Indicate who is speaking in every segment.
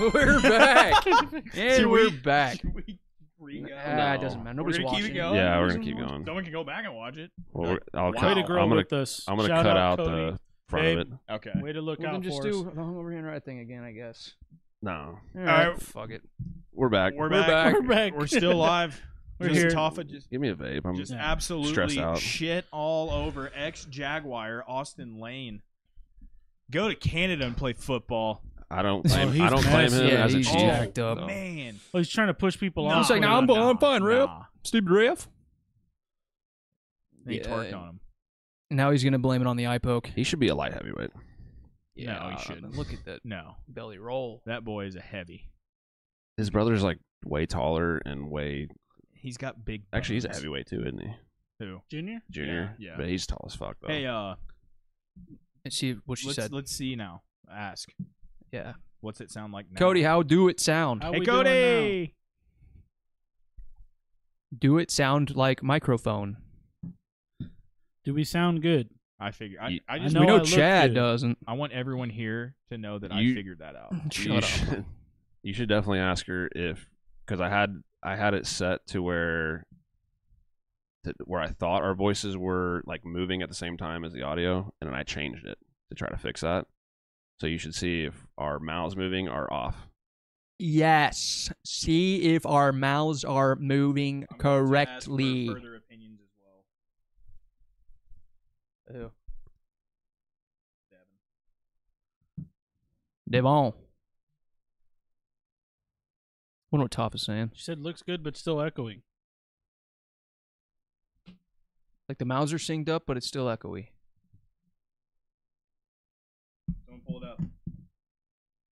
Speaker 1: We're back. and
Speaker 2: Should
Speaker 1: we're
Speaker 2: we-
Speaker 1: back.
Speaker 2: Should we re-go?
Speaker 1: Nah, it doesn't matter.
Speaker 2: We're
Speaker 1: Nobody's
Speaker 2: gonna
Speaker 1: watching.
Speaker 2: keep it going.
Speaker 3: Yeah, we're
Speaker 2: There's
Speaker 3: gonna keep
Speaker 2: no-
Speaker 3: going.
Speaker 2: No one can go back and watch it.
Speaker 3: Well, we're- I'll
Speaker 2: Way
Speaker 3: cut,
Speaker 4: Way to
Speaker 3: I'm
Speaker 4: grow
Speaker 3: gonna
Speaker 4: with us.
Speaker 3: I'm gonna
Speaker 4: Shout
Speaker 3: cut out
Speaker 4: out, Cody.
Speaker 3: the front
Speaker 4: Babe.
Speaker 3: of it.
Speaker 2: Okay.
Speaker 4: Way to look
Speaker 1: Well,
Speaker 4: out
Speaker 1: then just
Speaker 4: for
Speaker 1: do the hungover handwrite thing again, I guess.
Speaker 3: No,
Speaker 1: All
Speaker 2: right.
Speaker 1: Fuck it.
Speaker 3: we're back.
Speaker 1: We're
Speaker 2: We're back.
Speaker 4: us.
Speaker 1: back.
Speaker 4: We're back.
Speaker 2: We're still live.
Speaker 4: We're
Speaker 2: just
Speaker 4: here.
Speaker 2: Toffa just
Speaker 3: Give me a vape. I'm
Speaker 2: just
Speaker 4: Yeah.
Speaker 2: absolutely
Speaker 3: Um, out.
Speaker 2: shit all over ex Jaguar Austin Lane. Go to Canada and play football.
Speaker 3: I don't
Speaker 4: Oh,
Speaker 3: claim,
Speaker 4: he's
Speaker 3: I don't claim
Speaker 4: massive.
Speaker 3: him
Speaker 4: Yeah,
Speaker 3: as a
Speaker 1: he's
Speaker 3: chief.
Speaker 1: jacked up.
Speaker 3: though.
Speaker 2: Man,
Speaker 4: well, he's trying to push people
Speaker 2: Nah,
Speaker 4: off.
Speaker 1: He's like, nah, I'm
Speaker 2: nah,
Speaker 1: bu- I'm fine, Rip.
Speaker 2: nah.
Speaker 1: Stupid ref.
Speaker 2: They
Speaker 1: Yeah.
Speaker 2: twerked on him.
Speaker 1: Now he's gonna blame it on the eye poke.
Speaker 3: He should be a light heavyweight.
Speaker 2: No, he
Speaker 1: uh,
Speaker 2: shouldn't.
Speaker 1: Look at that
Speaker 2: No,
Speaker 1: belly roll.
Speaker 2: that boy is a heavy.
Speaker 3: His brother's like way taller and way.
Speaker 2: He's got big.
Speaker 3: Actually, he's a
Speaker 2: bones,
Speaker 3: heavyweight too, isn't he?
Speaker 2: Too.
Speaker 4: Junior.
Speaker 3: Junior.
Speaker 2: Yeah, yeah.
Speaker 3: But he's tall as fuck though.
Speaker 2: Hey, uh,
Speaker 1: And see what she
Speaker 2: let's
Speaker 1: said.
Speaker 2: let's see now. Ask.
Speaker 1: yeah.
Speaker 2: What's it sound like now?
Speaker 1: Cody, how do it sound?
Speaker 4: How
Speaker 2: Hey,
Speaker 4: we doing now?
Speaker 2: Cody.
Speaker 1: do it sound like microphone?
Speaker 4: Do we sound good?
Speaker 2: I figure. I,
Speaker 3: You-
Speaker 2: I
Speaker 4: I
Speaker 2: just.
Speaker 4: No,
Speaker 1: we know
Speaker 4: look
Speaker 1: Chad
Speaker 4: good.
Speaker 1: doesn't.
Speaker 2: I want everyone here to know that I
Speaker 3: You-
Speaker 2: figured that out.
Speaker 3: you
Speaker 1: Shut up.
Speaker 3: Should, you should definitely ask her if because I had I had it set to where to, where I thought our voices were like moving at the same time as the audio, and then I changed it to try to fix that. So you should see if our mouths moving are off.
Speaker 1: Yes. See if our mouths are moving
Speaker 2: I'm going to ask for
Speaker 1: correctly.
Speaker 2: Further opinions as well. Devin.
Speaker 1: Devon. Wonder what Toph is saying.
Speaker 4: She said looks good, but still echoing.
Speaker 1: Like the mouths are synced up, but it's still echoey.
Speaker 2: Someone pull it up.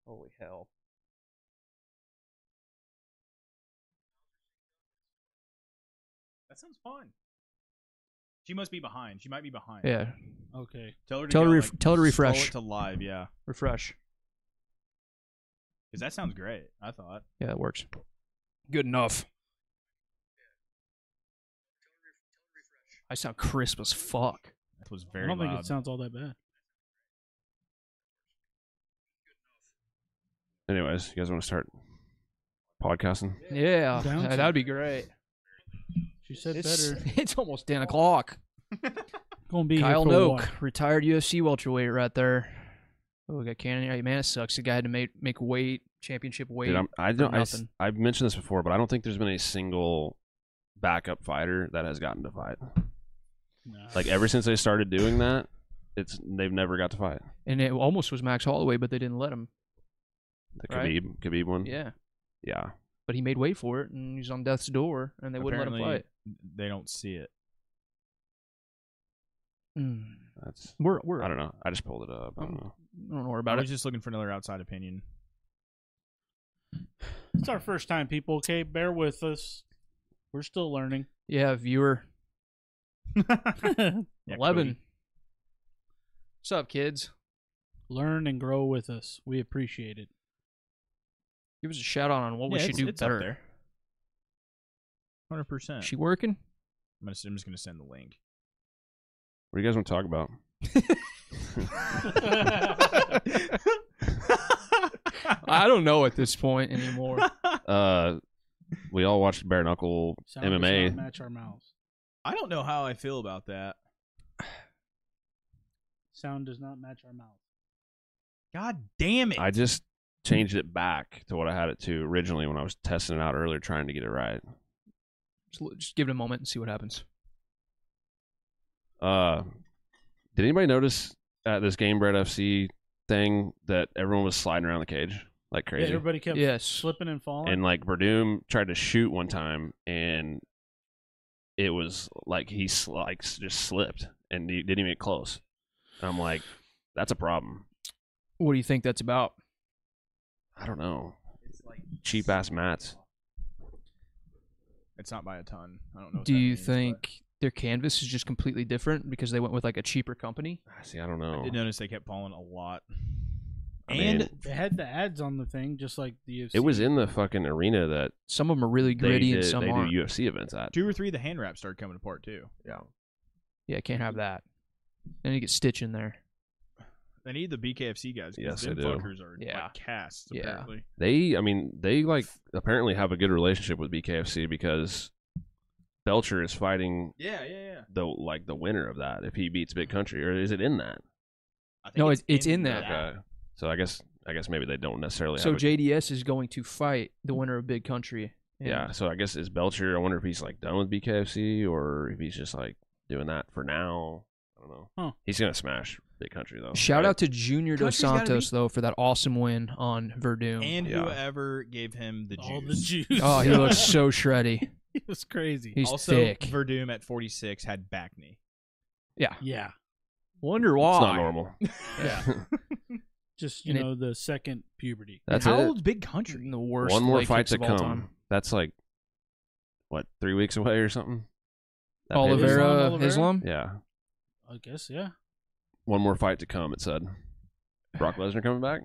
Speaker 1: Holy hell.
Speaker 2: That sounds fun. She must be behind. She might be behind.
Speaker 1: Yeah.
Speaker 4: Okay.
Speaker 2: Tell her to
Speaker 1: Tell
Speaker 2: go,
Speaker 1: her ref-
Speaker 2: like,
Speaker 1: tell her to
Speaker 2: slow
Speaker 1: refresh.
Speaker 2: it to live. Yeah.
Speaker 1: Refresh.
Speaker 2: Because that sounds great. I thought.
Speaker 1: Yeah, that works. Good enough. I sound crisp as fuck.
Speaker 2: That was very
Speaker 4: I don't
Speaker 2: loud.
Speaker 4: think it sounds all that bad.
Speaker 3: Anyways, you guys want to start podcasting?
Speaker 1: Yeah,
Speaker 4: Down
Speaker 1: that would be great.
Speaker 4: She said
Speaker 1: it's,
Speaker 4: better.
Speaker 1: it's almost 10 o'clock.
Speaker 4: Gonna be
Speaker 1: Kyle
Speaker 4: here for a while.
Speaker 1: Noak, retired UFC welterweight right there. Oh, we got Cannon. Hey, man, it sucks. The guy had to make, make weight, championship weight.
Speaker 3: Dude, I'm, I don't. I,
Speaker 1: nothing.
Speaker 3: have mentioned this before, but I don't think there's been a single backup fighter that has gotten to fight.
Speaker 4: Nah.
Speaker 3: Like ever since they started doing that, it's they've never got to fight.
Speaker 1: and it almost was Max Holloway, but they didn't let him.
Speaker 3: The
Speaker 1: Right.
Speaker 3: Khabib, Khabib one.
Speaker 1: Yeah.
Speaker 3: yeah.
Speaker 1: But he made way for it, and he's on death's door, and they wouldn't let him fight.
Speaker 2: Apparently, They don't see it.
Speaker 1: Mm.
Speaker 3: That's
Speaker 1: We're, we're,
Speaker 3: I don't know. I just pulled it up. I don't
Speaker 4: Oh.
Speaker 3: know.
Speaker 1: don't worry
Speaker 2: I
Speaker 1: about
Speaker 2: was
Speaker 1: it.
Speaker 2: just looking for another outside opinion.
Speaker 4: It's our first time, people. Okay, bear with us. We're still learning.
Speaker 1: Yeah, viewer
Speaker 2: Yeah,
Speaker 1: 11.
Speaker 2: Cody.
Speaker 1: What's up, kids?
Speaker 4: Learn and grow with us. We appreciate it.
Speaker 1: Give us a shout out on what we
Speaker 2: Yeah,
Speaker 1: should
Speaker 2: it's-
Speaker 1: do
Speaker 2: it's up
Speaker 1: better.
Speaker 2: there. 100%.
Speaker 1: She working?
Speaker 2: I'm, gonna, I'm just going to send the link.
Speaker 3: What do you guys want to talk about?
Speaker 1: I don't know at this point anymore.
Speaker 3: Uh, we all watched bare knuckle
Speaker 4: Sound does not
Speaker 3: MMA.
Speaker 4: match our mouths.
Speaker 2: I don't know how I feel about that.
Speaker 4: Sound does not match our mouth.
Speaker 2: God damn it.
Speaker 3: I just changed it back to what I had it to originally when I was testing it out earlier, trying to get it right.
Speaker 1: Just, l- just give it a moment and see what happens.
Speaker 3: Uh, did anybody notice at this Game Bread FC thing that everyone was sliding around the cage like
Speaker 4: Yeah,
Speaker 3: crazy?
Speaker 4: everybody kept
Speaker 1: Yes.
Speaker 4: slipping and falling.
Speaker 3: and like Verdum tried to shoot one time and it was like he sl- like s- just slipped and he didn't even get close. And I'm like, that's a problem.
Speaker 1: What do you think that's about?
Speaker 3: I don't know. Cheap ass mats.
Speaker 2: it's not by a ton. I don't know. what
Speaker 1: Do
Speaker 2: that
Speaker 1: you
Speaker 2: means, but-
Speaker 1: think their canvas is just completely different because they went with like a cheaper company?
Speaker 3: Ah, See, I don't know.
Speaker 1: Oh.
Speaker 2: I did notice they kept falling a lot.
Speaker 3: I
Speaker 2: and
Speaker 3: mean,
Speaker 4: they had the ads on the thing, just like the UFC.
Speaker 3: it was in the fucking arena that
Speaker 1: Some of them are really
Speaker 3: they,
Speaker 1: gritty
Speaker 3: did,
Speaker 1: and
Speaker 3: they
Speaker 1: some
Speaker 3: do
Speaker 1: aren't.
Speaker 3: UFC events at.
Speaker 2: two or three of the hand wraps started coming apart too.
Speaker 3: Yeah.
Speaker 1: yeah, can't have that. Then you get Stitch in there.
Speaker 2: They need the BKFC guys. 'cause
Speaker 3: Yes,
Speaker 2: them
Speaker 3: they do.
Speaker 2: fuckers are
Speaker 1: Yeah.
Speaker 2: like casts
Speaker 1: Yeah.
Speaker 2: apparently.
Speaker 3: They, I mean, they like apparently have a good relationship with BKFC because Belcher is fighting
Speaker 2: Yeah, yeah, yeah.
Speaker 3: the like the winner of that if he beats Big Country, or is it in that?
Speaker 2: I think
Speaker 1: No, it's- it's in that.
Speaker 3: Okay. So I guess I guess maybe they don't necessarily.
Speaker 1: So
Speaker 3: have a-
Speaker 1: JDS is going to fight the winner of Big Country. and
Speaker 3: yeah. So I guess is Belcher. I wonder if he's like done with BKFC or if he's just like doing that for now. I don't know.
Speaker 4: Huh.
Speaker 3: He's gonna smash Big Country though.
Speaker 1: Shout
Speaker 3: oh, right?
Speaker 1: out to Junior Dos
Speaker 2: Country's gotta
Speaker 1: Santos
Speaker 2: be-
Speaker 1: though for that awesome win on Verdun.
Speaker 2: And
Speaker 3: Yeah.
Speaker 2: whoever gave him the juice.
Speaker 4: All the juice.
Speaker 1: oh, he looks so shreddy.
Speaker 4: He was crazy.
Speaker 1: He's
Speaker 2: also,
Speaker 1: thick.
Speaker 2: Verdum at 46 had back knee.
Speaker 1: yeah.
Speaker 4: yeah.
Speaker 1: Wonder
Speaker 3: It's
Speaker 1: why.
Speaker 3: not normal.
Speaker 4: Yeah. Just you
Speaker 1: And it-
Speaker 4: know the second puberty.
Speaker 3: That's
Speaker 1: How
Speaker 3: it.
Speaker 1: old's Big Country? The worst.
Speaker 3: One more
Speaker 1: leg
Speaker 3: fight
Speaker 1: kicks
Speaker 3: to
Speaker 1: of all
Speaker 3: come.
Speaker 1: time.
Speaker 3: That's like what three weeks away or something. That pay-per-view?
Speaker 1: Oliveira,
Speaker 4: Islam, Oliveira?
Speaker 1: Islam.
Speaker 3: Yeah.
Speaker 4: I guess yeah.
Speaker 3: One more fight to come. It said. Brock Lesnar coming back,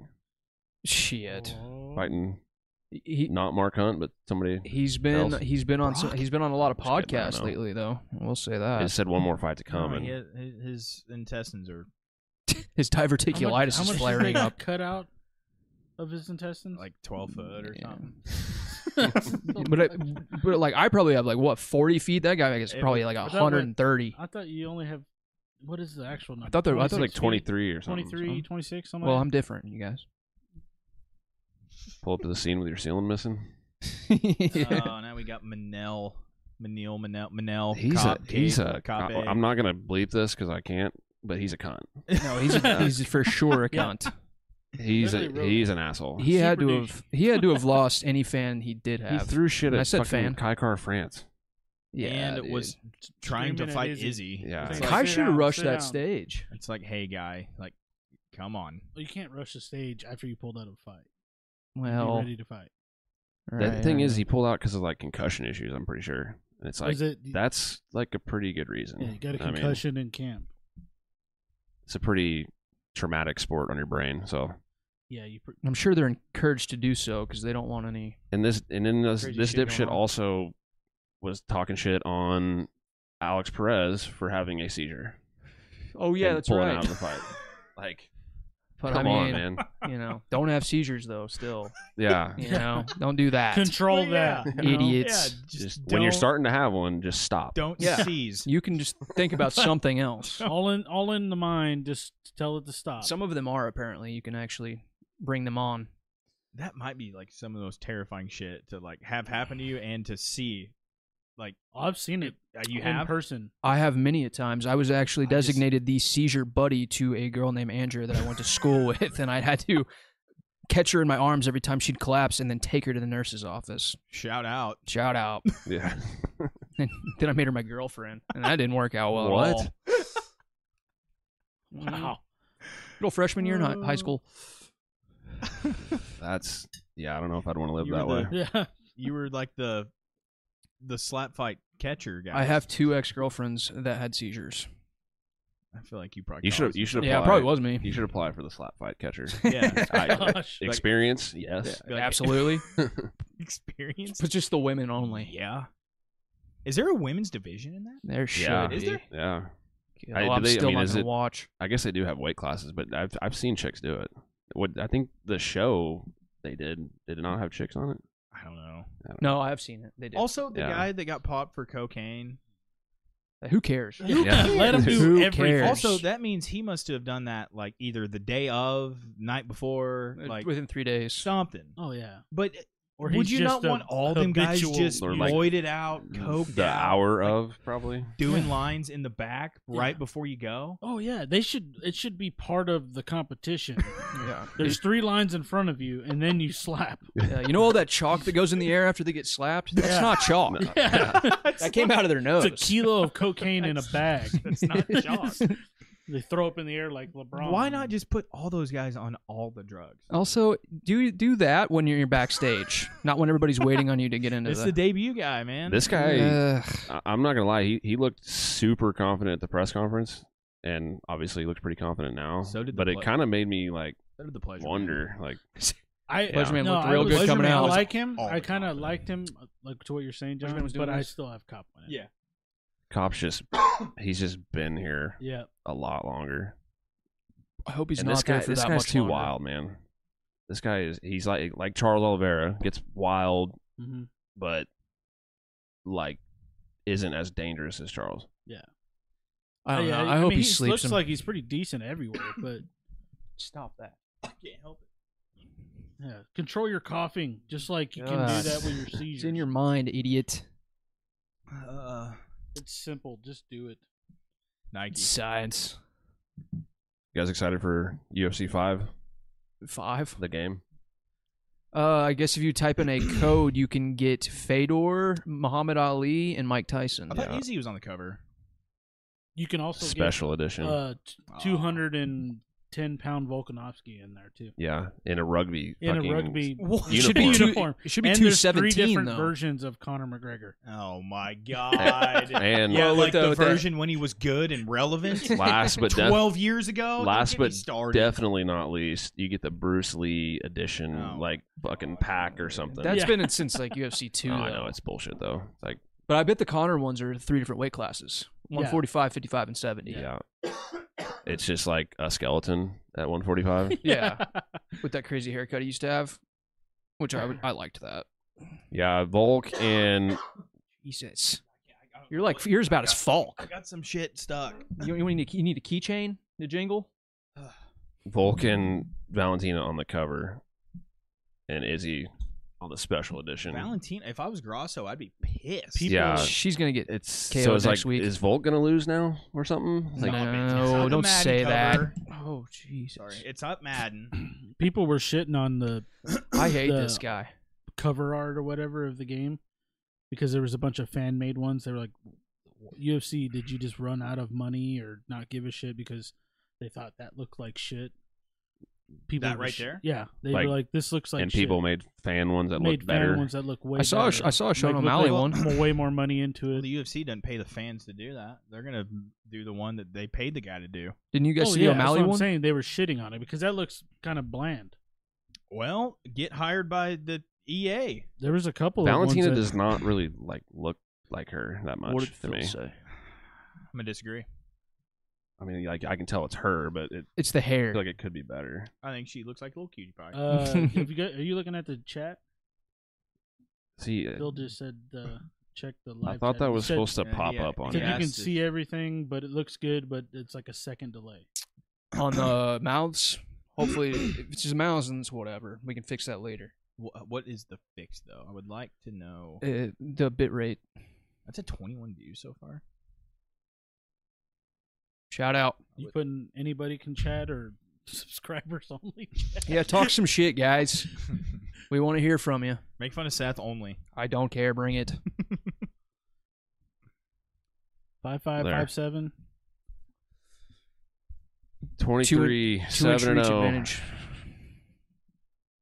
Speaker 1: Shit.
Speaker 4: Oh.
Speaker 3: fighting
Speaker 1: He
Speaker 3: not Mark Hunt, but somebody.
Speaker 1: he's been
Speaker 3: Else?
Speaker 1: he's been on so,
Speaker 3: Brock?
Speaker 1: he's been on a lot of
Speaker 3: Just kidding, I don't
Speaker 1: podcasts
Speaker 3: know.
Speaker 1: lately though. We'll say
Speaker 3: It
Speaker 1: that
Speaker 3: said one more fight to come,
Speaker 2: No,
Speaker 3: and
Speaker 2: he had- his, his intestines are
Speaker 1: his
Speaker 4: How much-
Speaker 1: diverticulitis
Speaker 4: how much
Speaker 1: is
Speaker 4: did
Speaker 1: flaring
Speaker 4: they
Speaker 1: up.
Speaker 4: Cut out of his intestines.
Speaker 2: like 12 foot or
Speaker 1: Yeah.
Speaker 2: something.
Speaker 1: But it, but like I probably have like what forty feet. That guy is
Speaker 2: It
Speaker 1: probably
Speaker 2: was-
Speaker 1: like
Speaker 4: was that
Speaker 1: hundred and thirty.
Speaker 4: I thought you only have. What is the actual number?
Speaker 1: thought there- I
Speaker 3: I thought like
Speaker 4: 26 feet?
Speaker 3: 23 or something.
Speaker 4: 23, 26, something.
Speaker 1: Well,
Speaker 4: like
Speaker 1: I'm different, you guys.
Speaker 3: Pull up to the scene with your ceiling missing.
Speaker 2: Oh, now we got Manel. Manil, Manel, Manel.
Speaker 3: He's
Speaker 2: Oh, Cop,
Speaker 3: a he's
Speaker 2: Cade,
Speaker 3: a.
Speaker 2: Cop A.
Speaker 3: am not gonna bleep this because I can't. But he's a cunt.
Speaker 1: no, Oh, he's a, he's for sure a cunt.
Speaker 3: He's a
Speaker 4: Literally wrote-
Speaker 3: he's an asshole.
Speaker 1: He had to
Speaker 4: Super
Speaker 1: have he had to have lost any fan he did
Speaker 3: He
Speaker 1: have.
Speaker 3: threw shit
Speaker 1: And
Speaker 3: at
Speaker 1: I said fan.
Speaker 3: fucking Kaikar France.
Speaker 1: yeah,
Speaker 2: and
Speaker 1: dude.
Speaker 2: was trying to
Speaker 4: Screaming at
Speaker 2: fight
Speaker 4: Izzy.
Speaker 2: Izzy.
Speaker 3: Yeah.
Speaker 2: It's
Speaker 4: Like,
Speaker 1: Kai
Speaker 2: like,
Speaker 4: sit
Speaker 1: should have
Speaker 4: down,
Speaker 1: rushed
Speaker 4: sit
Speaker 1: that
Speaker 4: down.
Speaker 1: stage.
Speaker 2: it's like, hey, guy, like, come on.
Speaker 4: Well, you can't rush the stage after you pulled out of a fight. Be
Speaker 1: Well,
Speaker 4: ready to fight.
Speaker 3: The
Speaker 1: right,
Speaker 3: thing
Speaker 1: I
Speaker 3: is,
Speaker 1: know.
Speaker 3: he pulled out because of like concussion issues. I'm pretty sure. And it's like
Speaker 4: Was it?
Speaker 3: that's like a pretty good reason.
Speaker 4: yeah, you got a
Speaker 3: I mean,
Speaker 4: concussion in camp.
Speaker 3: it's a pretty traumatic sport on your brain. So
Speaker 4: Yeah, you. Pr-
Speaker 1: I'm sure they're encouraged to do so because they don't want any.
Speaker 3: and this and then this
Speaker 1: Crazy
Speaker 3: this
Speaker 1: shit going
Speaker 3: dipshit
Speaker 1: on.
Speaker 3: also was talking shit on Alex Perez for having a seizure.
Speaker 1: Oh yeah,
Speaker 3: and
Speaker 1: that's
Speaker 3: pulling
Speaker 1: right.
Speaker 3: out of the fight. Like,
Speaker 1: But
Speaker 3: come
Speaker 1: I mean,
Speaker 3: on, man.
Speaker 1: you know, don't have seizures though. Still,
Speaker 3: Yeah.
Speaker 1: you know, don't do that.
Speaker 4: Control
Speaker 2: Well, yeah.
Speaker 4: that, you know?
Speaker 1: Idiot.
Speaker 2: Yeah,
Speaker 1: It's-
Speaker 2: just,
Speaker 3: Just
Speaker 2: don't,
Speaker 3: when you're starting to have one, just stop.
Speaker 2: don't
Speaker 1: Yeah.
Speaker 2: seize.
Speaker 1: You can just think about something else.
Speaker 4: All in, all in the mind. Just tell it to stop.
Speaker 1: Some of them are apparently you can actually bring them on.
Speaker 2: That might be like some of the most terrifying shit to like have happen to you and to see. Like
Speaker 4: I've seen it.
Speaker 2: uh, you
Speaker 4: in
Speaker 2: have
Speaker 4: person.
Speaker 1: I have many a times. I was actually
Speaker 2: I just-
Speaker 1: designated the seizure buddy to a girl named Andrea that I went to school with, and I had to catch her in my arms every time she'd collapse and then take her to the nurse's office.
Speaker 2: shout out.
Speaker 1: Shout out.
Speaker 3: Yeah.
Speaker 1: And then I made her my girlfriend, and that didn't work out well at
Speaker 3: What?
Speaker 1: all.
Speaker 4: Wow.
Speaker 1: Little freshman year in hi- high school.
Speaker 3: That's yeah. I don't know if I'd want to live
Speaker 2: You
Speaker 3: that
Speaker 2: were
Speaker 3: way.
Speaker 2: the-
Speaker 4: Yeah.
Speaker 2: You were like the the slap fight catcher guy.
Speaker 1: I have two ex girlfriends that had seizures.
Speaker 2: I feel like you probably
Speaker 3: You should
Speaker 2: caused
Speaker 3: you
Speaker 2: it.
Speaker 3: should apply.
Speaker 1: Yeah, it probably was me.
Speaker 3: You should apply for the slap fight catcher.
Speaker 2: yeah
Speaker 3: I,
Speaker 4: Gosh.
Speaker 3: experience, yes.
Speaker 2: Be like,
Speaker 1: Absolutely.
Speaker 2: experience.
Speaker 1: but just the women only.
Speaker 2: Yeah. Is there a women's division in that?
Speaker 1: There should
Speaker 3: Yeah.
Speaker 1: be.
Speaker 2: Is there?
Speaker 3: Yeah. I-
Speaker 1: Oh,
Speaker 3: do
Speaker 1: I'm
Speaker 3: they- I
Speaker 1: still
Speaker 3: mean,
Speaker 1: not
Speaker 3: is
Speaker 1: gonna
Speaker 3: it-
Speaker 1: watch.
Speaker 3: I guess they do have weight classes, but I've I've seen chicks do it. What I think the show they did they did not have chicks on it.
Speaker 2: I don't know.
Speaker 1: No, I've seen it. They did.
Speaker 2: Also, the
Speaker 3: Yeah.
Speaker 2: guy that got popped for cocaine.
Speaker 1: Who cares?
Speaker 3: Yeah.
Speaker 4: Let him do
Speaker 1: Who
Speaker 4: everything.
Speaker 1: cares?
Speaker 2: Also, that means he must have done that like either the day of, night before,
Speaker 1: Uh,
Speaker 2: like
Speaker 1: Within three days.
Speaker 2: something.
Speaker 4: Oh yeah.
Speaker 2: But uh,
Speaker 4: Or
Speaker 2: would
Speaker 4: he's
Speaker 2: you
Speaker 4: just
Speaker 2: not
Speaker 4: a
Speaker 2: want all them guys
Speaker 4: habitual
Speaker 2: just
Speaker 3: Or, like,
Speaker 2: voided out, coked
Speaker 3: the
Speaker 2: out,
Speaker 3: hour
Speaker 2: like,
Speaker 3: of probably.
Speaker 2: doing lines in the back right
Speaker 4: Yeah.
Speaker 2: before you go?
Speaker 4: Oh yeah, they should. It should be part of the competition.
Speaker 1: Yeah.
Speaker 4: There's three lines in front of you, and then you slap.
Speaker 1: yeah. You know all that chalk that goes in the air after they get slapped? That's
Speaker 4: Yeah.
Speaker 1: not chalk.
Speaker 3: No.
Speaker 4: Yeah.
Speaker 1: That came out of their nose.
Speaker 4: it's a kilo of cocaine in a bag.
Speaker 2: That's not chalk.
Speaker 4: They throw up in the air like LeBron.
Speaker 2: Why not just put all those guys on all the drugs?
Speaker 1: Also, do do that when you're backstage, not when everybody's waiting on you to get into
Speaker 2: It's
Speaker 1: the.
Speaker 2: the debut guy, man.
Speaker 3: This guy
Speaker 1: Ugh.
Speaker 3: I- I'm not gonna lie. He he looked super confident at the press conference, and obviously he looks pretty confident now.
Speaker 2: So did the
Speaker 3: but it
Speaker 2: play-
Speaker 3: kind of made me like
Speaker 2: Better the pleasure.
Speaker 3: wonder, like
Speaker 4: I
Speaker 1: Pleasure Man
Speaker 4: no,
Speaker 1: looked
Speaker 4: I
Speaker 1: real
Speaker 4: was-
Speaker 1: good coming
Speaker 4: I
Speaker 1: out.
Speaker 4: like him.
Speaker 2: All
Speaker 4: I
Speaker 2: the
Speaker 4: kind of
Speaker 2: confidence.
Speaker 4: liked him, uh, like to what you're saying,
Speaker 1: Pleasure
Speaker 4: John.
Speaker 1: Man was doing
Speaker 4: But I
Speaker 1: this.
Speaker 4: still have cop on it.
Speaker 2: Yeah.
Speaker 3: Cop just he's just been here
Speaker 4: Yeah.
Speaker 3: a lot longer.
Speaker 1: I hope he's
Speaker 3: and
Speaker 1: not
Speaker 3: this guy,
Speaker 1: there for
Speaker 3: this
Speaker 1: that
Speaker 3: guy's
Speaker 1: much
Speaker 3: too
Speaker 1: longer.
Speaker 3: wild, man. This guy is he's like like Charles Oliveira gets wild,
Speaker 4: Mm-hmm.
Speaker 3: but like isn't as dangerous as Charles.
Speaker 1: I don't know. I,
Speaker 4: mean,
Speaker 1: hope
Speaker 4: he
Speaker 1: he sleeps.
Speaker 4: looks
Speaker 1: him.
Speaker 4: like he's pretty decent everywhere, but
Speaker 1: stop that.
Speaker 2: I can't help it.
Speaker 4: yeah, control your coughing, just like you can
Speaker 1: God.
Speaker 4: do that with your seizures.
Speaker 1: It's in your mind, idiot.
Speaker 2: Uh,
Speaker 4: It's simple. Just do it.
Speaker 2: Nike.
Speaker 1: Science
Speaker 3: You guys excited for UFC five,
Speaker 1: five.
Speaker 3: the game?
Speaker 1: Uh, I guess if you type in a code, you can get Fedor, Muhammad Ali, and Mike Tyson.
Speaker 2: I thought
Speaker 3: Yeah.
Speaker 2: Easy was on the cover.
Speaker 4: You can also
Speaker 3: Special
Speaker 4: get
Speaker 3: edition.
Speaker 4: uh, t-
Speaker 2: Aw.
Speaker 4: 210 pound Volkanovski in there too.
Speaker 3: yeah, in a rugby.
Speaker 4: In a
Speaker 3: fucking-
Speaker 4: rugby
Speaker 2: What?
Speaker 1: It should be two.
Speaker 4: uniform.
Speaker 1: It should be
Speaker 4: and
Speaker 1: two
Speaker 4: there's three
Speaker 1: seventeen
Speaker 4: different
Speaker 1: though.
Speaker 4: versions of Conor McGregor.
Speaker 2: Oh my god.
Speaker 3: And
Speaker 2: yeah,
Speaker 1: Well, with
Speaker 2: like
Speaker 1: the-
Speaker 2: the,
Speaker 1: with the-
Speaker 2: version when he was good and relevant.
Speaker 3: last but def-
Speaker 2: Twelve years ago. Don't
Speaker 3: last
Speaker 2: get me
Speaker 3: but
Speaker 2: started.
Speaker 3: definitely not least, you get the Bruce Lee edition,
Speaker 2: Oh.
Speaker 3: like fucking pack or something.
Speaker 1: That's
Speaker 4: Yeah.
Speaker 1: been it since like UFC two.
Speaker 3: No, I
Speaker 1: though.
Speaker 3: know it's bullshit though. It's like
Speaker 1: But I bet the Connor ones are three different weight classes:
Speaker 4: Yeah.
Speaker 1: 145, 55, and 70.
Speaker 3: yeah. it's just like a skeleton at 145.
Speaker 1: Yeah. With that crazy haircut he used to have, which I would, I liked that.
Speaker 3: yeah, Volk and
Speaker 1: Jesus, you're like yours about as
Speaker 2: I
Speaker 1: Falk.
Speaker 2: got some shit stuck.
Speaker 1: You, you need a, you need a keychain to jingle.
Speaker 3: Volk and
Speaker 4: Mm-hmm.
Speaker 3: Valentina on the cover, and Izzy on the special edition.
Speaker 2: Valentina, if I was Grosso, I'd be pissed.
Speaker 4: People-
Speaker 3: Yeah. Uh,
Speaker 1: She's gonna get
Speaker 3: it's
Speaker 1: KO
Speaker 3: so it's
Speaker 1: next
Speaker 3: like
Speaker 1: week.
Speaker 3: is Volk gonna lose now or something? It's like
Speaker 1: No.
Speaker 2: it's up
Speaker 1: don't
Speaker 2: Madden
Speaker 1: say that.
Speaker 2: cover.
Speaker 1: Oh Jesus!
Speaker 2: Sorry, it's up Madden.
Speaker 4: People were shitting on the
Speaker 1: I hate
Speaker 4: the-
Speaker 1: this guy.
Speaker 4: cover art or whatever of the game because there was a bunch of fan made ones. They were like, UFC, did you just run out of money or not give a shit because they thought that looked like shit? People
Speaker 2: That
Speaker 4: were
Speaker 2: right
Speaker 4: sh-
Speaker 2: there?
Speaker 4: Yeah, they
Speaker 3: Like-
Speaker 4: were like, this looks like
Speaker 3: and
Speaker 4: shit.
Speaker 3: people made fan ones that
Speaker 4: made
Speaker 3: looked
Speaker 4: fan
Speaker 3: better.
Speaker 4: ones that look way.
Speaker 1: I saw a,
Speaker 4: better.
Speaker 1: I saw a Sean
Speaker 4: Like, look
Speaker 1: O'Malley
Speaker 4: like
Speaker 1: one.
Speaker 4: Way more money into
Speaker 2: Well,
Speaker 4: it.
Speaker 2: the UFC doesn't pay the fans to do that. They're gonna do the one that they paid the guy to do.
Speaker 1: Didn't you guys
Speaker 4: oh,
Speaker 1: see
Speaker 4: yeah,
Speaker 1: the O'Malley
Speaker 4: that's what
Speaker 1: one?
Speaker 4: I'm saying they were shitting on it because that looks kind of bland.
Speaker 2: Well, get hired by the E EA.
Speaker 4: There was a couple.
Speaker 3: Valentina
Speaker 4: of ones
Speaker 3: does not really like look like her that much
Speaker 1: What did
Speaker 3: to
Speaker 1: Phil
Speaker 3: me.
Speaker 1: say?
Speaker 2: I'm gonna disagree.
Speaker 3: I mean, like I can tell it's her, but it
Speaker 1: It's the
Speaker 3: I
Speaker 1: hair.
Speaker 3: feel like it could be better.
Speaker 2: I think she looks like a little cutie pie.
Speaker 4: that, uh, have you got, are you looking at the chat?
Speaker 3: See, it-
Speaker 4: Bill just said uh, check the live.
Speaker 3: I thought
Speaker 4: chat.
Speaker 3: that
Speaker 4: He
Speaker 3: was
Speaker 4: said-
Speaker 3: supposed to
Speaker 2: Yeah,
Speaker 3: pop
Speaker 2: yeah.
Speaker 3: up on
Speaker 4: said
Speaker 2: Did
Speaker 3: it.
Speaker 4: you can
Speaker 2: Yes.
Speaker 4: see everything, but it looks good, but it's like a second delay.
Speaker 1: on the mouths. Hopefully, if it's just mouths, then it's whatever. We can fix that later.
Speaker 2: Wh- what is the fix though? I would like to know.
Speaker 1: Uh, the bit rate.
Speaker 2: That's a 21 views so far.
Speaker 1: Shout out.
Speaker 4: You putting anybody can chat or subscribers only?
Speaker 1: Yeah, talk some shit, guys. We want to hear from you.
Speaker 2: Make fun of Seth only.
Speaker 1: I don't care. Bring it.
Speaker 4: Five five
Speaker 3: There.
Speaker 4: five seven.
Speaker 3: 23
Speaker 1: Two inch
Speaker 3: 7
Speaker 1: reach
Speaker 3: 0
Speaker 1: advantage.
Speaker 3: oh.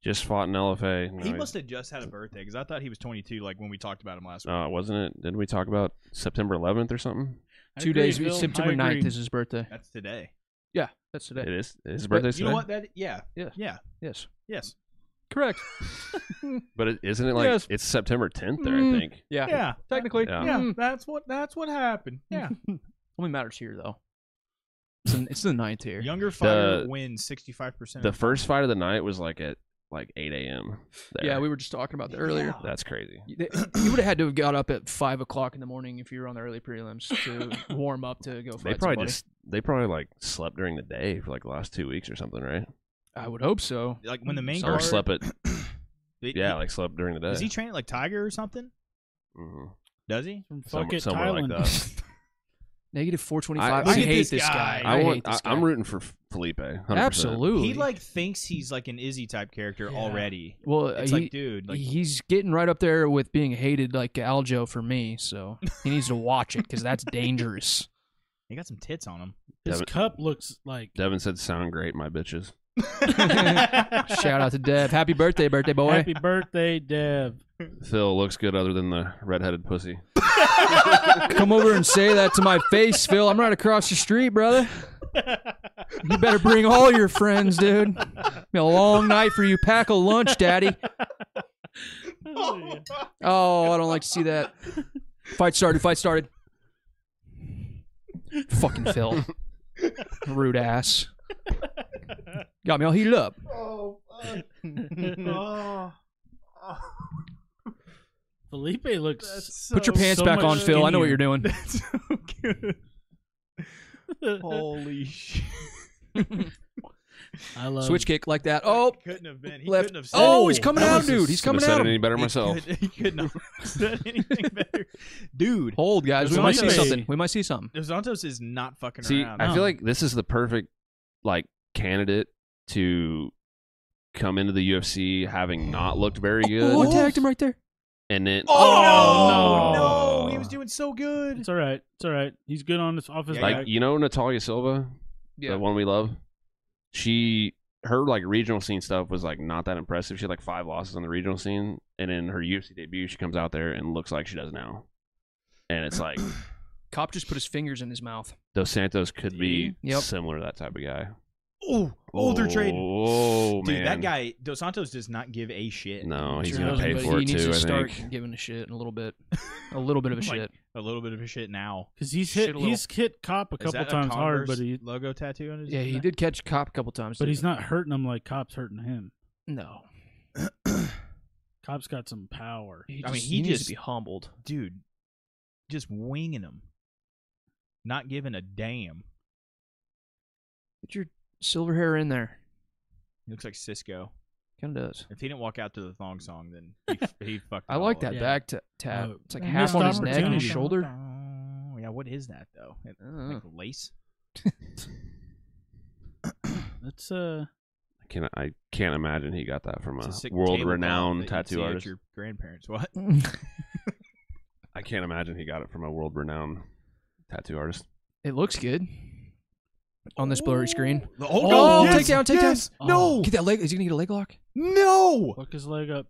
Speaker 3: just fought an LFA. No,
Speaker 2: He must have just had a birthday because I thought he was 22. Like when we talked about him last week.
Speaker 3: uh, wasn't it? Didn't we talk about September 11th or something?
Speaker 4: I
Speaker 1: Two
Speaker 4: agree,
Speaker 1: days.
Speaker 4: Bill.
Speaker 1: September
Speaker 4: I agree.
Speaker 1: 9th is his birthday.
Speaker 2: That's today.
Speaker 1: Yeah, that's today.
Speaker 3: It is it's his
Speaker 1: But
Speaker 3: birthday.
Speaker 2: You know what? That yeah
Speaker 1: Yeah.
Speaker 2: yeah
Speaker 1: Yes,
Speaker 2: yes
Speaker 1: correct.
Speaker 3: But it, isn't it like
Speaker 1: Yes.
Speaker 3: it's September 10th there?
Speaker 1: Mm.
Speaker 3: I think.
Speaker 1: Yeah,
Speaker 2: yeah
Speaker 1: technically.
Speaker 3: Yeah.
Speaker 2: yeah.
Speaker 1: Mm.
Speaker 2: That's what that's what happened. Yeah.
Speaker 1: Only matters here though. It's, an, it's the ninth here.
Speaker 2: Younger fighter
Speaker 3: The-
Speaker 2: wins 65 percent.
Speaker 3: The first fight of the night was like at like 8 a.m. there.
Speaker 1: Yeah, we were just talking about that earlier.
Speaker 3: That's crazy.
Speaker 1: You would have had to have got up at five o'clock in the morning if you were on the early prelims to warm up to go fight
Speaker 3: They probably
Speaker 1: somebody.
Speaker 3: just they probably like slept during the day for like the last two weeks or something, right?
Speaker 1: I would hope so.
Speaker 2: like when the main
Speaker 3: Or
Speaker 2: card
Speaker 3: slept at
Speaker 2: Did-
Speaker 3: yeah, like slept during the day.
Speaker 1: uh,
Speaker 2: Does he train like Tiger or something?
Speaker 3: hmm
Speaker 2: Does he?
Speaker 4: From fuck
Speaker 3: Somewhere-
Speaker 4: it,
Speaker 3: somewhere like
Speaker 4: Thailand.
Speaker 3: that.
Speaker 1: Negative four twenty five.
Speaker 3: I-
Speaker 1: I,
Speaker 3: I
Speaker 1: hate
Speaker 2: hate
Speaker 1: this guy.
Speaker 2: this guy.
Speaker 1: I,
Speaker 3: I, want.
Speaker 1: hate this
Speaker 3: I,
Speaker 1: guy.
Speaker 3: I'm rooting for Felipe. 100%.
Speaker 1: Absolutely.
Speaker 2: He like thinks he's like an Izzy type character
Speaker 4: Yeah.
Speaker 2: already.
Speaker 1: well,
Speaker 2: It's
Speaker 1: Uh, he,
Speaker 2: like, dude, like
Speaker 1: he's getting right up there with being hated like Aljo for me. So he needs to watch it because that's dangerous.
Speaker 2: he got some tits on him.
Speaker 4: His
Speaker 3: Devin-
Speaker 4: cup looks like
Speaker 3: Devin said, "Sound great, my bitches."
Speaker 1: Shout out to Dev. Happy birthday, birthday boy.
Speaker 4: Happy birthday, Dev.
Speaker 3: Phil looks good other than the redheaded pussy.
Speaker 1: Come over and say that to my face, Phil. I'm right across the street, brother. You better bring all your friends, dude. Be a long night for you. Pack a lunch, daddy. Oh, I don't like to see that. Fight started. Fight started. Fucking Phil. Rude ass. Got me all heated up.
Speaker 2: oh,
Speaker 4: Felipe looks.
Speaker 1: Put your pants
Speaker 4: so
Speaker 1: back
Speaker 4: much
Speaker 1: on, Phil. I know what
Speaker 4: skinnier.
Speaker 1: you're doing.
Speaker 2: That's so good. Holy shit!
Speaker 4: I love.
Speaker 1: Switch kick like that. Oh,
Speaker 2: couldn't have been. He
Speaker 1: left.
Speaker 2: couldn't have said
Speaker 1: Oh,
Speaker 4: it.
Speaker 1: he's coming
Speaker 4: That
Speaker 1: out,
Speaker 4: was a-
Speaker 1: dude. He's
Speaker 3: Couldn't
Speaker 1: coming
Speaker 3: have said
Speaker 1: out.
Speaker 3: any better
Speaker 2: He
Speaker 3: myself.
Speaker 2: could- He couldn't have said anything better, dude.
Speaker 1: Hold, guys. We might
Speaker 2: That's what
Speaker 1: see
Speaker 2: I say.
Speaker 1: something. We might see something.
Speaker 2: Dos Santos is not fucking
Speaker 3: See,
Speaker 2: around.
Speaker 3: I
Speaker 4: No.
Speaker 3: feel like this is the perfect like candidate to come into the UFC having not looked very good,
Speaker 1: Oh, tagged him right there.
Speaker 3: and then
Speaker 2: Oh,
Speaker 3: Oh,
Speaker 2: no,
Speaker 3: no.
Speaker 2: he was doing so good.
Speaker 4: It's all right. It's all right. He's good on this office.
Speaker 2: Yeah,
Speaker 3: like
Speaker 4: back.
Speaker 3: you know Natalia Silva, the one we love. She her like regional scene stuff was like not that impressive. She had like five losses on the regional scene, and in her UFC debut, she comes out there and looks like she does now. And it's like
Speaker 1: Cop just put his fingers in his mouth.
Speaker 3: Dos Santos could be
Speaker 1: Yep.
Speaker 3: similar to that type of guy.
Speaker 2: Oh, older
Speaker 3: oh,
Speaker 2: trade.
Speaker 3: Oh
Speaker 2: Dude,
Speaker 3: man,
Speaker 2: that guy Dos Santos does not give a shit.
Speaker 3: No, he's
Speaker 4: Sure
Speaker 3: gonna
Speaker 4: doesn't,
Speaker 3: pay
Speaker 1: but
Speaker 3: for
Speaker 1: he
Speaker 3: it
Speaker 1: needs
Speaker 3: too.
Speaker 1: to
Speaker 3: I
Speaker 1: start
Speaker 3: think.
Speaker 1: giving a shit in a little bit. A little bit of a
Speaker 2: Like,
Speaker 1: shit.
Speaker 2: A little bit of a shit now.
Speaker 4: Because he's
Speaker 1: Shit
Speaker 4: hit,
Speaker 1: a little.
Speaker 4: he's hit Cop a
Speaker 2: Is
Speaker 4: couple
Speaker 2: that
Speaker 4: times
Speaker 2: Converse
Speaker 4: hard, but he,
Speaker 2: logo tattoo on his.
Speaker 1: Yeah, he did catch cop a couple times.
Speaker 4: but
Speaker 1: too.
Speaker 4: he's not hurting him like Cop's hurting him.
Speaker 1: No,
Speaker 4: Cop's got some power.
Speaker 1: he
Speaker 2: I
Speaker 1: just,
Speaker 2: mean,
Speaker 1: he,
Speaker 2: he
Speaker 1: needs
Speaker 2: just-
Speaker 1: to be humbled.
Speaker 2: dude, just winging him, not giving a damn.
Speaker 1: Get your silver hair in there.
Speaker 2: He looks like Cisco.
Speaker 1: Kind of does.
Speaker 2: If he didn't walk out to the thong song, then he, f- he fucked.
Speaker 1: I
Speaker 2: it
Speaker 1: like
Speaker 2: all
Speaker 1: that
Speaker 2: up.
Speaker 4: Yeah.
Speaker 1: back ta- tap.
Speaker 4: Oh.
Speaker 1: It's like
Speaker 4: Yeah,
Speaker 1: half
Speaker 4: missed
Speaker 1: on his neck and his
Speaker 4: opportunity.
Speaker 1: shoulder.
Speaker 2: Oh, Yeah, what is that though? It-
Speaker 1: Uh,
Speaker 2: Like lace.
Speaker 4: That's uh,
Speaker 3: I can't, I can't imagine he got that from
Speaker 2: It's
Speaker 3: a,
Speaker 2: a sick
Speaker 3: world-renowned
Speaker 2: tablecloth that you'd see
Speaker 3: tattoo
Speaker 2: at
Speaker 3: artist.
Speaker 2: Your grandparents. What?
Speaker 3: I can't imagine he got it from a world-renowned tattoo artist.
Speaker 1: it looks good on this blurry screen.
Speaker 2: Oh,
Speaker 1: Oh, take down, take down. Oh,
Speaker 4: No.
Speaker 1: Get that leg. Is he gonna get a leg lock?
Speaker 2: no.
Speaker 4: fuck his leg up.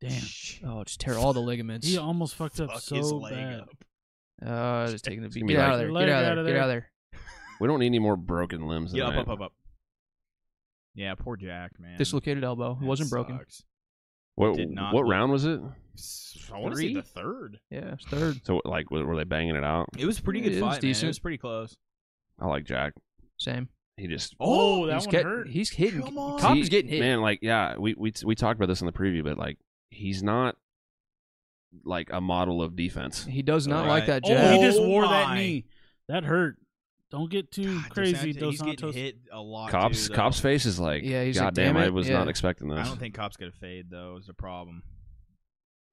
Speaker 4: Damn,
Speaker 1: Oh, just tear all the ligaments.
Speaker 4: he almost fucked up
Speaker 2: Fuck
Speaker 4: so
Speaker 2: his leg
Speaker 4: bad.
Speaker 2: up.
Speaker 1: Uh, just taking a beat.
Speaker 3: gonna be
Speaker 1: Get out
Speaker 3: like-
Speaker 1: of there.
Speaker 4: Leg
Speaker 1: Get out
Speaker 4: outta
Speaker 1: of there. Get out
Speaker 4: there.
Speaker 1: of there.
Speaker 3: We don't need any more broken limbs.
Speaker 2: Yeah,
Speaker 3: tonight.
Speaker 2: up, up, up, up. Yeah, poor Jack, man.
Speaker 1: Dislocated elbow. It
Speaker 2: That
Speaker 1: wasn't broken.
Speaker 2: sucks.
Speaker 3: What,
Speaker 2: Did not
Speaker 3: what
Speaker 2: look-
Speaker 3: round was it?
Speaker 2: I want to see
Speaker 1: Three?
Speaker 2: the third.
Speaker 1: Yeah, it's third.
Speaker 3: So like, were, were they banging it out?
Speaker 2: It was a pretty
Speaker 1: Yeah,
Speaker 2: good
Speaker 1: it was
Speaker 2: fight, man. It
Speaker 1: decent.
Speaker 2: was pretty close.
Speaker 3: I like Jack.
Speaker 1: Same.
Speaker 3: He just
Speaker 4: Oh, that
Speaker 1: he's
Speaker 4: one
Speaker 1: get-
Speaker 4: hurt.
Speaker 1: He's hitting.
Speaker 2: Come on.
Speaker 1: Cop
Speaker 3: See,
Speaker 1: is getting hit.
Speaker 3: man, like yeah, we we we talked about this in the preview, but like he's not like a model of defense.
Speaker 1: He does not
Speaker 2: Right.
Speaker 1: like that
Speaker 4: Oh,
Speaker 1: jab.
Speaker 4: he just
Speaker 2: Oh
Speaker 4: wore
Speaker 2: my.
Speaker 4: that knee. That hurt. Don't get too
Speaker 2: God, Dos
Speaker 4: crazy,
Speaker 2: Santos-
Speaker 4: Dos
Speaker 2: he's
Speaker 4: Santos.
Speaker 2: getting hit a lot.
Speaker 3: Cops
Speaker 2: too, though.
Speaker 3: cops face is like
Speaker 1: Yeah, he's like,
Speaker 3: God damn,
Speaker 1: damn
Speaker 3: I
Speaker 1: it,
Speaker 3: was
Speaker 1: yeah.
Speaker 3: not expecting
Speaker 2: I
Speaker 3: this.
Speaker 2: don't think cops gonna fade though. Is the problem?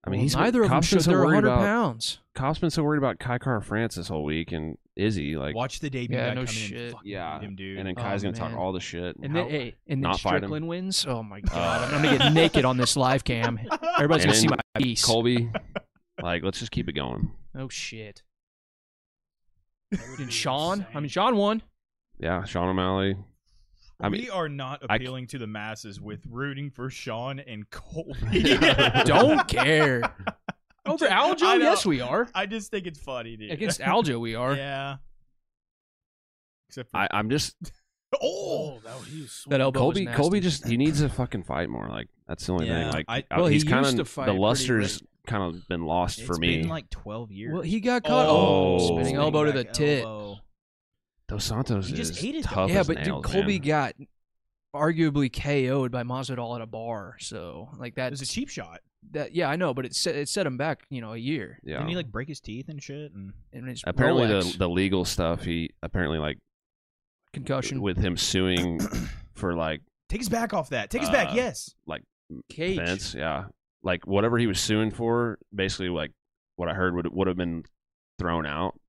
Speaker 3: I mean,
Speaker 1: Well,
Speaker 3: he's
Speaker 1: neither of them
Speaker 3: Cops been
Speaker 1: should.
Speaker 3: so
Speaker 1: They're
Speaker 3: worried
Speaker 1: 100
Speaker 3: about
Speaker 1: pounds.
Speaker 3: Cops been so worried about Kai Car France this whole week and Izzy like,
Speaker 2: Watch the debut
Speaker 1: Yeah,
Speaker 2: guy
Speaker 1: no
Speaker 2: come in
Speaker 1: shit.
Speaker 2: and fucking
Speaker 3: Yeah,
Speaker 2: beat him, dude.
Speaker 3: and then
Speaker 1: Oh,
Speaker 3: Kai's gonna talk
Speaker 1: man.
Speaker 3: all the shit.
Speaker 1: And then,
Speaker 3: how-
Speaker 1: hey, and then
Speaker 3: not fight him. Uh,
Speaker 1: Strickland wins. Oh my god! I'm gonna get naked on this live cam. Everybody's
Speaker 3: And
Speaker 1: gonna see
Speaker 3: then
Speaker 1: my face.
Speaker 3: Colby, like let's just keep it going.
Speaker 1: Oh shit!
Speaker 4: That would be
Speaker 1: And Sean, I
Speaker 4: insane.
Speaker 1: mean Sean won.
Speaker 3: Yeah, Sean O'Malley. I mean,
Speaker 2: we are not
Speaker 3: I c-
Speaker 2: appealing to the masses with rooting for Sean and Colby.
Speaker 1: Don't care. Over Aljo,
Speaker 2: I know.
Speaker 1: yes we are.
Speaker 2: I just think it's funny, dude.
Speaker 1: Against Aljo, we are.
Speaker 2: yeah. Except for
Speaker 3: I, I'm just
Speaker 2: oh,
Speaker 4: Oh, that was, he was
Speaker 1: That elbow was
Speaker 3: Colby.
Speaker 1: nasty.
Speaker 3: Colby just he needs to fucking fight more. Like that's the only
Speaker 2: Yeah,
Speaker 3: thing. Like
Speaker 2: I-
Speaker 3: uh,
Speaker 1: Well, he
Speaker 3: he's kind
Speaker 1: used to
Speaker 3: of
Speaker 1: fight
Speaker 3: the
Speaker 1: pretty
Speaker 3: luster's kind of been lost
Speaker 2: it's
Speaker 3: for me.
Speaker 2: been like twelve years.
Speaker 1: Well, he got caught. Oh, spinning elbow to the tit.
Speaker 2: elbow.
Speaker 3: Dos Santos
Speaker 2: He
Speaker 3: is
Speaker 2: just ate it, though.
Speaker 3: tough
Speaker 1: Yeah,
Speaker 3: as
Speaker 1: but
Speaker 3: nails,
Speaker 1: dude, Colby
Speaker 3: man.
Speaker 1: got arguably KO'd by Masvidal at a bar. So like
Speaker 2: It
Speaker 1: that,
Speaker 2: was a cheap shot.
Speaker 1: that yeah, I know, but it set it set him back, you know, a year.
Speaker 3: Yeah.
Speaker 2: Didn't he like break his teeth and shit? And
Speaker 1: And it's
Speaker 3: apparently
Speaker 1: Rolex,
Speaker 3: the the legal stuff. He apparently like
Speaker 1: concussion
Speaker 3: with him suing for like
Speaker 2: take his back off that. Take his back.
Speaker 3: Uh,
Speaker 2: Yes.
Speaker 1: cage.
Speaker 3: fence. Yeah, like whatever he was suing for, basically like what I heard would would have been thrown out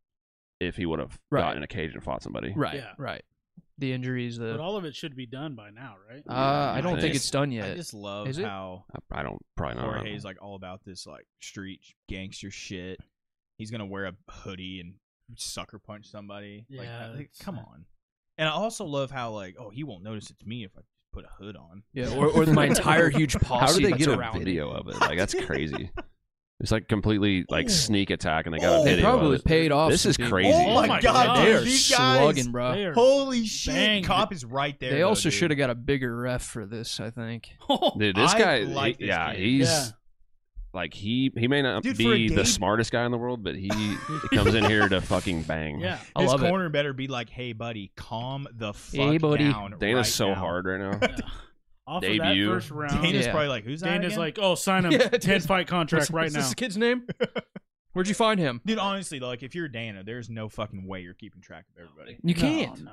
Speaker 3: if he would have
Speaker 1: Right.
Speaker 3: gotten in a cage and fought somebody.
Speaker 1: Right,
Speaker 4: Yeah.
Speaker 1: right. The injuries,
Speaker 4: But
Speaker 1: the uh,
Speaker 4: all of it should be done by now, right?
Speaker 1: I don't
Speaker 3: I
Speaker 1: think
Speaker 3: just-
Speaker 1: it's done
Speaker 2: I
Speaker 1: yet.
Speaker 2: just love
Speaker 1: Is it?
Speaker 2: how
Speaker 3: I, I don't probably not.
Speaker 2: Jorge's like all about this like street gangster shit. He's gonna wear a hoodie and sucker punch somebody. Like,
Speaker 4: Yeah,
Speaker 2: I- like,
Speaker 4: that's-
Speaker 2: come on. And I also love how like, oh, he won't notice it's me if I put a hood on.
Speaker 1: yeah, or, or my entire huge posse
Speaker 3: How did they
Speaker 1: that's
Speaker 3: get a
Speaker 1: around
Speaker 3: video of it? Like that's crazy. It's like completely like
Speaker 2: Oh.
Speaker 3: sneak attack, and they got
Speaker 2: Oh.
Speaker 3: a
Speaker 1: It.
Speaker 2: They
Speaker 1: They
Speaker 3: video. of
Speaker 1: probably
Speaker 3: it.
Speaker 1: paid off.
Speaker 3: This
Speaker 1: some
Speaker 3: is
Speaker 1: people.
Speaker 3: crazy.
Speaker 2: Oh my God,
Speaker 1: they
Speaker 2: dude,
Speaker 1: are
Speaker 2: these guys-
Speaker 1: slugging, bro.
Speaker 4: They are-
Speaker 2: Holy shit!
Speaker 4: Bang.
Speaker 2: Cop is right there.
Speaker 1: they
Speaker 2: though,
Speaker 1: also
Speaker 2: dude.
Speaker 1: should have got a bigger ref for this. I think.
Speaker 3: Dude, this
Speaker 2: I
Speaker 3: guy,
Speaker 2: like this
Speaker 3: yeah,
Speaker 2: kid.
Speaker 3: he's
Speaker 4: Yeah.
Speaker 3: like he he may not
Speaker 2: Dude, for a
Speaker 3: be
Speaker 2: day-
Speaker 3: the smartest guy in the world, but he comes in here to fucking bang.
Speaker 4: Yeah.
Speaker 1: I
Speaker 2: His
Speaker 1: love it.
Speaker 2: corner better be like, "Hey, buddy, calm the fuck
Speaker 1: Hey, buddy."
Speaker 2: down."
Speaker 3: Dana's
Speaker 2: right
Speaker 3: so
Speaker 2: now."
Speaker 3: hard right now.
Speaker 4: yeah. Off of that
Speaker 3: Debut.
Speaker 4: first round,
Speaker 2: Dana's
Speaker 1: Yeah.
Speaker 2: probably like, "Who's that?"
Speaker 4: Dana's
Speaker 2: again?
Speaker 4: like, oh, sign him,
Speaker 1: Yeah, it
Speaker 4: ten
Speaker 1: is.
Speaker 4: fight contract right
Speaker 1: Is
Speaker 4: now.
Speaker 1: this the kid's name? Where'd you find him?
Speaker 2: dude. Honestly, like, if you're Dana, there's no fucking way you're keeping track of everybody,
Speaker 1: You
Speaker 4: No,
Speaker 1: can't.
Speaker 4: no.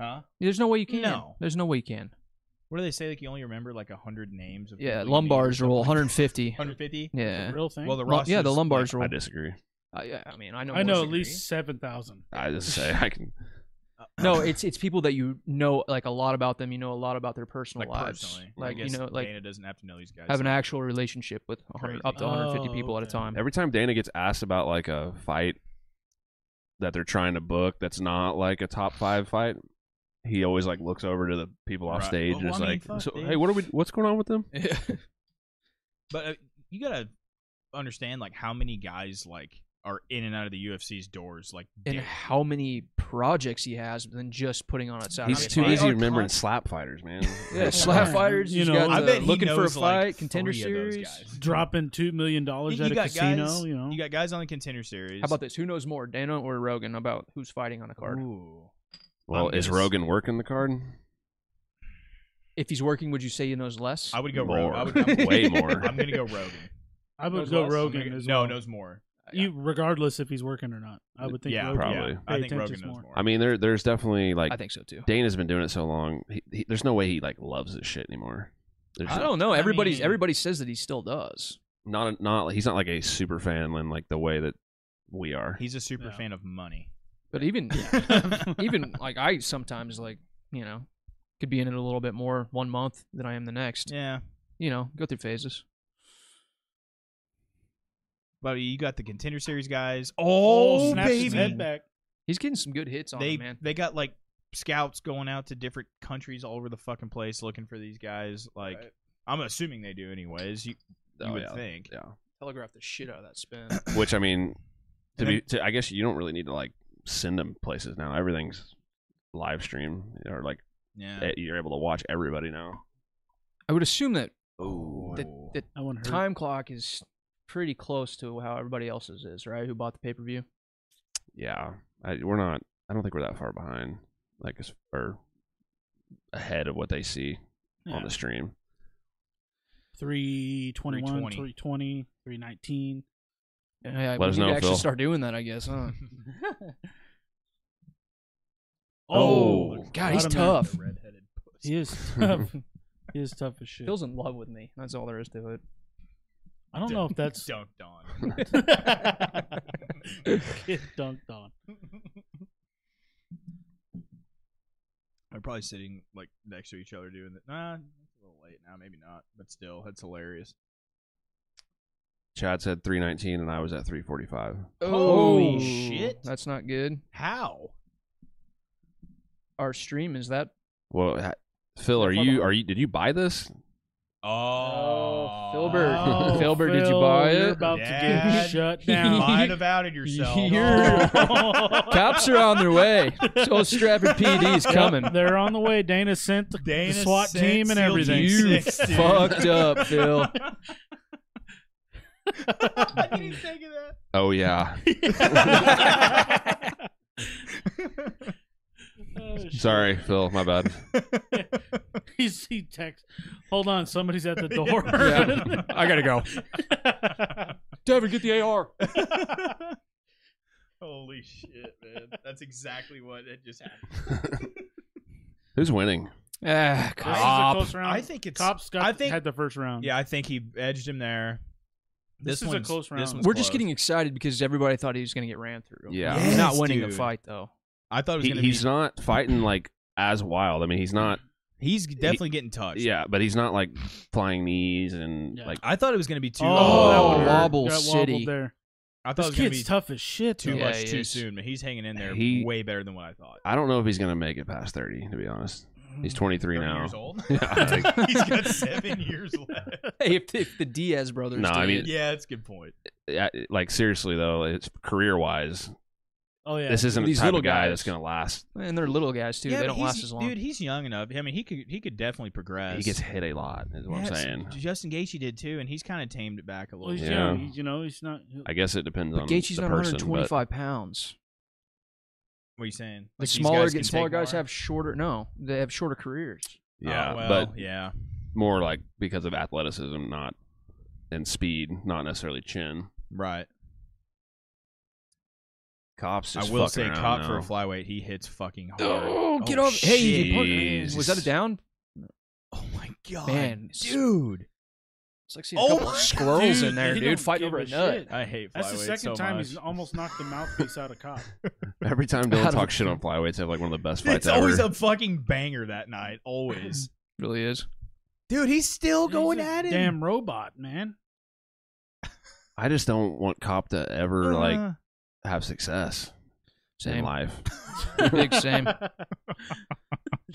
Speaker 2: huh?
Speaker 1: There's no way you can.
Speaker 2: No.
Speaker 1: There's no way you can.
Speaker 2: What do they say? Like, you only remember like hundred names. Of
Speaker 1: Yeah, Lumbar's rule, 150.
Speaker 2: 150.
Speaker 1: Yeah.
Speaker 4: The real thing.
Speaker 2: Well, the
Speaker 1: Lu-
Speaker 2: roster.
Speaker 1: yeah, the Lumbar's
Speaker 3: I
Speaker 1: rule.
Speaker 3: disagree.
Speaker 1: I, yeah, I mean, I know.
Speaker 4: I
Speaker 1: more
Speaker 4: know
Speaker 1: than
Speaker 4: at
Speaker 1: you.
Speaker 4: least seven thousand.
Speaker 3: I just say I can.
Speaker 1: No, it's it's people that you know like a lot about them. You know a lot about their personal
Speaker 2: like
Speaker 1: lives.
Speaker 2: personally. I
Speaker 1: Like
Speaker 2: guess
Speaker 1: you know, like
Speaker 2: Dana doesn't have to know these guys.
Speaker 1: have an actual relationship with a hundred-
Speaker 2: Crazy.
Speaker 1: up to 150
Speaker 4: Oh,
Speaker 1: people at a
Speaker 4: okay.
Speaker 1: time.
Speaker 3: Every time Dana gets asked about like a fight that they're trying to book that's not like a top five fight, he always like looks over to the people off
Speaker 2: Right.
Speaker 3: stage
Speaker 2: Well,
Speaker 3: and
Speaker 2: I
Speaker 3: is
Speaker 2: mean,
Speaker 3: like,
Speaker 2: fuck,
Speaker 3: so,
Speaker 2: dude.
Speaker 3: "Hey, what are we? What's going on with them?"
Speaker 2: but uh, you gotta understand like how many guys like are in and out of the UFC's doors like
Speaker 1: and
Speaker 2: daily.
Speaker 1: how many projects he has than just putting on a Saturday.
Speaker 3: He's
Speaker 2: mean,
Speaker 3: too
Speaker 2: they
Speaker 3: easy
Speaker 2: are
Speaker 3: remembering
Speaker 2: con-
Speaker 3: slap fighters, man.
Speaker 1: Yeah,
Speaker 3: Like,
Speaker 1: slap
Speaker 4: Yeah.
Speaker 1: fighters.
Speaker 4: You
Speaker 1: You
Speaker 4: know,
Speaker 1: know,
Speaker 4: I
Speaker 2: bet he
Speaker 1: looking for a
Speaker 2: knows, like,
Speaker 1: fight, contender
Speaker 2: three of those
Speaker 1: series.
Speaker 2: guys.
Speaker 4: Dropping two million dollars
Speaker 2: You
Speaker 4: at a
Speaker 2: got
Speaker 4: casino.
Speaker 2: guys-
Speaker 4: you know,
Speaker 2: You got guys on the contender series.
Speaker 1: How about this? Who knows more, Dana or Rogan, about who's fighting on a card?
Speaker 2: Ooh.
Speaker 3: well,
Speaker 2: I'm
Speaker 3: is
Speaker 2: gonna s-
Speaker 3: Rogan working the card?
Speaker 1: If he's working, would you say he knows less?
Speaker 2: I would go
Speaker 3: more,
Speaker 2: Rogan. I would, I'm,
Speaker 3: way more.
Speaker 2: I'm gonna go Rogan.
Speaker 4: I would
Speaker 1: Knows
Speaker 4: go
Speaker 1: less?
Speaker 2: I'm
Speaker 4: Rogan
Speaker 2: gonna,
Speaker 4: as
Speaker 2: no,
Speaker 4: well.
Speaker 2: knows more.
Speaker 4: You, regardless if he's working or not, I would think.
Speaker 2: yeah,
Speaker 4: Rogan.
Speaker 3: Probably.
Speaker 2: Yeah. I
Speaker 4: Pay
Speaker 2: think
Speaker 4: attention
Speaker 2: Rogan knows
Speaker 4: more.
Speaker 2: more.
Speaker 3: I mean, there there's definitely like
Speaker 1: I think so too.
Speaker 3: Dana's been doing it so long. He, he, there's no way he like loves this shit anymore. There's
Speaker 1: I don't know.
Speaker 2: I
Speaker 1: Everybody's
Speaker 2: mean-
Speaker 1: everybody says that he still does.
Speaker 3: not not he's not like a super fan in like the way that we are.
Speaker 2: he's a super
Speaker 4: Yeah.
Speaker 2: fan of money.
Speaker 1: But even even like I sometimes like you know could be in it a little bit more one month than I am the next.
Speaker 2: yeah,
Speaker 1: You know, go through phases.
Speaker 2: but you got the contender series guys. Oh,
Speaker 4: snaps his
Speaker 2: baby.
Speaker 4: head back.
Speaker 1: He's getting some good hits on
Speaker 2: they
Speaker 1: him, man.
Speaker 2: they got like scouts going out to different countries all over the fucking place looking for these guys. Like
Speaker 1: Right.
Speaker 2: I'm assuming they do anyways. You, you
Speaker 3: Oh,
Speaker 2: would
Speaker 3: yeah.
Speaker 2: think.
Speaker 3: Yeah.
Speaker 1: Telegraph the shit out of that spin.
Speaker 3: Which I mean, to
Speaker 2: And
Speaker 3: be, to, I guess you don't really need to like send them places now. Everything's live stream or like
Speaker 2: Yeah.
Speaker 3: eh, you're able to watch everybody now.
Speaker 1: I would assume that
Speaker 3: Oh,
Speaker 1: the, the
Speaker 4: I want her.
Speaker 1: time clock is pretty close to how everybody else's is, right? Who bought the pay per view?
Speaker 3: yeah. I, we're not. I don't think we're that far behind. Like as or ahead of what they see on
Speaker 4: Yeah.
Speaker 3: the stream.
Speaker 4: 321,
Speaker 2: 320.
Speaker 4: 320, 319.
Speaker 1: Yeah,
Speaker 3: Let
Speaker 1: we
Speaker 3: us
Speaker 1: need to
Speaker 3: know,
Speaker 1: actually
Speaker 3: Phil.
Speaker 1: start doing that, I guess, huh?
Speaker 3: Oh,
Speaker 4: Oh,
Speaker 1: God, he's
Speaker 4: Waterman.
Speaker 1: tough.
Speaker 2: redheaded pussy.
Speaker 4: He is tough. he is tough as shit.
Speaker 1: Phil's in love with me. That's all there is to it.
Speaker 4: I don't know if that's
Speaker 2: dunked on.
Speaker 4: get dunked on.
Speaker 2: They're probably sitting like next to each other doing that. Nah, it's a little late now. Maybe not, but still, that's hilarious.
Speaker 3: Chad said 319 and I was at 345.
Speaker 2: Holy
Speaker 1: Oh,
Speaker 2: shit.
Speaker 1: That's not good.
Speaker 2: How?
Speaker 1: Our stream is that.
Speaker 3: Well, ha- Phil, are
Speaker 1: That's
Speaker 3: you
Speaker 1: level.
Speaker 3: are you did you buy this?
Speaker 2: Oh,
Speaker 1: Filbert.
Speaker 2: Philbert.
Speaker 1: Filbert, did you buy
Speaker 4: You're
Speaker 1: it?
Speaker 4: about to
Speaker 2: Dad.
Speaker 4: get shut down.
Speaker 2: Might have outed yourself.
Speaker 1: You're- Cops are on their way. So Stratford PD is coming.
Speaker 4: Yep, they're on the way. Dana sent the,
Speaker 2: Dana
Speaker 4: the SWAT
Speaker 2: sent
Speaker 4: team and
Speaker 2: SEAL
Speaker 4: everything.
Speaker 2: team.
Speaker 1: You
Speaker 2: Six, dude.
Speaker 1: fucked up, Phil.
Speaker 2: I didn't think of that.
Speaker 3: Oh yeah.
Speaker 4: Oh, shit.
Speaker 3: Sorry, Phil, my bad.
Speaker 4: He's, he text. Hold on, somebody's at the door.
Speaker 1: Yeah. I gotta go. Devin, get the AR.
Speaker 2: Holy shit, man. That's exactly what it just happened.
Speaker 3: Who's winning?
Speaker 1: Ah,
Speaker 4: This is
Speaker 1: God.
Speaker 4: a
Speaker 2: Cop.
Speaker 4: close round.
Speaker 2: I think it's
Speaker 4: Cops got,
Speaker 2: I think-
Speaker 4: had the first round.
Speaker 2: Yeah, I think he edged him there.
Speaker 4: This is a
Speaker 2: one's-
Speaker 4: close
Speaker 2: This
Speaker 4: round.
Speaker 2: one's
Speaker 1: We're just
Speaker 2: close.
Speaker 1: getting excited because everybody thought he was going to get ran through.
Speaker 3: Yeah.
Speaker 1: He's not
Speaker 2: Yes,
Speaker 1: winning the
Speaker 2: dude.
Speaker 1: fight, though.
Speaker 2: I thought it was
Speaker 3: He,
Speaker 2: gonna
Speaker 3: he's
Speaker 2: be.
Speaker 3: not fighting like as wild. I mean, he's not.
Speaker 2: He's definitely getting touched.
Speaker 3: Yeah, but he's not like flying knees and
Speaker 4: Yeah.
Speaker 3: like.
Speaker 2: I thought it was gonna be too. uh,
Speaker 1: Oh,
Speaker 4: that
Speaker 1: Oh,
Speaker 4: one hurt.
Speaker 1: Wobble
Speaker 4: Got
Speaker 1: City.
Speaker 4: Wobbled there.
Speaker 2: I thought it
Speaker 4: This
Speaker 2: was gonna be
Speaker 4: kid's tough as shit.
Speaker 2: too
Speaker 4: though.
Speaker 1: Yeah,
Speaker 2: much
Speaker 1: he
Speaker 2: too
Speaker 1: is.
Speaker 2: soon, but he's hanging in there
Speaker 3: He-
Speaker 2: way better than what I thought.
Speaker 3: I don't know if he's gonna make it past thirty. To be honest,
Speaker 4: Hmm.
Speaker 3: he's 23
Speaker 2: 30
Speaker 3: now.
Speaker 2: years old.
Speaker 3: Yeah, like,
Speaker 2: he's got seven years left.
Speaker 1: Hey, if, if the Diaz brothers
Speaker 3: No, I
Speaker 1: did,
Speaker 3: mean-
Speaker 2: Yeah, that's a good point.
Speaker 3: yeah, like seriously though, it's career wise.
Speaker 4: Oh yeah.
Speaker 3: this isn't the
Speaker 1: These
Speaker 3: type of
Speaker 1: little
Speaker 3: guy
Speaker 1: guys.
Speaker 3: that's gonna last.
Speaker 1: And they're little guys too.
Speaker 2: Yeah,
Speaker 1: they
Speaker 2: but
Speaker 1: don't
Speaker 2: he's-
Speaker 1: last as long.
Speaker 2: Dude, he's young enough. I mean, he could he could definitely progress.
Speaker 3: He gets hit a lot. Is what I'm
Speaker 2: That's-
Speaker 3: saying.
Speaker 2: Justin Gaethje did too, and he's kind of tamed it back a
Speaker 4: well,
Speaker 2: little.
Speaker 4: he's
Speaker 2: bit.
Speaker 3: Yeah.
Speaker 4: young. He's, you know, he's not.
Speaker 3: I guess it depends
Speaker 1: but
Speaker 3: on
Speaker 1: Gaethje's
Speaker 3: the
Speaker 1: not
Speaker 3: person. but
Speaker 1: 125 pounds.
Speaker 2: What are you saying?
Speaker 1: Like
Speaker 2: these
Speaker 1: smaller,
Speaker 2: can
Speaker 1: smaller
Speaker 2: take
Speaker 1: guys
Speaker 2: more?
Speaker 1: have shorter. No, they have shorter careers.
Speaker 2: Oh,
Speaker 3: yeah,
Speaker 2: well,
Speaker 3: but
Speaker 2: yeah,
Speaker 3: more like because of athleticism, not and speed, not necessarily chin.
Speaker 2: right.
Speaker 3: Cops.
Speaker 2: I
Speaker 3: just
Speaker 2: will
Speaker 3: fucking
Speaker 2: say,
Speaker 3: around
Speaker 2: cop for a
Speaker 3: now.
Speaker 2: flyweight, he hits fucking hard.
Speaker 1: Oh, get off! Hey,
Speaker 2: shit.
Speaker 1: Parker, man, was that a
Speaker 3: Jeez.
Speaker 1: down?
Speaker 2: Oh my god,
Speaker 1: Man,
Speaker 2: dude!
Speaker 1: It's like seeing a
Speaker 2: Oh
Speaker 1: couple
Speaker 2: my
Speaker 1: squirrels
Speaker 4: Dude,
Speaker 1: in there,
Speaker 4: he
Speaker 1: dude,
Speaker 4: don't
Speaker 1: fighting
Speaker 4: give
Speaker 1: over a
Speaker 4: a
Speaker 1: nut.
Speaker 4: shit.
Speaker 2: I hate flyweight
Speaker 4: That's the second
Speaker 2: so
Speaker 4: time
Speaker 2: much.
Speaker 4: he's almost knocked the mouthpiece out of cop.
Speaker 3: Every time
Speaker 1: Out
Speaker 3: Dylan
Speaker 1: of-
Speaker 3: talks shit on flyweights, they have like one of the best fights
Speaker 2: It's
Speaker 3: ever.
Speaker 2: always a fucking banger that night, always.
Speaker 1: Really is.
Speaker 2: dude, he's still
Speaker 4: He's a Damn robot, man.
Speaker 3: I just don't want cop to
Speaker 2: Uh-huh.
Speaker 3: ever like have success in
Speaker 1: Same.
Speaker 3: life.
Speaker 1: Big same.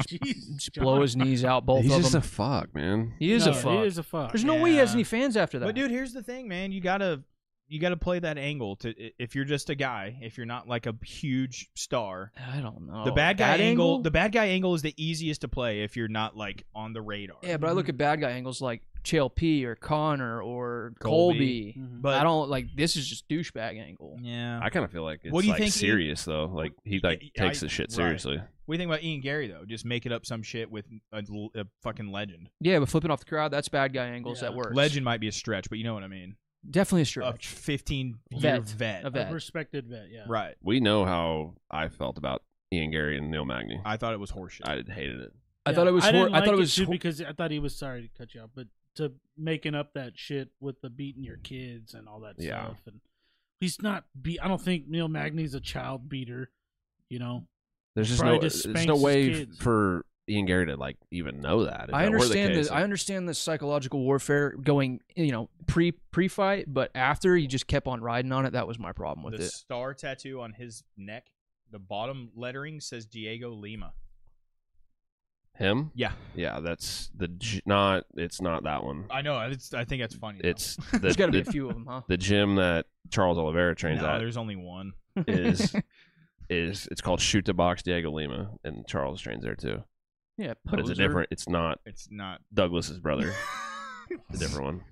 Speaker 4: Jesus,
Speaker 1: Just blow his knees out, both
Speaker 3: He's
Speaker 1: of
Speaker 3: just
Speaker 1: them.
Speaker 3: a fuck, man.
Speaker 1: he is a
Speaker 4: No,
Speaker 1: fuck.
Speaker 4: He is a fuck.
Speaker 1: There's no way he has
Speaker 2: Yeah.
Speaker 1: any fans after that.
Speaker 2: But dude, here's the thing, man. You gotta you gotta play that angle to i- if you're just a guy, if you're not like a huge star.
Speaker 1: I don't know.
Speaker 2: the bad guy
Speaker 1: Oh, That
Speaker 2: angle, the bad guy angle is the easiest to play if you're not like on the radar.
Speaker 1: yeah, but I look at bad guy angles like Chlp or Connor or
Speaker 2: Colby.
Speaker 1: Colby.
Speaker 4: Mhm.
Speaker 2: But
Speaker 1: I don't like this is just douchebag angle.
Speaker 2: Yeah.
Speaker 3: I kind of feel like it's
Speaker 2: What do you
Speaker 3: like
Speaker 2: think he-
Speaker 3: serious though. Like he like
Speaker 2: I-
Speaker 3: takes the shit
Speaker 2: right.
Speaker 3: seriously.
Speaker 2: What do you think about Ian Gary though? Just making up some shit with a, l- a fucking legend.
Speaker 1: Yeah, but flipping off the crowd, that's bad guy angles
Speaker 4: Yeah.
Speaker 1: that works.
Speaker 2: Legend might be a stretch, but you know what I mean.
Speaker 1: definitely a
Speaker 2: A
Speaker 1: stretch.
Speaker 2: 15 year
Speaker 1: Vet.
Speaker 2: vet.
Speaker 1: A vet.
Speaker 4: A respected vet. Yeah.
Speaker 2: Right.
Speaker 3: We know how I felt about Ian Gary and Neil Magny. I,
Speaker 2: I thought it was horseshit.
Speaker 3: hated it.
Speaker 1: I
Speaker 4: Yeah.
Speaker 1: thought it was.
Speaker 4: I,
Speaker 1: hor-
Speaker 4: didn't
Speaker 1: I
Speaker 4: like
Speaker 1: thought it was.
Speaker 4: too
Speaker 1: hor-
Speaker 4: because I thought he was sorry to cut you off, but to making up that shit with the beating your kids and all that
Speaker 3: Yeah.
Speaker 4: stuff, and he's not. Be- I don't think Neil Magny's a child beater. You know,
Speaker 3: There's just
Speaker 4: Probably
Speaker 3: no
Speaker 4: just
Speaker 3: there's
Speaker 4: spanks
Speaker 3: no
Speaker 4: his
Speaker 3: way
Speaker 4: kids.
Speaker 3: for Ian Gary to like even know that. If
Speaker 1: I
Speaker 3: that were the
Speaker 1: understand
Speaker 3: case,
Speaker 1: the I understand the psychological warfare going, you know, pre pre fight, but after he just kept on riding on it. That was my problem with
Speaker 2: the
Speaker 1: it.
Speaker 2: star tattoo on his neck, the bottom lettering says Diego Lima.
Speaker 3: him.
Speaker 2: Yeah,
Speaker 3: Yeah, that's the g- not. It's not that one.
Speaker 2: I know. It's, I think that's funny. though.
Speaker 3: It's the,
Speaker 1: There's got to be a
Speaker 3: the-
Speaker 1: few of them, huh?
Speaker 3: the gym that Charles Oliveira trains
Speaker 2: no,
Speaker 3: at
Speaker 2: there's only one.
Speaker 3: is is it's called Shoot to Box Diego Lima, and Charles trains there too.
Speaker 1: Yeah,
Speaker 3: But it's a
Speaker 1: poser.
Speaker 3: different. It's not
Speaker 2: It's not.
Speaker 3: Douglas's brother. It's a different one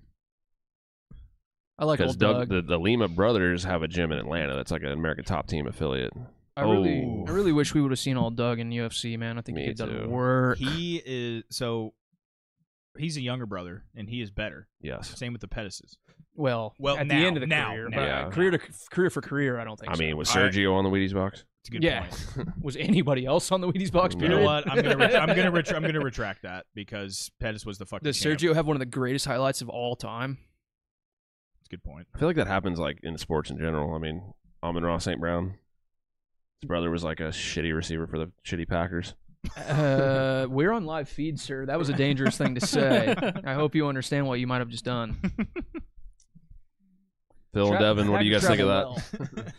Speaker 1: I like
Speaker 3: because
Speaker 1: old
Speaker 3: Doug,
Speaker 1: Doug.
Speaker 3: the, the Lima brothers have a gym in Atlanta that's like an American Top Team affiliate.
Speaker 1: I really,
Speaker 2: Oh.
Speaker 1: I really wish we would have seen old Doug in UFC, man. I think
Speaker 3: Me
Speaker 1: he could have
Speaker 3: too.
Speaker 1: done work.
Speaker 2: he is so. He's a younger brother, and he is better.
Speaker 3: Yes,
Speaker 2: Same with the Pettises.
Speaker 1: well,
Speaker 2: Well,
Speaker 1: at
Speaker 2: now-
Speaker 1: the end of the
Speaker 2: now-
Speaker 1: career,
Speaker 2: now.
Speaker 1: but
Speaker 3: Yeah.
Speaker 1: career to career for career, I don't think.
Speaker 3: I
Speaker 1: so.
Speaker 3: mean was
Speaker 2: All right.
Speaker 3: Sergio on the Wheaties box?
Speaker 2: It's a good
Speaker 1: Yeah.
Speaker 2: point.
Speaker 1: was anybody else on the Wheaties box?
Speaker 3: No.
Speaker 2: You know
Speaker 1: period?
Speaker 2: what? I'm gonna ret- I'm gonna ret- I'm gonna retract that because Pettis was the fucking.
Speaker 1: Does
Speaker 2: champ.
Speaker 1: Sergio have one of the greatest highlights of all time?
Speaker 2: It's a good point.
Speaker 3: I feel like that happens like in sports in general. I mean, Amon Ross St. Brown, his brother was like a shitty receiver for the shitty Packers.
Speaker 1: Uh, we're on live feed, sir. That was a dangerous thing to say. I hope you understand what you might have just done.
Speaker 3: Phil and
Speaker 1: Tra-
Speaker 3: Devin, what do you guys think of that?
Speaker 1: travel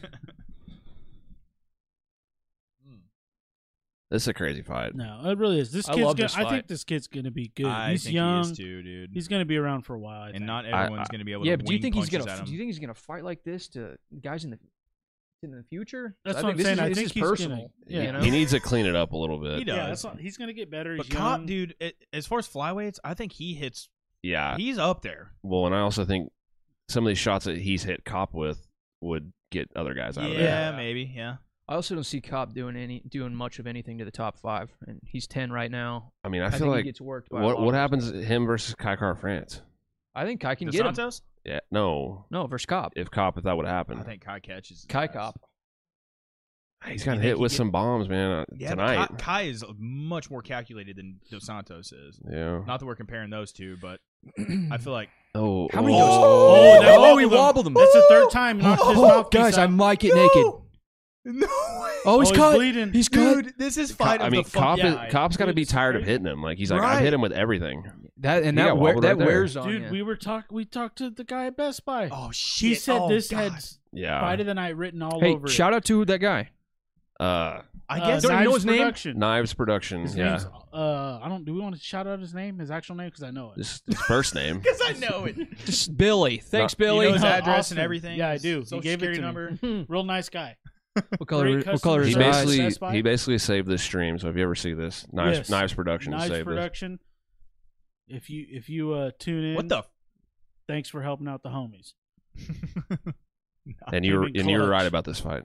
Speaker 3: This is a crazy fight.
Speaker 4: no, it really is. This
Speaker 1: I
Speaker 4: kid's.
Speaker 1: love
Speaker 4: gonna,
Speaker 1: this
Speaker 4: I think
Speaker 1: fight.
Speaker 4: this kid's gonna be good.
Speaker 2: I
Speaker 4: he's
Speaker 2: think
Speaker 4: young.
Speaker 2: he is too, dude.
Speaker 4: He's gonna be around for a while. I think.
Speaker 2: and not
Speaker 3: I-
Speaker 2: everyone's
Speaker 3: I-
Speaker 2: gonna be able
Speaker 1: yeah,
Speaker 2: to.
Speaker 1: but do you
Speaker 2: wing
Speaker 1: think he's
Speaker 2: punches
Speaker 1: gonna?
Speaker 2: at
Speaker 1: Do
Speaker 2: him.
Speaker 1: you think he's gonna fight like this to guys in the in the future?
Speaker 4: That's
Speaker 1: I think
Speaker 4: what I'm
Speaker 1: this
Speaker 4: saying.
Speaker 1: Is,
Speaker 4: I
Speaker 1: this
Speaker 4: think
Speaker 1: is
Speaker 4: he's
Speaker 1: personal.
Speaker 4: gonna- yeah.
Speaker 1: you know?
Speaker 3: He needs to clean it up a little bit.
Speaker 2: He does.
Speaker 4: yeah, that's not, he's gonna get better.
Speaker 2: But
Speaker 4: He's
Speaker 2: cop,
Speaker 4: young.
Speaker 2: dude, a- as far as flyweights, I think he hits.
Speaker 3: Yeah.
Speaker 1: Uh,
Speaker 2: He's up there.
Speaker 3: Well, and I also think some of these shots that he's hit cop with would get other guys out of there.
Speaker 2: Yeah, maybe. Yeah.
Speaker 1: I also don't see Cobb doing any doing much of anything to the top five, and he's ten right now.
Speaker 3: I mean, I,
Speaker 1: I,
Speaker 3: feel
Speaker 1: think
Speaker 3: like
Speaker 1: he gets worked. By a lot
Speaker 3: what
Speaker 1: of
Speaker 3: what
Speaker 1: those
Speaker 3: happens
Speaker 1: guys.
Speaker 3: him versus Kaikar France?
Speaker 1: I think Kai can
Speaker 2: Dos
Speaker 1: get him.
Speaker 2: Santos?
Speaker 3: Yeah, no.
Speaker 1: No, versus Cobb.
Speaker 3: If cop, if that would happen,
Speaker 2: I think Kai catches. his
Speaker 1: Kai
Speaker 2: ass.
Speaker 1: Cobb.
Speaker 3: he's
Speaker 2: You
Speaker 3: gotten
Speaker 2: think
Speaker 3: hit
Speaker 2: he
Speaker 3: with
Speaker 2: get-
Speaker 3: some bombs, man, uh,
Speaker 2: Yeah, but
Speaker 3: tonight.
Speaker 2: Kai, Kai is much more calculated than Dos Santos is.
Speaker 3: yeah.
Speaker 2: Not that we're comparing those two, but I feel like
Speaker 3: oh,
Speaker 1: How many
Speaker 3: oh.
Speaker 1: goes?
Speaker 4: Oh, that
Speaker 1: oh, he
Speaker 4: wobbled
Speaker 1: wobbled
Speaker 4: him.
Speaker 1: him. Oh,
Speaker 4: That's the third time. Knocked his mouthpiece
Speaker 1: guys,
Speaker 4: out.
Speaker 1: I might get naked.
Speaker 2: No way.
Speaker 1: Oh, he's
Speaker 4: Oh, he's
Speaker 1: cut.
Speaker 4: bleeding.
Speaker 1: He's cut.
Speaker 2: dude, this is
Speaker 3: Co-
Speaker 2: fight.
Speaker 3: I
Speaker 2: of
Speaker 3: mean,
Speaker 2: the fuck-
Speaker 3: cop
Speaker 2: yeah,
Speaker 3: is, cop's got to
Speaker 4: dude,
Speaker 3: be
Speaker 4: it's
Speaker 3: tired of
Speaker 4: crazy.
Speaker 3: hitting him. Like he's like, I've
Speaker 2: Right.
Speaker 3: hit him with everything.
Speaker 1: That and
Speaker 3: He
Speaker 1: that
Speaker 3: got
Speaker 1: wear,
Speaker 3: wobbled
Speaker 1: that
Speaker 3: right there.
Speaker 1: wears on
Speaker 4: Dude,
Speaker 1: ya.
Speaker 4: we were talk. We talked to the guy at Best Buy.
Speaker 2: Oh shit.
Speaker 4: he said
Speaker 2: Oh,
Speaker 4: this
Speaker 2: God.
Speaker 4: had
Speaker 3: Yeah.
Speaker 4: "Fight of the Night" written all
Speaker 1: Hey,
Speaker 4: over.
Speaker 1: shout out to that guy.
Speaker 3: uh,
Speaker 2: I guess.
Speaker 1: don't
Speaker 4: uh,
Speaker 1: you know
Speaker 4: Knives
Speaker 1: his name?
Speaker 4: Production.
Speaker 3: Knives Production.
Speaker 4: His
Speaker 3: yeah.
Speaker 4: name's, uh, I don't. Do we want to shout out his name, his actual name? Because I know it.
Speaker 3: His, his first name.
Speaker 2: Because I know it. You
Speaker 1: Just Billy. Thanks,
Speaker 3: Not-
Speaker 1: Billy.
Speaker 2: know his
Speaker 4: No,
Speaker 2: address
Speaker 4: Austin.
Speaker 2: and everything.
Speaker 4: Yeah, I
Speaker 2: his
Speaker 4: do. He
Speaker 2: Social
Speaker 4: gave it
Speaker 2: security
Speaker 4: to me.
Speaker 2: number.
Speaker 4: Real nice guy.
Speaker 1: What color?
Speaker 4: Great
Speaker 1: What color
Speaker 4: customer
Speaker 1: is
Speaker 3: He
Speaker 1: his
Speaker 4: service.
Speaker 1: eyes?
Speaker 4: Best
Speaker 3: basically
Speaker 4: Buy?
Speaker 3: he basically saved this stream. So if you ever see this, Knives
Speaker 4: Yes.
Speaker 3: Knives Production
Speaker 4: Knives
Speaker 3: saved this.
Speaker 4: Production. If you if you uh, tune in,
Speaker 2: What the? F-
Speaker 4: Thanks for helping out the homies.
Speaker 3: And you were
Speaker 4: Came in
Speaker 3: and you were
Speaker 4: clutch.
Speaker 3: right about this fight.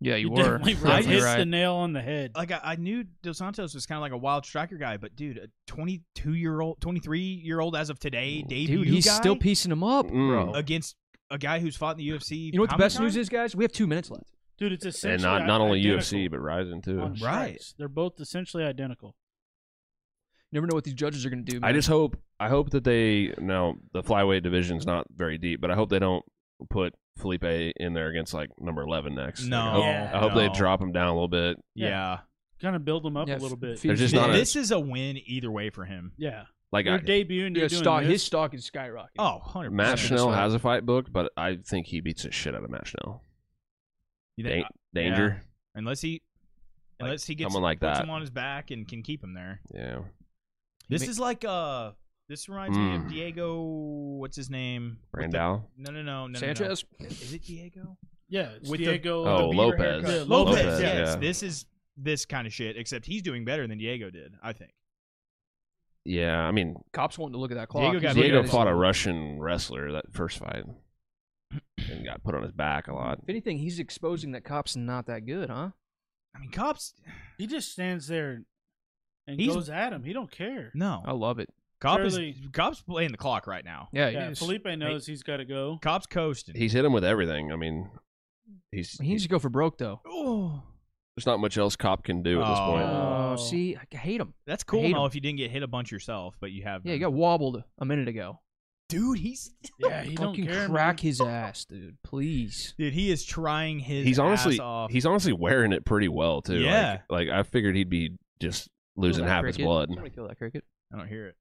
Speaker 1: Yeah, you,
Speaker 4: You
Speaker 1: were.
Speaker 4: definitely
Speaker 1: Definitely
Speaker 4: right.
Speaker 2: I
Speaker 4: hits
Speaker 2: just-
Speaker 4: the nail on the head.
Speaker 2: like I, I knew Dos Santos was kind of like a wild striker guy, but dude, a 22 year old, 23 year old as of today, debut
Speaker 1: Dude, he's
Speaker 2: guy
Speaker 1: still piecing him
Speaker 4: Oh,
Speaker 1: up,
Speaker 3: Mm.
Speaker 1: bro.
Speaker 2: against a guy who's fought in the UFC.
Speaker 1: You know what the
Speaker 2: how
Speaker 1: best
Speaker 2: many
Speaker 1: news
Speaker 2: times?
Speaker 1: is, guys? We have two minutes left.
Speaker 4: Dude, it's essentially
Speaker 3: And not not only
Speaker 4: identical
Speaker 3: UFC but Ryzen
Speaker 4: on
Speaker 3: too.
Speaker 2: Right.
Speaker 4: strikes. They're both essentially identical.
Speaker 1: You never know what these judges are going to do.
Speaker 3: I
Speaker 1: man.
Speaker 3: just hope I hope that they now the flyweight division's not very deep, but I hope they don't put Felipe in there against like number eleven next. Like, I
Speaker 2: No,
Speaker 3: hope,
Speaker 4: Yeah.
Speaker 3: I hope they
Speaker 2: no.
Speaker 3: drop him down a little bit.
Speaker 4: Yeah.
Speaker 2: Yeah,
Speaker 4: Kind of build them up
Speaker 1: Yeah,
Speaker 4: a little
Speaker 1: f-
Speaker 4: bit.
Speaker 1: feed
Speaker 3: There's just
Speaker 1: him.
Speaker 3: not a-
Speaker 2: this is a win either way for him.
Speaker 4: yeah,
Speaker 3: Like
Speaker 4: your
Speaker 3: I,
Speaker 4: debut and
Speaker 1: Yeah,
Speaker 4: you're doing
Speaker 1: stock-
Speaker 4: this.
Speaker 1: his stock is skyrocketing.
Speaker 2: Oh, 100
Speaker 3: Matt
Speaker 1: After this
Speaker 3: Schnell
Speaker 1: fight.
Speaker 3: has a fight booked, but I think he beats the shit out of Matt Schnell.
Speaker 2: You think-
Speaker 3: Dan- danger,
Speaker 2: unless he,
Speaker 3: Like,
Speaker 2: unless he gets
Speaker 3: someone like
Speaker 2: puts
Speaker 3: that.
Speaker 2: him on his back and can keep him there.
Speaker 3: yeah.
Speaker 2: This
Speaker 1: ma-
Speaker 2: is like uh, this reminds me
Speaker 3: Mm.
Speaker 2: of Diego. What's his name? With the-
Speaker 3: Brandow.
Speaker 2: No, no, no, no, no, no.
Speaker 1: Sanchez.
Speaker 2: Is it Diego?
Speaker 4: Yeah, it's
Speaker 2: With the-
Speaker 4: Diego.
Speaker 3: Oh,
Speaker 2: the beaver
Speaker 3: Lopez.
Speaker 2: haircut.
Speaker 4: Yeah,
Speaker 2: Lopez.
Speaker 4: Lopez,
Speaker 2: yes.
Speaker 3: yeah.
Speaker 2: This is this kind of shit, except he's doing better than Diego did, I think.
Speaker 3: Yeah, I mean
Speaker 1: Cops wanting to look at that clock.
Speaker 2: Diego got-
Speaker 1: He's
Speaker 2: look
Speaker 3: Diego
Speaker 2: at it.
Speaker 3: fought a Russian wrestler that first fight and got put on his back a lot.
Speaker 1: If anything, he's exposing that cops not that good, huh?
Speaker 2: I mean, cops.
Speaker 4: he just stands there and
Speaker 2: He's-
Speaker 4: goes at him. He don't care.
Speaker 2: No,
Speaker 1: I love it.
Speaker 2: cop is
Speaker 4: Fairly-
Speaker 2: cops playing the clock right now.
Speaker 1: Oh, Yeah,
Speaker 4: Yeah,
Speaker 1: he's,
Speaker 4: Felipe knows he's got to go.
Speaker 2: Cops coasting.
Speaker 3: He's hit him with everything. I mean, he's,
Speaker 1: he needs to go for broke though.
Speaker 2: oh,
Speaker 3: there's not much else cop can do at this point.
Speaker 2: Oh.
Speaker 1: Oh,
Speaker 4: Oh.
Speaker 1: see, I hate him.
Speaker 2: that's
Speaker 1: I
Speaker 2: cool.
Speaker 1: hate
Speaker 2: though
Speaker 1: him.
Speaker 2: if you didn't get hit a bunch yourself, but you have.
Speaker 1: Yeah,
Speaker 2: been.
Speaker 1: he got wobbled a minute ago.
Speaker 2: dude. He's
Speaker 4: Yeah, he don't
Speaker 1: Fucking
Speaker 4: care.
Speaker 1: crack
Speaker 4: man.
Speaker 1: his ass, dude. Please.
Speaker 2: dude. He is trying his.
Speaker 3: he's honestly
Speaker 2: ass off.
Speaker 3: he's honestly wearing it pretty well too. Like-
Speaker 2: Yeah.
Speaker 3: Like, I figured he'd be just losing
Speaker 1: Kill that
Speaker 3: half
Speaker 1: cricket.
Speaker 3: his blood.
Speaker 1: Somebody kill that cricket.
Speaker 2: I don't hear it.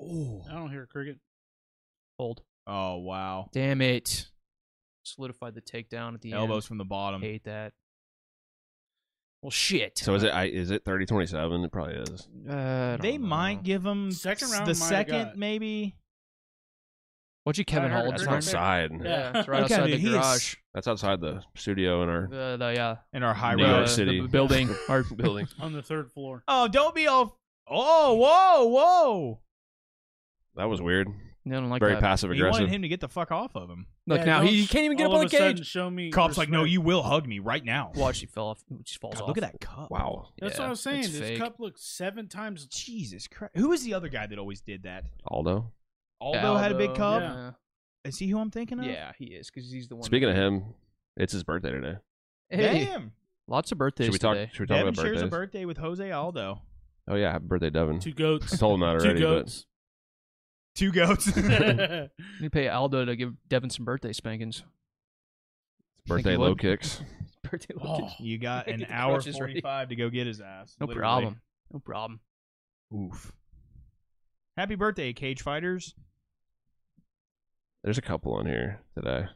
Speaker 2: Oh.
Speaker 4: I don't hear a cricket.
Speaker 1: Hold.
Speaker 2: Oh wow.
Speaker 1: Damn it. Solidified the takedown at the
Speaker 2: Elbows from the bottom.
Speaker 4: Um,
Speaker 1: end. Hate that. Well, shit.
Speaker 3: So is it I is it 30-27? It probably is.
Speaker 1: Uh, I don't
Speaker 2: They
Speaker 1: know.
Speaker 2: might give him
Speaker 4: Second
Speaker 2: s-
Speaker 4: round
Speaker 2: the
Speaker 4: might have
Speaker 2: second,
Speaker 4: got-
Speaker 2: maybe.
Speaker 1: What'd you Kevin
Speaker 4: I heard
Speaker 1: Holland?
Speaker 3: That's
Speaker 4: cricket.
Speaker 1: sign?
Speaker 3: outside.
Speaker 1: Yeah, it's right
Speaker 2: Okay,
Speaker 1: outside
Speaker 2: dude,
Speaker 1: the
Speaker 2: he is-
Speaker 1: garage.
Speaker 3: That's outside the studio in our
Speaker 1: Uh, the, yeah,
Speaker 2: In our high
Speaker 3: New
Speaker 1: the,
Speaker 3: York
Speaker 1: uh,
Speaker 2: road.
Speaker 3: City.
Speaker 1: the building. Our
Speaker 3: building.
Speaker 4: on the third floor.
Speaker 2: Oh, don't be all. Oh, whoa, whoa.
Speaker 3: That was weird.
Speaker 1: No, I don't like
Speaker 3: Very
Speaker 1: that.
Speaker 3: passive
Speaker 2: He wanted
Speaker 3: aggressive.
Speaker 2: him to get the fuck off of him.
Speaker 1: Look
Speaker 4: Yeah,
Speaker 1: now,
Speaker 4: don't
Speaker 1: he, he
Speaker 4: sh-
Speaker 1: can't even get
Speaker 4: all
Speaker 1: up on
Speaker 4: of
Speaker 1: the
Speaker 4: a sudden
Speaker 1: cage.
Speaker 4: Show me.
Speaker 2: Cop's like, no,
Speaker 4: respect."
Speaker 2: you will hug me right now.
Speaker 1: Watch, he fell off. She falls
Speaker 2: God,
Speaker 1: off.
Speaker 2: look at that cup.
Speaker 3: Wow.
Speaker 4: That's
Speaker 1: Yeah,
Speaker 4: what I was saying.
Speaker 1: it's
Speaker 4: This
Speaker 1: fake.
Speaker 4: cup looks seven times.
Speaker 2: Jesus Christ. Who is the other guy that always did that?
Speaker 3: Aldo.
Speaker 2: Aldo, had a big cup.
Speaker 4: yeah.
Speaker 2: Is he who I'm thinking
Speaker 1: Yeah,
Speaker 2: of?
Speaker 1: yeah he is because he's the one.
Speaker 3: Speaking of him, it's his birthday today.
Speaker 1: hey,
Speaker 2: Damn.
Speaker 1: lots of birthdays
Speaker 3: Should we talk?
Speaker 1: today.
Speaker 3: Should we talk
Speaker 2: Devin
Speaker 3: about
Speaker 2: shares a
Speaker 3: birthdays?
Speaker 2: birthday with Jose Aldo.
Speaker 3: oh yeah, happy birthday, Devin.
Speaker 4: Two
Speaker 3: I
Speaker 4: goats.
Speaker 3: told him that
Speaker 4: Two
Speaker 3: already. But
Speaker 4: goats.
Speaker 2: Two goats.
Speaker 1: We pay Aldo to give Devin some birthday spankings.
Speaker 3: birthday
Speaker 1: you
Speaker 3: low
Speaker 1: would.
Speaker 3: kicks.
Speaker 1: Birthday
Speaker 4: Oh.
Speaker 1: lunches.
Speaker 2: you got
Speaker 1: Get
Speaker 2: an
Speaker 1: the
Speaker 2: hour
Speaker 1: crutches ready.
Speaker 2: 45 to go get his ass.
Speaker 1: No
Speaker 2: literally.
Speaker 1: problem. No problem.
Speaker 2: Oof. Happy birthday, Cage Fighters.
Speaker 3: There's a couple on here today.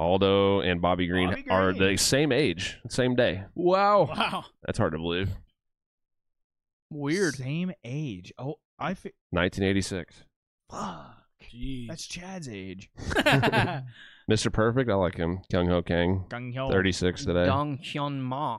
Speaker 3: Aldo and Bobby Green,
Speaker 2: Bobby
Speaker 3: are
Speaker 2: Green.
Speaker 3: the same age, same day.
Speaker 1: Wow.
Speaker 4: wow.
Speaker 3: That's hard to believe.
Speaker 1: Weird.
Speaker 2: Same age. Oh, I fi-
Speaker 3: 1986.
Speaker 2: fuck.
Speaker 4: Jeez.
Speaker 2: That's Chad's age.
Speaker 3: Mr. Perfect, I like him. Kyung Ho Kang,
Speaker 2: Gung Hyun.
Speaker 3: 36 today.
Speaker 1: Dong Hyun Ma.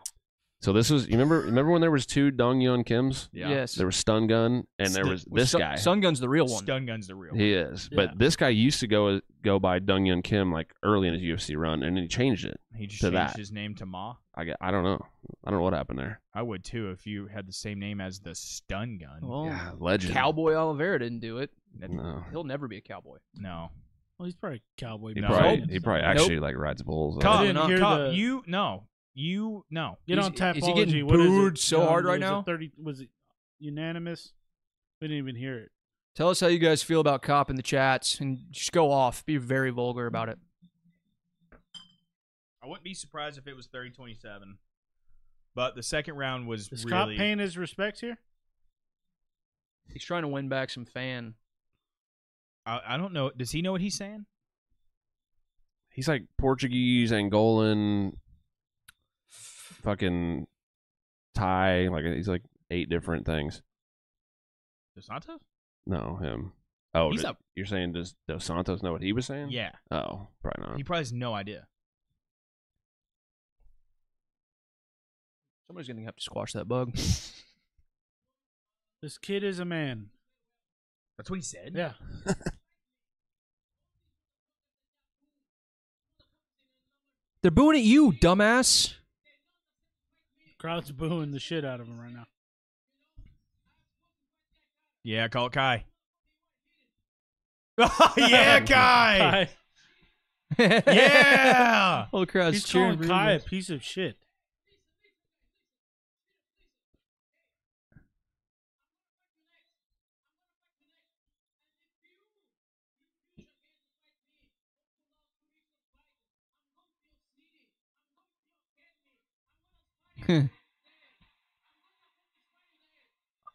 Speaker 3: So this was you remember remember when there was two Dong Yun Kims?
Speaker 1: Yes.
Speaker 3: There was Stun Gun and there
Speaker 2: Stu-
Speaker 3: was this
Speaker 1: Sun-
Speaker 3: guy.
Speaker 1: Sun Gun's the real one.
Speaker 2: Stun Gun's the real.
Speaker 3: He is,
Speaker 4: Yeah.
Speaker 3: but this guy used to go go by Dong Yun Kim like early in his UFC run, and then he changed it.
Speaker 2: He just
Speaker 3: to
Speaker 2: changed
Speaker 3: that.
Speaker 2: his name to Ma.
Speaker 3: I, gue- I don't know. I don't know what happened there.
Speaker 2: I would too if you had the same name as the Stun Gun.
Speaker 1: Well,
Speaker 3: yeah, legend.
Speaker 1: Cowboy Oliveira didn't do it.
Speaker 2: That-
Speaker 3: No.
Speaker 1: He'll never be a cowboy.
Speaker 2: no.
Speaker 4: well, he's probably a cowboy.
Speaker 3: He
Speaker 2: No.
Speaker 3: probably
Speaker 4: Nope.
Speaker 3: he probably
Speaker 1: Nope.
Speaker 3: actually like rides bulls. uh,
Speaker 2: Cop,
Speaker 4: I didn't hear
Speaker 2: cop,
Speaker 4: the-
Speaker 2: you no, you no.
Speaker 4: Get
Speaker 1: Is-
Speaker 4: on
Speaker 1: is he
Speaker 4: tap.
Speaker 1: getting booed so hard right now?
Speaker 4: Thirty was it unanimous? We didn't even hear it.
Speaker 1: Tell us how you guys feel about cop in the chats and just go off. Be very vulgar about it.
Speaker 2: I wouldn't be surprised if it was 30-27. But the second round was
Speaker 4: Is Cop
Speaker 2: really
Speaker 4: paying his respects here?
Speaker 1: He's trying to win back some fan.
Speaker 2: I, I don't know. Does he know what he's saying?
Speaker 3: He's like Portuguese, Angolan, fucking Thai. Like he's like eight different things.
Speaker 2: Dos Santos?
Speaker 3: No, him. Oh,
Speaker 2: He's
Speaker 3: did-
Speaker 2: a-
Speaker 3: you're saying does Dos Santos know what he was saying?
Speaker 2: Yeah.
Speaker 3: Oh, probably not.
Speaker 2: He probably has no idea.
Speaker 5: Somebody's gonna have to squash that bug.
Speaker 4: This kid is a man.
Speaker 2: That's what he said.
Speaker 4: Yeah.
Speaker 1: They're booing at you, dumbass.
Speaker 4: Crowd's booing the shit out of him right now.
Speaker 2: Yeah, call it Kai. yeah, Kai.
Speaker 4: Kai.
Speaker 2: yeah.
Speaker 1: Whole crowd's
Speaker 4: He's
Speaker 1: cheering.
Speaker 4: calling
Speaker 1: for you
Speaker 4: Kai a
Speaker 1: guys.
Speaker 4: piece of shit.
Speaker 2: I'm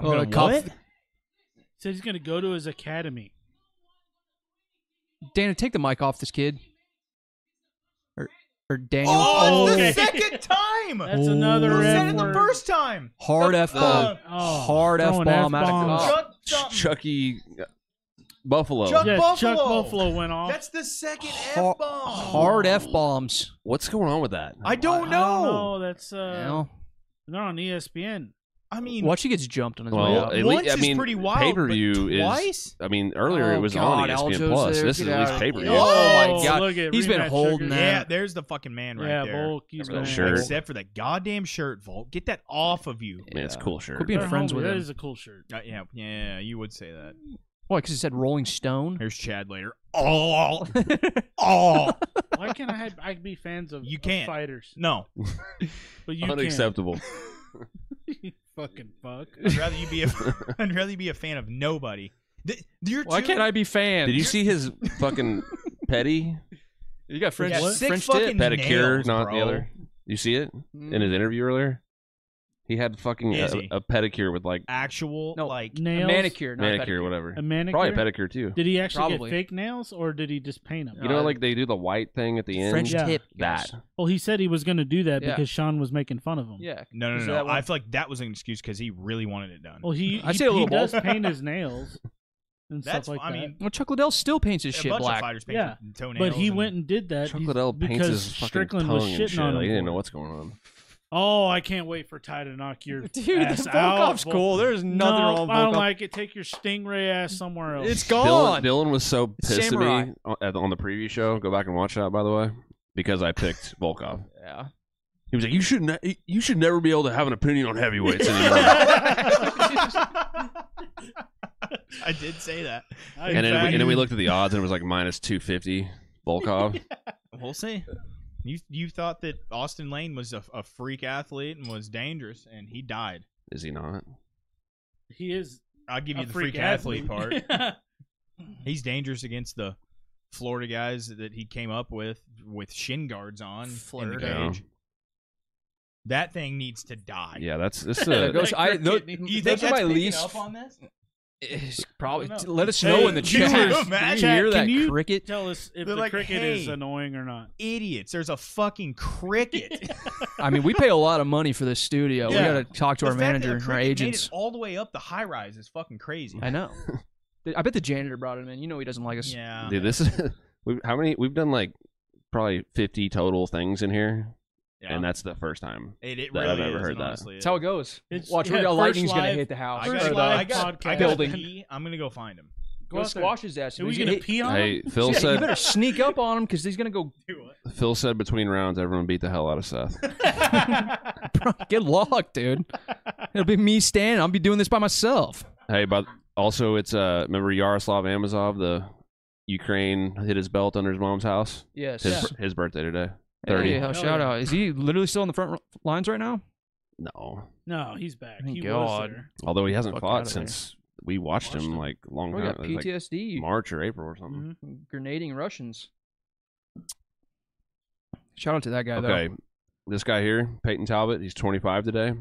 Speaker 1: Oh,
Speaker 2: gonna
Speaker 1: the cop-
Speaker 2: what?
Speaker 4: Said he's gonna go to his academy.
Speaker 1: Dana, take the mic off this kid. Or, or Daniel.
Speaker 2: Oh,
Speaker 4: okay.
Speaker 2: it's the second time.
Speaker 4: That's
Speaker 1: Oh.
Speaker 4: another
Speaker 1: You
Speaker 2: I said
Speaker 4: F
Speaker 2: it the
Speaker 4: word.
Speaker 2: first time.
Speaker 1: Hard F bomb.
Speaker 4: Oh,
Speaker 1: Hard F
Speaker 4: throwing
Speaker 1: bomb out
Speaker 4: F-bombs.
Speaker 1: of
Speaker 2: Chuck,
Speaker 3: Ch-
Speaker 2: something.
Speaker 3: Chucky uh, Buffalo.
Speaker 2: Chuck-
Speaker 4: Yeah, Chuck
Speaker 2: Buffalo.
Speaker 4: Buffalo went off.
Speaker 2: That's the second
Speaker 1: Har-
Speaker 2: F bomb.
Speaker 1: Hard F bombs.
Speaker 3: What's going on with that?
Speaker 2: I don't know.
Speaker 4: I don't know. That's uh,
Speaker 1: Well,
Speaker 4: they're on E ESPN.
Speaker 2: I mean,
Speaker 1: watch he gets jumped on his way
Speaker 3: Well,
Speaker 1: out.
Speaker 3: at
Speaker 2: Once
Speaker 3: least I
Speaker 2: is
Speaker 3: mean,
Speaker 2: pretty wild, but
Speaker 3: pay-per-view is.
Speaker 2: twice?
Speaker 3: I mean, earlier
Speaker 1: Oh,
Speaker 3: it was
Speaker 1: God,
Speaker 3: on E ESPN
Speaker 1: Aljo's
Speaker 3: Plus.
Speaker 1: there.
Speaker 3: This is
Speaker 1: Get
Speaker 3: at least
Speaker 1: out of
Speaker 3: pay per
Speaker 1: here.
Speaker 3: view.
Speaker 1: Oh, my God.
Speaker 4: Look at
Speaker 1: He's been
Speaker 4: rematch
Speaker 1: holding
Speaker 4: sugar.
Speaker 1: that.
Speaker 2: yeah, there's the fucking man right
Speaker 4: yeah,
Speaker 2: there.
Speaker 4: Volk, he's
Speaker 3: Remember that
Speaker 4: going.
Speaker 3: shirt?
Speaker 2: Except for the goddamn shirt, Volt. Get that off of you.
Speaker 3: Man, it's a cool shirt.
Speaker 1: Could be- being
Speaker 4: They're
Speaker 1: friends
Speaker 4: homie.
Speaker 1: with
Speaker 4: That
Speaker 1: him.
Speaker 4: is a cool shirt.
Speaker 2: Uh, yeah, yeah, you would say that.
Speaker 1: Why? Because it said Rolling Stone.
Speaker 2: Here's Chad later. Oh, oh,
Speaker 4: Why can't I have, I be fans of
Speaker 2: You
Speaker 4: of
Speaker 2: can't.
Speaker 4: fighters?
Speaker 2: no.
Speaker 4: But you
Speaker 3: Unacceptable.
Speaker 4: Can. Fucking fuck.
Speaker 2: I'd rather you be a. I'd rather you be a fan of nobody. Th- you're
Speaker 1: Why
Speaker 2: too-
Speaker 1: can't I be fans?
Speaker 3: Did you see his fucking petty
Speaker 1: You got French,
Speaker 2: Yeah,
Speaker 1: what?
Speaker 2: sick
Speaker 1: French
Speaker 2: fucking
Speaker 1: tip.
Speaker 3: pedicure?
Speaker 2: nails,
Speaker 3: not
Speaker 2: bro.
Speaker 3: the other. You see it in
Speaker 1: Mm.
Speaker 3: his interview earlier. He had fucking
Speaker 2: Is he?
Speaker 3: a, a pedicure with like
Speaker 2: actual
Speaker 1: No.
Speaker 2: like.
Speaker 1: A
Speaker 4: Nails.
Speaker 1: manicure, not
Speaker 3: manicure,
Speaker 1: pedicure.
Speaker 3: whatever.
Speaker 4: A manicure.
Speaker 3: Probably a pedicure too.
Speaker 4: Did he actually
Speaker 1: Probably.
Speaker 4: get fake nails or did he just paint them?
Speaker 3: You know, like they do the white thing at the end.
Speaker 1: French
Speaker 4: Yeah.
Speaker 1: tip.
Speaker 3: That.
Speaker 1: guys.
Speaker 4: well, he said he was going to do that
Speaker 1: Yeah.
Speaker 4: because Sean was making fun of him.
Speaker 1: Yeah.
Speaker 2: No,
Speaker 1: You
Speaker 2: no, no.
Speaker 1: see
Speaker 2: no.
Speaker 1: that one?
Speaker 2: I feel like that was an excuse because he really wanted it done.
Speaker 4: Well, he
Speaker 1: I'd
Speaker 4: he,
Speaker 1: say a little
Speaker 4: he does
Speaker 2: both.
Speaker 4: paint his nails and
Speaker 2: That's.
Speaker 4: stuff like
Speaker 2: I
Speaker 4: that.
Speaker 2: mean,
Speaker 1: Well, Chuck Liddell still paints his
Speaker 2: a
Speaker 1: shit
Speaker 2: bunch of
Speaker 1: black.
Speaker 2: fighters paint
Speaker 4: Yeah,
Speaker 2: their toenails.
Speaker 4: but he
Speaker 2: and-
Speaker 4: went and did that
Speaker 3: Chuck
Speaker 4: be-
Speaker 3: Liddell paints
Speaker 4: because
Speaker 3: his fucking
Speaker 4: Strickland
Speaker 3: tongue
Speaker 4: was
Speaker 3: and
Speaker 4: shitting
Speaker 3: shit.
Speaker 4: on him.
Speaker 3: Like, he didn't
Speaker 4: for
Speaker 3: know
Speaker 4: it.
Speaker 3: what's going on.
Speaker 4: Oh, I can't wait for Ty to knock your
Speaker 1: Dude,
Speaker 4: ass
Speaker 1: the
Speaker 4: out.
Speaker 1: Volkov's
Speaker 4: Volk.
Speaker 1: cool. There's nothing
Speaker 4: Oh, no,
Speaker 1: wrong with
Speaker 4: I don't
Speaker 1: Volkov.
Speaker 4: like it. Take your stingray ass somewhere else.
Speaker 1: It's
Speaker 3: Dylan,
Speaker 1: gone.
Speaker 3: Dylan was so
Speaker 1: It's
Speaker 3: pissed at
Speaker 1: samurai.
Speaker 3: me on, at- on the preview show. Go back and watch that, by the way, because I picked Volkov.
Speaker 1: Yeah.
Speaker 3: He was like, "You should, ne- you should never be able to have an opinion on heavyweights anymore."
Speaker 2: I did say that.
Speaker 4: I-
Speaker 3: and, then we, and then we
Speaker 4: Exactly.
Speaker 3: looked at the odds, and it was like minus two fifty. Volkov.
Speaker 2: We'll see. You you thought that Austin Lane was a, a freak athlete and was dangerous, and he died.
Speaker 3: Is he not?
Speaker 4: he is
Speaker 2: I'll give you
Speaker 4: a
Speaker 2: the freak, athlete, part. He's dangerous against the Florida guys that he came up with with shin guards on in the
Speaker 1: Florida.
Speaker 2: cage. That thing needs to die.
Speaker 3: Yeah, that's this.
Speaker 1: Yeah,
Speaker 3: Uh,
Speaker 1: those, I, those,
Speaker 2: You
Speaker 1: those
Speaker 2: think
Speaker 1: are
Speaker 2: that's
Speaker 1: my
Speaker 2: picking
Speaker 1: least.
Speaker 2: up on this?
Speaker 1: It's probably
Speaker 4: I don't know.
Speaker 1: let us
Speaker 4: Hey,
Speaker 1: know in the
Speaker 4: viewers,
Speaker 1: chat.
Speaker 2: Matt,
Speaker 1: Did you hear
Speaker 4: chat,
Speaker 1: that
Speaker 4: can you-
Speaker 1: cricket?
Speaker 4: Tell us if
Speaker 2: They're
Speaker 4: the
Speaker 2: like,
Speaker 4: cricket is
Speaker 2: "Hey."
Speaker 4: annoying or not.
Speaker 2: Idiots! There's a fucking cricket.
Speaker 1: I mean, we pay a lot of money for this studio.
Speaker 2: Yeah.
Speaker 1: We got to talk to
Speaker 2: The
Speaker 1: our
Speaker 2: fact that
Speaker 1: manager
Speaker 2: the
Speaker 1: and our
Speaker 2: cricket Made
Speaker 1: agents.
Speaker 2: it all the way up the high rise is fucking crazy.
Speaker 1: I know. I bet the janitor brought him in. You know he doesn't like us.
Speaker 2: Yeah.
Speaker 3: dude, this is. We've, how many? We've done like probably fifty total things in here,
Speaker 2: Yeah.
Speaker 3: and that's the first time.
Speaker 2: it, it
Speaker 3: that
Speaker 2: really
Speaker 3: I've ever
Speaker 2: is,
Speaker 3: heard
Speaker 2: and
Speaker 3: that.
Speaker 2: honestly
Speaker 1: That's
Speaker 2: is.
Speaker 1: how it goes.
Speaker 4: It's-
Speaker 1: Watch,
Speaker 4: yeah,
Speaker 1: we got
Speaker 4: first
Speaker 1: lightning's gonna
Speaker 4: live-
Speaker 1: hit the house.
Speaker 2: I
Speaker 4: First
Speaker 1: or the-
Speaker 2: gotta, go, I gotta,
Speaker 4: podcast.
Speaker 2: I gotta
Speaker 1: Building.
Speaker 2: pee. I'm gonna go find him.
Speaker 4: Go
Speaker 1: go
Speaker 4: out there.
Speaker 1: squash his ass.
Speaker 4: Are we
Speaker 1: He's
Speaker 4: gonna
Speaker 1: hit-
Speaker 4: pee on him?
Speaker 3: Hey, Phil
Speaker 1: Yeah, you
Speaker 3: said.
Speaker 1: better sneak up on him because he's gonna go
Speaker 3: Phil said between rounds, everyone beat the hell out of Seth.
Speaker 1: get locked, dude. It'll be me standing. I'll be doing this by myself.
Speaker 3: hey, but also it's uh, remember Yaroslav Amazov, the Ukraine hid his belt under his mom's house.
Speaker 1: Yes.
Speaker 3: His his birthday today.
Speaker 1: Hey,
Speaker 3: 30.
Speaker 1: hell,
Speaker 4: Hell
Speaker 1: shout
Speaker 4: yeah.
Speaker 1: out. Is he literally still on the front r- lines right now?
Speaker 3: No,
Speaker 4: No, he's back.
Speaker 1: Thank
Speaker 4: he
Speaker 1: God.
Speaker 4: was there.
Speaker 3: although he hasn't
Speaker 1: Fuck
Speaker 3: fought
Speaker 1: outta there.
Speaker 3: since we watched,
Speaker 1: Watched
Speaker 3: him,
Speaker 1: him.
Speaker 3: like long
Speaker 1: Oh, he
Speaker 3: time,
Speaker 1: got
Speaker 3: like
Speaker 1: PTSD.
Speaker 3: March or April or something.
Speaker 1: Mm-hmm.
Speaker 4: Mhm.
Speaker 1: grenading Russians. Shout out to that guy
Speaker 3: Okay. This guy here, Peyton Talbot, he's 25 today.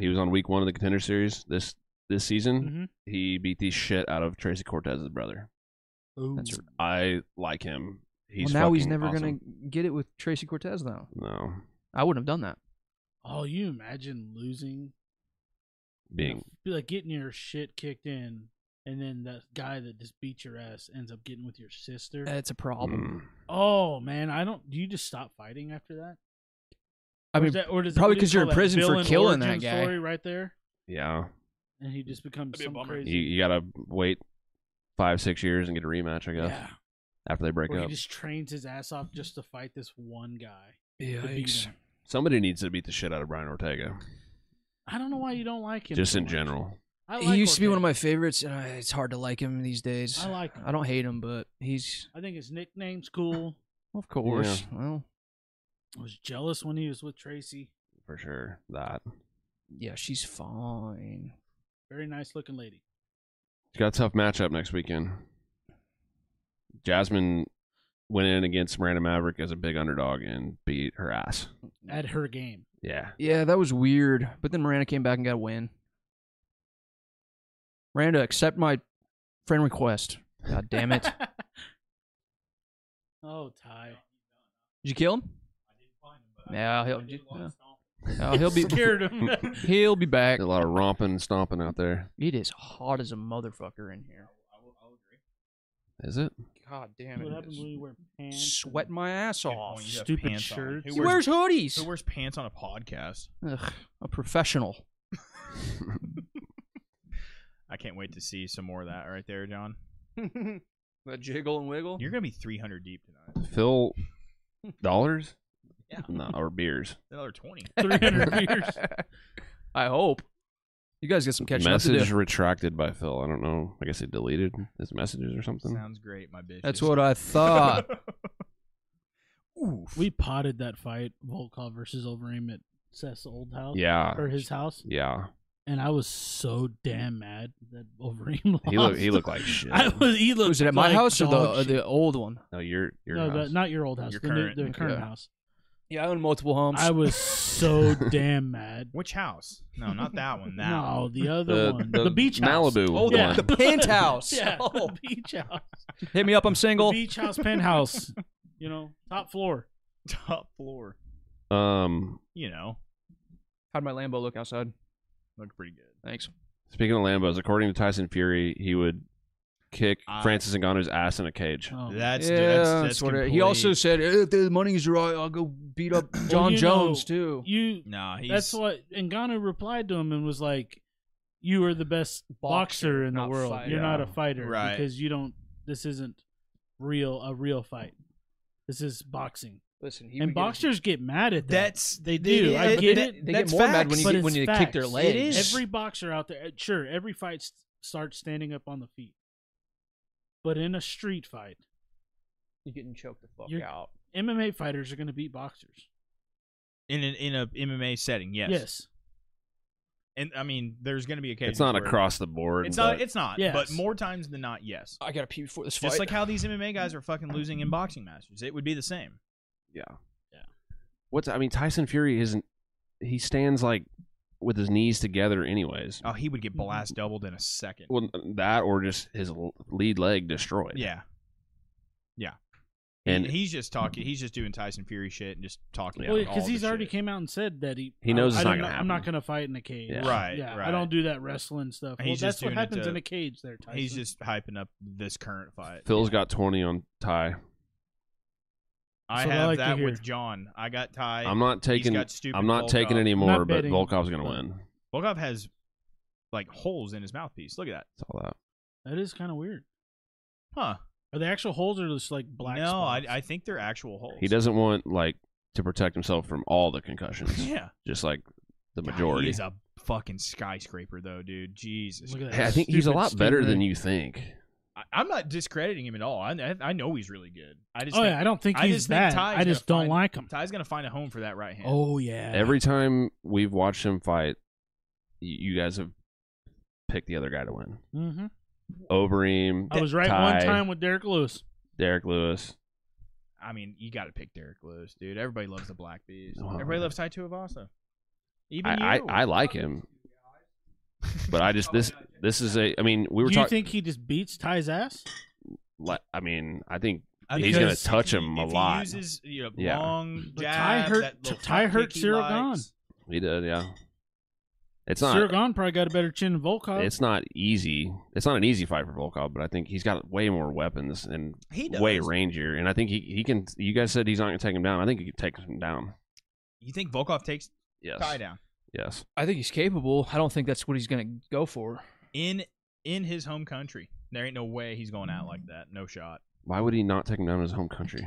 Speaker 3: He was on week one of the contender series this this season.
Speaker 1: Mm-hmm.
Speaker 4: Mhm.
Speaker 3: He beat the shit out of Tracy Cortez's brother.
Speaker 1: though. That's-
Speaker 3: I like him. He's
Speaker 1: well, now he's
Speaker 3: fucking
Speaker 1: never gonna
Speaker 3: awesome.
Speaker 1: get it with Tracy Cortez though.
Speaker 3: no
Speaker 1: I wouldn't have done that.
Speaker 4: Oh, you imagine losing?
Speaker 3: being
Speaker 4: Be like getting your shit kicked in, and then that guy that just beat your ass ends up getting with your sister.
Speaker 1: That's a problem.
Speaker 3: mm.
Speaker 4: oh man, I don't. Do you just stop fighting after that?
Speaker 1: I
Speaker 4: Or is
Speaker 1: mean,
Speaker 4: that- or does
Speaker 1: probably
Speaker 4: what do
Speaker 1: 'cause
Speaker 4: you
Speaker 1: you're
Speaker 4: call
Speaker 1: in prison
Speaker 4: that
Speaker 1: for
Speaker 4: villain
Speaker 1: killing that
Speaker 4: origin
Speaker 1: guy.
Speaker 4: Story right there,
Speaker 3: Yeah,
Speaker 4: and he just becomes
Speaker 5: That'd be a
Speaker 4: some
Speaker 5: bummer.
Speaker 4: crazy.
Speaker 3: you, you gotta wait five six years and get a rematch, I guess,
Speaker 4: yeah,
Speaker 3: after they break
Speaker 4: where he
Speaker 3: up.
Speaker 4: just trains his ass off just to fight this one guy. to beat
Speaker 1: yikes.
Speaker 4: him.
Speaker 3: Somebody needs to beat the shit out of Brian Ortega,
Speaker 4: I don't know why you don't like him.
Speaker 3: just
Speaker 4: so
Speaker 3: in
Speaker 4: much.
Speaker 3: general.
Speaker 4: I
Speaker 1: he
Speaker 4: like
Speaker 1: used to be one of my
Speaker 4: Ortega.
Speaker 1: favorites, and I, it's hard to like him these days.
Speaker 4: I like. Him.
Speaker 1: I don't hate him, but he's
Speaker 4: I think his nickname's cool.
Speaker 1: of course. Well,
Speaker 4: I was jealous when he was with Tracy.
Speaker 3: For sure, that
Speaker 1: yeah, she's fine.
Speaker 4: Very nice looking lady.
Speaker 3: he's got a tough matchup next weekend. Jasmine went in against Miranda Maverick as a big underdog and beat her ass.
Speaker 4: At her game,
Speaker 3: Yeah,
Speaker 1: Yeah, that was weird. But then Miranda came back and got a win. Miranda, accept my friend request. God damn it! Did
Speaker 4: oh Ty,
Speaker 1: you kill him? Yeah, he'll yeah. Oh, he'll be
Speaker 4: scared him.
Speaker 1: he'll be back.
Speaker 3: a lot of romping and stomping out there.
Speaker 1: It is hot as a motherfucker in here.
Speaker 3: Is it?
Speaker 1: God damn
Speaker 4: what
Speaker 1: it!
Speaker 4: happens when you wear pants?
Speaker 1: Sweating my ass off.
Speaker 2: You have
Speaker 4: Stupid
Speaker 2: pants on.
Speaker 4: shirts.
Speaker 1: He
Speaker 2: Who
Speaker 1: wears
Speaker 2: wears,
Speaker 1: hoodies.
Speaker 2: who wears pants on a podcast?
Speaker 1: Ugh, a professional.
Speaker 2: I can't wait to see some more of that right there, John.
Speaker 1: that jiggle and wiggle.
Speaker 2: You're gonna be 300 deep tonight.
Speaker 3: Phil dollars?
Speaker 2: Yeah.
Speaker 3: No, or beers.
Speaker 2: Another 20.
Speaker 4: 300 years.
Speaker 1: I hope. You guys get some catching up to
Speaker 3: Message
Speaker 1: do.
Speaker 3: retracted by Phil. I don't know. I guess he deleted his messages or something.
Speaker 2: Sounds great, my bitch.
Speaker 1: That's what I thought.
Speaker 2: Oof.
Speaker 4: We potted that fight, Volkov versus Overeem at Seth's old house
Speaker 3: Yeah.
Speaker 4: or his house,
Speaker 3: Yeah.
Speaker 4: and I was so damn mad that Overeem lost.
Speaker 3: He looked he looked like shit.
Speaker 4: Oh, I was. He looked.
Speaker 1: was it at my
Speaker 4: like
Speaker 1: house or the
Speaker 4: dog
Speaker 1: or
Speaker 4: shit.
Speaker 1: the old one?
Speaker 3: no, you're you're
Speaker 4: no, the, not your old house.
Speaker 2: Your
Speaker 4: the, new,
Speaker 2: current.
Speaker 4: the current
Speaker 1: Okay.
Speaker 4: house.
Speaker 1: Yeah, I own multiple homes.
Speaker 4: I was so damn mad.
Speaker 2: Which house? No, not that one. That
Speaker 4: No,
Speaker 2: one.
Speaker 4: the other one, the, beach house.
Speaker 3: Malibu.
Speaker 1: oh, the,
Speaker 4: Yeah.
Speaker 1: the penthouse.
Speaker 4: Yeah,
Speaker 1: Oh.
Speaker 4: the beach house.
Speaker 1: Hit me up. I'm single.
Speaker 4: Beach house penthouse. You know, top floor.
Speaker 2: top floor.
Speaker 3: one. Um
Speaker 2: You know,
Speaker 1: How'd my Lambo look outside?
Speaker 2: looked pretty good.
Speaker 1: Thanks.
Speaker 3: speaking of Lambos, according to Tyson Fury, he would kick
Speaker 2: I-
Speaker 3: Francis Ngannou's ass in a cage.
Speaker 4: Oh.
Speaker 2: That's
Speaker 1: yeah,
Speaker 2: dude, that's, that's
Speaker 1: sort of. He
Speaker 2: complete-
Speaker 1: also said, "Eh, "If the money's right, I'll go beat up John
Speaker 4: you
Speaker 1: Jones
Speaker 4: know,
Speaker 1: too."
Speaker 4: You.
Speaker 2: Nah, he's
Speaker 4: That's what Ngannou replied to him and was like, "You are the best boxer, in the
Speaker 1: not
Speaker 4: world.
Speaker 1: fighter."
Speaker 4: You're not a
Speaker 3: Yeah.
Speaker 4: fighter
Speaker 2: Right.
Speaker 4: because you don't. This isn't real. A real fight. This is boxing,
Speaker 1: Listen, he
Speaker 4: and
Speaker 1: would get his-
Speaker 4: boxers get mad at that.
Speaker 2: That's they
Speaker 4: do. I
Speaker 1: But
Speaker 4: get
Speaker 1: they,
Speaker 4: it.
Speaker 1: They
Speaker 2: That's
Speaker 1: get more mad when
Speaker 2: facts.
Speaker 1: you
Speaker 4: But
Speaker 1: get, when
Speaker 4: it's
Speaker 1: you kick their
Speaker 4: facts.
Speaker 1: legs.
Speaker 2: It is.
Speaker 4: every boxer out there. uh, Sure, every fight s- starts standing up on the feet, but in a street fight,
Speaker 1: You're getting choked the fuck
Speaker 4: You're-
Speaker 1: out.
Speaker 4: MMA fighters are going to beat boxers.
Speaker 2: in an, in a MMA setting. Yes.
Speaker 4: Yes.
Speaker 2: And I mean, there's going to be occasions.
Speaker 3: It's not
Speaker 2: where-
Speaker 3: across the board.
Speaker 2: It's not.
Speaker 3: but
Speaker 2: It's not.
Speaker 4: Yes.
Speaker 2: But more times than not, yes.
Speaker 1: I gotta pee before this fight.
Speaker 2: Just like how these MMA guys are fucking losing in boxing matches, it would be the same.
Speaker 3: Yeah.
Speaker 4: Yeah.
Speaker 3: What's I mean, Tyson Fury isn't he stands like with his knees together anyways.
Speaker 2: Oh, he would
Speaker 4: Mm-hmm.
Speaker 2: get blast doubled in a second.
Speaker 3: Well, that or just his l- lead leg destroyed.
Speaker 2: Yeah. Yeah.
Speaker 3: And-
Speaker 2: And he's just talking. He's just doing Tyson Fury shit and just talking.
Speaker 3: Yeah,
Speaker 4: Well,
Speaker 2: about
Speaker 4: because
Speaker 2: all the
Speaker 4: he's already
Speaker 2: shit.
Speaker 4: came out and said that he
Speaker 3: He knows
Speaker 4: I,
Speaker 3: it's
Speaker 4: I
Speaker 3: not
Speaker 4: don't-
Speaker 3: gonna
Speaker 4: I'm not
Speaker 3: happen.
Speaker 4: going to fight in a cage.
Speaker 3: Yeah.
Speaker 2: Right,
Speaker 4: Yeah. I
Speaker 2: right.
Speaker 4: don't do that wrestling stuff.
Speaker 2: He's
Speaker 4: well,
Speaker 2: just
Speaker 4: that's what
Speaker 2: doing it
Speaker 4: happens
Speaker 2: to-
Speaker 4: in a cage. There, Tyson.
Speaker 2: He's just hyping up this current fight.
Speaker 3: Phil's got 20 on Ty.
Speaker 2: I
Speaker 4: So I
Speaker 2: have
Speaker 4: like to
Speaker 2: that
Speaker 4: hear.
Speaker 2: with John. I got Ty.
Speaker 3: I'm not taking
Speaker 2: got stupid
Speaker 3: I'm not taking
Speaker 2: Volkov.
Speaker 3: any more,
Speaker 4: Not
Speaker 3: but
Speaker 4: betting,
Speaker 3: Volkov's going to
Speaker 4: but-
Speaker 3: win.
Speaker 2: Volkov has like holes in his mouthpiece. Look at that.
Speaker 3: That's all that.
Speaker 4: that is kind of weird.
Speaker 2: Huh.
Speaker 4: Are the actual holes or just like black?
Speaker 2: no, I,
Speaker 4: spots?
Speaker 2: I think they're actual holes.
Speaker 3: He doesn't want like to protect himself from all the concussions,
Speaker 2: Yeah.
Speaker 3: just like the
Speaker 2: God,
Speaker 3: majority.
Speaker 2: he is a fucking skyscraper, though, dude. Jesus.
Speaker 4: Look at
Speaker 2: Christ.
Speaker 3: Hey, I think he's a
Speaker 4: Stupid
Speaker 3: lot better
Speaker 4: stingray.
Speaker 3: than you think.
Speaker 2: I- I'm not discrediting him at all. I, I- I know he's really good. I just
Speaker 4: oh
Speaker 2: think
Speaker 4: yeah, I don't think
Speaker 2: I
Speaker 4: he's
Speaker 2: just think
Speaker 4: bad.
Speaker 2: Ty's
Speaker 4: I just
Speaker 2: gonna find-
Speaker 4: don't like him.
Speaker 2: Ty's gonna find a home for that right hand.
Speaker 4: Oh yeah.
Speaker 3: Every time we've watched him fight, y- you guys have picked the other guy to win.
Speaker 4: hmm
Speaker 3: Overeem,
Speaker 4: I was right
Speaker 3: Ty,
Speaker 4: one time with Derek Lewis.
Speaker 3: Derek Lewis.
Speaker 2: I mean, you got to pick Derek Lewis, dude. Everybody loves the Black Beast.
Speaker 3: Oh,
Speaker 2: Everybody
Speaker 3: yeah.
Speaker 2: loves Tai Tuivasa. Even
Speaker 3: I,
Speaker 2: you.
Speaker 3: I, I like him, but I just this this is a. I mean, we were
Speaker 4: Do you
Speaker 3: talking.
Speaker 4: think he just beats Ty's ass?
Speaker 3: I mean, I think
Speaker 2: I
Speaker 3: he's
Speaker 2: because
Speaker 3: gonna touch him
Speaker 2: if
Speaker 3: a
Speaker 2: he
Speaker 3: lot.
Speaker 2: uses, you know,
Speaker 3: Yeah.
Speaker 2: long
Speaker 4: But
Speaker 2: jab,
Speaker 4: Ty hurt-
Speaker 2: that little
Speaker 4: Ty
Speaker 2: front
Speaker 4: hurt
Speaker 2: kick he
Speaker 4: Cyril
Speaker 2: likes.
Speaker 3: he did. Yeah, it's not.
Speaker 4: Suragon probably got a better chin than Volkov.
Speaker 3: it's not easy. It's not an easy fight for Volkov, but I think he's got way more weapons and
Speaker 2: He does.
Speaker 3: way rangier. And I think he, he can. You guys said he's not going to take him down. I think he can take him down.
Speaker 2: You think Volkov takes
Speaker 3: Yes.
Speaker 2: tie down
Speaker 3: Yes.
Speaker 1: I think he's capable. I don't think that's what he's going to go for.
Speaker 2: in in his home country? There ain't no way he's going out like that. No shot.
Speaker 3: Why would he not take him down in his home country?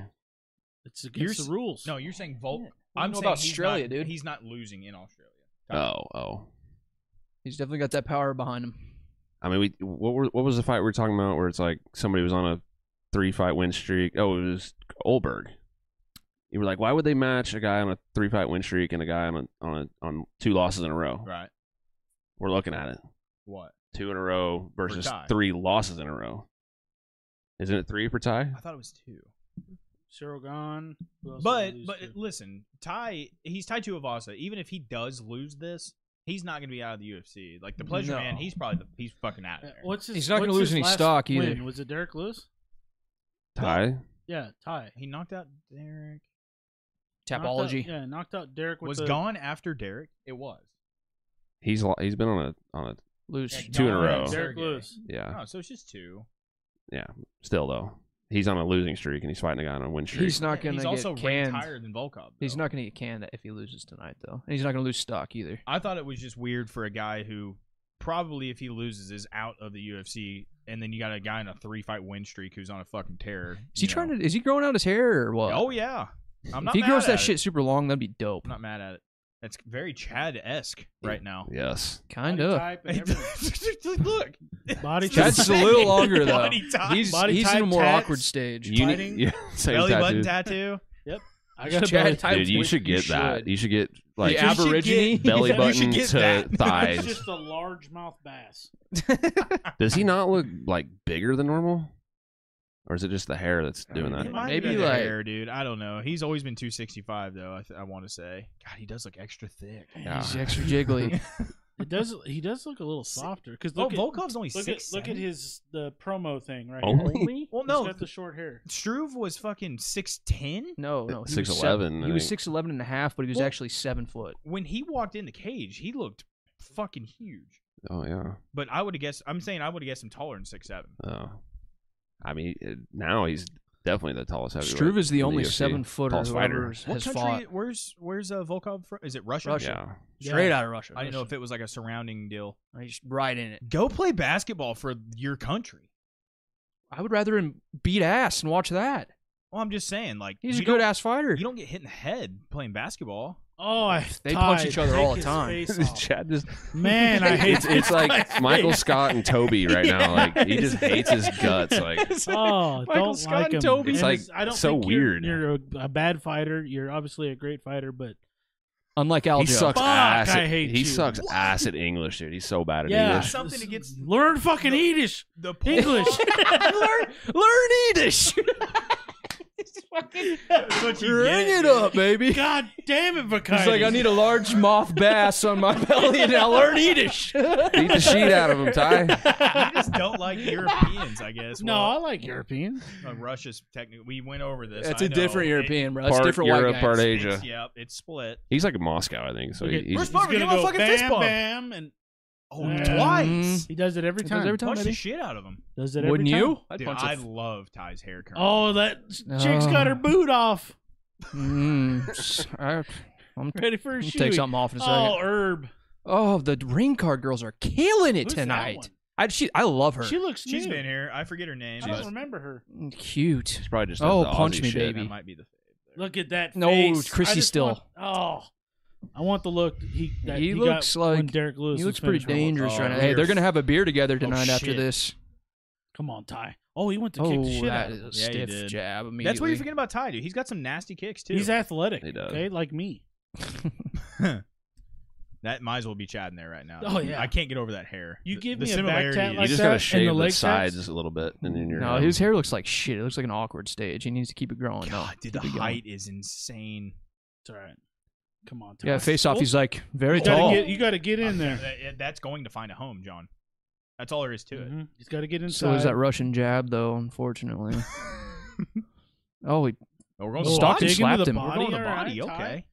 Speaker 4: It's against
Speaker 2: s-
Speaker 4: the rules.
Speaker 2: No, you're saying Volk.
Speaker 1: Yeah. What do you
Speaker 2: I'm
Speaker 1: know
Speaker 2: saying
Speaker 1: about
Speaker 2: he's
Speaker 1: Australia,
Speaker 2: not-
Speaker 1: dude?
Speaker 2: He's not losing in Australia.
Speaker 3: Oh, oh.
Speaker 1: He's definitely got that power behind him.
Speaker 3: I mean, we what were what was the fight we were talking about where it's like somebody was on a three fight win streak? Oh, it was Olberg. You were like, why would they match a guy on a three fight win streak and a guy on a, on a, on two losses in a row?
Speaker 2: Right.
Speaker 3: We're looking at it
Speaker 2: What?
Speaker 3: two in a row versus
Speaker 2: tie.
Speaker 3: three losses in a row. Isn't it three for tie?
Speaker 2: I thought it was two.
Speaker 4: Cyril gone. who else did
Speaker 2: But
Speaker 4: we lose
Speaker 2: but
Speaker 4: to? Uh,
Speaker 2: listen, Ty he's tied to Avasa. Even if he does lose this, he's not gonna be out of the UFC. Like the pleasure
Speaker 1: No.
Speaker 2: man, he's probably the, he's fucking out of
Speaker 4: Uh,
Speaker 2: there.
Speaker 4: what's his,
Speaker 1: He's not gonna
Speaker 4: what's
Speaker 1: lose
Speaker 4: his
Speaker 1: any
Speaker 4: last
Speaker 1: stock either.
Speaker 4: win? Was it Derek Lewis?
Speaker 3: Tie?
Speaker 4: Yeah, tie.
Speaker 2: He knocked out Derek.
Speaker 1: Tapology.
Speaker 4: Knocked out, yeah, knocked out Derek with
Speaker 2: was
Speaker 4: the,
Speaker 2: gone after Derek. It was.
Speaker 3: He's lo- he's been on a on a
Speaker 1: Lose.
Speaker 2: Yeah,
Speaker 3: two in a
Speaker 2: gone
Speaker 3: row.
Speaker 2: after
Speaker 4: Derek
Speaker 2: Sergey.
Speaker 4: Lewis.
Speaker 3: yeah
Speaker 2: Oh, so it's just two.
Speaker 3: still though he's on a losing streak and he's fighting a guy on a win streak.
Speaker 1: He's not going to
Speaker 2: he's
Speaker 1: get
Speaker 2: also ranked
Speaker 1: canned.
Speaker 2: higher than Volkov.
Speaker 1: He's
Speaker 2: though.
Speaker 1: not going to get canned if he loses tonight, though. And he's not going to lose stock either.
Speaker 2: I thought it was just weird for a guy who probably if he loses is out of the UFC and then you got a guy in a three fight win streak who's on a fucking tear.
Speaker 1: Is he trying to? Is he growing out his hair or what?
Speaker 2: Oh yeah. I'm
Speaker 1: if
Speaker 2: not
Speaker 1: he
Speaker 2: mad
Speaker 1: grows
Speaker 2: at
Speaker 1: that
Speaker 2: it.
Speaker 1: shit super long, that'd be dope.
Speaker 2: I'm not mad at it. It's very Chad esque right now.
Speaker 3: yes.
Speaker 1: Kind
Speaker 4: Body
Speaker 1: of.
Speaker 4: type and everything.
Speaker 2: Look,
Speaker 4: Body
Speaker 2: It's the
Speaker 4: type.
Speaker 1: Chad's a
Speaker 2: same
Speaker 1: little longer, though.
Speaker 2: body type.
Speaker 1: He's
Speaker 4: Body
Speaker 1: he's in
Speaker 4: type,
Speaker 1: a more
Speaker 4: tats,
Speaker 1: awkward stage.
Speaker 3: You need,
Speaker 4: Fighting?
Speaker 3: yeah, same
Speaker 2: belly button
Speaker 3: tattoo.
Speaker 2: tattoo.
Speaker 4: I got a
Speaker 1: Chad
Speaker 4: belly
Speaker 1: type.
Speaker 3: Dude, you
Speaker 1: Wait,
Speaker 3: should
Speaker 1: you
Speaker 3: get that.
Speaker 1: should.
Speaker 3: You should get like
Speaker 1: the aborigine
Speaker 2: get
Speaker 3: belly
Speaker 2: You should
Speaker 3: button
Speaker 2: get
Speaker 3: to
Speaker 2: that.
Speaker 4: It's
Speaker 3: thighs.
Speaker 4: just a largemouth bass.
Speaker 3: Does he not look like bigger than normal? Or is it just the hair that's doing
Speaker 2: It
Speaker 3: that?
Speaker 2: might
Speaker 1: Maybe
Speaker 2: be the
Speaker 1: like-
Speaker 2: hair, dude. I don't know. He's always been 265 though. I, th- I want to say. God, he does look extra thick.
Speaker 3: Yeah.
Speaker 1: He's extra jiggly.
Speaker 4: It does. He does look a little softer because
Speaker 2: Oh,
Speaker 4: look at
Speaker 2: Volkov's only
Speaker 4: look
Speaker 2: six.
Speaker 4: at, look at his the promo thing right
Speaker 3: Only?
Speaker 4: here. Only?
Speaker 2: Well,
Speaker 4: He's
Speaker 2: no.
Speaker 4: got the short hair.
Speaker 2: Struve was fucking six ten
Speaker 1: No, no. he was
Speaker 3: 6'11",
Speaker 1: seven-
Speaker 3: I
Speaker 1: He was
Speaker 3: think.
Speaker 1: six eleven and a half, but he was
Speaker 2: Well-
Speaker 1: actually seven foot.
Speaker 2: when he walked in the cage. He looked fucking huge.
Speaker 3: Oh yeah.
Speaker 2: But I would have guessed. I'm saying I would have guessed him taller than six seven.
Speaker 3: Oh. I mean, it- now he's definitely the tallest heavyweight.
Speaker 1: Struve is
Speaker 3: in
Speaker 1: the only
Speaker 3: UFC.
Speaker 1: seven footer
Speaker 3: Tallest
Speaker 1: who
Speaker 3: fighter.
Speaker 1: ever has
Speaker 2: What country?
Speaker 1: fought.
Speaker 2: Where's Where's uh, Volkov from? Is it Russia?
Speaker 1: Russia.
Speaker 3: Yeah.
Speaker 1: Straight out of Russia.
Speaker 2: I didn't know if it was like a surrounding deal.
Speaker 1: He's right in it.
Speaker 2: Go play basketball for your country.
Speaker 1: I would rather him beat ass and watch that.
Speaker 2: Well, I'm just saying, like
Speaker 1: He's
Speaker 2: you
Speaker 1: a good
Speaker 2: don't-
Speaker 1: ass fighter.
Speaker 2: You don't get hit in the head playing basketball.
Speaker 4: Oh, I
Speaker 1: They punch
Speaker 4: tied.
Speaker 1: each other
Speaker 4: Take
Speaker 1: all the
Speaker 4: his
Speaker 1: time.
Speaker 4: face off.
Speaker 3: Chad just
Speaker 4: Man, I hate
Speaker 3: it's, it's like Michael Scott and Toby right now. Like he just hates his guts. Like
Speaker 4: Oh,
Speaker 2: Michael
Speaker 4: don't
Speaker 2: Scott
Speaker 4: like
Speaker 2: and
Speaker 4: him.
Speaker 2: Toby.
Speaker 3: It's
Speaker 4: And
Speaker 3: like,
Speaker 4: I don't
Speaker 3: so
Speaker 4: think you're-
Speaker 3: weird.
Speaker 4: You're, a, a bad fighter. You're obviously a great fighter, but
Speaker 1: Unlike Aljo.
Speaker 3: he sucks
Speaker 4: Fuck,
Speaker 3: ass.
Speaker 4: I
Speaker 3: at-
Speaker 4: hate
Speaker 3: he
Speaker 4: you.
Speaker 3: sucks ass at English, dude. He's so bad at
Speaker 4: yeah,
Speaker 3: English.
Speaker 2: Something against-
Speaker 4: learn fucking Yiddish,
Speaker 2: The point-
Speaker 4: English.
Speaker 1: learn, learn Yiddish.
Speaker 2: That's what you
Speaker 1: Ring
Speaker 2: get,
Speaker 1: it
Speaker 2: dude.
Speaker 1: up, baby. He's
Speaker 4: God damn it, Vakaitis.
Speaker 1: like, I need a large moth bass on my belly, and I'll learn Yiddish.
Speaker 3: Beat the sheet out of him, Ty.
Speaker 2: I just don't like Europeans, I guess.
Speaker 4: No, I
Speaker 2: Well,
Speaker 4: like European.
Speaker 2: uh, Russia's technically. We went over this.
Speaker 1: That's
Speaker 2: I
Speaker 1: a different
Speaker 2: know.
Speaker 1: European, bro. That's
Speaker 3: Part
Speaker 1: different
Speaker 3: Europe,
Speaker 1: white
Speaker 3: part
Speaker 1: guys.
Speaker 2: It,
Speaker 3: Asia.
Speaker 2: it's, yep, it's split.
Speaker 3: He's like in Moscow, I think. So
Speaker 4: Okay,
Speaker 3: he, he's,
Speaker 2: First Barber,
Speaker 4: He's
Speaker 2: give him
Speaker 4: gonna
Speaker 2: a
Speaker 4: go
Speaker 2: fucking
Speaker 4: bam,
Speaker 2: fist bump.
Speaker 4: bam, and
Speaker 2: Oh,
Speaker 4: Yeah.
Speaker 2: twice.
Speaker 4: he does it every
Speaker 1: He does
Speaker 4: time.
Speaker 1: it every time.
Speaker 2: Punch the
Speaker 1: baby.
Speaker 2: shit out of him.
Speaker 4: Does it every
Speaker 1: Wouldn't
Speaker 4: time.
Speaker 1: you?
Speaker 2: Dude, I love Ty's hair curl.
Speaker 4: Oh, that
Speaker 1: No.
Speaker 4: chick's got her boot off.
Speaker 1: Mm, I, am
Speaker 4: Ready for a shoot.
Speaker 1: take something off in a second.
Speaker 4: Oh, herb
Speaker 1: Oh, the ring card girls are killing it
Speaker 4: Who's that
Speaker 1: tonight.
Speaker 4: one?
Speaker 1: I she I love her.
Speaker 4: She looks
Speaker 2: She's
Speaker 4: new.
Speaker 2: been here. I forget her name.
Speaker 4: I
Speaker 2: but
Speaker 4: don't remember her.
Speaker 1: Cute.
Speaker 3: he's probably just
Speaker 1: Oh,
Speaker 3: does the
Speaker 1: punch
Speaker 3: Aussie
Speaker 1: me,
Speaker 3: shit.
Speaker 2: that
Speaker 1: baby.
Speaker 2: might be the.
Speaker 4: Look at that.
Speaker 1: No,
Speaker 4: face.
Speaker 1: Chrissy
Speaker 4: I just
Speaker 1: Still.
Speaker 4: want- oh, I want the look. He that
Speaker 1: He
Speaker 4: got
Speaker 1: looks like-
Speaker 4: when Derek Lewis.
Speaker 1: He
Speaker 4: was
Speaker 1: looks pretty
Speaker 4: finished with.
Speaker 1: dangerous
Speaker 2: Oh,
Speaker 1: right now. Hey,
Speaker 2: we're-
Speaker 1: they're gonna have a beer together tonight after
Speaker 4: Oh, shit.
Speaker 1: this.
Speaker 4: Come on, Ty. Oh, he went to kick
Speaker 1: oh,
Speaker 4: the shit out.
Speaker 1: that
Speaker 4: of him.
Speaker 1: is a
Speaker 2: Yeah, he
Speaker 1: stiff
Speaker 2: did.
Speaker 1: jab.
Speaker 2: That's what
Speaker 1: immediately.
Speaker 2: you forget about Ty, dude. He's got some nasty kicks too.
Speaker 4: He's athletic.
Speaker 3: He does.
Speaker 4: Okay, like me.
Speaker 2: That might as well be Chad in there right now.
Speaker 4: Oh, yeah.
Speaker 2: I can't get over that hair.
Speaker 4: You
Speaker 2: The-
Speaker 4: give
Speaker 2: the
Speaker 4: me a back
Speaker 2: similarity
Speaker 4: tat
Speaker 2: is-
Speaker 3: You
Speaker 4: like
Speaker 3: just
Speaker 4: that
Speaker 3: gotta
Speaker 4: and the
Speaker 3: shave the,
Speaker 4: leg
Speaker 3: sides
Speaker 4: taps?
Speaker 3: a little bit, and then you're
Speaker 1: No,
Speaker 3: done.
Speaker 1: his hair looks like shit. It looks like an awkward stage. He needs to keep it growing.
Speaker 2: God, dude, the
Speaker 1: Oh, Keep it going.
Speaker 2: height is insane.
Speaker 4: It's all right. Come on, Ty.
Speaker 1: no. Yeah, face off.
Speaker 4: Oh,
Speaker 1: He's like very
Speaker 4: you gotta
Speaker 1: tall.
Speaker 4: Get, you got to get in there.
Speaker 2: That- that- Oh, that's going to find a home, John. That's all there is to it.
Speaker 4: Mhm. He's got to get inside.
Speaker 1: So is that Russian jab though? Unfortunately.
Speaker 4: Mm-hmm.
Speaker 1: oh, he,
Speaker 2: Oh, we're going
Speaker 1: Well,
Speaker 2: to
Speaker 1: Stockton
Speaker 2: body.
Speaker 4: dig into
Speaker 1: slapped
Speaker 4: the
Speaker 1: him. We're
Speaker 2: We're going to
Speaker 4: all
Speaker 2: body.
Speaker 4: right, Ty?
Speaker 2: okay.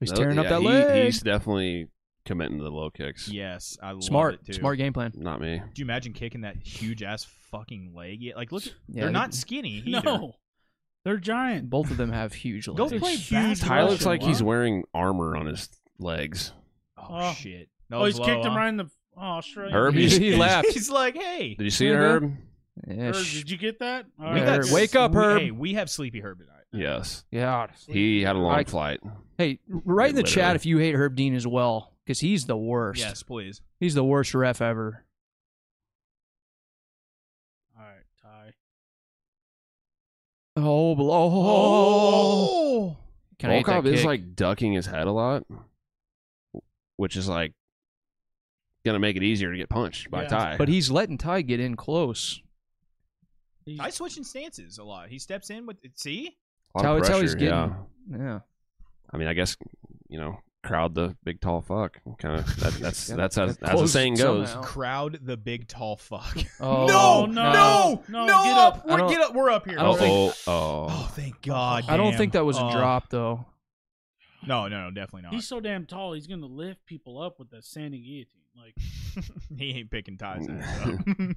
Speaker 1: he's
Speaker 3: No,
Speaker 1: tearing up
Speaker 3: yeah,
Speaker 1: that
Speaker 3: he-
Speaker 1: leg.
Speaker 3: He's definitely committing to the low kicks.
Speaker 2: Yes, I love
Speaker 1: smart,
Speaker 2: it too.
Speaker 1: smart game plan.
Speaker 3: Not me.
Speaker 2: Could you imagine kicking that huge ass fucking leg? Yeah, like look, at-
Speaker 1: Yeah,
Speaker 2: they're
Speaker 1: they-
Speaker 2: not skinny. Either.
Speaker 4: No. They're giant.
Speaker 1: Both of them have huge legs.
Speaker 2: Go play
Speaker 4: huge
Speaker 2: basketball.
Speaker 3: Ty looks
Speaker 4: Russian
Speaker 3: like he's
Speaker 4: what?
Speaker 3: wearing armor on his legs.
Speaker 2: Oh,
Speaker 4: Oh.
Speaker 2: shit!
Speaker 4: oh, he's
Speaker 2: That was
Speaker 4: kicked
Speaker 2: low,
Speaker 4: him
Speaker 2: huh?
Speaker 4: right in the. Oh, Australia.
Speaker 3: Herb,
Speaker 1: He,
Speaker 3: he's-
Speaker 1: he laughed.
Speaker 2: He's like, "Hey,
Speaker 3: Did you see it,
Speaker 4: Mhm.
Speaker 3: Herb?
Speaker 1: Yeah,
Speaker 4: Herb,
Speaker 1: sh-
Speaker 4: did you get that? All
Speaker 1: We
Speaker 4: right.
Speaker 1: got-
Speaker 2: s-
Speaker 1: wake up,
Speaker 2: we-
Speaker 1: Herb.
Speaker 2: Hey, we have Sleepy Herb tonight.
Speaker 3: Yes.
Speaker 1: yeah.
Speaker 3: He had a long
Speaker 1: I-
Speaker 3: flight.
Speaker 1: Hey, write in the chat
Speaker 3: Literally.
Speaker 1: if you hate Herb Dean as well, because he's the worst.
Speaker 2: Yes, please.
Speaker 1: He's the worst ref ever.
Speaker 4: All right, Ty.
Speaker 1: Oh, bl- oh. Can I hate that
Speaker 3: Volkov is
Speaker 1: kick?
Speaker 3: like ducking his head a lot, which is like gonna make it easier to get punched by
Speaker 4: Yeah.
Speaker 3: Ty.
Speaker 1: but he's letting Ty get in close.
Speaker 4: He's-
Speaker 2: I switching stances a lot. He steps in with see.
Speaker 3: A lot
Speaker 1: That's how-
Speaker 3: of
Speaker 1: that's how he's
Speaker 3: pressure,
Speaker 1: getting-
Speaker 3: Yeah.
Speaker 1: Yeah.
Speaker 3: I mean, I guess you know, crowd the big tall fuck. Kind of. That, that's
Speaker 1: Yeah,
Speaker 3: that's as,
Speaker 1: that
Speaker 3: as the
Speaker 1: closed
Speaker 3: saying goes.
Speaker 1: somehow.
Speaker 2: Crowd the big tall fuck.
Speaker 1: Oh,
Speaker 4: No,
Speaker 2: no,
Speaker 4: no,
Speaker 2: no,
Speaker 4: no, get up.
Speaker 1: I
Speaker 2: We're,
Speaker 1: don't-
Speaker 2: get up. We're up here.
Speaker 1: I don't
Speaker 3: oh,
Speaker 1: think-
Speaker 3: oh, oh.
Speaker 2: Oh, thank God.
Speaker 1: I don't
Speaker 2: damn.
Speaker 1: think that was a
Speaker 2: Oh.
Speaker 1: drop though.
Speaker 2: No, no, no, definitely not.
Speaker 4: He's so damn tall. He's gonna lift people up with that standing guillotine. Like
Speaker 2: he ain't picking ties.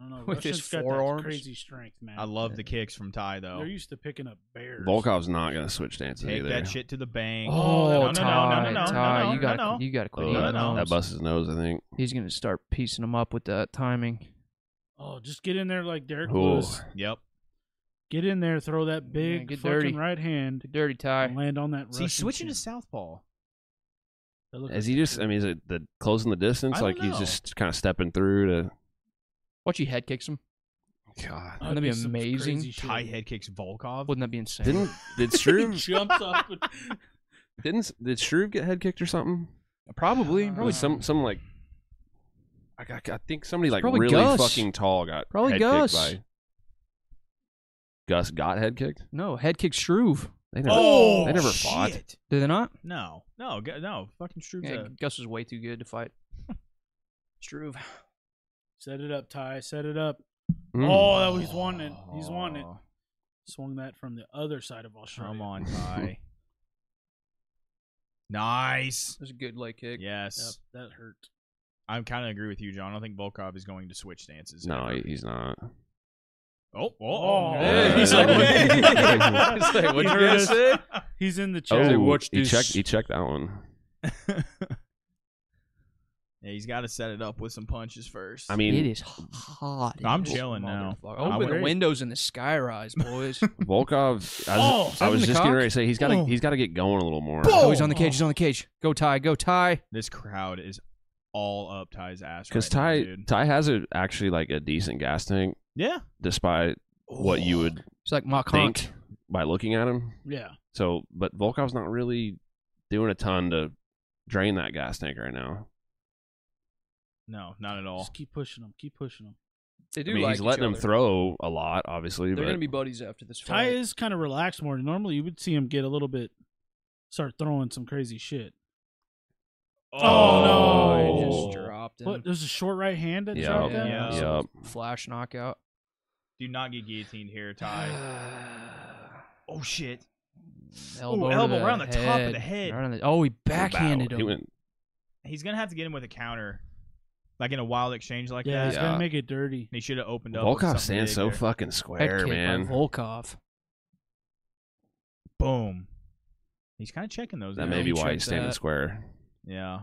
Speaker 4: I don't know.
Speaker 1: With his
Speaker 4: Russians got that
Speaker 1: forearms?
Speaker 4: crazy strength, man.
Speaker 2: I love the kicks from Ty though.
Speaker 4: They're used to picking up bears.
Speaker 3: Volkov's not gonna switch stances
Speaker 2: Take
Speaker 3: either.
Speaker 2: that shit to the bank.
Speaker 1: Oh,
Speaker 2: no, no, no, no,
Speaker 1: Ty,
Speaker 2: no, no, no,
Speaker 1: Ty,
Speaker 2: no,
Speaker 1: you got
Speaker 2: no, no.
Speaker 1: you got to quit.
Speaker 3: Oh,
Speaker 1: eating
Speaker 3: that,
Speaker 2: no.
Speaker 1: those.
Speaker 3: that busts his nose, I think.
Speaker 1: He's gonna start piecing them up with that timing.
Speaker 4: Oh, just get in there like Derek
Speaker 3: Ooh.
Speaker 4: Lewis.
Speaker 2: Yep.
Speaker 4: Get in there, throw that big
Speaker 1: get
Speaker 4: fucking
Speaker 1: dirty.
Speaker 4: right hand,
Speaker 1: Dirty Ty.
Speaker 4: and land on that.
Speaker 2: See,
Speaker 4: Russian
Speaker 2: switching
Speaker 4: shoe.
Speaker 2: to southpaw.
Speaker 4: That looked
Speaker 3: Is
Speaker 4: like-
Speaker 3: he just? I mean, is it the closing the
Speaker 2: I
Speaker 3: distance?
Speaker 2: don't
Speaker 3: Like he's
Speaker 2: know.
Speaker 3: just kind of stepping through to.
Speaker 1: Watch he head kicks him.
Speaker 3: God.
Speaker 1: That'd be
Speaker 4: some
Speaker 1: amazing.
Speaker 4: crazy shit.
Speaker 2: Ty head kicks Volkov.
Speaker 1: Wouldn't that be insane?
Speaker 3: Didn't did
Speaker 4: He
Speaker 3: Struve
Speaker 4: jumps up. with-
Speaker 3: didn't did Struve get head kicked or something?
Speaker 1: probably,
Speaker 4: Uh,
Speaker 1: probably,
Speaker 3: was some some like I, got- I think somebody like
Speaker 1: probably
Speaker 3: really
Speaker 1: Gus.
Speaker 3: fucking tall got
Speaker 1: Probably
Speaker 3: head
Speaker 1: Gus.
Speaker 3: kicked by Gus got head kicked.
Speaker 1: no head kick Struve.
Speaker 3: They never
Speaker 2: Oh,
Speaker 3: they never
Speaker 2: shit.
Speaker 3: fought.
Speaker 1: Did they not?
Speaker 2: No, no, g- no. Fucking Struve's
Speaker 1: Yeah,
Speaker 2: a-
Speaker 1: Gus was way too good to fight. Struve.
Speaker 4: set it up, Ty. Set it up.
Speaker 3: Mm.
Speaker 4: Oh, that was- he's wanting it. He's wanting it. Swung that from the other side of Australia.
Speaker 2: Come on, Ty. nice.
Speaker 1: That's a good leg kick.
Speaker 4: Yep,
Speaker 2: Yes,
Speaker 4: that hurt.
Speaker 2: I kind of agree with you, John. I don't think Volkov is going to switch stances.
Speaker 3: No,
Speaker 2: ever.
Speaker 3: he, he's not.
Speaker 2: Oh, oh,
Speaker 4: Oh,
Speaker 2: oh.
Speaker 4: hey,
Speaker 3: he's like,
Speaker 1: what- he's like, what you
Speaker 2: heard
Speaker 1: gonna
Speaker 2: us.
Speaker 1: say?
Speaker 4: He's in the chat.
Speaker 3: Oh,
Speaker 1: watch
Speaker 3: he
Speaker 1: this.
Speaker 3: checked. He checked that one.
Speaker 2: Yeah, he's got to set it up with some punches first.
Speaker 3: I
Speaker 1: It
Speaker 3: mean,
Speaker 1: is hot. in
Speaker 2: I'm
Speaker 1: this
Speaker 2: chilling now. Oh!
Speaker 1: motherfucker. Open the
Speaker 2: ready.
Speaker 1: windows and the sky rise, boys.
Speaker 3: Volkov. I
Speaker 4: Oh,
Speaker 3: was, I
Speaker 1: seven
Speaker 3: was
Speaker 1: to
Speaker 3: just
Speaker 1: cock?
Speaker 3: getting ready to say he's got to
Speaker 2: Oh.
Speaker 3: he's got to get going a little more.
Speaker 1: oh,
Speaker 2: Oh.
Speaker 1: he's on the cage. He's on the cage. Go Ty. Go Ty.
Speaker 2: this crowd is all up Ty's ass.
Speaker 3: Because
Speaker 2: right now,
Speaker 3: Ty
Speaker 2: dude.
Speaker 3: Ty has a, actually like a decent gas tank,
Speaker 2: yeah,
Speaker 3: despite what
Speaker 1: Oh,
Speaker 3: you would
Speaker 1: He's like Mock Honk.
Speaker 3: think by looking at him.
Speaker 4: Yeah.
Speaker 3: So, but Volkov's not really doing a ton to drain that gas tank right now.
Speaker 2: no, not at all.
Speaker 4: Just keep pushing him. Keep pushing him.
Speaker 1: They
Speaker 3: I mean, he's letting him throw a lot, obviously.
Speaker 1: They're
Speaker 3: but
Speaker 1: gonna be buddies after this
Speaker 4: Ty
Speaker 1: fight.
Speaker 4: is kind of relaxed more. Normally, you would see him get a little bit, start throwing some crazy shit.
Speaker 1: Oh, he
Speaker 4: Oh.
Speaker 1: just dropped him.
Speaker 4: What? There's a short right hand that
Speaker 3: Yeah.
Speaker 4: dropped that?
Speaker 2: Yeah.
Speaker 1: Some
Speaker 3: Yup.
Speaker 1: Flash knockout.
Speaker 2: Do not get guillotined here, Ty. oh shit!
Speaker 1: elbow
Speaker 2: Ooh,
Speaker 1: to
Speaker 2: elbow around the top of
Speaker 1: head.
Speaker 2: the head.
Speaker 1: Right on the- oh, he
Speaker 3: Wow.
Speaker 1: backhanded
Speaker 3: He
Speaker 1: him.
Speaker 3: went,
Speaker 2: He's gonna have to get him with a counter, like in a wild exchange like
Speaker 4: Yeah,
Speaker 2: that.
Speaker 4: he's
Speaker 3: Yeah.
Speaker 4: going to make it dirty.
Speaker 2: And he should have opened up. with
Speaker 3: Volkov
Speaker 2: something
Speaker 3: stands
Speaker 2: big
Speaker 3: so
Speaker 2: there.
Speaker 3: fucking
Speaker 1: Head
Speaker 3: square,
Speaker 1: kick by
Speaker 3: man.
Speaker 1: Volkov.
Speaker 2: Boom. He's kind of checking those.
Speaker 3: That
Speaker 2: now.
Speaker 3: may be
Speaker 1: he
Speaker 3: why
Speaker 1: checked
Speaker 3: he's standing
Speaker 1: that.
Speaker 3: square.
Speaker 2: Yeah.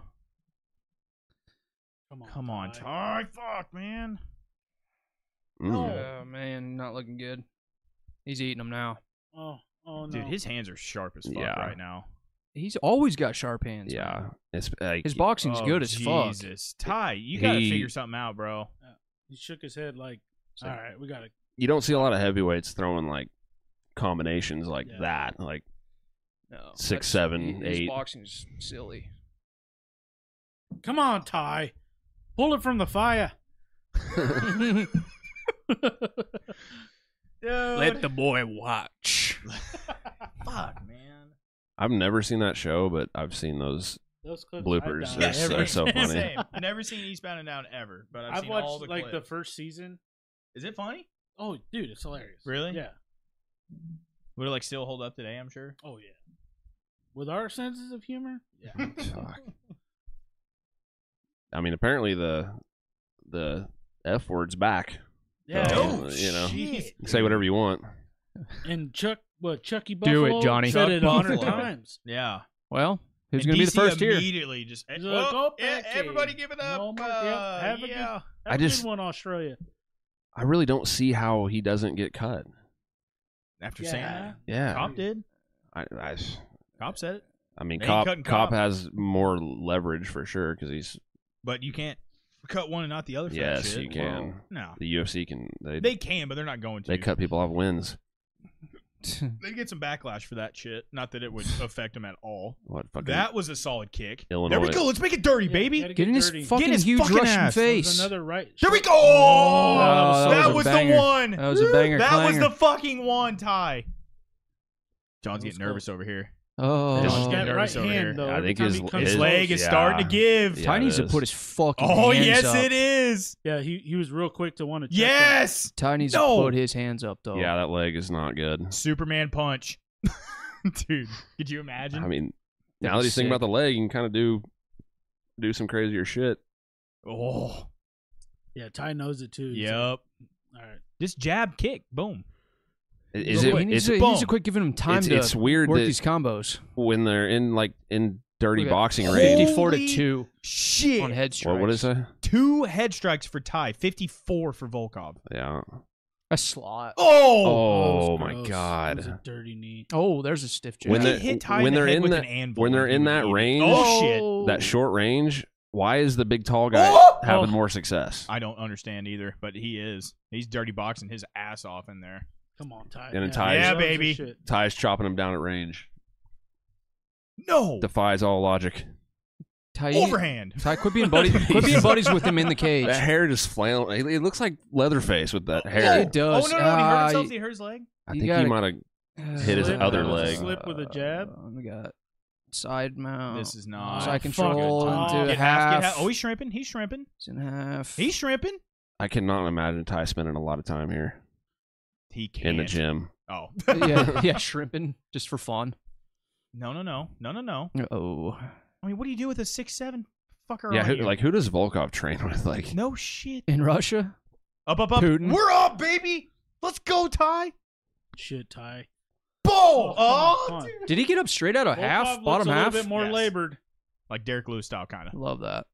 Speaker 4: Come on.
Speaker 2: Come on,
Speaker 4: Ty.
Speaker 2: Ty. Fuck, man.
Speaker 3: Mm.
Speaker 1: Oh man, not looking good. He's eating him now.
Speaker 4: Oh, oh no.
Speaker 2: Dude, his hands are sharp as fuck
Speaker 3: Yeah.
Speaker 2: right now.
Speaker 1: He's always got sharp hands. man.
Speaker 3: Yeah, it's like,
Speaker 1: His boxing's
Speaker 2: Oh,
Speaker 1: good as fuck.
Speaker 2: Jesus, Ty, you gotta
Speaker 3: He-
Speaker 2: figure something out, bro.
Speaker 4: he shook his head like,
Speaker 3: it's
Speaker 4: all
Speaker 3: like,
Speaker 4: right, we got to.
Speaker 3: you don't see a lot of heavyweights throwing like combinations like
Speaker 4: Yeah.
Speaker 3: that. Like
Speaker 1: No,
Speaker 3: Six,
Speaker 1: that's-
Speaker 3: seven,
Speaker 1: his
Speaker 3: eight.
Speaker 1: boxing's silly.
Speaker 4: Come on, Ty. Pull it from the fire.
Speaker 2: Uh,
Speaker 1: Let the boy watch.
Speaker 2: Fuck, man.
Speaker 3: I've never seen that show, but I've seen those.
Speaker 4: Those clips
Speaker 3: Bloopers
Speaker 4: I've
Speaker 3: are
Speaker 4: done
Speaker 3: so-
Speaker 4: every-
Speaker 3: they're so funny.
Speaker 2: Same. Never seen Eastbound and Down ever, but I've,
Speaker 4: I've
Speaker 2: seen all the
Speaker 4: watched like the
Speaker 2: clips.
Speaker 4: first season.
Speaker 2: Is it funny?
Speaker 4: Oh, dude, it's hilarious.
Speaker 2: Really?
Speaker 4: Yeah.
Speaker 2: Would it like still hold up today? I'm sure.
Speaker 4: Oh yeah. With our senses of humor, yeah.
Speaker 3: Fuck. I mean, apparently the the f word's back.
Speaker 4: yeah.
Speaker 3: Oh, you know.
Speaker 4: shit.
Speaker 3: Say whatever you want.
Speaker 4: And Chuck, what Chucky
Speaker 1: Do it,
Speaker 4: Buffalo
Speaker 1: Johnny.
Speaker 4: said
Speaker 2: Chuck
Speaker 4: it a
Speaker 2: Buffalo.
Speaker 4: hundred times.
Speaker 2: Yeah.
Speaker 1: Well, who's
Speaker 2: And
Speaker 1: going to be the
Speaker 2: DC
Speaker 1: first here?
Speaker 2: Immediately just
Speaker 4: He's
Speaker 2: oh,
Speaker 4: like, "Go
Speaker 2: yeah,
Speaker 4: back
Speaker 2: everybody
Speaker 4: in.
Speaker 2: give it up.
Speaker 4: No more-
Speaker 2: uh,
Speaker 4: yeah, have a good-
Speaker 2: yeah.
Speaker 4: Have
Speaker 3: I
Speaker 4: a good
Speaker 3: just-
Speaker 4: one Australia.
Speaker 3: I really don't see how he doesn't get cut.
Speaker 2: After
Speaker 4: Yeah.
Speaker 2: saying that.
Speaker 3: Yeah,
Speaker 2: Cop did.
Speaker 3: I, I,
Speaker 2: Cop said it.
Speaker 3: I mean,
Speaker 2: They ain't
Speaker 3: cop,
Speaker 2: cutting
Speaker 3: cop
Speaker 2: Cop.
Speaker 3: has more leverage for sure because he's
Speaker 2: But you can't cut one and not the other. For that
Speaker 3: yes,
Speaker 2: shit.
Speaker 3: you can.
Speaker 2: No,
Speaker 3: The UFC can they they,
Speaker 2: they can, but they're not going to.
Speaker 3: cut people off wins.
Speaker 2: They get some backlash for that shit. Not that it would affect them at all.
Speaker 3: What fucking
Speaker 2: That was a solid kick. There we
Speaker 3: Illinois-
Speaker 2: go. Let's make it dirty,
Speaker 4: Yeah,
Speaker 2: baby.
Speaker 4: gotta
Speaker 1: Get in his
Speaker 4: dirty.
Speaker 1: fucking
Speaker 2: his
Speaker 1: huge
Speaker 2: fucking
Speaker 1: Russian
Speaker 2: ass.
Speaker 4: There was
Speaker 1: face.
Speaker 4: Another right.
Speaker 2: There we
Speaker 4: shot.
Speaker 2: go. Oh,
Speaker 1: Oh,
Speaker 2: that,
Speaker 1: that
Speaker 2: was,
Speaker 1: was a
Speaker 2: the
Speaker 1: banger.
Speaker 2: one.
Speaker 1: That was a banger
Speaker 2: That was
Speaker 1: clanger.
Speaker 2: the fucking one, Ty. John's
Speaker 4: That was
Speaker 2: getting nervous
Speaker 4: close.
Speaker 2: over here.
Speaker 1: Oh,
Speaker 2: Just
Speaker 4: That right
Speaker 2: nervous over here.
Speaker 4: hand though.
Speaker 3: I
Speaker 4: every
Speaker 3: think
Speaker 4: time
Speaker 3: his-
Speaker 4: he comes
Speaker 2: His
Speaker 3: It is-
Speaker 2: leg is starting to
Speaker 3: yeah.
Speaker 2: give.
Speaker 3: Yeah,
Speaker 1: Ty
Speaker 3: it
Speaker 1: needs to
Speaker 3: is.
Speaker 1: put his fucking
Speaker 2: Oh
Speaker 1: hands
Speaker 2: yes,
Speaker 1: up.
Speaker 2: it is.
Speaker 4: Yeah, he he was real quick to want to. Check that.
Speaker 2: Yes,
Speaker 1: Ty needs
Speaker 2: No.
Speaker 1: to put his hands up though.
Speaker 3: Yeah, that leg is not good.
Speaker 2: Superman punch, dude. Could you imagine?
Speaker 3: I mean,
Speaker 1: That'd
Speaker 3: now
Speaker 1: be
Speaker 3: that you think
Speaker 1: sick.
Speaker 3: about the leg, you can kind of do do some crazier shit.
Speaker 2: oh,
Speaker 4: Yeah, Ty knows it too. He's like,
Speaker 2: yep.
Speaker 4: All right.
Speaker 2: Just jab, kick, boom.
Speaker 3: I- Is
Speaker 1: But
Speaker 3: it?
Speaker 1: He needs,
Speaker 3: It's,
Speaker 1: to, he
Speaker 2: boom.
Speaker 1: needs to quit giving him time
Speaker 3: it's,
Speaker 1: to
Speaker 3: it's weird
Speaker 1: work
Speaker 3: that
Speaker 1: these combos.
Speaker 3: when they're in like in dirty
Speaker 1: Look at-
Speaker 3: boxing
Speaker 2: Holy
Speaker 3: range.
Speaker 1: Fifty-four to two
Speaker 2: Shit.
Speaker 1: on head
Speaker 3: Or
Speaker 1: strikes.
Speaker 3: what is that?
Speaker 2: Two head strikes for Ty. Fifty-four for Volkov.
Speaker 3: Yeah.
Speaker 1: A slot. Oh,
Speaker 2: Oh,
Speaker 4: that
Speaker 3: Oh
Speaker 4: was
Speaker 3: my
Speaker 4: gross.
Speaker 3: god.
Speaker 4: That was a dirty knee.
Speaker 1: Oh, there's a stiff jab.
Speaker 3: When
Speaker 2: he
Speaker 3: the-
Speaker 2: hit Ty
Speaker 3: when
Speaker 2: in the
Speaker 3: they're
Speaker 2: head
Speaker 3: in
Speaker 2: with
Speaker 3: that-
Speaker 2: an anvil.
Speaker 3: when they're in
Speaker 2: he
Speaker 3: that
Speaker 2: would eat it.
Speaker 3: range-
Speaker 2: Oh shit.
Speaker 3: that short range. Why is the big tall guy having
Speaker 4: Oh.
Speaker 3: more success?
Speaker 2: I don't understand either, but he is. He's dirty boxing his ass off in there.
Speaker 4: Come on, Ty.
Speaker 3: And then Ty's-
Speaker 2: Yeah,
Speaker 4: that was your
Speaker 2: baby.
Speaker 4: shit.
Speaker 3: Ty's chopping him down at range.
Speaker 2: No.
Speaker 3: Defies all logic.
Speaker 1: Ty,
Speaker 2: Overhand.
Speaker 1: Ty, quit being buddies. quit being buddies with him in the cage.
Speaker 3: That hair just flailing. It it looks like Leatherface with that
Speaker 1: Yeah,
Speaker 3: hair.
Speaker 1: it does.
Speaker 2: Oh no, no, no. He hurt
Speaker 1: Ah,
Speaker 2: himself. Did he hurt his leg?
Speaker 3: I
Speaker 1: You
Speaker 3: think he
Speaker 1: gotta-
Speaker 3: might have. hit his
Speaker 1: Slip,
Speaker 3: other
Speaker 1: uh,
Speaker 3: leg.
Speaker 4: Slip with a jab.
Speaker 1: Uh, we got side mount.
Speaker 2: This is not.
Speaker 1: Side
Speaker 2: fucking
Speaker 1: control
Speaker 2: good.
Speaker 4: into
Speaker 2: Get half, get
Speaker 1: half.
Speaker 2: half. Oh, he's shrimping. He's shrimping.
Speaker 1: It's in half.
Speaker 2: He's shrimping.
Speaker 3: I cannot imagine Ty spending a lot of time here
Speaker 2: He can't.
Speaker 3: in the gym.
Speaker 2: Oh.
Speaker 1: yeah, yeah, shrimping just for fun.
Speaker 2: No, no, no, no, no, no.
Speaker 1: Oh,
Speaker 2: I mean, what do you do with a six seven fucker?
Speaker 3: yeah,
Speaker 2: on
Speaker 3: who,
Speaker 2: you?
Speaker 3: like who does Volkov train with? Like,
Speaker 2: no shit.
Speaker 1: in Russia,
Speaker 2: Up, up, up.
Speaker 1: Putin.
Speaker 2: We're up, baby. Let's go, Ty.
Speaker 4: Shit, Ty.
Speaker 2: Boom. Oh,
Speaker 4: come on, come on.
Speaker 2: dude.
Speaker 1: did he get up straight out of half,
Speaker 4: Volkov looks
Speaker 1: bottom
Speaker 4: a little
Speaker 1: half?
Speaker 4: bit more
Speaker 2: Yes.
Speaker 4: labored.
Speaker 2: like Derek Lewis style, kind of.
Speaker 1: Love that.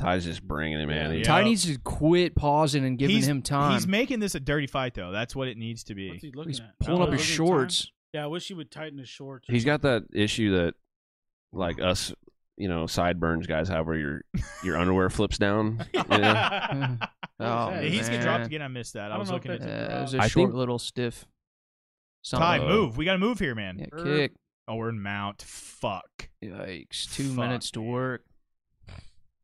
Speaker 3: Ty's just bringing him in.
Speaker 2: Yeah.
Speaker 1: Ty needs to quit pausing and giving
Speaker 2: He's-
Speaker 1: him time.
Speaker 2: He's making this a dirty fight, though. That's what it needs to
Speaker 4: What's
Speaker 2: be.
Speaker 4: he looking
Speaker 1: He's
Speaker 4: at?
Speaker 1: pulling up his
Speaker 4: Looking at
Speaker 1: shorts.
Speaker 4: time? Yeah, I wish he would tighten his shorts. or
Speaker 3: He's got that issue that, like us, you know, sideburns guys have, where your your underwear flips down. you know?
Speaker 1: Oh,
Speaker 4: Yeah,
Speaker 2: Yeah, he's
Speaker 1: man.
Speaker 2: getting dropped again. I missed that.
Speaker 4: I
Speaker 2: I,
Speaker 4: don't
Speaker 2: was
Speaker 4: know
Speaker 2: looking
Speaker 4: if
Speaker 2: at
Speaker 4: that's-
Speaker 1: Yeah, it was a
Speaker 3: I
Speaker 1: short
Speaker 3: think-
Speaker 1: little stiff.
Speaker 2: Ty.
Speaker 1: Something.
Speaker 3: Uh,
Speaker 2: Move. We got to move here, man.
Speaker 1: Yeah, kick.
Speaker 2: Oh, we're in Mount. Fuck.
Speaker 1: Yikes! Two
Speaker 2: Fuck,
Speaker 1: minutes to
Speaker 2: man.
Speaker 1: work.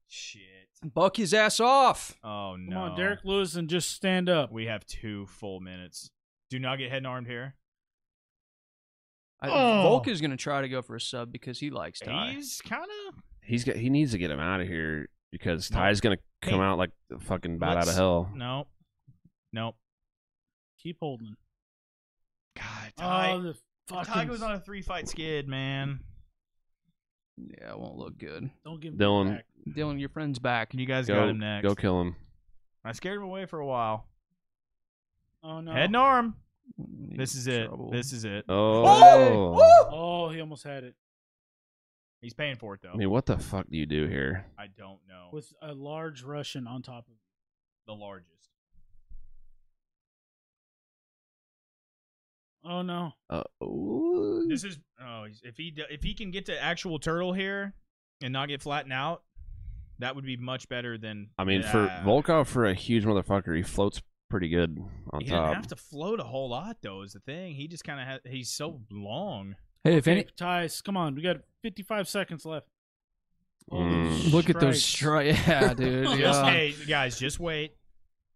Speaker 2: Shit.
Speaker 1: Buck his ass off.
Speaker 2: Oh no.
Speaker 4: Come on, Derek Lewis, and just stand up.
Speaker 2: We have two full minutes. Do not get head and armed here.
Speaker 1: I,
Speaker 2: Oh.
Speaker 1: Volk is gonna try to go for a sub because he likes Ty.
Speaker 2: He's kind of.
Speaker 3: He's got. He needs to get him out of here because
Speaker 2: No.
Speaker 3: Ty's gonna
Speaker 2: Hey,
Speaker 3: come out like a fucking bat out of
Speaker 2: let's-
Speaker 3: hell.
Speaker 2: No. Nope.
Speaker 4: Keep holding.
Speaker 2: God, Ty.
Speaker 4: oh, the fucking.
Speaker 2: Ty goes on a three fight skid, man.
Speaker 1: Yeah, it won't look good.
Speaker 4: Don't give him
Speaker 3: Dylan,
Speaker 4: back.
Speaker 1: Dylan, your friend's back.
Speaker 2: You guys got
Speaker 3: Go,
Speaker 2: him next.
Speaker 3: go kill him.
Speaker 2: I scared him away for a while.
Speaker 4: Oh no.
Speaker 2: Head and arm.
Speaker 1: He's
Speaker 2: This is
Speaker 1: in
Speaker 2: it.
Speaker 1: trouble.
Speaker 2: This is
Speaker 3: Uh,
Speaker 2: it.
Speaker 3: Oh,
Speaker 4: Oh, he almost had it
Speaker 2: He's paying for it though.
Speaker 3: I mean, what the fuck do you do here?
Speaker 2: I don't know.
Speaker 4: with a large Russian on top of. Him.
Speaker 2: the largest.
Speaker 4: Oh no.
Speaker 3: Uh, ooh.
Speaker 2: This is oh, he's- if he do- if he can get to actual turtle here and not get flattened out, that would be much better than.
Speaker 3: I mean,
Speaker 2: Yeah.
Speaker 3: for Volkov, for a huge motherfucker, he floats pretty good on
Speaker 2: he
Speaker 3: top.
Speaker 2: didn't have to float a whole lot though. Is the thing he just kind of had. He's so long.
Speaker 1: Hey, if any,
Speaker 4: Hey, Ty's, come on. We got 55 seconds left.
Speaker 3: Mm.
Speaker 1: look at those
Speaker 4: strikes.
Speaker 1: strikes. Yeah, dude.
Speaker 2: Just,
Speaker 1: yeah.
Speaker 2: hey guys, just wait.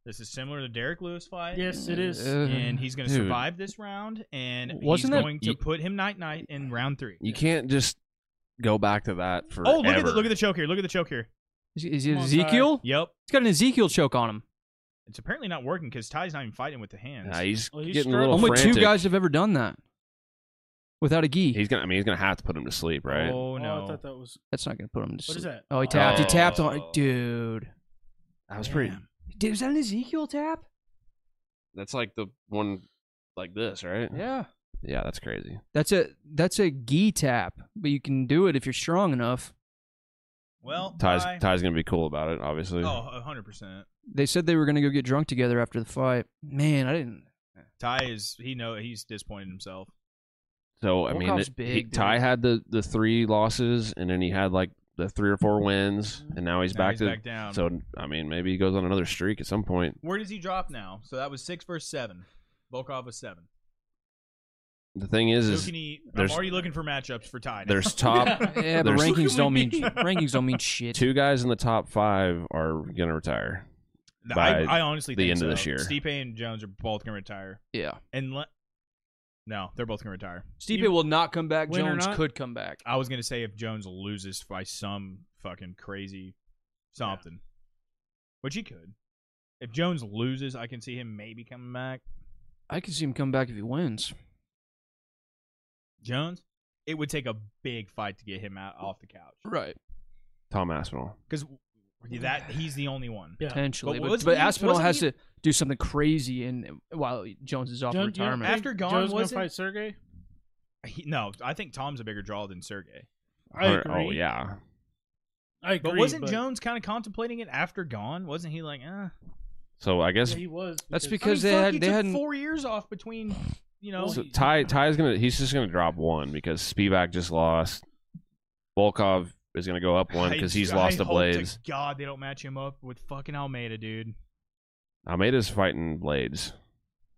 Speaker 2: This is similar to Derek Lewis fight.
Speaker 4: Yes, it is.
Speaker 1: Uh,
Speaker 2: And he's going to
Speaker 3: Dude.
Speaker 2: survive this round, and
Speaker 1: Wasn't
Speaker 2: he's
Speaker 1: that-
Speaker 2: going to
Speaker 3: you-
Speaker 2: put him night night in round three.
Speaker 3: You can't just go back to that for.
Speaker 2: Oh, look at the look at the choke here! Look at the choke here.
Speaker 1: Is, is it
Speaker 4: Come on, Ty.
Speaker 1: Ezekiel?
Speaker 2: Yep,
Speaker 1: He's got an Ezekiel choke on him.
Speaker 2: it's apparently not working because Ty's not even fighting with the hands.
Speaker 3: Nah, he's
Speaker 4: Oh, he's
Speaker 3: getting a little
Speaker 1: Only two
Speaker 3: frantic.
Speaker 1: guys have ever done that without a gi.
Speaker 3: He's gonna. I mean, he's gonna have to put him to sleep, right?
Speaker 2: Oh no!
Speaker 4: I thought that was.
Speaker 1: That's not gonna put him to
Speaker 4: What
Speaker 1: sleep.
Speaker 4: is that?
Speaker 1: Oh, he tapped. He tapped on,
Speaker 3: Oh.
Speaker 1: dude.
Speaker 3: that was pretty.
Speaker 1: Dude, was that an Ezekiel tap?
Speaker 3: That's like the one like this, right?
Speaker 1: Yeah.
Speaker 3: Yeah, that's crazy.
Speaker 1: That's a that's a gi tap, but you can do it if you're strong enough.
Speaker 2: Well,
Speaker 3: Ty's
Speaker 2: bye.
Speaker 3: Ty's gonna be cool about it, obviously.
Speaker 2: Oh, 100%.
Speaker 1: They said they were gonna go get drunk together after the fight. Man, I didn't.
Speaker 2: Ty is he know he's disappointed in himself.
Speaker 3: So I
Speaker 1: Volkov's
Speaker 3: mean, it- he-
Speaker 1: big, dude.
Speaker 3: Ty had the the three losses, and then he had like the three or four wins,
Speaker 1: Mm-hmm.
Speaker 3: and now he's
Speaker 2: Now
Speaker 3: back
Speaker 2: he's
Speaker 3: to.
Speaker 2: back down.
Speaker 3: So I mean, maybe he goes on another streak at some point.
Speaker 2: Where does he drop now? So that was six versus seven. Volkov was seven.
Speaker 3: The thing is,
Speaker 2: Who
Speaker 3: is
Speaker 2: can he? I'm
Speaker 3: there's-
Speaker 2: already looking for matchups for Ty. now.
Speaker 3: there's top
Speaker 1: Yeah, but
Speaker 3: There's-
Speaker 1: rankings don't mean
Speaker 2: Look at me.
Speaker 1: rankings don't mean shit.
Speaker 3: two guys in the top five are gonna retire.
Speaker 2: I,
Speaker 3: by
Speaker 2: I honestly
Speaker 3: the
Speaker 2: think
Speaker 3: end of
Speaker 2: so.
Speaker 3: this year.
Speaker 2: Stipe and Jones are both gonna retire.
Speaker 1: Yeah,
Speaker 2: And le- no, they're both gonna retire.
Speaker 1: Stipe will not come back.
Speaker 4: Win or
Speaker 1: Jones
Speaker 4: not?
Speaker 1: could come back.
Speaker 2: I was gonna say if Jones loses by some fucking crazy something, which he could. If Jones loses, I can see him maybe coming back.
Speaker 1: I could see him come back if he wins.
Speaker 2: Jones, it would take a big fight to get him out off the couch
Speaker 1: Right.
Speaker 3: Tom Aspinall.
Speaker 2: because that he's the only one.
Speaker 4: Yeah.
Speaker 1: Potentially,
Speaker 2: But
Speaker 1: but, but,
Speaker 2: wasn't he-
Speaker 1: Aspinall
Speaker 2: wasn't
Speaker 1: has
Speaker 2: he-
Speaker 1: to do something crazy, and while Jones is off
Speaker 4: Jones- you don't
Speaker 1: retirement,
Speaker 4: think
Speaker 2: After Gone,
Speaker 4: Jones gonna
Speaker 2: was it?
Speaker 4: fight Sergey.
Speaker 2: He- no, I think Tom's a bigger draw than Sergey.
Speaker 4: I
Speaker 3: Or-
Speaker 4: agree.
Speaker 3: Oh yeah,
Speaker 4: I agree.
Speaker 2: But wasn't
Speaker 4: but-
Speaker 2: Jones kind of contemplating it after gone? Wasn't he like, eh?
Speaker 3: So I guess
Speaker 4: Yeah, he was.
Speaker 1: That's
Speaker 2: I mean,
Speaker 1: Because they
Speaker 2: fuck,
Speaker 1: had-
Speaker 2: he
Speaker 1: they
Speaker 2: took
Speaker 1: hadn't-
Speaker 2: four years off between, you know.
Speaker 3: so
Speaker 4: he-
Speaker 3: Ty Ty's gonna he's just gonna drop one because Spivak just lost. Volkov is gonna go up one because he's
Speaker 2: I-
Speaker 3: lost
Speaker 2: I
Speaker 3: to
Speaker 2: hope
Speaker 3: Blades.
Speaker 2: To God, they don't match him up with fucking Almeida, dude.
Speaker 3: Almeida's fighting Blades,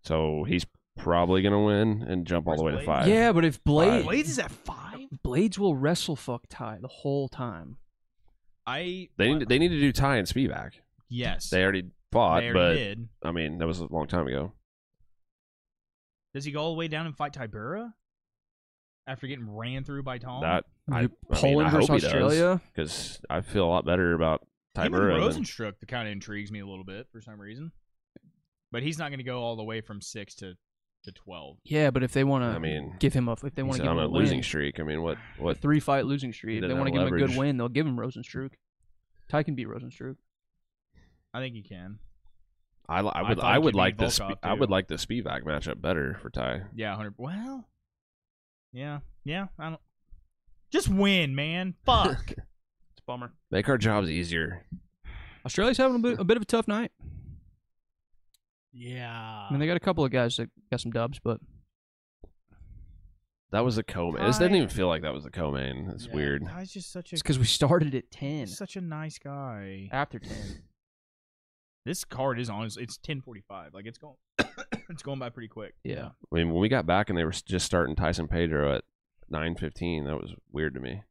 Speaker 3: so he's probably gonna win and jump all the way
Speaker 2: Where's
Speaker 3: to
Speaker 2: Blades?
Speaker 3: five.
Speaker 1: yeah, but if Blade, Blades,
Speaker 2: Blades is at five.
Speaker 1: will wrestle fuck Ty the whole time.
Speaker 2: I
Speaker 3: they need, they need to do Ty and Spivak.
Speaker 2: yes,
Speaker 3: They already
Speaker 2: They
Speaker 3: fought,
Speaker 2: already
Speaker 3: but
Speaker 2: did.
Speaker 3: I mean that was a long time ago.
Speaker 2: Does he go all the way down and fight Tibera after getting ran through by Tom?
Speaker 3: That I, I mean,
Speaker 1: Poland
Speaker 3: I
Speaker 1: versus
Speaker 3: hope he does,
Speaker 1: Australia.
Speaker 3: because I feel a lot better about
Speaker 2: Even
Speaker 3: Tibera. than-
Speaker 2: Rosenstruck kind of intrigues me a little bit for some reason, but he's not going to go all the way from six to to twelve.
Speaker 1: Yeah, but if they want to,
Speaker 3: I mean,
Speaker 1: give him a if they want
Speaker 3: he's
Speaker 1: to give
Speaker 3: on
Speaker 1: him a
Speaker 3: a losing
Speaker 1: win,
Speaker 3: streak. I mean, what
Speaker 1: a
Speaker 3: what
Speaker 1: three fight losing streak.
Speaker 3: He
Speaker 1: If they
Speaker 3: doesn't
Speaker 1: want to
Speaker 3: have
Speaker 1: give him a good
Speaker 3: leverage.
Speaker 1: win, they'll give him Rosenstruck. Ty can beat Rosenstruck.
Speaker 2: I think he can.
Speaker 3: I, li- I
Speaker 2: I
Speaker 3: would
Speaker 2: thought
Speaker 3: I,
Speaker 2: it could
Speaker 3: would
Speaker 2: be
Speaker 3: like this
Speaker 2: Volkov,
Speaker 3: I would
Speaker 2: too.
Speaker 3: like the Spivak matchup better for Ty.
Speaker 2: Yeah, hundred. Well, yeah, yeah. I don't. Just win, man. Fuck.
Speaker 1: It's a bummer.
Speaker 3: Make our jobs easier.
Speaker 1: Australia's having a bit, a bit of a tough night.
Speaker 4: Yeah.
Speaker 1: I mean, they got a couple of guys that got some dubs, but
Speaker 3: That was a co-main. This doesn't even feel like that was a co-main. It's
Speaker 4: Yeah.
Speaker 3: weird.
Speaker 2: Ty's just such a
Speaker 1: it's because we started at ten
Speaker 2: such a nice guy.
Speaker 1: after ten.
Speaker 2: This card is honestly it's ten forty five. Like it's going, it's going by pretty quick.
Speaker 1: Yeah,
Speaker 3: I mean, when we got back and they were s- just starting Tyson Pedro at nine fifteen, that was weird to me.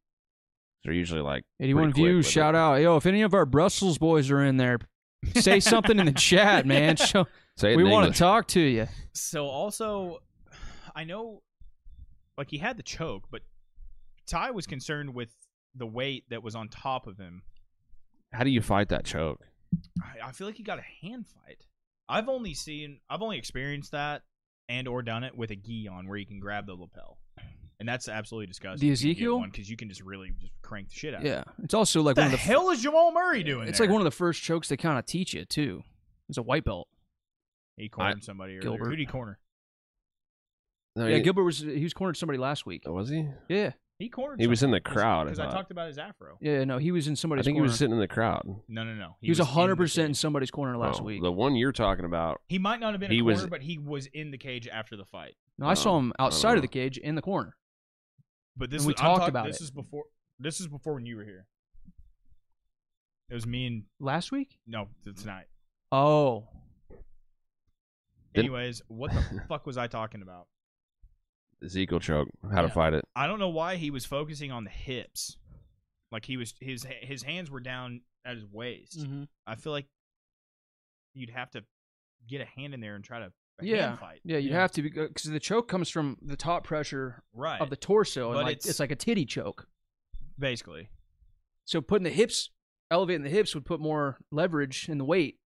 Speaker 3: They're usually like
Speaker 1: eighty-one
Speaker 3: pretty quick
Speaker 1: views.
Speaker 3: with
Speaker 1: Shout
Speaker 3: it.
Speaker 1: out, yo! If any of our Brussels boys are in there, say something in the chat, man. Show,
Speaker 3: Say it
Speaker 1: we
Speaker 3: in
Speaker 1: want to
Speaker 3: English.
Speaker 1: talk to you.
Speaker 2: So also, I know, like he had the choke, but Ty was concerned with the weight that was on top of him.
Speaker 3: How do you fight that choke?
Speaker 2: I, I feel like he got a hand fight. I've only seen, I've only experienced that and or done it with a gi on where you can grab the lapel, and that's absolutely disgusting.
Speaker 1: The
Speaker 2: if you can get
Speaker 1: Ezekiel?
Speaker 2: one because you can just really just crank the shit out. of it.
Speaker 1: Yeah, it's also like
Speaker 2: What
Speaker 1: one
Speaker 2: the,
Speaker 1: of the f-
Speaker 2: hell is Jamal Murray doing?
Speaker 1: It's like one of the first chokes they kind of teach you too. It's a white belt.
Speaker 2: he cornered somebody. earlier.
Speaker 1: Gilbert.
Speaker 2: Who did he corner?
Speaker 3: No,
Speaker 1: yeah,
Speaker 3: he- Oh,
Speaker 1: Gilbert was he was cornered somebody last week.
Speaker 3: was he?
Speaker 1: Yeah,
Speaker 2: He cornered.
Speaker 3: He was in the
Speaker 2: somebody.
Speaker 3: crowd. I,
Speaker 2: because I
Speaker 3: thought.
Speaker 2: talked about his afro.
Speaker 1: yeah, no, he was in
Speaker 3: I
Speaker 1: somebody's.
Speaker 3: think he
Speaker 1: corner.
Speaker 3: was sitting in the crowd
Speaker 2: No, no, no.
Speaker 1: He was
Speaker 2: in the
Speaker 1: hundred percent in
Speaker 2: cage.
Speaker 1: somebody's corner last
Speaker 3: Oh,
Speaker 1: week.
Speaker 3: The one you're talking about.
Speaker 2: He might not have been a
Speaker 3: He
Speaker 2: corner,
Speaker 3: was-
Speaker 2: but he was in the cage after the fight.
Speaker 1: No, I saw
Speaker 3: Oh,
Speaker 1: him
Speaker 3: I don't
Speaker 1: outside
Speaker 3: know.
Speaker 1: of the cage in the corner.
Speaker 2: But this
Speaker 1: And we
Speaker 2: is, I'm
Speaker 1: talked
Speaker 2: talk-
Speaker 1: about
Speaker 2: this
Speaker 1: it.
Speaker 2: is before. This is before when you were here. It was me and
Speaker 1: Last week?
Speaker 2: no t- tonight.
Speaker 1: Oh,
Speaker 3: Didn't-
Speaker 2: Anyways, what the fuck was I talking about?
Speaker 3: Ezekiel choke. How to
Speaker 4: Yeah.
Speaker 3: fight it?
Speaker 2: I don't know why he was focusing on the hips. Like he was his his hands were down at his waist.
Speaker 1: Mm-hmm.
Speaker 4: hmm
Speaker 2: I feel like you'd have to get a hand in there and try to a
Speaker 1: Yeah.
Speaker 2: hand fight.
Speaker 1: yeah, you
Speaker 4: Yeah.
Speaker 1: have to because the choke comes from the top pressure
Speaker 2: Right.
Speaker 1: of the torso, and
Speaker 2: But
Speaker 1: like it's,
Speaker 2: it's-
Speaker 1: like a titty choke.
Speaker 2: Basically.
Speaker 1: So putting the hips, elevating the hips would put more leverage in the weight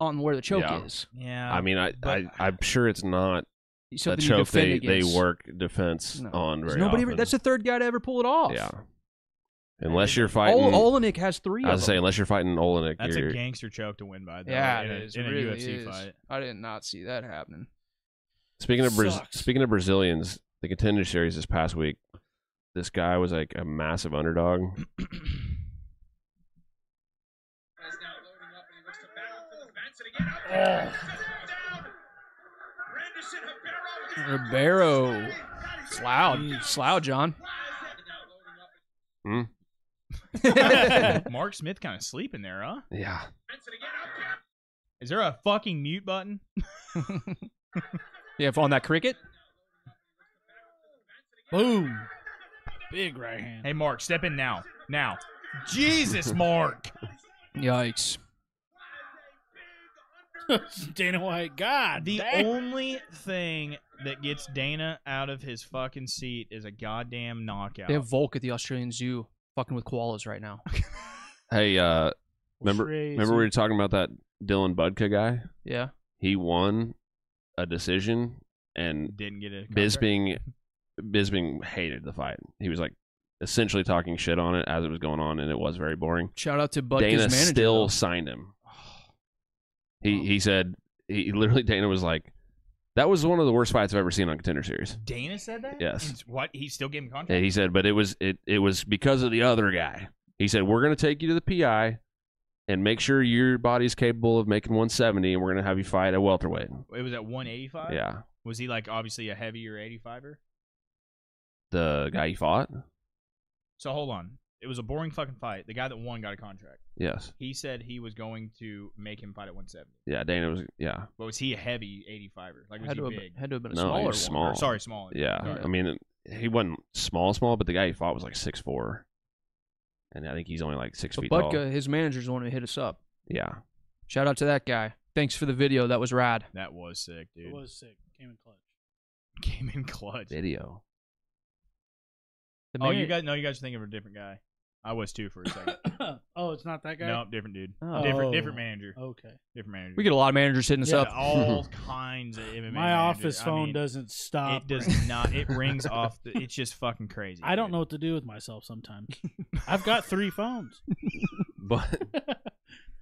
Speaker 1: on where the choke
Speaker 3: Yeah.
Speaker 1: is.
Speaker 2: Yeah.
Speaker 1: Uh,
Speaker 3: I mean, I,
Speaker 2: but-
Speaker 3: I I'm sure it's not a
Speaker 1: Something you
Speaker 3: choke
Speaker 1: defend
Speaker 3: they, they
Speaker 1: against.
Speaker 3: work defense
Speaker 1: No.
Speaker 3: on very
Speaker 1: Nobody. ever-
Speaker 3: often.
Speaker 1: that's the third guy to ever pull it off.
Speaker 3: yeah. Unless you're fighting,
Speaker 1: Ol- Olenek has three.
Speaker 3: I
Speaker 1: of
Speaker 3: was say
Speaker 1: them.
Speaker 3: unless you're fighting Olenek,
Speaker 2: that's a
Speaker 3: you're-
Speaker 2: gangster choke to win by though.
Speaker 1: yeah,
Speaker 2: in a,
Speaker 1: it is.
Speaker 2: in
Speaker 1: It
Speaker 2: a
Speaker 1: really
Speaker 2: UFC
Speaker 1: is.
Speaker 2: fight.
Speaker 1: I did not see that happening.
Speaker 3: Speaking of Braz-
Speaker 4: Sucks.
Speaker 3: speaking of Brazilians, the contender series this past week, this guy was like a massive underdog.
Speaker 5: is now loading up and he looks to battle for the fence and again up there. down. Brandison Ribeiro down.
Speaker 1: Ribeiro.
Speaker 5: God, he's
Speaker 1: It's loud. It's loud, John.
Speaker 5: wild. Now loading up and
Speaker 3: Hmm?
Speaker 2: Mark Smith kind of sleeping there, huh?
Speaker 3: Yeah.
Speaker 5: Benson again up there.
Speaker 2: Is there a fucking mute button?
Speaker 1: yeah, if on that cricket.
Speaker 4: Boom. Big right hand.
Speaker 2: Hey, Mark, step in now. Now. Jesus, Mark.
Speaker 1: Yikes.
Speaker 4: Dana White, God,
Speaker 2: The
Speaker 4: dang.
Speaker 2: only thing that gets Dana out of his fucking seat is a goddamn knockout.
Speaker 1: They have Volk at the Australian Zoo fucking with koalas right now.
Speaker 3: Hey, uh, remember
Speaker 4: Crazy.
Speaker 3: remember we were talking about that Dylan Budka guy?
Speaker 1: Yeah.
Speaker 3: He won a decision, and
Speaker 2: Didn't get a contract.
Speaker 3: Bisbing Bisbing hated the fight. He was like essentially talking shit on it as it was going on, and it was very boring.
Speaker 1: Shout out to Bud
Speaker 3: Dana
Speaker 1: his manager.
Speaker 3: still
Speaker 1: though.
Speaker 3: signed him. He he said he he literally Dana was like, that was one of the worst fights I've ever seen on Contender Series.
Speaker 2: Dana said that?
Speaker 3: Yes.
Speaker 2: And what? He still gave him contract?
Speaker 3: And he said, but it was it it was because of the other guy. He said, we're going to take you to the PI and make sure your body's capable of making 170, and we're going to have you fight at welterweight.
Speaker 2: It was at 185?
Speaker 3: yeah,
Speaker 2: Was he, like, obviously a heavier 85er?
Speaker 3: the guy he fought.
Speaker 2: So hold on. It was a boring fucking fight. The guy that won got a contract.
Speaker 3: Yes,
Speaker 2: He said he was going to make him fight at 170.
Speaker 3: yeah, Dana was. Yeah,
Speaker 2: But was he a heavy 85er? Like, was
Speaker 1: had, to
Speaker 2: he
Speaker 1: have,
Speaker 2: big?
Speaker 1: had to have been a
Speaker 3: No, he
Speaker 1: smaller
Speaker 3: was
Speaker 1: one.
Speaker 2: Or,
Speaker 3: small.
Speaker 2: Oh, sorry, small.
Speaker 3: yeah.
Speaker 2: Sorry.
Speaker 3: I mean, he wasn't small, small, but the guy he fought was like six four, and I think he's only like six
Speaker 1: But
Speaker 3: feet
Speaker 1: Budka,
Speaker 3: tall.
Speaker 1: his manager's the one who hit us up.
Speaker 3: Yeah,
Speaker 1: Shout out to that guy. Thanks for the video. That was rad.
Speaker 2: That was sick, dude.
Speaker 4: It was sick. Came in clutch.
Speaker 2: Came in clutch.
Speaker 3: video.
Speaker 1: The
Speaker 2: Oh,
Speaker 1: man-
Speaker 2: you guys? No, you guys are thinking of a different guy. I was too for a second.
Speaker 4: oh, it's not that guy.
Speaker 2: nope, different dude.
Speaker 1: Oh.
Speaker 2: Different, different manager.
Speaker 4: Okay.
Speaker 2: Different manager.
Speaker 1: We get a lot of managers hitting us
Speaker 4: Yeah.
Speaker 1: up.
Speaker 2: all kinds of MMA.
Speaker 4: My
Speaker 2: managers.
Speaker 4: office
Speaker 2: I
Speaker 4: phone
Speaker 2: mean,
Speaker 4: doesn't stop.
Speaker 2: It does not. It rings off. The, it's just fucking crazy.
Speaker 4: I don't
Speaker 2: dude.
Speaker 4: know what to do with myself sometimes. I've got three phones.
Speaker 3: But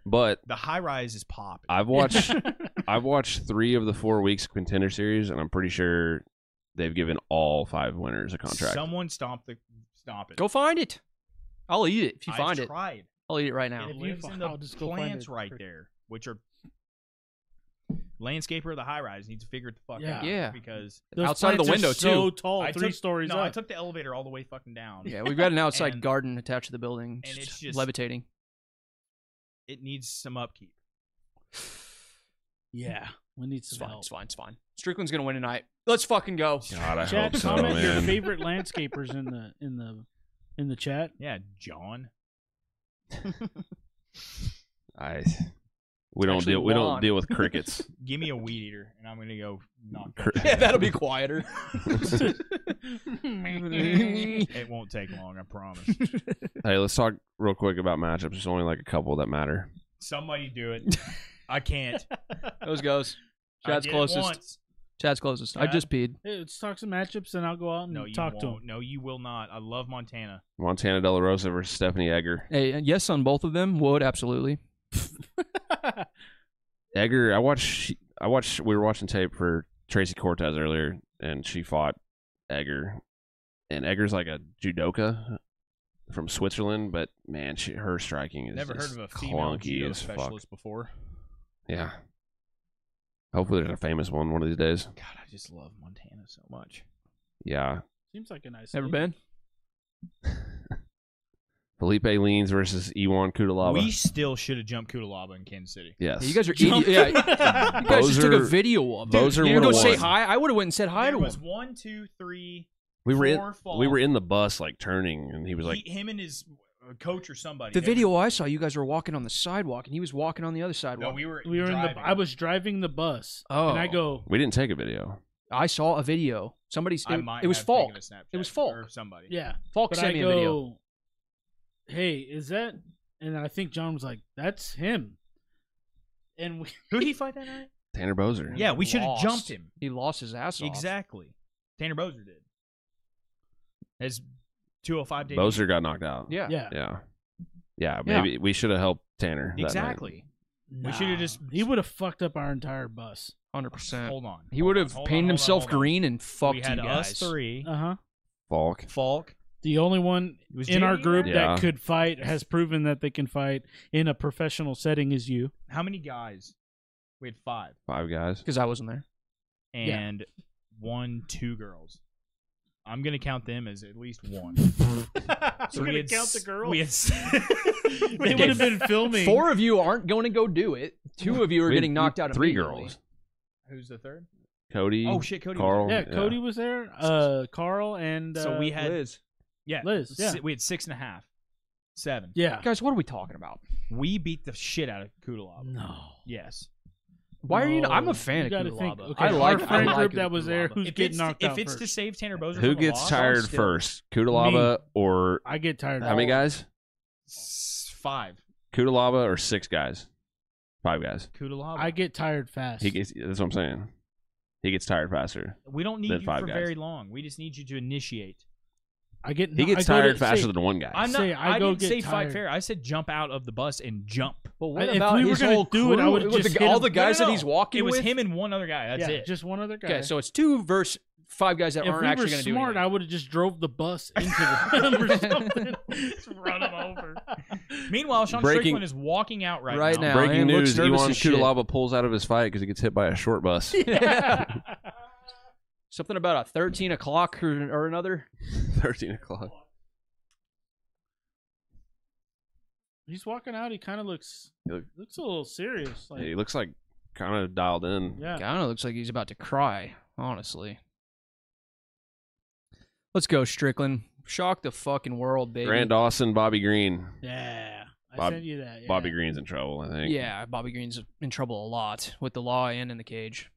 Speaker 3: but
Speaker 2: The high rise is popping.
Speaker 3: I've watched I've watched three of the four weeks of contender series, and I'm pretty sure they've given all five winners a contract.
Speaker 2: Someone stomp the stomp it.
Speaker 1: Go find it. I'll eat it if you
Speaker 2: I
Speaker 1: find it.
Speaker 2: Tried.
Speaker 1: I'll eat it right now.
Speaker 2: It
Speaker 4: I'll
Speaker 2: lives
Speaker 4: live-
Speaker 2: in the
Speaker 4: I'll just go find
Speaker 2: plants
Speaker 4: it.
Speaker 2: right there, which are landscaper of the high rise needs to figure it the fuck
Speaker 4: Yeah.
Speaker 2: out.
Speaker 1: Yeah.
Speaker 2: because
Speaker 4: Those
Speaker 1: Outside of the
Speaker 4: plants are
Speaker 1: window,
Speaker 4: so
Speaker 1: too.
Speaker 4: tall,
Speaker 2: I
Speaker 4: three
Speaker 2: took,
Speaker 4: stories
Speaker 2: No,
Speaker 4: up.
Speaker 2: I took the elevator all the way fucking down.
Speaker 1: Yeah, we've got an outside
Speaker 2: And-
Speaker 1: garden attached to the building,
Speaker 2: and
Speaker 1: just
Speaker 2: it's just-
Speaker 1: levitating.
Speaker 2: It needs some upkeep.
Speaker 4: yeah, we need
Speaker 1: It's
Speaker 4: some
Speaker 1: fine.
Speaker 4: help.
Speaker 1: It's fine. It's fine. Strickland's gonna win tonight. Let's fucking go.
Speaker 3: God, I
Speaker 4: Chat,
Speaker 3: hope so,
Speaker 4: comment your
Speaker 3: man.
Speaker 4: favorite landscapers in the in the in the chat.
Speaker 2: Yeah, John.
Speaker 3: I we don't
Speaker 1: actually
Speaker 3: deal we
Speaker 1: lawn.
Speaker 3: don't deal with crickets.
Speaker 2: Give me a weed eater, and I'm gonna go knock.
Speaker 3: Cr-
Speaker 2: that shit
Speaker 1: Yeah,
Speaker 2: out.
Speaker 1: that'll be quieter.
Speaker 2: It won't take long, I promise.
Speaker 3: hey, let's talk real quick about matchups. There's only like a couple that matter.
Speaker 2: Somebody do it. I can't.
Speaker 1: Those goes.
Speaker 2: I
Speaker 1: Chad's
Speaker 2: did it
Speaker 1: closest.
Speaker 2: once.
Speaker 1: Chad's closest. I
Speaker 2: Chad?
Speaker 1: just peed.
Speaker 4: Hey, let's talk some matchups, and I'll go out and
Speaker 2: No, you
Speaker 4: talk
Speaker 2: won't.
Speaker 4: to him.
Speaker 2: No, you will not. I love Montana.
Speaker 3: Montana De La Rosa versus Stephanie Egger.
Speaker 1: Hey, and yes on both of them. Would absolutely.
Speaker 3: Egger, I watched I watched we were watching tape for Tracy Cortez earlier and she fought Egger. And Egger's like a judoka from Switzerland, but man, she, her striking is
Speaker 2: Never heard
Speaker 3: just
Speaker 2: of a female
Speaker 3: clunky
Speaker 2: judo
Speaker 3: as fuck.
Speaker 2: specialist before.
Speaker 3: Yeah. Hopefully there's a famous one one of these days.
Speaker 2: God, I just love Montana so much.
Speaker 3: Yeah.
Speaker 4: Seems like a nice.
Speaker 1: Never
Speaker 4: league.
Speaker 1: been.
Speaker 3: Felipe Leans versus Iwan Kudalaba.
Speaker 2: We still should have jumped Kudalaba in Kansas City.
Speaker 3: yes.
Speaker 1: you guys are idi- Yeah, you guys just took a
Speaker 3: Bozer-
Speaker 1: video of
Speaker 3: Bozer
Speaker 1: them. You go
Speaker 3: would've
Speaker 1: say
Speaker 3: won.
Speaker 1: hi. I would have went and said hi
Speaker 2: there
Speaker 1: to
Speaker 2: was
Speaker 1: him.
Speaker 2: one, two, three.
Speaker 3: we were in,
Speaker 2: four fall.
Speaker 3: we were in the bus like turning and he was like
Speaker 2: he, him and his uh, coach or somebody.
Speaker 1: The
Speaker 2: they were-
Speaker 1: video I saw, you guys were walking on the sidewalk, and he was walking on the other
Speaker 2: No,
Speaker 1: sidewalk.
Speaker 2: we were.
Speaker 4: We were in the.
Speaker 2: driving.
Speaker 4: I was driving the bus,
Speaker 1: oh,
Speaker 4: and I go.
Speaker 3: we didn't take a video.
Speaker 1: I saw a video. Somebody's.
Speaker 2: I
Speaker 1: It,
Speaker 2: might
Speaker 1: it was
Speaker 2: have taken
Speaker 1: Falk.
Speaker 2: a Snapchat
Speaker 1: It was Falk.
Speaker 2: or somebody.
Speaker 4: Yeah,
Speaker 1: Falk
Speaker 4: but
Speaker 1: sent
Speaker 4: I
Speaker 1: me
Speaker 4: go.
Speaker 1: a video.
Speaker 4: Hey, is that? And I think John was like, "That's him." And we,
Speaker 2: Who did he fight that night?
Speaker 3: Tanner Bozer.
Speaker 2: Yeah, we should have
Speaker 1: Lost.
Speaker 2: jumped him.
Speaker 1: He lost his ass off.
Speaker 2: Exactly. Tanner Bozer did. oh His 205 debut.
Speaker 3: Bozer got knocked out.
Speaker 1: Yeah.
Speaker 4: yeah,
Speaker 3: Yeah. Yeah.
Speaker 1: Yeah.
Speaker 3: Maybe we should have helped Tanner. that night.
Speaker 2: Exactly. We shoulda
Speaker 4: Nah.
Speaker 2: just-
Speaker 4: He would have fucked up our entire bus.
Speaker 1: Hundred percent.
Speaker 2: Hold on.
Speaker 1: He would have
Speaker 2: Hold on,
Speaker 1: painted
Speaker 2: hold on,
Speaker 1: himself
Speaker 2: hold on.
Speaker 1: green and fucked
Speaker 2: we had
Speaker 1: you guys.
Speaker 2: us three.
Speaker 4: Uh huh.
Speaker 3: Falk.
Speaker 2: Falk
Speaker 4: The only one
Speaker 2: Uh-huh. It was
Speaker 4: in our
Speaker 2: JD
Speaker 4: group
Speaker 2: there?
Speaker 3: Yeah.
Speaker 4: that could fight has proven that they can fight in a professional setting is you.
Speaker 2: How many guys? We had five,
Speaker 3: Five guys.
Speaker 1: because I wasn't there.
Speaker 4: Yeah.
Speaker 2: and one, two girls. I'm gonna count them as at least one.
Speaker 4: so
Speaker 2: we had s- We had s-
Speaker 4: they would have been filming.
Speaker 1: Four of you aren't going to go do it. Two of you are
Speaker 3: We had
Speaker 1: getting knocked out.
Speaker 3: Three
Speaker 1: immediately.
Speaker 3: girls.
Speaker 2: Who's the third?
Speaker 3: Cody.
Speaker 2: Oh shit, Cody. was
Speaker 3: Carl.
Speaker 4: Yeah, Cody was there. Uh, Carl and
Speaker 2: there.
Speaker 4: uh,
Speaker 2: So we had
Speaker 1: Liz.
Speaker 2: yeah,
Speaker 4: Liz,
Speaker 2: s-
Speaker 4: yeah.
Speaker 2: we had six and a half, seven.
Speaker 4: Yeah.
Speaker 1: Guys, what are we talking about?
Speaker 2: We beat the shit out of Kudalab.
Speaker 4: No.
Speaker 2: Yes.
Speaker 1: Why are you? Not, I'm
Speaker 4: No,
Speaker 1: a fan
Speaker 4: you
Speaker 1: of
Speaker 4: gotta
Speaker 1: Kudalaba.
Speaker 4: think, okay,
Speaker 1: I like.
Speaker 4: our
Speaker 1: I
Speaker 4: friend
Speaker 1: like
Speaker 4: group that was there
Speaker 1: Kudalaba.
Speaker 4: who's
Speaker 2: if
Speaker 4: getting
Speaker 2: it's
Speaker 4: knocked
Speaker 2: if
Speaker 4: out
Speaker 2: it's to
Speaker 4: first.
Speaker 2: save Tanner Bowser,
Speaker 3: Who
Speaker 2: from a
Speaker 3: gets
Speaker 2: loss, I'm
Speaker 3: tired
Speaker 2: still-
Speaker 3: first? Kudalaba or
Speaker 4: I get tired.
Speaker 3: how many
Speaker 4: of
Speaker 3: guys?
Speaker 2: S- Five.
Speaker 3: Kudalaba or six guys? Five guys.
Speaker 2: Kudalaba.
Speaker 4: I get tired fast.
Speaker 3: He gets. That's what I'm saying. He gets tired faster.
Speaker 2: we don't need
Speaker 3: Then
Speaker 2: you
Speaker 3: five
Speaker 2: for
Speaker 3: guys.
Speaker 2: very long. We just need you to initiate.
Speaker 4: I get.
Speaker 3: He
Speaker 4: no,
Speaker 3: gets
Speaker 4: I go to-
Speaker 3: tired faster
Speaker 4: see,
Speaker 3: than one guy.
Speaker 2: I'm not.
Speaker 4: Say, I
Speaker 2: I,
Speaker 4: go
Speaker 2: didn't
Speaker 4: get
Speaker 2: say fight
Speaker 4: tired.
Speaker 2: fair. I said jump out of the bus and jump.
Speaker 1: But what
Speaker 4: I- if
Speaker 1: about
Speaker 4: we were
Speaker 1: his
Speaker 4: gonna
Speaker 1: whole
Speaker 4: do it, I
Speaker 1: crew?
Speaker 4: would've
Speaker 1: With the-
Speaker 4: just hit
Speaker 1: all
Speaker 4: him.
Speaker 1: the guys that
Speaker 2: No, no, no.
Speaker 1: he's walking
Speaker 2: It was
Speaker 1: with.
Speaker 2: him and one other guy. That's
Speaker 4: yeah,
Speaker 2: it.
Speaker 4: Just one other guy.
Speaker 1: Okay, so it's two versus five guys that
Speaker 4: if
Speaker 1: aren't
Speaker 4: we were
Speaker 1: actually going to do
Speaker 4: smart,
Speaker 1: anything.
Speaker 4: I would have just drove the bus into the them or something. just run them over.
Speaker 2: Meanwhile, Sean
Speaker 3: Breaking-
Speaker 2: Strickland is walking out right,
Speaker 1: Right now. I
Speaker 3: Breaking
Speaker 1: am- looks
Speaker 3: news:
Speaker 1: nervous
Speaker 3: Iwan
Speaker 1: as shit.
Speaker 3: Kudalaba pulls out of his fight because he gets hit by a short bus.
Speaker 1: Something about a 13 o'clock or, or another.
Speaker 3: Thirteen o'clock.
Speaker 4: He's walking out. He kind of looks
Speaker 3: He look-
Speaker 4: looks a little serious. Like,
Speaker 3: He looks like kind of dialed in.
Speaker 4: yeah,
Speaker 1: I don't know. Looks like he's about to cry, honestly. Let's go, Strickland. Shock the fucking world, baby.
Speaker 3: Grant Dawson, Bobby Green.
Speaker 4: yeah. I
Speaker 3: Bob-
Speaker 4: sent you that. Yeah.
Speaker 3: Bobby Green's in trouble, I think.
Speaker 1: Yeah, Bobby Green's in trouble a lot with the law and in the cage.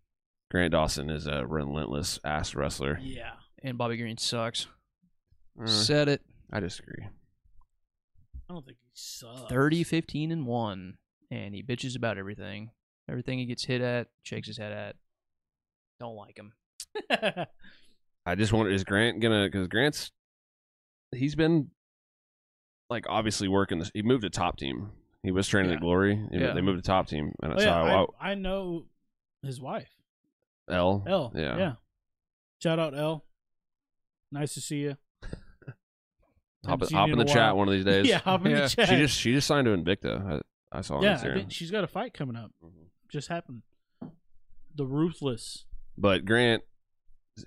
Speaker 3: Grant Dawson is a relentless ass wrestler.
Speaker 4: Yeah.
Speaker 1: And Bobby Green sucks.
Speaker 3: Uh,
Speaker 1: Said it.
Speaker 3: I disagree.
Speaker 4: I don't think he sucks.
Speaker 1: 30, 15, and 1. And he bitches about everything. Everything he gets hit at, shakes his head at. Don't like him.
Speaker 4: Oh,
Speaker 3: I just wonder is Grant gonna because Grant's he's been like obviously working this. He moved to top team. He was training
Speaker 1: Yeah.
Speaker 3: at Glory. He-
Speaker 1: Yeah.
Speaker 3: They moved to top team, and
Speaker 4: Oh,
Speaker 3: so
Speaker 4: yeah,
Speaker 3: I,
Speaker 4: I, I know his wife.
Speaker 3: I- L
Speaker 4: L.
Speaker 3: Yeah.
Speaker 4: Yeah. Shout out L. Nice to see you.
Speaker 3: Hop,
Speaker 4: Haven't seen
Speaker 3: hop
Speaker 4: you
Speaker 3: in the
Speaker 4: a
Speaker 3: chat
Speaker 4: while.
Speaker 3: one of these days.
Speaker 4: yeah, hop in
Speaker 1: Yeah.
Speaker 4: the chat.
Speaker 3: She just she just signed to Invicta. I, I saw on
Speaker 4: yeah, I
Speaker 3: Instagram.
Speaker 4: think she's got a fight coming up. Just happened. The ruthless.
Speaker 3: But Grant,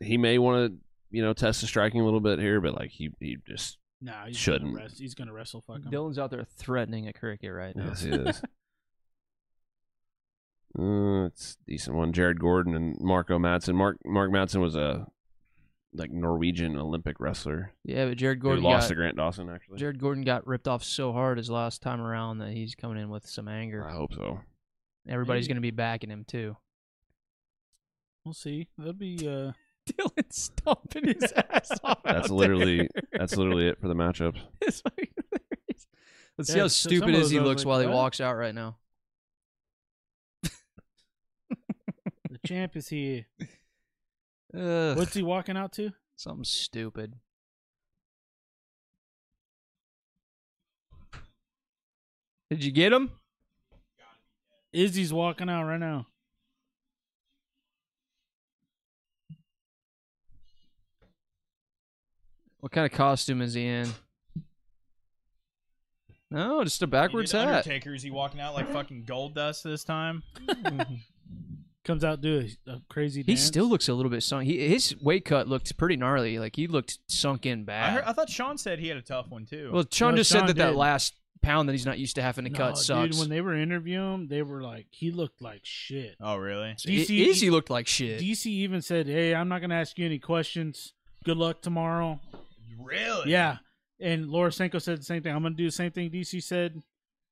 Speaker 3: he may want to you know test the striking a little bit here, but like he he just
Speaker 4: Nah, he's
Speaker 3: Shouldn't.
Speaker 4: Gonna wrestle. He's gonna wrestle. Fuck him.
Speaker 1: Dylan's out there threatening a cricket right now.
Speaker 3: Yes, he is. Uh, it's a decent one. Jared Gordon and Marco Madsen. Mark Mark Madsen was a like Norwegian Olympic wrestler
Speaker 1: Yeah, but Jared Gordon
Speaker 3: who lost to
Speaker 1: got,
Speaker 3: Grant Dawson. Actually,
Speaker 1: Jared Gordon got ripped off so hard his last time around that he's coming in with some anger.
Speaker 3: I hope so.
Speaker 1: Everybody's
Speaker 4: Maybe.
Speaker 1: going to be backing him too.
Speaker 4: We'll see. That'll be. uh
Speaker 1: Dylan stomping his ass off.
Speaker 3: That's literally that's literally it for the matchups.
Speaker 1: Let's see
Speaker 4: Yeah,
Speaker 1: how
Speaker 4: so some
Speaker 1: stupid
Speaker 4: of
Speaker 1: is he
Speaker 4: those I was
Speaker 1: looks
Speaker 4: like,
Speaker 1: while he
Speaker 4: what?
Speaker 1: walks out right now.
Speaker 4: The champ is here.
Speaker 1: Ugh,
Speaker 4: What's he walking out to?
Speaker 1: something stupid. Did you get him?
Speaker 4: Izzy's walking out right now.
Speaker 1: What kind of costume is he in? No, just a backwards
Speaker 2: He did
Speaker 1: hat.
Speaker 2: Undertaker is he walking out like fucking gold dust this time?
Speaker 4: Comes out do a, a crazy.
Speaker 1: He
Speaker 4: dance.
Speaker 1: still looks a little bit sunk. He, his weight cut looked pretty gnarly. Like he looked sunk in
Speaker 2: I,
Speaker 1: bad.
Speaker 2: heard, I thought Sean said he had a tough one too.
Speaker 1: well, Sean
Speaker 4: No,
Speaker 1: just said
Speaker 4: Sean
Speaker 1: that that
Speaker 4: did.
Speaker 1: last pound that he's not used to having to
Speaker 4: No,
Speaker 1: cut sucks.
Speaker 4: Dude, when they were interviewing him, they were like, he looked like shit.
Speaker 2: oh really?
Speaker 1: I-
Speaker 4: DC
Speaker 1: Izzy looked like shit.
Speaker 4: DC even said, "Hey, I'm not gonna ask you any questions. Good luck tomorrow."
Speaker 2: Really?
Speaker 4: Yeah. And Laura Senko said the same thing. I'm gonna do the same thing DC said.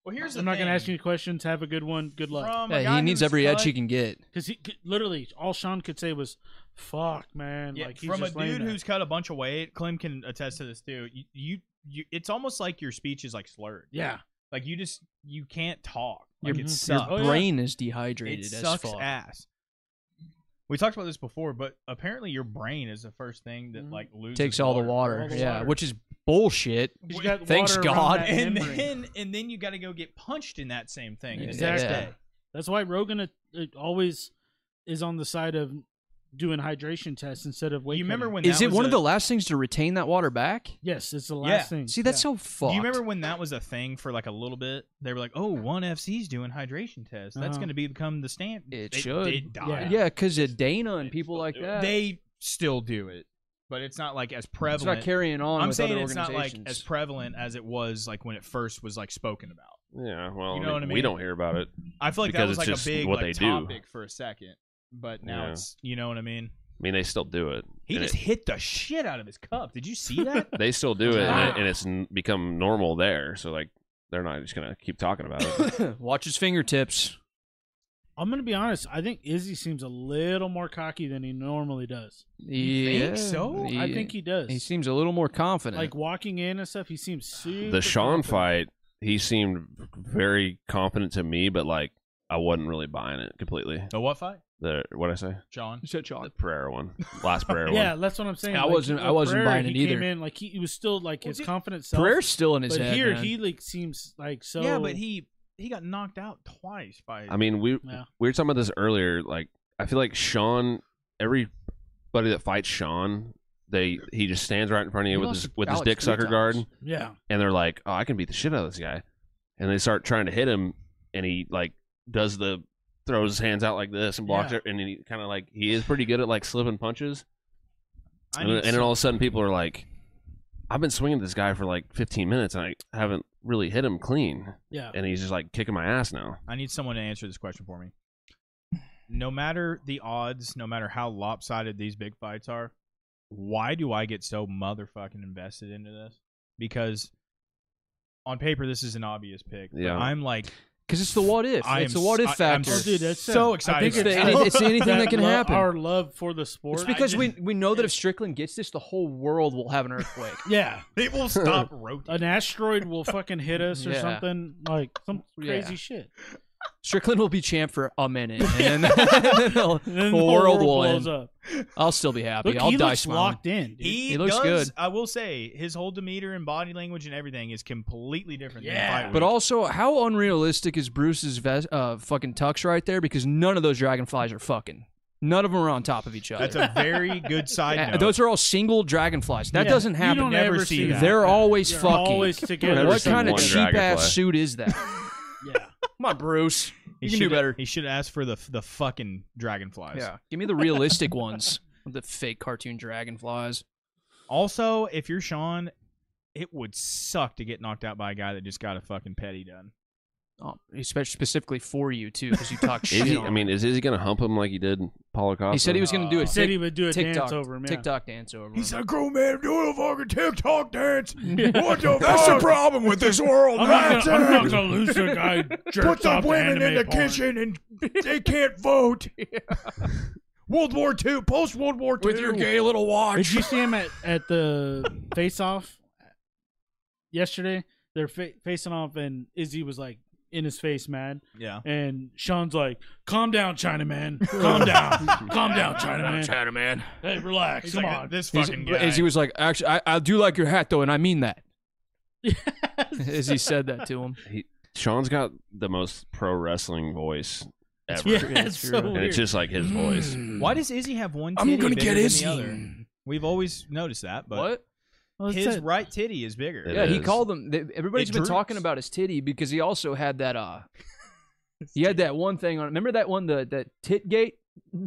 Speaker 2: Well, here's the
Speaker 4: I'm not
Speaker 2: thing.
Speaker 4: gonna ask you any questions. Have a good one. Good luck.
Speaker 2: From a
Speaker 1: yeah,
Speaker 2: guy
Speaker 1: he needs
Speaker 2: who's
Speaker 1: every
Speaker 2: cut-
Speaker 1: edge he can get.
Speaker 4: Because he could- literally all Sean could say was, "Fuck, man."
Speaker 2: Yeah,
Speaker 4: like he's
Speaker 2: from a
Speaker 4: just laying
Speaker 2: dude
Speaker 4: there.
Speaker 2: who's cut a bunch of weight, Clem can attest to this too. You, you, you, it's almost like your speech is like slurred.
Speaker 4: yeah.
Speaker 2: Like you just you can't talk.
Speaker 1: Your,
Speaker 2: Like
Speaker 1: your
Speaker 2: it sucks.
Speaker 4: Oh, yeah.
Speaker 1: brain is
Speaker 2: it
Speaker 1: dehydrated as
Speaker 2: sucks
Speaker 1: fuck.
Speaker 2: ass. We talked about this before, but apparently your brain is the first thing that
Speaker 4: Mhm.
Speaker 2: like loses
Speaker 1: Takes all the water.
Speaker 4: All the
Speaker 1: yeah,
Speaker 4: water.
Speaker 1: which is bullshit.
Speaker 4: You got
Speaker 1: Thanks
Speaker 4: water around
Speaker 1: God.
Speaker 4: that
Speaker 2: and
Speaker 4: membrane.
Speaker 2: then and then you got to go get punched in that same thing
Speaker 1: Exactly.
Speaker 2: the next day.
Speaker 4: That's why Rogan uh, uh, always is on the side of doing hydration tests instead of weight.
Speaker 2: you remember
Speaker 4: cutting.
Speaker 2: when
Speaker 1: Is it
Speaker 2: that was
Speaker 1: one
Speaker 2: a- Hmm,
Speaker 1: of the last things to retain that water back?
Speaker 4: Yes, it's the last
Speaker 2: Yeah.
Speaker 4: thing.
Speaker 1: See, that's
Speaker 4: yeah.
Speaker 1: so fucked.
Speaker 2: Do you remember when that was a thing for like a little bit? They were like, "Oh, one FC's doing hydration test. That's
Speaker 4: Uh-huh.
Speaker 2: going to be become the stand."
Speaker 1: It
Speaker 2: They
Speaker 1: should.
Speaker 2: did die.
Speaker 1: Yeah, because of Dana and people like that.
Speaker 2: They still do it, but it's not like as
Speaker 1: it's not
Speaker 2: prevalent.
Speaker 1: carrying on.
Speaker 2: I'm
Speaker 1: with
Speaker 2: saying
Speaker 1: other
Speaker 2: it's not like
Speaker 1: organizations.
Speaker 2: as prevalent as it was like when it first was like spoken about.
Speaker 3: Yeah,
Speaker 2: You
Speaker 3: well,
Speaker 2: know
Speaker 3: I mean,
Speaker 2: what I
Speaker 3: we
Speaker 2: mean?
Speaker 3: don't hear about it.
Speaker 2: I feel like
Speaker 3: Because
Speaker 2: that was
Speaker 3: it's
Speaker 2: like a
Speaker 3: just
Speaker 2: big
Speaker 3: what
Speaker 2: like
Speaker 3: they do.
Speaker 2: topic for a second, but now
Speaker 3: Yeah.
Speaker 2: it's you know what I mean.
Speaker 3: I mean, they still do it.
Speaker 2: He
Speaker 3: And
Speaker 2: just
Speaker 3: it-
Speaker 2: hit the shit out of his cup. Did you see that?
Speaker 3: they still do it, and,
Speaker 1: Wow.
Speaker 3: it, and it's n- become normal there. So like, they're not just gonna keep talking about it.
Speaker 1: Watch his fingertips.
Speaker 4: I'm gonna be honest. I think Izzy seems a little more cocky than he normally does.
Speaker 1: Yeah.
Speaker 2: think so?
Speaker 1: He,
Speaker 4: I think he does.
Speaker 1: he seems a little more confident.
Speaker 4: like walking in and stuff. He seems super.
Speaker 3: the Sean
Speaker 4: confident.
Speaker 3: fight, he seemed very confident to me, but like, I wasn't really buying it completely.
Speaker 2: the what fight,
Speaker 3: The what I say,
Speaker 2: John?
Speaker 3: the Pereira one, last Pereira
Speaker 4: Yeah,
Speaker 3: one.
Speaker 4: that's what I'm saying.
Speaker 1: I
Speaker 4: Like,
Speaker 1: wasn't- I
Speaker 4: with
Speaker 1: wasn't
Speaker 4: Pereira,
Speaker 1: buying it
Speaker 4: he Came
Speaker 1: either.
Speaker 4: in like he, he was still like
Speaker 2: Well,
Speaker 4: his
Speaker 2: dude,
Speaker 4: confident self.
Speaker 1: Pereira's still in his
Speaker 4: but
Speaker 1: head.
Speaker 4: here
Speaker 1: man.
Speaker 4: he like seems like so.
Speaker 2: yeah, but he he got knocked out twice by.
Speaker 3: I mean, we
Speaker 4: Yeah.
Speaker 3: we were talking about this earlier. Like, I feel like Sean, everybody that fights Sean, they he just stands right in front of
Speaker 1: He
Speaker 3: you with
Speaker 1: lost
Speaker 3: his
Speaker 1: to
Speaker 3: with his
Speaker 1: Alex
Speaker 3: dick
Speaker 1: three
Speaker 3: sucker
Speaker 1: times.
Speaker 3: guard,
Speaker 4: Yeah,
Speaker 3: and they're like, "Oh, I can beat the shit out of this guy," and they start trying to hit him, and he like does the throws his hands out like this and blocks
Speaker 4: Yeah.
Speaker 3: it, and then he kind of like he is pretty good at like slipping punches,
Speaker 2: I
Speaker 3: and,
Speaker 2: need
Speaker 3: and then all of a sudden people are like. I've been swinging this guy for like 15 minutes and I haven't really hit him clean.
Speaker 4: yeah.
Speaker 3: And he's just like kicking my ass now.
Speaker 2: I need someone to answer this question for me. No matter the odds, no matter how lopsided these big fights are, why do I get so motherfucking invested into this? Because on paper, this is an obvious pick. but
Speaker 3: Yeah.
Speaker 2: I'm like,
Speaker 1: Because it's the what if.
Speaker 2: I
Speaker 1: it's
Speaker 2: am
Speaker 1: the what if
Speaker 2: s- I- I'm
Speaker 1: factor.
Speaker 4: Oh, dude, that's
Speaker 2: so
Speaker 4: I
Speaker 2: excited
Speaker 4: think
Speaker 1: It's, the,
Speaker 2: about
Speaker 1: any,
Speaker 2: that.
Speaker 1: it's the anything that
Speaker 4: That
Speaker 1: can
Speaker 4: lo-
Speaker 1: happen.
Speaker 4: Our love for the sport.
Speaker 1: it's because
Speaker 4: I
Speaker 1: we
Speaker 4: just-
Speaker 1: we know that if Strickland gets this, the whole world will have an earthquake.
Speaker 4: Yeah,
Speaker 2: it will stop rotating.
Speaker 4: an asteroid will fucking hit us or
Speaker 1: Yeah.
Speaker 4: something like some
Speaker 1: Yeah.
Speaker 4: crazy shit.
Speaker 1: Strickland will be champ for a minute, and then, then the,
Speaker 4: And then
Speaker 1: whole world will
Speaker 4: blows
Speaker 1: end.
Speaker 4: up.
Speaker 1: I'll still be happy.
Speaker 4: Look,
Speaker 1: I'll
Speaker 4: he
Speaker 1: die
Speaker 4: looks
Speaker 1: smiling.
Speaker 4: locked in. dude.
Speaker 2: He,
Speaker 1: He looks
Speaker 2: does-
Speaker 1: good.
Speaker 2: I will say his whole demeanor and body language and everything is completely different.
Speaker 4: Yeah.
Speaker 2: than fight
Speaker 1: But
Speaker 2: week.
Speaker 1: also, how unrealistic is Bruce's ves- uh, fucking tux right there? Because none of those dragonflies are fucking. None of them are on top of each other.
Speaker 2: that's a very good side
Speaker 1: Uh,
Speaker 2: note.
Speaker 1: Those are all single dragonflies. That
Speaker 4: Yeah.
Speaker 1: doesn't
Speaker 4: You
Speaker 1: happen.
Speaker 4: don't
Speaker 2: Never
Speaker 4: ever
Speaker 2: see
Speaker 4: see
Speaker 2: that.
Speaker 4: that.
Speaker 1: They're always
Speaker 4: They're
Speaker 1: fucking.
Speaker 4: always together.
Speaker 3: I've never
Speaker 1: what
Speaker 3: seen
Speaker 1: kind of
Speaker 3: one
Speaker 1: cheap
Speaker 3: dragonfly.
Speaker 1: ass suit is that?
Speaker 4: Yeah.
Speaker 1: Come on, Bruce.
Speaker 2: He
Speaker 1: You can do
Speaker 2: shoulda-
Speaker 1: better.
Speaker 2: He should ask for the the fucking dragonflies.
Speaker 1: Yeah, give me the realistic ones. The fake cartoon dragonflies.
Speaker 2: Also, if you're Sean, it would suck to get knocked out by a guy that just got a fucking petty done.
Speaker 1: Oh, especially specifically for you too, because you talk
Speaker 3: Is
Speaker 1: shit.
Speaker 3: he,
Speaker 1: on
Speaker 3: I
Speaker 1: him.
Speaker 3: mean, is Izzy gonna hump him like he did Paulo Costa?
Speaker 1: he said he was going to do a
Speaker 4: He said
Speaker 1: tic-
Speaker 4: he would do a
Speaker 1: TikTok
Speaker 4: dance over him. Yeah.
Speaker 1: TikTok dance over. him.
Speaker 2: grown man doing a fucking TikTok dance.
Speaker 4: What
Speaker 2: the That's the problem with this world.
Speaker 4: I'm not, gonna, I'm not gonna lose to a guy. jerks off to anime porn.
Speaker 2: and they can't vote. World War II, post World War II.
Speaker 1: little
Speaker 4: Did
Speaker 1: watch.
Speaker 4: you see him at, at the face off yesterday? They're fa- facing off, and Izzy was like in his face, mad.
Speaker 2: Yeah.
Speaker 4: And Sean's like, "Calm down, China man. Calm down. Calm down, China man.
Speaker 1: China man.
Speaker 4: Hey, relax.
Speaker 2: He's
Speaker 4: Come
Speaker 2: like,
Speaker 4: on."
Speaker 2: this
Speaker 1: He's-
Speaker 2: fucking guy.
Speaker 1: Izzy was like, actually, I, I do like your hat though, and I mean that. Izzy said that to him.
Speaker 3: Sean's got the most pro wrestling voice ever,
Speaker 4: yeah,
Speaker 1: true.
Speaker 4: that's so
Speaker 3: and
Speaker 4: weird.
Speaker 3: it's just like his voice.
Speaker 2: Why does Izzy have one titty bigger than the other? We've always noticed that, but
Speaker 1: What?
Speaker 4: Well, that's
Speaker 2: his
Speaker 4: it.
Speaker 2: right titty is bigger.
Speaker 3: It
Speaker 1: yeah, he
Speaker 3: is.
Speaker 1: called them. They, everybody's
Speaker 2: It
Speaker 1: been
Speaker 2: droops.
Speaker 1: talking about his titty because he also had that. Uh, he had that one thing on. Remember that one the that tit gate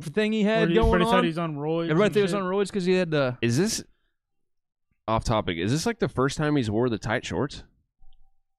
Speaker 1: thing he
Speaker 4: Where
Speaker 1: had
Speaker 4: he-
Speaker 1: going
Speaker 4: Freddie said
Speaker 1: on.
Speaker 4: he's on roids.
Speaker 1: Everybody
Speaker 4: and
Speaker 1: thought he was
Speaker 4: shit.
Speaker 1: on roids because he had the.
Speaker 3: Is this off topic? Is this like the first time he's wore the tight shorts?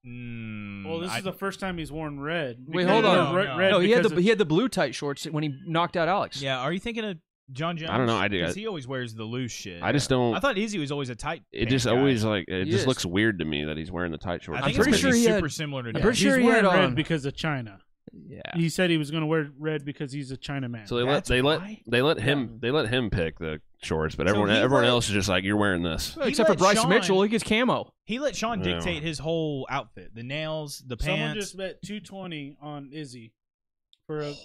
Speaker 2: Mm,
Speaker 4: Well, this
Speaker 2: I-
Speaker 4: is the first time he's worn red.
Speaker 1: Wait,
Speaker 4: Because-
Speaker 1: hold on.
Speaker 4: no, re-
Speaker 2: No,
Speaker 4: red
Speaker 1: No, he had
Speaker 4: because
Speaker 1: the he had the blue tight shorts when he knocked out Alex.
Speaker 2: Yeah, are you thinking of John Jones?
Speaker 3: I don't know, I do.
Speaker 2: 'Cause he always wears the loose shit.
Speaker 3: I just don't.
Speaker 2: I thought Izzy was always a tight.
Speaker 3: it
Speaker 2: pant
Speaker 3: just
Speaker 2: guy.
Speaker 3: always like it
Speaker 1: He
Speaker 3: just
Speaker 1: is.
Speaker 3: looks weird to me that he's wearing the tight
Speaker 2: I
Speaker 3: shorts.
Speaker 1: I'm
Speaker 2: think
Speaker 1: pretty
Speaker 2: it's
Speaker 1: sure
Speaker 2: gonna be
Speaker 1: he had-
Speaker 2: super similar to.
Speaker 1: I'm
Speaker 2: that.
Speaker 1: pretty
Speaker 4: he's
Speaker 1: sure he
Speaker 4: wearing
Speaker 1: had
Speaker 4: red
Speaker 1: on-
Speaker 4: because of China.
Speaker 1: Yeah.
Speaker 4: He said he was going to wear red because he's a China man.
Speaker 3: so. They let
Speaker 2: That's
Speaker 3: they let
Speaker 2: why?
Speaker 3: they let him
Speaker 4: Yeah.
Speaker 3: they let him pick the shorts, but
Speaker 2: So
Speaker 3: everyone
Speaker 2: he
Speaker 3: everyone
Speaker 2: let-
Speaker 3: else is just like you're wearing this.
Speaker 2: He
Speaker 1: Except for
Speaker 2: let
Speaker 1: Bryce
Speaker 2: Sean-
Speaker 1: Mitchell, he gets camo.
Speaker 2: He let Sean
Speaker 3: Yeah.
Speaker 2: dictate his whole outfit: the nails, the
Speaker 4: Someone
Speaker 2: pants.
Speaker 4: just bet 220 on Izzy for a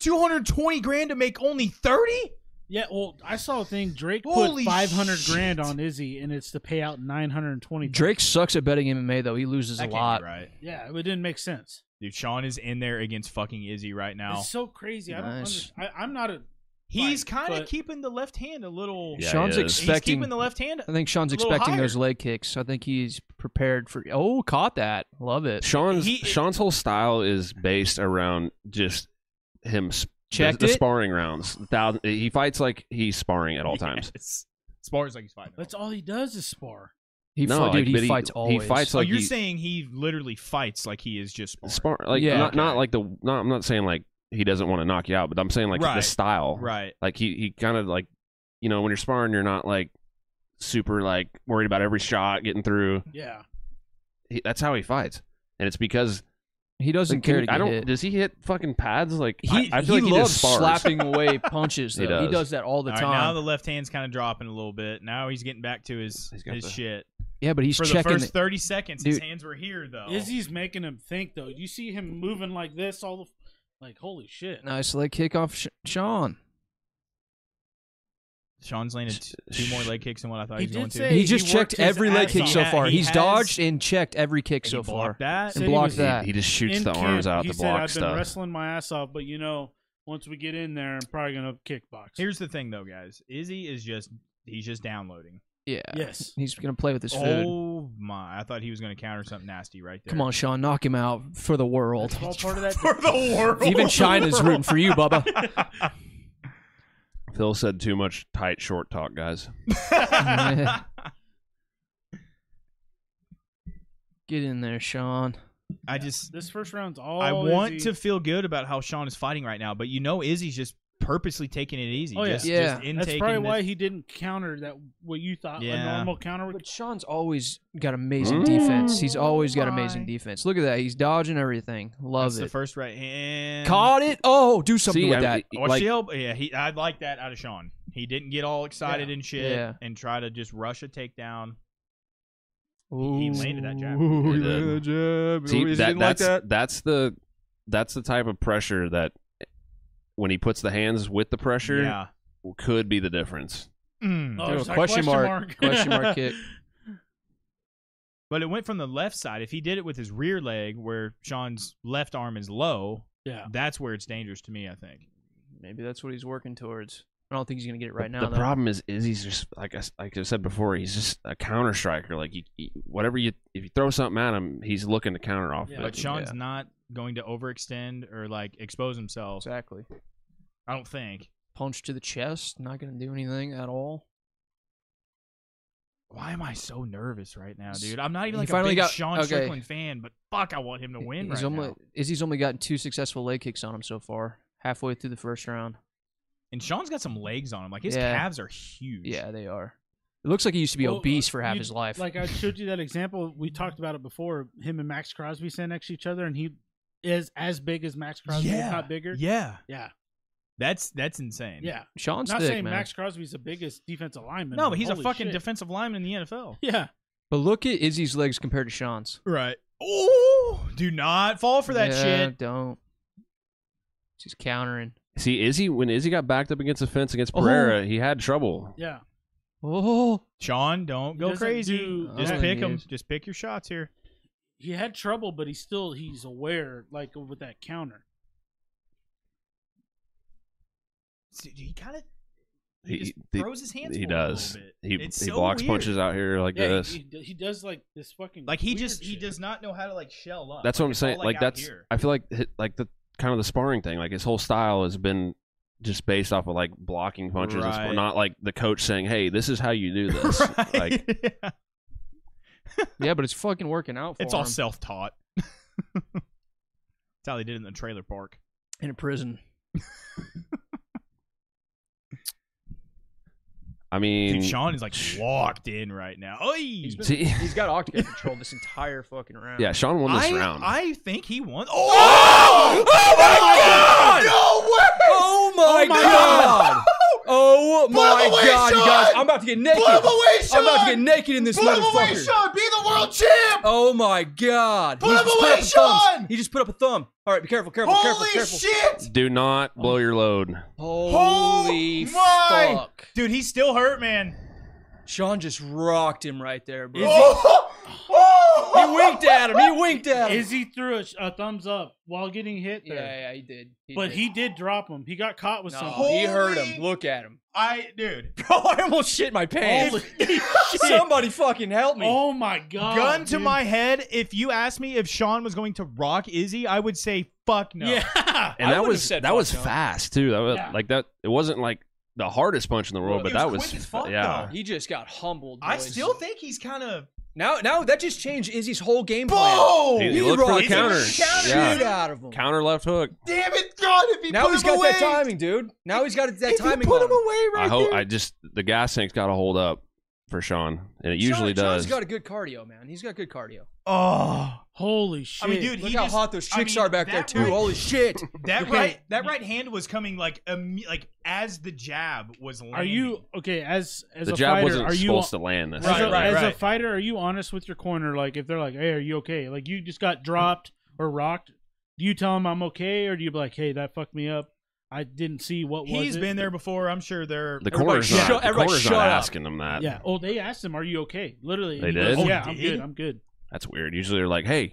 Speaker 2: Two hundred twenty grand to make only thirty.
Speaker 4: Yeah, well, I saw a thing. Drake
Speaker 2: Holy
Speaker 4: put five hundred grand
Speaker 2: shit.
Speaker 4: on Izzy, and it's to pay out nine hundred and twenty.
Speaker 1: Drake sucks at betting MMA though. He loses
Speaker 2: That
Speaker 1: a
Speaker 2: can't be
Speaker 1: lot.
Speaker 2: right.
Speaker 4: Yeah, it didn't make sense.
Speaker 2: Dude, Sean is in there against fucking Izzy right now.
Speaker 4: It's so crazy. I don't
Speaker 1: Nice.
Speaker 4: understand. I'm not a.
Speaker 2: He's
Speaker 4: fine,
Speaker 2: kind of
Speaker 4: but-
Speaker 2: keeping the left hand a little.
Speaker 3: Yeah,
Speaker 1: Sean's
Speaker 3: he is.
Speaker 2: He's
Speaker 1: expecting.
Speaker 2: keeping the left hand.
Speaker 1: I think Sean's
Speaker 2: a little
Speaker 1: expecting
Speaker 2: higher.
Speaker 1: those leg kicks. I think he's prepared for. Oh, caught that. Love it.
Speaker 3: Sean's
Speaker 2: He-
Speaker 3: Sean's whole style is based around just him sp- the,
Speaker 1: Checked
Speaker 3: the
Speaker 1: it.
Speaker 3: sparring rounds. Thousand, he fights like he's sparring at all times.
Speaker 2: Yes. Spar's like he's fighting.
Speaker 4: That's all he does is spar.
Speaker 1: He,
Speaker 3: No,
Speaker 1: fi-
Speaker 3: like,
Speaker 1: dude,
Speaker 3: but
Speaker 1: he
Speaker 3: he-
Speaker 1: fights
Speaker 3: he
Speaker 1: always.
Speaker 3: fights
Speaker 2: oh,
Speaker 3: like
Speaker 2: you're
Speaker 3: he-
Speaker 2: saying he literally fights like he is just sparring.
Speaker 3: Spar like
Speaker 1: Yeah.
Speaker 3: not not
Speaker 2: Okay.
Speaker 3: like the not I'm not saying like he doesn't want to knock you out, but I'm saying like the
Speaker 2: Right.
Speaker 3: style.
Speaker 2: Right.
Speaker 3: Like he he kind of like you know when you're sparring, you're not like super like worried about every shot getting through.
Speaker 4: Yeah,
Speaker 3: He, that's how he fights, and it's because
Speaker 1: he doesn't
Speaker 3: like, can
Speaker 1: care to
Speaker 3: you-
Speaker 1: get
Speaker 3: I don't.
Speaker 1: hit.
Speaker 3: Does he hit fucking pads? Like
Speaker 1: He,
Speaker 3: I, I feel
Speaker 1: he
Speaker 3: like he
Speaker 1: loves
Speaker 3: just spars.
Speaker 1: slapping away punches. Though. He,
Speaker 3: He
Speaker 1: does.
Speaker 3: does.
Speaker 1: that all the
Speaker 2: All right,
Speaker 1: time.
Speaker 2: now the left hand's kind of dropping a little bit. Now he's getting back to his
Speaker 3: He's got
Speaker 2: his
Speaker 3: the-
Speaker 2: shit.
Speaker 1: yeah, but he's
Speaker 2: For the
Speaker 1: checking.
Speaker 2: first
Speaker 1: The,
Speaker 2: 30 seconds, his
Speaker 1: Dude.
Speaker 2: hands were here though.
Speaker 4: Izzy's making him think though. You see him moving like this, all the, like holy shit.
Speaker 1: nice leg kick off Sh- Sean.
Speaker 2: Sean's landed t- two more leg kicks than what I thought he,
Speaker 4: He
Speaker 2: was going
Speaker 4: did
Speaker 2: to.
Speaker 4: say
Speaker 1: He
Speaker 4: he
Speaker 1: just checked
Speaker 4: worked his
Speaker 1: every leg
Speaker 4: ass
Speaker 1: kick
Speaker 4: off.
Speaker 1: so
Speaker 2: He ha-
Speaker 1: far.
Speaker 2: he
Speaker 1: He's
Speaker 2: has-
Speaker 1: dodged and checked every kick
Speaker 2: And
Speaker 1: so
Speaker 2: he
Speaker 1: far.
Speaker 2: blocked that.
Speaker 1: And
Speaker 4: Said he
Speaker 1: blocked
Speaker 4: was-
Speaker 1: that.
Speaker 3: He, he just shoots
Speaker 4: In
Speaker 3: the arms
Speaker 4: camp,
Speaker 3: out
Speaker 4: he
Speaker 3: to
Speaker 4: said,
Speaker 3: block
Speaker 4: I've been
Speaker 3: stuff.
Speaker 4: wrestling my ass off, but you know, once we get in there, I'm probably gonna kickbox.
Speaker 2: Here's the thing though, guys. Izzy is just he's just downloading.
Speaker 1: yeah.
Speaker 4: yes,
Speaker 1: He's gonna play with his food.
Speaker 2: Oh my! I thought he was going to counter something nasty right there.
Speaker 1: Come on, Sean, knock him out for the world.
Speaker 4: It's all part of that.
Speaker 2: for the world.
Speaker 1: Even China's rooting for you, Bubba.
Speaker 3: Phil said too much tight short talk, guys.
Speaker 1: Get in there, Sean.
Speaker 2: I just
Speaker 4: This first round's all.
Speaker 2: I want
Speaker 4: Oh, Izzy.
Speaker 2: to feel good about how Sean is fighting right now, but you know Izzy's just purposely taking it easy.
Speaker 4: Oh, yeah.
Speaker 2: Just,
Speaker 1: Yeah.
Speaker 2: just intaking
Speaker 4: That's probably
Speaker 2: the-
Speaker 4: why he didn't counter that what you thought
Speaker 2: Yeah.
Speaker 4: a normal counter would.
Speaker 1: But Sean's always got amazing
Speaker 3: Mm.
Speaker 1: defense. He's always got
Speaker 2: Oh My.
Speaker 1: amazing defense. Look at that. He's dodging everything. Love
Speaker 2: That's the
Speaker 1: it.
Speaker 2: first right hand.
Speaker 1: Caught it. Oh, do something
Speaker 3: See,
Speaker 1: with
Speaker 3: I-
Speaker 1: that.
Speaker 2: Or
Speaker 3: like,
Speaker 2: she elbow. Yeah, he, I'd like that out of Sean. He didn't get all excited and shit
Speaker 1: Yeah.
Speaker 2: and try to just rush a takedown.
Speaker 1: Ooh.
Speaker 2: he landed that jab.
Speaker 1: Ooh, he
Speaker 3: He did.
Speaker 1: landed that jab.
Speaker 3: see,
Speaker 1: Ooh, he
Speaker 3: that-
Speaker 1: didn't like
Speaker 3: that's that's the that's the type of pressure that when he puts the hands with the pressure
Speaker 2: Yeah.
Speaker 3: could be the difference.
Speaker 2: Mm.
Speaker 4: Oh,
Speaker 1: Throw a
Speaker 4: it's a
Speaker 1: question mark- question mark kick.
Speaker 2: But it went from the left side. If he did it with his rear leg, where Sean's left arm is low,
Speaker 4: Yeah.
Speaker 2: that's where it's dangerous to me. I think.
Speaker 1: Maybe that's what he's working towards. I don't think he's gonna get it right
Speaker 3: the,
Speaker 1: now.
Speaker 3: the
Speaker 1: though.
Speaker 3: problem is, is he's just like I, s- like I said before, he's just a counter striker. Like he, he- whatever you if you throw something at him, he's looking to counter off.
Speaker 4: Yeah.
Speaker 3: of
Speaker 2: But
Speaker 3: it.
Speaker 2: Sean's not going to overextend or like expose himself.
Speaker 1: exactly.
Speaker 2: I don't think.
Speaker 1: Punch to the chest. Not gonna do anything at all.
Speaker 2: Why am I so nervous right now,
Speaker 1: S-
Speaker 2: dude? I'm not even
Speaker 1: he
Speaker 2: like a
Speaker 1: finally
Speaker 2: big
Speaker 1: got-
Speaker 2: Sean
Speaker 1: okay.
Speaker 2: Strickland fan, but fuck, I want him to win
Speaker 1: he's
Speaker 2: right
Speaker 1: only,
Speaker 2: now.
Speaker 1: Izzy's only gotten two successful leg kicks on him so far. Halfway through the first round.
Speaker 2: And Sean's got some legs on him. Like his
Speaker 1: Yeah.
Speaker 2: calves are huge.
Speaker 1: Yeah, they are. It looks like he used to be
Speaker 4: Well,
Speaker 1: obese for half
Speaker 4: you-
Speaker 1: his life.
Speaker 4: Like I showed you that example. We talked about it before. Him and Max Crosby stand next to each other, and he is as big as Max Crosby,
Speaker 2: yeah.
Speaker 4: if not bigger.
Speaker 2: Yeah.
Speaker 4: yeah,
Speaker 2: That's that's insane.
Speaker 4: yeah.
Speaker 1: Sean's
Speaker 4: Not
Speaker 1: thick,
Speaker 4: saying
Speaker 1: man.
Speaker 4: Max Crosby's the biggest defensive lineman.
Speaker 2: No, but he's a fucking
Speaker 4: defensive.
Speaker 2: defensive lineman in the NFL.
Speaker 4: Yeah,
Speaker 1: But look at Izzy's legs compared to Sean's.
Speaker 2: Right. Oh, do not fall for that
Speaker 1: Yeah,
Speaker 2: shit.
Speaker 1: Don't. She's countering.
Speaker 3: See, Izzy when Izzy got backed up against the fence against
Speaker 1: Oh.
Speaker 3: Pereira, he had trouble.
Speaker 4: yeah.
Speaker 1: Oh,
Speaker 2: Sean, don't
Speaker 4: He
Speaker 2: go
Speaker 4: doesn't
Speaker 2: crazy.
Speaker 4: do
Speaker 2: Just
Speaker 1: that.
Speaker 2: pick him.
Speaker 1: Dude.
Speaker 2: Just pick your shots here.
Speaker 4: He had trouble, but he's still he's aware, like with that counter.
Speaker 2: See, He kind of
Speaker 3: He-
Speaker 2: he, just
Speaker 3: he-
Speaker 2: throws his hands.
Speaker 3: He
Speaker 2: forward a little
Speaker 3: does.
Speaker 2: bit.
Speaker 3: He
Speaker 2: It's
Speaker 3: he
Speaker 2: so
Speaker 3: blocks
Speaker 2: weird.
Speaker 3: punches out here like
Speaker 4: Yeah,
Speaker 3: this.
Speaker 4: he, he, he does like this fucking
Speaker 2: Like he
Speaker 4: weird
Speaker 2: just he
Speaker 4: shit.
Speaker 2: does not know how to like shell up.
Speaker 3: That's what I'm
Speaker 2: it's all,
Speaker 3: saying. Like
Speaker 2: out
Speaker 3: that's
Speaker 2: here.
Speaker 3: I feel like hi- like the kind of the sparring thing. Like his whole style has been just based off of like blocking punches, and sp-
Speaker 2: Right.
Speaker 3: not like the coach saying, "Hey, this is how you do this."
Speaker 2: Right?
Speaker 3: Like
Speaker 2: Yeah.
Speaker 1: yeah, but it's fucking working out for
Speaker 2: it's all
Speaker 1: him.
Speaker 2: self taught. that's how they did it in the trailer park.
Speaker 1: in a prison.
Speaker 3: I mean,
Speaker 2: Dude, Sean is like locked in right now. Oy!
Speaker 1: been-
Speaker 3: see,
Speaker 1: He's got octagon control this entire fucking round.
Speaker 3: yeah, Sean won this
Speaker 2: I,
Speaker 3: round.
Speaker 2: I think he won. Oh!
Speaker 1: Oh my god!
Speaker 2: No way!
Speaker 1: Oh my Oh god! Oh my
Speaker 6: away,
Speaker 1: god, you
Speaker 6: Sean!
Speaker 1: guys! I'm about to get naked.
Speaker 6: Blow him away, Sean!
Speaker 1: I'm about to get naked in this
Speaker 6: Blow him away,
Speaker 1: motherfucker.
Speaker 6: Sean! Be the world champ!
Speaker 1: Oh my god!
Speaker 6: Blow him
Speaker 1: just put
Speaker 6: away,
Speaker 1: up a thumb.
Speaker 6: Sean!
Speaker 1: He just put up a thumb. All right, be careful, careful, careful,
Speaker 6: Holy
Speaker 1: careful.
Speaker 6: shit!
Speaker 3: Do not blow your load.
Speaker 1: Holy
Speaker 6: Oh my-
Speaker 1: fuck!
Speaker 2: Dude, he's still hurt, man.
Speaker 1: Sean just rocked him right there, bro.
Speaker 6: Oh,
Speaker 1: He
Speaker 6: oh.
Speaker 1: winked at him. He winked at him.
Speaker 4: Izzy threw a, sh- a thumbs up while getting hit
Speaker 1: yeah,
Speaker 4: there.
Speaker 1: yeah, he did.
Speaker 4: But
Speaker 1: did.
Speaker 4: he did drop him. He got caught with
Speaker 1: No,
Speaker 4: something.
Speaker 1: he heard him.
Speaker 6: Holy-
Speaker 1: Look at him.
Speaker 2: I, dude,
Speaker 1: Bro, I almost shit my pants.
Speaker 4: Holy shit.
Speaker 1: Somebody fucking help me.
Speaker 4: Oh my god.
Speaker 2: gun to
Speaker 4: dude.
Speaker 2: my head. If you asked me if Sean was going to rock Izzy, I would say fuck no.
Speaker 4: Yeah.
Speaker 3: And
Speaker 1: I
Speaker 3: that
Speaker 1: wouldn't
Speaker 3: was
Speaker 1: have said
Speaker 3: that was
Speaker 1: fuck, no.
Speaker 3: fast too. That was
Speaker 4: Yeah.
Speaker 3: like that. It wasn't like the hardest punch in the world,
Speaker 1: Well,
Speaker 3: but that
Speaker 2: was
Speaker 3: was
Speaker 2: quick as fuck,
Speaker 3: yeah.
Speaker 2: though.
Speaker 1: He just got humbled.
Speaker 2: I
Speaker 1: boys.
Speaker 2: still think he's kind of.
Speaker 1: now now that just changed Izzy's whole game plan.
Speaker 6: Boom!
Speaker 3: He- he looked for
Speaker 1: rocked
Speaker 3: the
Speaker 1: him.
Speaker 3: counter.
Speaker 1: Shit
Speaker 3: Yeah.
Speaker 1: out of him.
Speaker 3: Counter left hook.
Speaker 6: Damn it, God! If he
Speaker 1: now
Speaker 6: put
Speaker 1: he's
Speaker 6: him
Speaker 1: got
Speaker 6: away,
Speaker 1: that timing, dude. Now he's got that
Speaker 6: if
Speaker 1: timing.
Speaker 6: he put
Speaker 1: on
Speaker 6: him away right
Speaker 3: I hope
Speaker 6: there.
Speaker 3: I just the gas tank's got to hold up for Sean, and it
Speaker 1: Sean-
Speaker 3: usually
Speaker 1: Sean's
Speaker 3: does.
Speaker 1: got a good cardio, man. He's got good cardio.
Speaker 2: Oh,
Speaker 4: Holy shit.
Speaker 2: I mean, dude,
Speaker 1: Look
Speaker 2: he
Speaker 1: how
Speaker 2: just,
Speaker 1: hot those
Speaker 2: I
Speaker 1: chicks
Speaker 2: mean,
Speaker 1: are back there
Speaker 2: that
Speaker 1: too.
Speaker 2: right-
Speaker 1: Holy shit!
Speaker 2: that
Speaker 1: Okay.
Speaker 2: right, that right hand was coming like, imme- like as the jab was. Landing.
Speaker 4: Are you okay? As as
Speaker 3: the
Speaker 4: a
Speaker 3: jab
Speaker 4: fighter,
Speaker 3: wasn't
Speaker 4: are you
Speaker 3: supposed to land this.
Speaker 4: as,
Speaker 2: Right,
Speaker 4: a,
Speaker 3: time.
Speaker 2: right,
Speaker 4: as a
Speaker 2: right.
Speaker 4: fighter? Are you honest with your corner? Like, if they're like, "Hey, are you okay?" Like, you just got dropped or rocked. Do you tell them I'm okay, or do you be like, "Hey, that fucked me up. I didn't see what was."
Speaker 2: He's
Speaker 4: it."
Speaker 2: been there before. I'm sure they're.
Speaker 3: The
Speaker 1: Everybody
Speaker 3: corner's
Speaker 1: shut-
Speaker 3: not, the
Speaker 1: everybody
Speaker 3: corner's
Speaker 1: shut
Speaker 3: not
Speaker 1: up.
Speaker 3: asking them that.
Speaker 4: Yeah. Oh, they asked him, "Are you okay?" Literally, and
Speaker 3: They
Speaker 4: he goes,
Speaker 3: did?
Speaker 4: yeah,
Speaker 2: Oh,
Speaker 4: I'm
Speaker 2: did?
Speaker 4: good. I'm good.
Speaker 3: That's weird. Usually they're like, "Hey,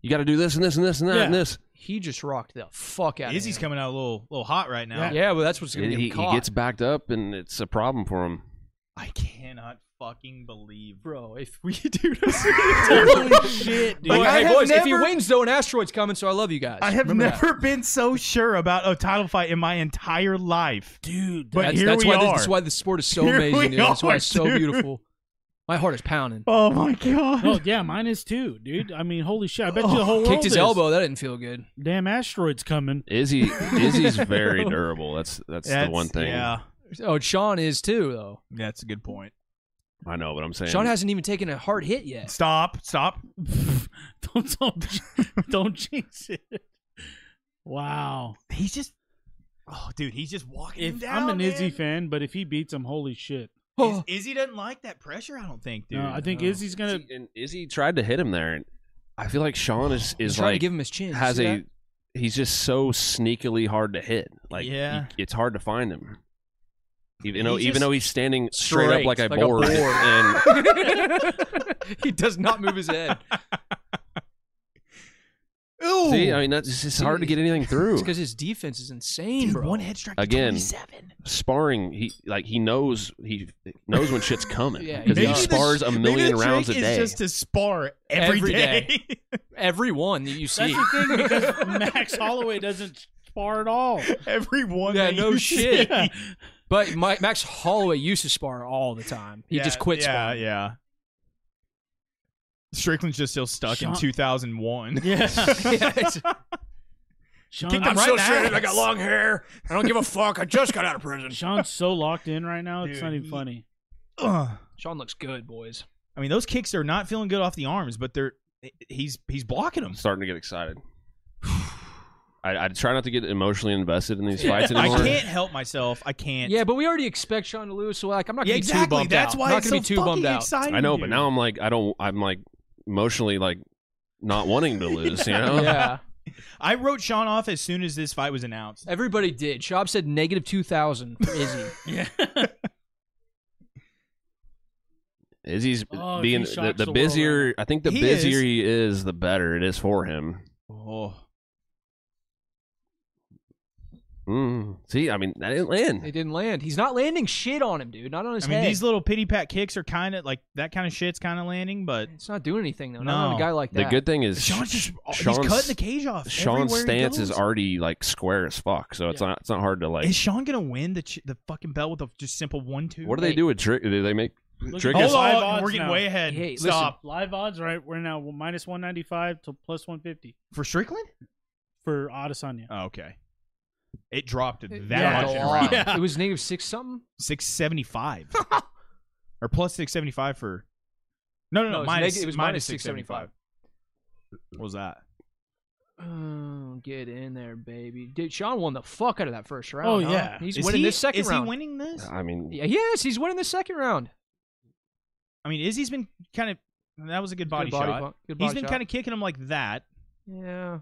Speaker 3: you got to do this and this and this and that
Speaker 4: Yeah.
Speaker 3: and this."
Speaker 1: He just rocked the fuck out.
Speaker 2: Izzy's
Speaker 1: of him.
Speaker 2: coming out a little, little hot right now.
Speaker 1: Yeah, well, that's what's gonna
Speaker 3: He,
Speaker 1: get
Speaker 3: he
Speaker 1: him caught,
Speaker 3: gets backed up, and it's a problem for him.
Speaker 2: I cannot fucking believe.
Speaker 1: bro. If we do this,
Speaker 4: Holy shit, dude!
Speaker 1: Like,
Speaker 2: Boy, I
Speaker 1: hey,
Speaker 2: have
Speaker 1: boys, if he
Speaker 2: never-
Speaker 1: wins, though, an asteroid's coming, so I love you guys.
Speaker 2: I have
Speaker 1: Remember that.
Speaker 2: never been so sure about a title fight in my entire life.
Speaker 4: dude,
Speaker 2: But
Speaker 1: That's,
Speaker 2: here
Speaker 1: that's
Speaker 2: we
Speaker 1: why
Speaker 2: are.
Speaker 1: This, that's why the sport is so
Speaker 2: Here we
Speaker 1: amazing, dude. That's why
Speaker 2: are,
Speaker 1: it's so
Speaker 2: dude.
Speaker 1: beautiful. My heart is pounding.
Speaker 2: oh my god.
Speaker 4: oh yeah, mine is too, dude. I mean, holy shit! I bet
Speaker 2: Oh,
Speaker 4: you the whole world
Speaker 1: Kicked his
Speaker 4: is.
Speaker 1: elbow. That didn't feel good.
Speaker 4: Damn asteroids coming.
Speaker 3: Izzy, Izzy's very durable. That's that's,
Speaker 2: That's-
Speaker 3: the one thing
Speaker 2: Yeah,
Speaker 1: Oh, Sean is too, though.
Speaker 2: that's a good point.
Speaker 3: I know. But I'm saying,
Speaker 1: Sean hasn't even taken a hard hit yet.
Speaker 2: Stop, stop.
Speaker 4: don't don't don't jinx it. Wow.
Speaker 2: He's just, oh dude, he's just walking him
Speaker 4: If
Speaker 2: down.
Speaker 4: I'm an Izzy
Speaker 2: man.
Speaker 4: fan, but if he beats him, holy shit.
Speaker 2: Iz- Izzy doesn't like that pressure. I don't think, dude. Uh,
Speaker 4: no, I think
Speaker 2: No.
Speaker 4: Izzy's gonna
Speaker 3: See, and Izzy tried to hit him there, and I feel like Sean is
Speaker 1: He's
Speaker 3: is
Speaker 1: trying
Speaker 3: like
Speaker 1: to give him his chin.
Speaker 3: has
Speaker 1: See
Speaker 3: a.
Speaker 1: that?
Speaker 3: He's just so sneakily hard to hit. Like,
Speaker 2: Yeah.
Speaker 3: he- it's hard to find him. Even, you know,
Speaker 2: He's
Speaker 3: even
Speaker 2: just
Speaker 3: though he's standing straight, up like a
Speaker 1: Straight, like a
Speaker 3: board,
Speaker 1: board.
Speaker 3: and
Speaker 1: he does not move his head.
Speaker 2: Ooh.
Speaker 3: see, I mean, that's it's just hard to get anything through.
Speaker 1: It's because his defense is insane,
Speaker 2: dude,
Speaker 1: bro.
Speaker 2: one head strike
Speaker 3: Again.
Speaker 2: again. Seven.
Speaker 3: sparring he like he knows he knows when shit's coming
Speaker 1: Yeah,
Speaker 3: because
Speaker 1: he
Speaker 3: he
Speaker 1: does.
Speaker 3: spars a million rounds a day
Speaker 2: Is just to spar
Speaker 1: Every
Speaker 2: every
Speaker 1: day.
Speaker 2: day.
Speaker 1: Every one that you see.
Speaker 4: That's the thing because Max Holloway doesn't spar at all.
Speaker 2: every one.
Speaker 1: Yeah,
Speaker 2: that
Speaker 1: no
Speaker 2: you
Speaker 1: shit.
Speaker 2: see.
Speaker 1: But Mike, Max Holloway used to spar all the time. He
Speaker 2: Yeah,
Speaker 1: just quit
Speaker 2: yeah,
Speaker 1: sparring.
Speaker 2: Yeah. Strickland's just still stuck in
Speaker 4: Sean-
Speaker 2: 2001.
Speaker 4: Yeah.
Speaker 1: it's-
Speaker 4: Sean,
Speaker 2: Kicked him right in the ass.
Speaker 1: hair. I don't give a fuck. I just got out of prison.
Speaker 4: Sean's so locked in right now, it's
Speaker 2: Dude,
Speaker 4: not even
Speaker 2: he-
Speaker 4: funny.
Speaker 2: Ugh.
Speaker 1: Sean looks good, boys.
Speaker 2: I mean, those kicks are not feeling good off the arms, but they're he's he's blocking them.
Speaker 3: i'm starting to get excited I, I try not to get emotionally invested in these fights
Speaker 2: I
Speaker 3: anymore
Speaker 2: can't help myself. I can't.
Speaker 1: Yeah, but we already expect Sean to lose, so like I'm not
Speaker 2: Yeah,
Speaker 1: gonna be too
Speaker 2: exactly.
Speaker 1: bummed
Speaker 2: That's
Speaker 1: out.
Speaker 2: why
Speaker 1: I'm not
Speaker 2: it's
Speaker 1: gonna
Speaker 2: so
Speaker 1: be too bummed
Speaker 2: fucking
Speaker 1: out.
Speaker 2: exciting.
Speaker 3: I know but
Speaker 2: dude.
Speaker 3: now i'm like i don't i'm like emotionally like not wanting to lose you know
Speaker 1: Yeah,
Speaker 2: I wrote Sean off as soon as this fight was announced.
Speaker 1: everybody did. Shab said negative two thousand for Izzy.
Speaker 4: Yeah.
Speaker 3: izzy's
Speaker 4: Oh, if
Speaker 3: being
Speaker 4: he
Speaker 3: the,
Speaker 4: shocks
Speaker 3: the
Speaker 4: the world
Speaker 3: busier i think the
Speaker 2: He
Speaker 3: busier
Speaker 2: is.
Speaker 3: he is the better it is for him
Speaker 2: Oh,
Speaker 3: mm. see i mean that didn't land
Speaker 1: They didn't land. He's not landing shit on him, dude. Not on his
Speaker 2: I mean,
Speaker 1: head.
Speaker 2: these little pity pat kicks are kind of like that kind of shit's kind of landing, but
Speaker 1: it's not doing anything though. Not on a
Speaker 2: No.
Speaker 1: guy like
Speaker 3: the
Speaker 1: that.
Speaker 3: good thing is
Speaker 2: Sean's just uh,
Speaker 3: Sean's-
Speaker 2: he's cutting the cage off.
Speaker 3: Sean's
Speaker 2: everywhere he
Speaker 3: stance is
Speaker 2: goes.
Speaker 3: already like square as fuck, so it's
Speaker 4: Yeah.
Speaker 3: not it's not hard to like.
Speaker 2: Is Sean gonna win the ch- the fucking belt with a just simple one two?
Speaker 3: What do they
Speaker 1: Wait.
Speaker 3: do with trick? Do they make
Speaker 4: Look at
Speaker 3: trick?
Speaker 4: the
Speaker 3: Is,
Speaker 2: Hold
Speaker 4: Live
Speaker 2: on,
Speaker 4: odds
Speaker 2: we're getting
Speaker 4: now.
Speaker 2: way ahead.
Speaker 1: Hey, listen.
Speaker 2: Stop
Speaker 4: Live odds, right? We're now minus one ninety five to plus one fifty
Speaker 2: for Strickland.
Speaker 4: for Adesanya.
Speaker 2: Oh, okay, it dropped
Speaker 1: It-
Speaker 2: that
Speaker 1: yeah,
Speaker 2: much
Speaker 1: a
Speaker 2: in a
Speaker 1: lot.
Speaker 2: round.
Speaker 4: Yeah.
Speaker 1: It was negative six something.
Speaker 2: Six seventy five, or plus six seventy five for. No, no,
Speaker 1: No,
Speaker 2: no.
Speaker 1: it's
Speaker 2: minus-
Speaker 1: neg- it was minus
Speaker 2: minus six seventy five. What was that?
Speaker 1: Uh, Don't get in there, baby. Dude, Sean won the fuck out of that first round.
Speaker 4: Oh,
Speaker 1: huh?
Speaker 4: yeah.
Speaker 1: he's
Speaker 2: Is
Speaker 1: winning
Speaker 2: he-
Speaker 1: this second
Speaker 2: is
Speaker 1: round.
Speaker 2: he winning this?
Speaker 3: I mean,
Speaker 1: Yeah, yes, he's winning the second round.
Speaker 2: I mean, Izzy's been kind of. That was a good body,
Speaker 1: good body
Speaker 2: shot.
Speaker 1: bu- good
Speaker 2: he's
Speaker 1: body
Speaker 2: been
Speaker 1: shot.
Speaker 2: kind of kicking him like that.
Speaker 1: yeah.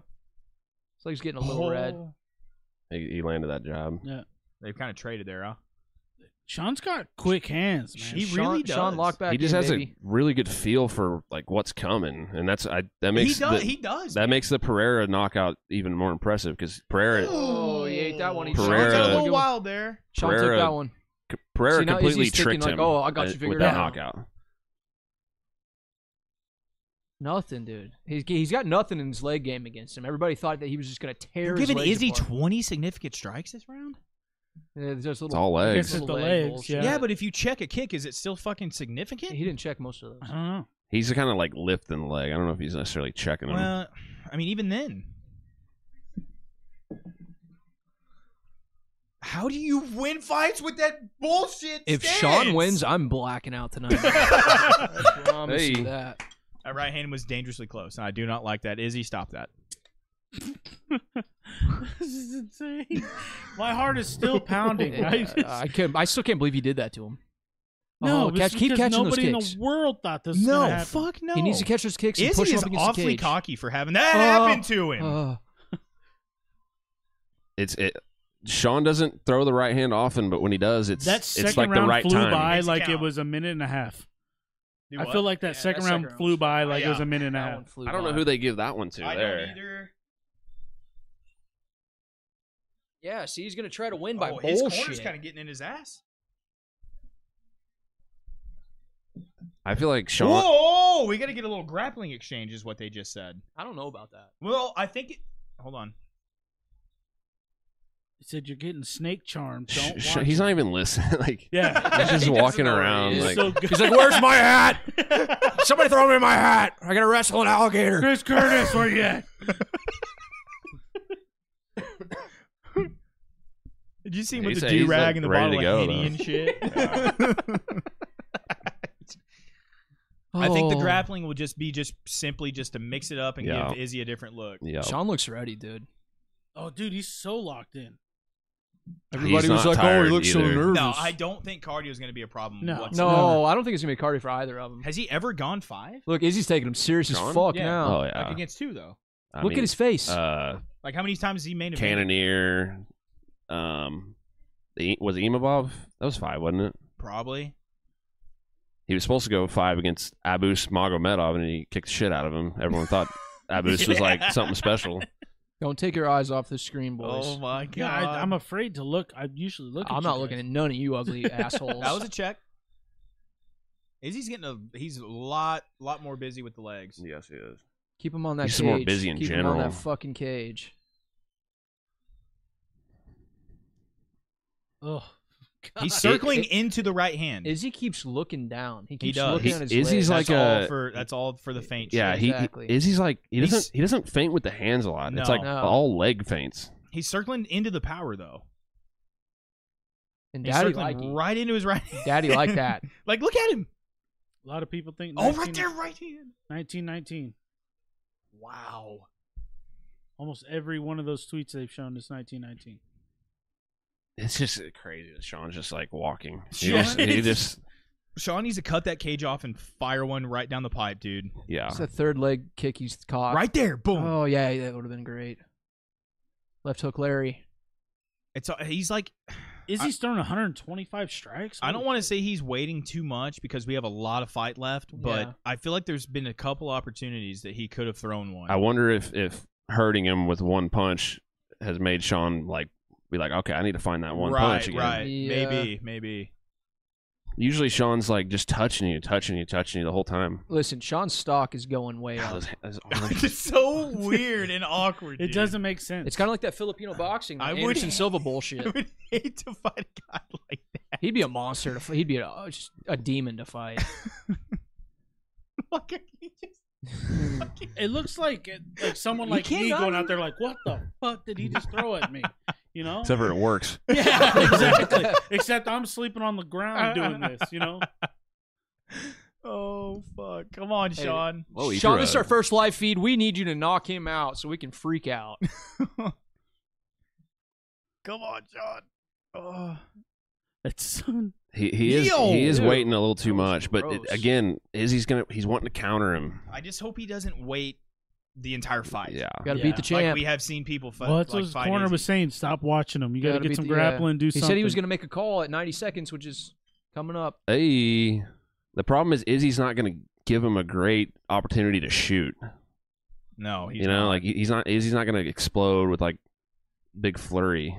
Speaker 1: It's like he's getting a little red.
Speaker 3: he, he landed that job.
Speaker 2: They've kind of traded there, huh?
Speaker 4: Sean's got quick hands, man.
Speaker 2: He
Speaker 1: Sean,
Speaker 2: really
Speaker 1: Sean
Speaker 2: does.
Speaker 1: locked back
Speaker 3: he
Speaker 1: in,
Speaker 3: just has
Speaker 1: baby.
Speaker 3: a really good feel for like what's coming, and that's I that makes
Speaker 2: he does.
Speaker 3: the-
Speaker 2: he does.
Speaker 3: that makes the Pereira knookout even more impressive because Pereira
Speaker 1: Oh, he ate that one. He
Speaker 2: Sean took a
Speaker 3: Pereira-
Speaker 2: little while there.
Speaker 1: Sean took
Speaker 3: Pereira-
Speaker 1: that one.
Speaker 3: Pereira
Speaker 1: See, now Izzy's
Speaker 3: completely
Speaker 1: thinking,
Speaker 3: tricked
Speaker 1: like,
Speaker 3: him.
Speaker 1: "Oh, I got
Speaker 3: uh,
Speaker 1: you
Speaker 3: with
Speaker 1: figured
Speaker 3: that
Speaker 1: out."
Speaker 3: knockout.
Speaker 1: Nothing, dude. He's he's got nothing in his leg game against him. Everybody thought that he was just gonna tear
Speaker 2: You're
Speaker 1: his
Speaker 2: giving
Speaker 1: legs
Speaker 2: Izzy
Speaker 1: apart.
Speaker 2: 20 significant strikes this round?
Speaker 1: Yeah, there's just
Speaker 3: It's
Speaker 1: little,
Speaker 3: all
Speaker 4: I
Speaker 3: legs.
Speaker 4: guess it's the
Speaker 1: Little
Speaker 4: legs.
Speaker 1: leg bullshit.
Speaker 4: Yeah.
Speaker 2: Yeah. but if you check a kick, is it still fucking significant?
Speaker 1: He didn't check most of
Speaker 4: I
Speaker 1: those.
Speaker 4: don't know.
Speaker 3: He's kind of like lifting the leg. I don't know if he's necessarily checking him.
Speaker 2: well, I mean, even then. How do you win fights with that bullshit?
Speaker 1: If
Speaker 2: stance?
Speaker 1: Sean wins, I'm blacking out tonight. I promise
Speaker 3: Hey.
Speaker 1: you that.
Speaker 2: That right hand was dangerously close, and I do not like that. Izzy, stop that.
Speaker 4: this is insane. My heart is still pounding.
Speaker 1: Yeah,
Speaker 4: I just-
Speaker 1: I can't. I still can't believe he did that to him.
Speaker 4: no,
Speaker 1: oh,
Speaker 4: it's
Speaker 1: catch, keep
Speaker 4: because
Speaker 1: catching those
Speaker 4: nobody in
Speaker 1: kicks.
Speaker 4: the world thought this. was gonna happen.
Speaker 2: fuck no.
Speaker 1: He needs to catch those kicks and
Speaker 2: Izzy
Speaker 1: push him
Speaker 2: is
Speaker 1: up against the
Speaker 2: awfully
Speaker 1: cage.
Speaker 2: cocky for having that
Speaker 1: Oh.
Speaker 2: happen to him.
Speaker 1: Uh,
Speaker 3: It's it. Sean doesn't throw the right hand often, but when he does, it's
Speaker 4: That second
Speaker 3: it's like
Speaker 4: round
Speaker 3: the right
Speaker 4: flew
Speaker 3: time.
Speaker 4: by
Speaker 2: Makes it
Speaker 4: like it
Speaker 2: count.
Speaker 4: was a minute and a half.
Speaker 2: Do
Speaker 4: I
Speaker 2: what?
Speaker 4: feel like that second round flew by like it was a minute and a
Speaker 1: that
Speaker 4: half.
Speaker 1: one flew
Speaker 3: I don't know
Speaker 1: by.
Speaker 3: who they give that one to
Speaker 2: I
Speaker 3: there.
Speaker 2: don't either.
Speaker 1: Yeah, see, he's gonna try to win by
Speaker 2: oh, his corner's
Speaker 1: bullshit.
Speaker 2: kind of getting in his ass.
Speaker 3: I feel like Sean.
Speaker 2: Whoa! We got to get a little grappling exchange, is what they just said.
Speaker 1: I don't know about that.
Speaker 2: Well, I think it. Hold on.
Speaker 4: He said you're getting snake charmed.
Speaker 3: Sh-
Speaker 4: Don't
Speaker 3: Sh-
Speaker 4: watch
Speaker 3: he's
Speaker 4: it."
Speaker 3: not even listening. Like
Speaker 4: Yeah.
Speaker 3: he's just
Speaker 1: He doesn't
Speaker 3: walking
Speaker 1: know where he
Speaker 3: around.
Speaker 1: is.
Speaker 3: Like
Speaker 4: so good.
Speaker 1: He's like, "Where's my hat? Somebody throw me my hat! I gotta wrestle an alligator."
Speaker 4: Chris Curtis, where you at?
Speaker 2: Did you see him
Speaker 3: He's-
Speaker 2: with the
Speaker 3: he's,
Speaker 2: do rag
Speaker 3: like,
Speaker 2: and the
Speaker 3: ready
Speaker 2: bottle
Speaker 3: to
Speaker 2: of
Speaker 3: go,
Speaker 2: Henny
Speaker 3: though.
Speaker 2: and shit?
Speaker 1: Oh.
Speaker 2: I think the grappling will just be just simply just to mix it up and
Speaker 3: Yeah.
Speaker 2: give Izzy a different look.
Speaker 3: yeah,
Speaker 1: Sean looks ready, dude.
Speaker 4: Oh, dude, he's so locked in.
Speaker 3: Everybody was like, "Oh, he looks so nervous."
Speaker 2: No, I don't think cardio is going to be a problem.
Speaker 4: No.
Speaker 1: No,
Speaker 2: whatsoever.
Speaker 4: No.
Speaker 1: I don't think it's gonna be cardio for either of them.
Speaker 2: Has he ever gone five?
Speaker 1: Look, Izzy's taking him serious
Speaker 3: Sean?
Speaker 1: as fuck
Speaker 2: Yeah.
Speaker 1: now.
Speaker 3: oh yeah.
Speaker 2: Like against two though.
Speaker 3: I
Speaker 1: Look
Speaker 3: mean,
Speaker 1: at his face.
Speaker 3: uh,
Speaker 2: Like how many times has he made a
Speaker 3: Cannoneer. Um, the, was it Imabov? That was five, wasn't it?
Speaker 2: Probably.
Speaker 3: He was supposed to go five against Abus Magomedov, and he kicked the shit out of him. Everyone thought Abus was like something special.
Speaker 1: don't take your eyes off the screen, boys.
Speaker 2: my
Speaker 4: Yeah, I, I'm afraid to look. I usually Oh, look. At
Speaker 1: I'm
Speaker 4: you
Speaker 1: not
Speaker 4: guys.
Speaker 1: looking at none of you ugly assholes.
Speaker 2: that was a check. Izzy's getting a he's a lot lot more busy with the legs.
Speaker 3: Yes, he is.
Speaker 1: Keep him on that
Speaker 3: He's
Speaker 1: cage.
Speaker 3: more busy in
Speaker 1: Keep him on
Speaker 3: general.
Speaker 1: that fucking cage.
Speaker 4: Oh, God.
Speaker 2: He's circling
Speaker 1: It- it-
Speaker 2: into the right hand.
Speaker 1: Izzy keeps looking down. He keeps
Speaker 2: does.
Speaker 1: looking
Speaker 2: He-
Speaker 1: at his
Speaker 3: Izzy's
Speaker 1: legs.
Speaker 2: that's
Speaker 3: like
Speaker 2: all
Speaker 3: a-
Speaker 2: for that's all for the faint.
Speaker 3: Yeah,
Speaker 2: shit.
Speaker 3: he,
Speaker 1: Exactly.
Speaker 3: he Izzy's like he
Speaker 2: He's-
Speaker 3: doesn't he doesn't faint with the hands a lot. It's
Speaker 2: No.
Speaker 3: like
Speaker 1: No.
Speaker 3: all leg feints.
Speaker 2: he's circling into the power though.
Speaker 1: and
Speaker 2: He's
Speaker 1: daddy like
Speaker 2: circling right into his right. hand.
Speaker 1: daddy like that.
Speaker 2: like look at him.
Speaker 4: a lot of people think.
Speaker 2: Oh,
Speaker 4: 19,
Speaker 2: right there, right hand.
Speaker 4: 1919.
Speaker 2: Wow.
Speaker 4: Almost every one of those tweets they've shown is 1919.
Speaker 3: It's just crazy that Sean's just like walking. He
Speaker 2: Sean
Speaker 3: just, he
Speaker 2: is-
Speaker 3: just
Speaker 2: Sean needs to cut that cage off and fire one right down the pipe, dude.
Speaker 3: yeah.
Speaker 1: It's the third leg kick he's caught.
Speaker 2: Right there, boom.
Speaker 1: Oh yeah, that would have been great. Left hook, Larry.
Speaker 2: It's he's like
Speaker 4: Is he throwing 125 strikes?
Speaker 2: I don't want to say he's waiting too much because we have a lot of fight left, but
Speaker 1: Yeah.
Speaker 2: I feel like there's been a couple opportunities that he could have thrown one.
Speaker 3: I wonder if if hurting him with one punch has made Sean like be like, okay, I need to find that one
Speaker 2: right,
Speaker 3: punch again.
Speaker 2: Right,
Speaker 1: Yeah.
Speaker 2: maybe, maybe.
Speaker 3: Usually Sean's like just touching you, touching you, touching you the whole time.
Speaker 1: Listen, Sean's stock is going way
Speaker 3: God,
Speaker 1: up.
Speaker 3: those- those arms.
Speaker 2: it's so weird and awkward.
Speaker 4: It
Speaker 2: dude.
Speaker 4: doesn't make sense.
Speaker 1: It's kind of like that Filipino boxing, that
Speaker 2: I would-
Speaker 1: Anderson Silva
Speaker 2: I
Speaker 1: bullshit.
Speaker 2: would hate to fight a guy like that.
Speaker 1: He'd be a monster to fight. He'd be a, oh, just a demon to fight.
Speaker 2: Like, he just-
Speaker 4: It looks like like someone
Speaker 1: You
Speaker 4: like me
Speaker 1: cannot-
Speaker 4: going out there like, what the fuck did he just throw at me? You know?
Speaker 3: Except for it works.
Speaker 4: yeah, exactly. Except I'm sleeping on the ground doing this. You know?
Speaker 2: Oh fuck! Come on, Sean.
Speaker 3: Whoa, he
Speaker 1: Sean,
Speaker 3: threw
Speaker 1: this is
Speaker 3: a-
Speaker 1: our first live feed. We need you to knock him out so we can freak out.
Speaker 2: Come on, Sean. Oh.
Speaker 4: That's
Speaker 3: He, he is
Speaker 2: Yo,
Speaker 3: he is
Speaker 1: dude.
Speaker 3: waiting a little
Speaker 1: That
Speaker 3: too
Speaker 1: was
Speaker 3: much, but it,
Speaker 1: gross.
Speaker 3: again, Izzy's gonna he's wanting to counter him.
Speaker 2: I just hope he doesn't wait the entire fight.
Speaker 3: Yeah,
Speaker 1: Got to
Speaker 4: Yeah.
Speaker 1: beat the
Speaker 2: Like
Speaker 1: champ.
Speaker 2: we have seen people fight.
Speaker 4: well, that's
Speaker 2: like
Speaker 4: what
Speaker 2: fight
Speaker 4: corner
Speaker 2: Izzy.
Speaker 4: was saying. Stop watching him. You got to
Speaker 1: Gotta
Speaker 4: get
Speaker 1: beat
Speaker 4: some
Speaker 1: the- yeah.
Speaker 4: grappling. Do
Speaker 1: he
Speaker 4: something.
Speaker 1: said he was going to make a call at 90 seconds, which is coming up.
Speaker 3: Hey, the problem is Izzy's not going to give him a great opportunity to shoot.
Speaker 2: No, he's
Speaker 3: you know,
Speaker 2: not.
Speaker 3: like he- he's not Izzy's not going to explode with like big flurry.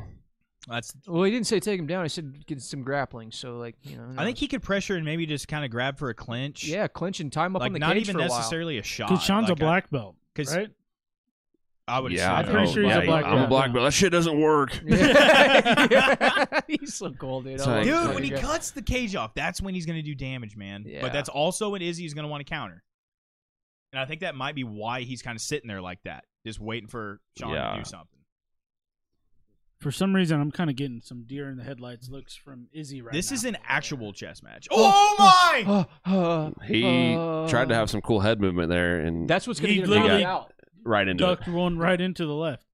Speaker 2: that's.
Speaker 1: Well, he didn't say take him down. He said get some grappling. So, like, you know.
Speaker 2: I think he could pressure and maybe just kind of grab for a clinch.
Speaker 1: Yeah, clinch and tie him up
Speaker 2: like
Speaker 1: on the
Speaker 2: not
Speaker 1: cage
Speaker 2: even
Speaker 1: for a
Speaker 2: necessarily a shot.
Speaker 4: Because Sean's
Speaker 2: Like,
Speaker 4: a black belt,
Speaker 2: 'cause-
Speaker 4: right?
Speaker 2: I, I would.
Speaker 3: yeah,
Speaker 2: assume.
Speaker 4: I'm pretty
Speaker 3: oh,
Speaker 4: sure he's a
Speaker 3: yeah,
Speaker 4: black
Speaker 3: I'm a
Speaker 4: belt.
Speaker 3: black belt. That shit doesn't work.
Speaker 1: while. Yeah. He's so cool, dude. I
Speaker 3: It's like-
Speaker 1: love
Speaker 2: Dude,
Speaker 1: this
Speaker 2: when he
Speaker 1: guy.
Speaker 2: cuts the cage off, that's when he's going to do damage, man.
Speaker 1: Yeah.
Speaker 2: But that's also when Izzy's going to want to counter. And I think that might be why he's kind of sitting there like that, just waiting for Sean
Speaker 3: Yeah.
Speaker 2: to do something.
Speaker 4: For some reason, I'm kind of getting some deer in the headlights looks from Izzy right
Speaker 2: this
Speaker 4: now.
Speaker 2: is an actual chess match. Oh,
Speaker 1: Oh,
Speaker 2: my!
Speaker 1: Uh, uh,
Speaker 3: He
Speaker 1: uh,
Speaker 3: tried to have some cool head movement there and
Speaker 1: That's what's going to
Speaker 4: He
Speaker 1: get him knocked
Speaker 4: literally-
Speaker 1: out.
Speaker 3: right into
Speaker 4: ducked one right into the left.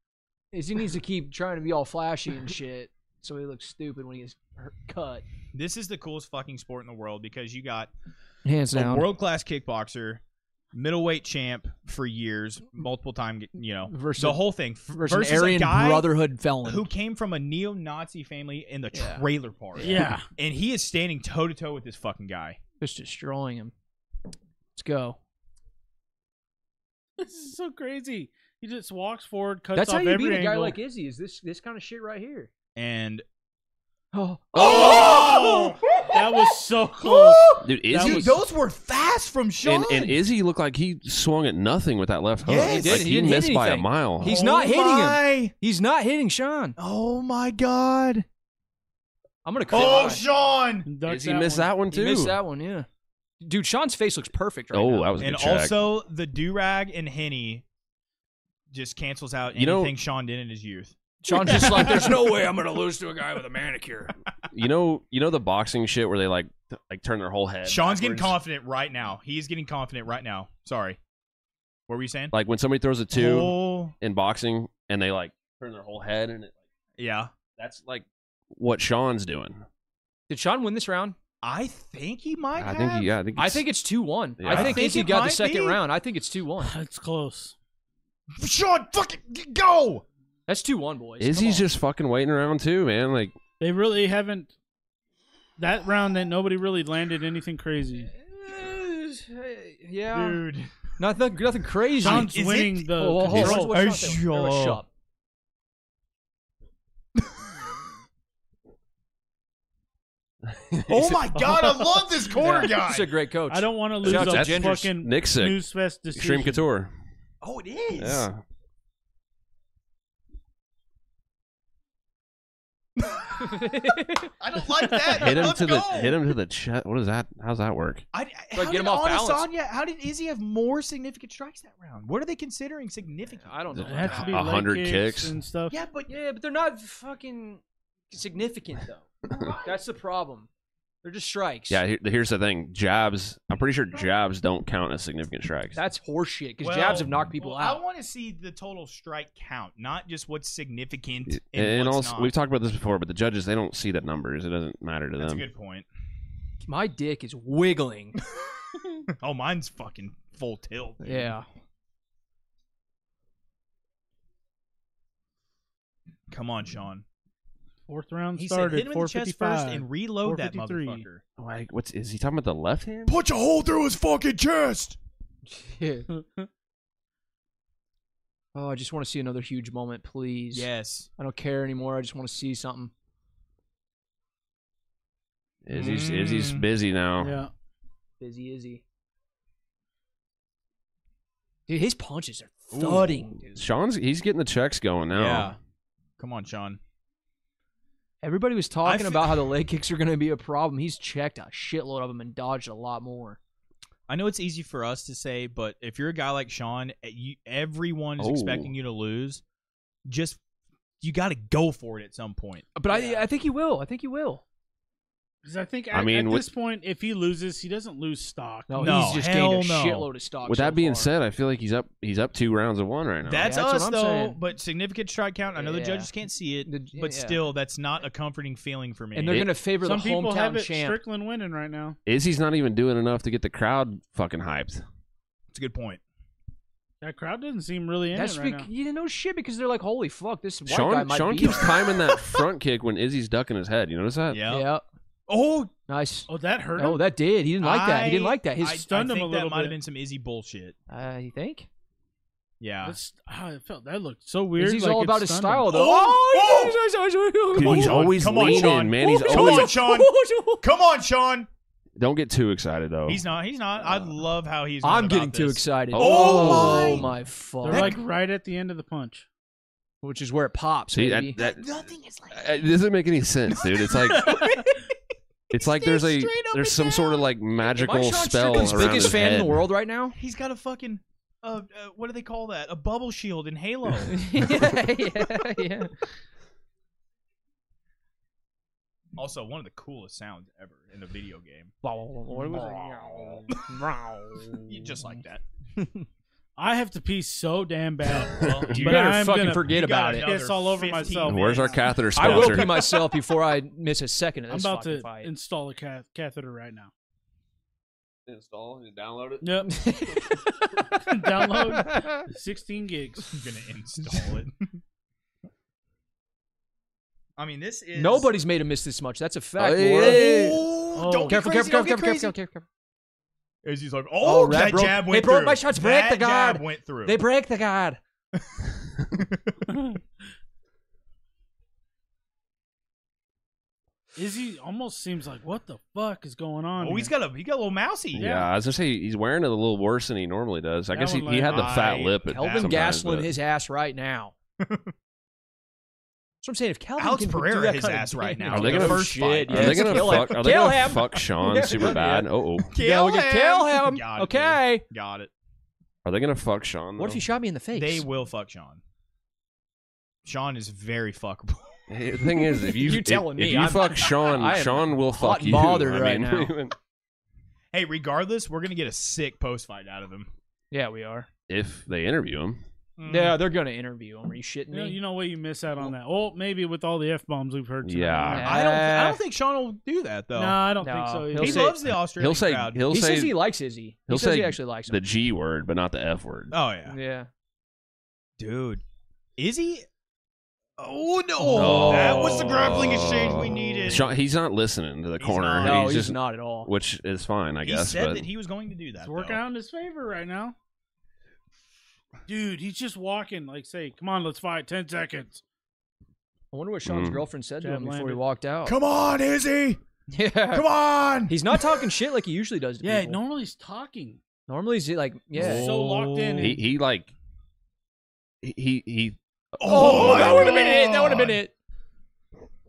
Speaker 1: Is he needs to keep trying to be all flashy and shit, so he looks stupid when he gets hurt, cut.
Speaker 2: This is the coolest fucking sport in the world because you got
Speaker 1: Hands
Speaker 2: a world class kickboxer, middleweight champ for years, multiple time, you know,
Speaker 1: Versus-
Speaker 2: the whole thing
Speaker 1: versus, an
Speaker 2: a
Speaker 1: Aryan
Speaker 2: guy
Speaker 1: Brotherhood felon.
Speaker 2: who came from a neo Nazi family in the
Speaker 1: Yeah.
Speaker 2: trailer park.
Speaker 4: Yeah.
Speaker 2: And he is standing toe to toe with this fucking guy.
Speaker 1: just destroying him. Let's go.
Speaker 4: This is so crazy. He just walks forward, cuts
Speaker 1: That's how
Speaker 4: off
Speaker 1: you
Speaker 4: every
Speaker 1: beat a guy
Speaker 4: angle.
Speaker 1: like Izzy. Is this this kind of shit right here?
Speaker 2: And
Speaker 1: Oh,
Speaker 4: Oh! That was so close.
Speaker 3: it. Dude,
Speaker 4: That
Speaker 3: Izzy
Speaker 4: was-
Speaker 2: those were fast from Sean.
Speaker 3: and, and Izzy looked like he swung at nothing with that left hook.
Speaker 2: Yes. He did.
Speaker 3: Like,
Speaker 1: He didn't hit
Speaker 3: missed by a
Speaker 1: anything.
Speaker 3: mile.
Speaker 1: He's not hitting him.
Speaker 2: him.
Speaker 1: He's not hitting Sean.
Speaker 2: Oh my god.
Speaker 1: I'm gonna call.
Speaker 2: Oh, Sean.
Speaker 4: And ducks
Speaker 3: Izzy missed that one
Speaker 1: He
Speaker 3: too.
Speaker 1: missed that one. Yeah, dude. Sean's face looks perfect right
Speaker 3: oh,
Speaker 1: now.
Speaker 3: that was a
Speaker 2: And
Speaker 3: good check.
Speaker 2: also the do rag and henny just cancels out
Speaker 3: You know-
Speaker 2: anything Sean did in his youth.
Speaker 1: Sean's just like, there's no way I'm gonna lose to a guy with a manicure.
Speaker 3: you know, you know the boxing shit where they like t- like turn their whole head.
Speaker 2: Sean's getting
Speaker 3: backwards?
Speaker 2: confident right now. He's getting confident right now. Sorry. What were you saying?
Speaker 3: Like when somebody throws a two
Speaker 2: Oh,
Speaker 3: in boxing and they like turn their whole head and it,
Speaker 2: yeah.
Speaker 3: that's like what Sean's doing.
Speaker 1: Did Sean win this round?
Speaker 2: I think he might.
Speaker 3: I think
Speaker 2: have.
Speaker 3: yeah, I think
Speaker 1: I
Speaker 3: it's-
Speaker 1: think it's two one.
Speaker 3: Yeah.
Speaker 1: I
Speaker 3: I
Speaker 1: think,
Speaker 2: think
Speaker 1: Izzy
Speaker 2: it
Speaker 1: got
Speaker 2: might
Speaker 1: the second
Speaker 2: be.
Speaker 1: round. I think it's two one.
Speaker 4: That's close.
Speaker 2: Sean, fucking g- go.
Speaker 1: That's two one, boys. Come
Speaker 3: Izzy's
Speaker 1: on.
Speaker 3: just fucking waiting around too, man. Like
Speaker 4: They really haven't. That round, that nobody really landed anything crazy.
Speaker 1: yeah,
Speaker 2: Dude.
Speaker 1: nothing, nothing crazy.
Speaker 4: Sean's
Speaker 2: is it-
Speaker 4: winning the.
Speaker 1: Oh, well, hold
Speaker 4: control.
Speaker 1: on.
Speaker 2: Are
Speaker 1: What's not there?
Speaker 2: you
Speaker 1: There was
Speaker 2: sure?
Speaker 1: shop.
Speaker 2: Oh my god, I love this corner
Speaker 1: Yeah,
Speaker 2: guy.
Speaker 1: He's a great coach.
Speaker 4: I don't want to lose
Speaker 1: Shouts
Speaker 4: a
Speaker 1: out Genders.
Speaker 4: fucking
Speaker 3: Nick sick.
Speaker 4: newsfest
Speaker 3: extreme
Speaker 4: decision.
Speaker 3: couture.
Speaker 2: Oh, it is.
Speaker 3: Yeah.
Speaker 2: I don't like that.
Speaker 3: Hit him
Speaker 2: Let's
Speaker 3: to the
Speaker 2: go.
Speaker 3: hit him to the chest. What is that? How's that work?
Speaker 2: I, how
Speaker 1: get
Speaker 2: did
Speaker 1: him off balance.
Speaker 2: Adesanya- how did Izzy have more significant strikes that round? What are they considering significant?
Speaker 1: I don't know.
Speaker 4: It has to be
Speaker 3: A
Speaker 4: leg
Speaker 3: hundred
Speaker 4: kicks,
Speaker 3: kicks.
Speaker 4: and stuff.
Speaker 2: Yeah, but
Speaker 1: Yeah, but they're not fucking significant though. That's the problem. They're just strikes.
Speaker 3: Yeah, here, here's the thing. Jabs. I'm pretty sure jabs don't count as significant strikes.
Speaker 1: That's horseshit because
Speaker 2: Well,
Speaker 1: jabs have knocked people
Speaker 2: well,
Speaker 1: out.
Speaker 2: I want to see the total strike count, not just what's significant
Speaker 3: and,
Speaker 2: and, what's
Speaker 3: also,
Speaker 2: not.
Speaker 3: we've talked about this before, but the judges they don't see that numbers. It doesn't matter to
Speaker 2: That's a
Speaker 3: them.
Speaker 2: good point.
Speaker 1: My dick is wiggling.
Speaker 2: Oh, mine's fucking full tilt. dude.
Speaker 1: yeah.
Speaker 2: Come on, Sean.
Speaker 4: Fourth round
Speaker 2: He said
Speaker 4: started.
Speaker 2: hit him in the chest first
Speaker 4: 455.
Speaker 2: and reload that
Speaker 4: 453.
Speaker 2: motherfucker.
Speaker 3: Like, what's is he talking about? The left hand?
Speaker 2: Put your hole through his fucking chest.
Speaker 1: Yeah. Oh, I just want to see another huge moment, please.
Speaker 2: Yes.
Speaker 1: I don't care anymore. I just want to see something.
Speaker 3: Izzy's
Speaker 2: Mm.
Speaker 3: Izzy's busy now.
Speaker 4: yeah.
Speaker 1: Busy Izzy. Dude, his punches are
Speaker 2: Ooh.
Speaker 1: thudding, dude.
Speaker 3: Sean's he's getting the checks going now.
Speaker 2: Yeah. Come on, Sean.
Speaker 1: Everybody was talking
Speaker 2: fe-
Speaker 1: about how the leg kicks are going to be a problem. He's checked a shitload of them and dodged a lot more.
Speaker 2: I know it's easy for us to say, but if you're a guy like Sean, eh, you, everyone is
Speaker 3: Oh.
Speaker 2: expecting you to lose. Just you got to go for it at some point.
Speaker 1: But I, I think he will. I think he will.
Speaker 4: Because I think at,
Speaker 3: I mean,
Speaker 4: at
Speaker 3: with-
Speaker 4: this point, if he loses, he doesn't lose stock.
Speaker 1: No,
Speaker 2: No,
Speaker 1: he's just
Speaker 2: hell
Speaker 1: gained a
Speaker 2: no.
Speaker 1: shitload of stock.
Speaker 3: With
Speaker 1: so
Speaker 3: that being
Speaker 1: far.
Speaker 3: said, I feel like he's up. He's up two rounds of one right now.
Speaker 2: That's,
Speaker 1: that's what
Speaker 2: us
Speaker 1: I'm
Speaker 2: though,
Speaker 1: saying.
Speaker 2: but significant strike count. I know the
Speaker 1: Yeah.
Speaker 2: judges can't see it,
Speaker 1: The-
Speaker 2: but
Speaker 1: yeah.
Speaker 2: still, that's not a comforting feeling for me.
Speaker 1: and they're
Speaker 3: It-
Speaker 1: going to favor
Speaker 4: Some
Speaker 1: the
Speaker 4: people have
Speaker 1: hometown
Speaker 4: it
Speaker 1: champ.
Speaker 4: Strickland winning right now.
Speaker 3: Izzy's not even doing enough to get the crowd fucking hyped.
Speaker 2: It's a good point.
Speaker 4: That crowd doesn't seem really in
Speaker 1: That's
Speaker 4: it right
Speaker 1: bec-
Speaker 4: now.
Speaker 1: you know shit because they're like, holy fuck, this white guy
Speaker 3: Sean
Speaker 1: might
Speaker 3: Sean
Speaker 1: beat
Speaker 3: keeps
Speaker 1: him.
Speaker 3: timing that front kick when Izzy's ducking his head. You notice that?
Speaker 2: Yeah.
Speaker 1: Yeah,
Speaker 2: Oh,
Speaker 1: nice.
Speaker 4: Oh, that hurt.
Speaker 1: Oh,
Speaker 4: him?
Speaker 1: that did. He didn't like that. He didn't
Speaker 2: I-
Speaker 1: like that.
Speaker 2: I,
Speaker 1: His,
Speaker 2: I
Speaker 4: stunned
Speaker 2: think
Speaker 4: him a little
Speaker 2: that might have
Speaker 4: bit.
Speaker 2: been some Izzy bullshit.
Speaker 1: uh, you think?
Speaker 2: Yeah.
Speaker 4: That's, ah, it felt that looked so weird.
Speaker 1: Because he's
Speaker 4: like
Speaker 1: all
Speaker 4: it
Speaker 1: about his
Speaker 4: stunned
Speaker 1: style,
Speaker 4: him.
Speaker 1: though.
Speaker 2: Oh!
Speaker 1: Oh,
Speaker 3: Dude,
Speaker 2: Come
Speaker 3: he's
Speaker 2: on,
Speaker 3: always
Speaker 2: come on,
Speaker 3: leaning,
Speaker 2: Sean.
Speaker 3: man. He's
Speaker 2: Come
Speaker 3: always.
Speaker 2: on, Sean. Come on, Sean.
Speaker 3: Don't get too excited though.
Speaker 2: He's not. He's not. I love how he's. going
Speaker 1: Uh, I'm
Speaker 2: about
Speaker 1: getting too
Speaker 2: this.
Speaker 1: excited.
Speaker 2: Oh,
Speaker 1: Oh,
Speaker 2: my.
Speaker 1: my fuck!
Speaker 4: They're like right at the end of the punch.
Speaker 1: Which is where it pops.
Speaker 3: See,
Speaker 1: baby.
Speaker 3: that, that, Nothing is like it doesn't make any sense, dude. It's like it's like there's a
Speaker 2: Straight up
Speaker 3: there's
Speaker 2: and
Speaker 3: some sort of like
Speaker 1: Am I
Speaker 3: magical
Speaker 1: Sean
Speaker 3: spell
Speaker 1: Strickland's
Speaker 3: around
Speaker 1: biggest
Speaker 3: his
Speaker 1: fan
Speaker 3: head.
Speaker 1: in the world right now?
Speaker 2: He's got a fucking. Uh, uh, what do they call that? A bubble shield in Halo.
Speaker 1: yeah, yeah, yeah.
Speaker 2: also, one of the coolest sounds ever in a video game.
Speaker 1: What was
Speaker 2: You- Just like that.
Speaker 4: I have to pee so damn bad.
Speaker 2: Well,
Speaker 1: You
Speaker 4: But
Speaker 1: better
Speaker 4: I'm
Speaker 1: fucking
Speaker 4: gonna-
Speaker 1: forget
Speaker 2: you
Speaker 1: about
Speaker 2: got
Speaker 1: it.
Speaker 2: another
Speaker 4: Piss all over
Speaker 2: 15
Speaker 4: myself.
Speaker 2: minutes.
Speaker 3: Where's our catheter
Speaker 1: Oh, I will
Speaker 3: sponsor?
Speaker 1: pee myself before I miss a second of
Speaker 4: I'm
Speaker 1: this
Speaker 4: about
Speaker 1: fucking
Speaker 4: to
Speaker 1: fight.
Speaker 4: install a cath- catheter right now.
Speaker 3: Install and download it.
Speaker 4: Yep. Download 16 gigs.
Speaker 2: I'm gonna install it. I mean, this is
Speaker 1: Nobody's made him miss this much. That's a fact.
Speaker 3: Hey,
Speaker 1: Laura.
Speaker 3: hey.
Speaker 2: Oh, don't
Speaker 1: Careful,
Speaker 2: get
Speaker 1: careful,
Speaker 2: crazy, don't
Speaker 1: careful,
Speaker 2: get
Speaker 1: careful,
Speaker 2: crazy.
Speaker 1: careful, careful,
Speaker 2: Is he's like, oh,
Speaker 1: that
Speaker 2: that
Speaker 1: broke-
Speaker 2: jab
Speaker 1: they
Speaker 2: went
Speaker 1: broke
Speaker 2: through.
Speaker 1: my shots, break
Speaker 2: that
Speaker 1: the guard.
Speaker 2: jab went through.
Speaker 1: They break the guard.
Speaker 4: Izzy almost seems like, what the fuck is going on?
Speaker 2: oh, he's
Speaker 4: here?
Speaker 2: got a he got a little mousey.
Speaker 3: Yeah. I was gonna say he's wearing it a little worse than he normally does. I
Speaker 4: That
Speaker 3: guess he,
Speaker 4: one
Speaker 3: he
Speaker 4: lay
Speaker 3: had the fat
Speaker 2: high.
Speaker 3: lip. At
Speaker 1: Kelvin
Speaker 3: sometimes, uh,
Speaker 1: Gastelum
Speaker 3: but-
Speaker 1: his ass right now. That's what I'm saying. If Kelvin
Speaker 2: Alex
Speaker 1: can do
Speaker 2: Pereira
Speaker 1: that
Speaker 2: his
Speaker 1: kind of
Speaker 2: ass right
Speaker 1: damage,
Speaker 2: now.
Speaker 3: Are they
Speaker 1: like,
Speaker 3: gonna-
Speaker 2: first
Speaker 1: shit?
Speaker 2: fight?
Speaker 3: Are they
Speaker 1: yes,
Speaker 3: gonna
Speaker 1: kill
Speaker 3: fuck?
Speaker 1: him.
Speaker 3: Are they
Speaker 1: Kill
Speaker 3: gonna
Speaker 1: him.
Speaker 3: fuck Sean super bad? Oh, oh.
Speaker 1: Yeah, we can kill him.
Speaker 2: Got it, dude.
Speaker 1: okay.
Speaker 2: Got it.
Speaker 3: Are they gonna fuck Sean?
Speaker 1: What if you
Speaker 3: though?
Speaker 1: shot me in the face?
Speaker 2: They will fuck Sean. Sean is very fuckable.
Speaker 3: Hey, The thing is, if you,
Speaker 1: You
Speaker 3: if-
Speaker 1: telling
Speaker 3: if,
Speaker 1: me,
Speaker 3: you
Speaker 1: I'm-
Speaker 3: fuck Sean,
Speaker 1: I am
Speaker 3: Sean will
Speaker 1: hot
Speaker 3: fuck
Speaker 1: and
Speaker 3: you.
Speaker 1: bothered
Speaker 3: I
Speaker 1: right
Speaker 3: mean,
Speaker 1: now.
Speaker 2: hey, regardless, we're gonna get a sick post fight out of him.
Speaker 1: yeah, we are.
Speaker 3: if they interview him,
Speaker 2: Mm.
Speaker 1: Yeah, they're gonna interview him. Are you shitting
Speaker 4: You know,
Speaker 1: me?
Speaker 4: you know what you miss out on that? Well, maybe with all the f bombs we've heard. Tonight.
Speaker 3: Yeah.
Speaker 2: I don't. I don't think Sean will do that though.
Speaker 4: No, I don't think
Speaker 1: No.
Speaker 4: so.
Speaker 1: He'll
Speaker 2: he
Speaker 4: either.
Speaker 1: say-
Speaker 2: loves the Australian
Speaker 3: he'll say
Speaker 2: crowd.
Speaker 3: he'll
Speaker 1: he
Speaker 3: say
Speaker 1: says he likes Izzy. He
Speaker 3: he'll
Speaker 1: says he
Speaker 3: say
Speaker 1: actually likes him.
Speaker 3: the G word, but not the F word.
Speaker 2: oh yeah,
Speaker 1: yeah.
Speaker 2: dude. Is he? Oh no!
Speaker 1: No.
Speaker 2: That was the grappling exchange we needed.
Speaker 3: Oh. Sean, he's not listening to the
Speaker 2: He's
Speaker 3: corner.
Speaker 2: not.
Speaker 1: No, he's,
Speaker 3: he's just
Speaker 1: not at all.
Speaker 3: which is fine, I
Speaker 2: he
Speaker 3: guess.
Speaker 2: said
Speaker 3: but
Speaker 2: that he was going to do that.
Speaker 4: It's working
Speaker 2: though.
Speaker 4: out in his favor right now. Dude, he's just walking like, say, come on, let's fight. 10 seconds.
Speaker 1: I wonder what Sean's
Speaker 3: Mm.
Speaker 1: girlfriend said to
Speaker 4: Jab
Speaker 1: him before he
Speaker 4: landed.
Speaker 1: walked out.
Speaker 2: Come on, Izzy!
Speaker 1: yeah.
Speaker 2: Come on!
Speaker 1: He's not talking shit like he usually does. To
Speaker 4: Yeah,
Speaker 1: people.
Speaker 4: normally he's talking.
Speaker 1: Normally he's like, yeah.
Speaker 4: He's so locked in.
Speaker 3: Oh. he, he like he he, he
Speaker 1: Oh,
Speaker 2: my
Speaker 1: that would have been it. That would have been
Speaker 2: God.
Speaker 1: it.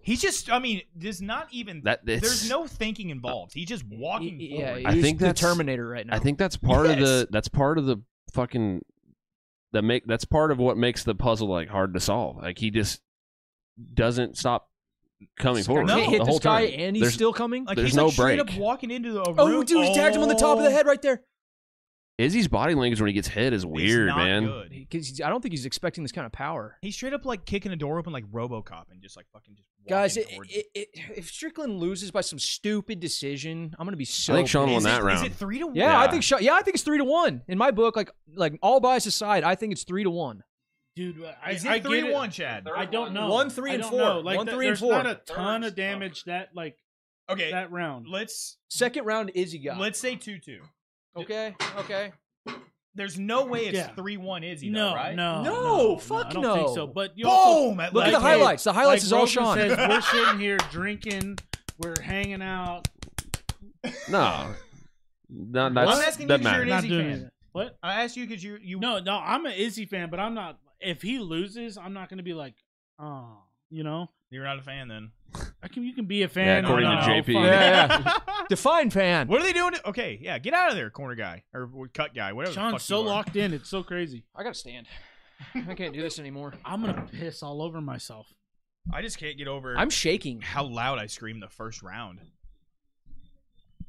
Speaker 2: He's just. I mean, there's not even.
Speaker 3: that it's,
Speaker 2: there's no thinking involved. He's just walking.
Speaker 1: Y- Yeah,
Speaker 2: forward.
Speaker 3: I
Speaker 1: he's
Speaker 3: think
Speaker 1: the
Speaker 3: that's-
Speaker 1: Terminator right now.
Speaker 3: I think that's part of
Speaker 2: Yes.
Speaker 3: the that's part of the fucking that make that's part of what makes the puzzle like hard to solve. Like he just doesn't stop coming
Speaker 1: This guy
Speaker 3: forward
Speaker 2: No.
Speaker 1: can't hit
Speaker 3: the
Speaker 1: this
Speaker 3: whole
Speaker 1: guy,
Speaker 3: time.
Speaker 1: and he's
Speaker 3: There's-
Speaker 1: still coming.
Speaker 2: Like
Speaker 3: There's
Speaker 2: he's
Speaker 3: no
Speaker 2: like straight up
Speaker 3: break.
Speaker 2: walking into a
Speaker 1: oh,
Speaker 2: room.
Speaker 1: dude, he tagged him on the top of the
Speaker 2: Oh,
Speaker 1: head right there.
Speaker 3: Izzy's body language when he gets hit is
Speaker 2: it's
Speaker 3: weird,
Speaker 2: not
Speaker 3: man.
Speaker 2: good. He-
Speaker 1: 'Cause he's- I don't think he's expecting this kind of power.
Speaker 2: He's straight up like kicking a door open like RoboCop and just like fucking just. walking
Speaker 1: Guys, it,
Speaker 2: towards
Speaker 1: it, it, if Strickland loses by some stupid decision, I'm gonna be so.
Speaker 3: think Sean
Speaker 1: pissed.
Speaker 3: won
Speaker 2: Is it-
Speaker 3: that
Speaker 2: Is it
Speaker 3: round.
Speaker 2: three to one?
Speaker 1: Yeah, I
Speaker 3: Yeah.
Speaker 1: think. Sean, yeah, I think it's three to one in my book. Like, like all bias aside, I think it's three to one.
Speaker 4: Dude, I,
Speaker 2: Is it
Speaker 4: I get
Speaker 2: three to
Speaker 4: it.
Speaker 2: one, Chad?
Speaker 4: I don't know.
Speaker 1: One, three,
Speaker 4: I
Speaker 1: and
Speaker 4: don't
Speaker 1: four.
Speaker 4: know. Like,
Speaker 1: One,
Speaker 4: the-
Speaker 1: three, and
Speaker 4: there's not
Speaker 1: four.
Speaker 4: a ton of damage that like
Speaker 2: Okay,
Speaker 4: that round.
Speaker 2: let's
Speaker 1: Second round, Izzy got.
Speaker 2: let's say two two.
Speaker 1: okay, okay.
Speaker 2: There's no way it's
Speaker 4: Yeah.
Speaker 2: three one Izzy.
Speaker 4: No,
Speaker 2: though, right?
Speaker 4: no,
Speaker 1: No,
Speaker 4: I
Speaker 1: fuck
Speaker 4: don't think
Speaker 1: no.
Speaker 4: so. But you also,
Speaker 2: Boom!
Speaker 1: Look at
Speaker 4: Like,
Speaker 1: the
Speaker 4: dude,
Speaker 1: highlights. The highlights
Speaker 4: like
Speaker 1: is all
Speaker 4: Rogan
Speaker 1: Sean.
Speaker 4: Says, we're sitting here drinking, we're hanging out.
Speaker 3: No,
Speaker 2: Well,
Speaker 3: not that's
Speaker 2: I'm asking you
Speaker 3: that
Speaker 2: if you're
Speaker 3: matter.
Speaker 2: an
Speaker 4: Not
Speaker 2: Izzy
Speaker 4: doing
Speaker 2: fan.
Speaker 4: it. What?
Speaker 2: I asked you because you you
Speaker 4: No, no, I'm an Izzy fan, but I'm not. If he loses, I'm not going to be like, oh, you know.
Speaker 2: you're not a fan then.
Speaker 4: I can, you can be a fan.
Speaker 3: according
Speaker 4: I'm
Speaker 3: to
Speaker 4: not.
Speaker 3: JP.
Speaker 4: Oh, fuck.
Speaker 1: Yeah, Define fan.
Speaker 2: What are they doing? To, okay, yeah, get out of there, corner guy or cut guy, whatever. the fuck
Speaker 4: Sean's so
Speaker 2: you are.
Speaker 4: locked in, it's so crazy.
Speaker 1: I gotta stand. I can't do this anymore.
Speaker 4: I'm gonna piss all over myself.
Speaker 2: I just can't get over
Speaker 1: I'm shaking.
Speaker 2: how loud I screamed the first round.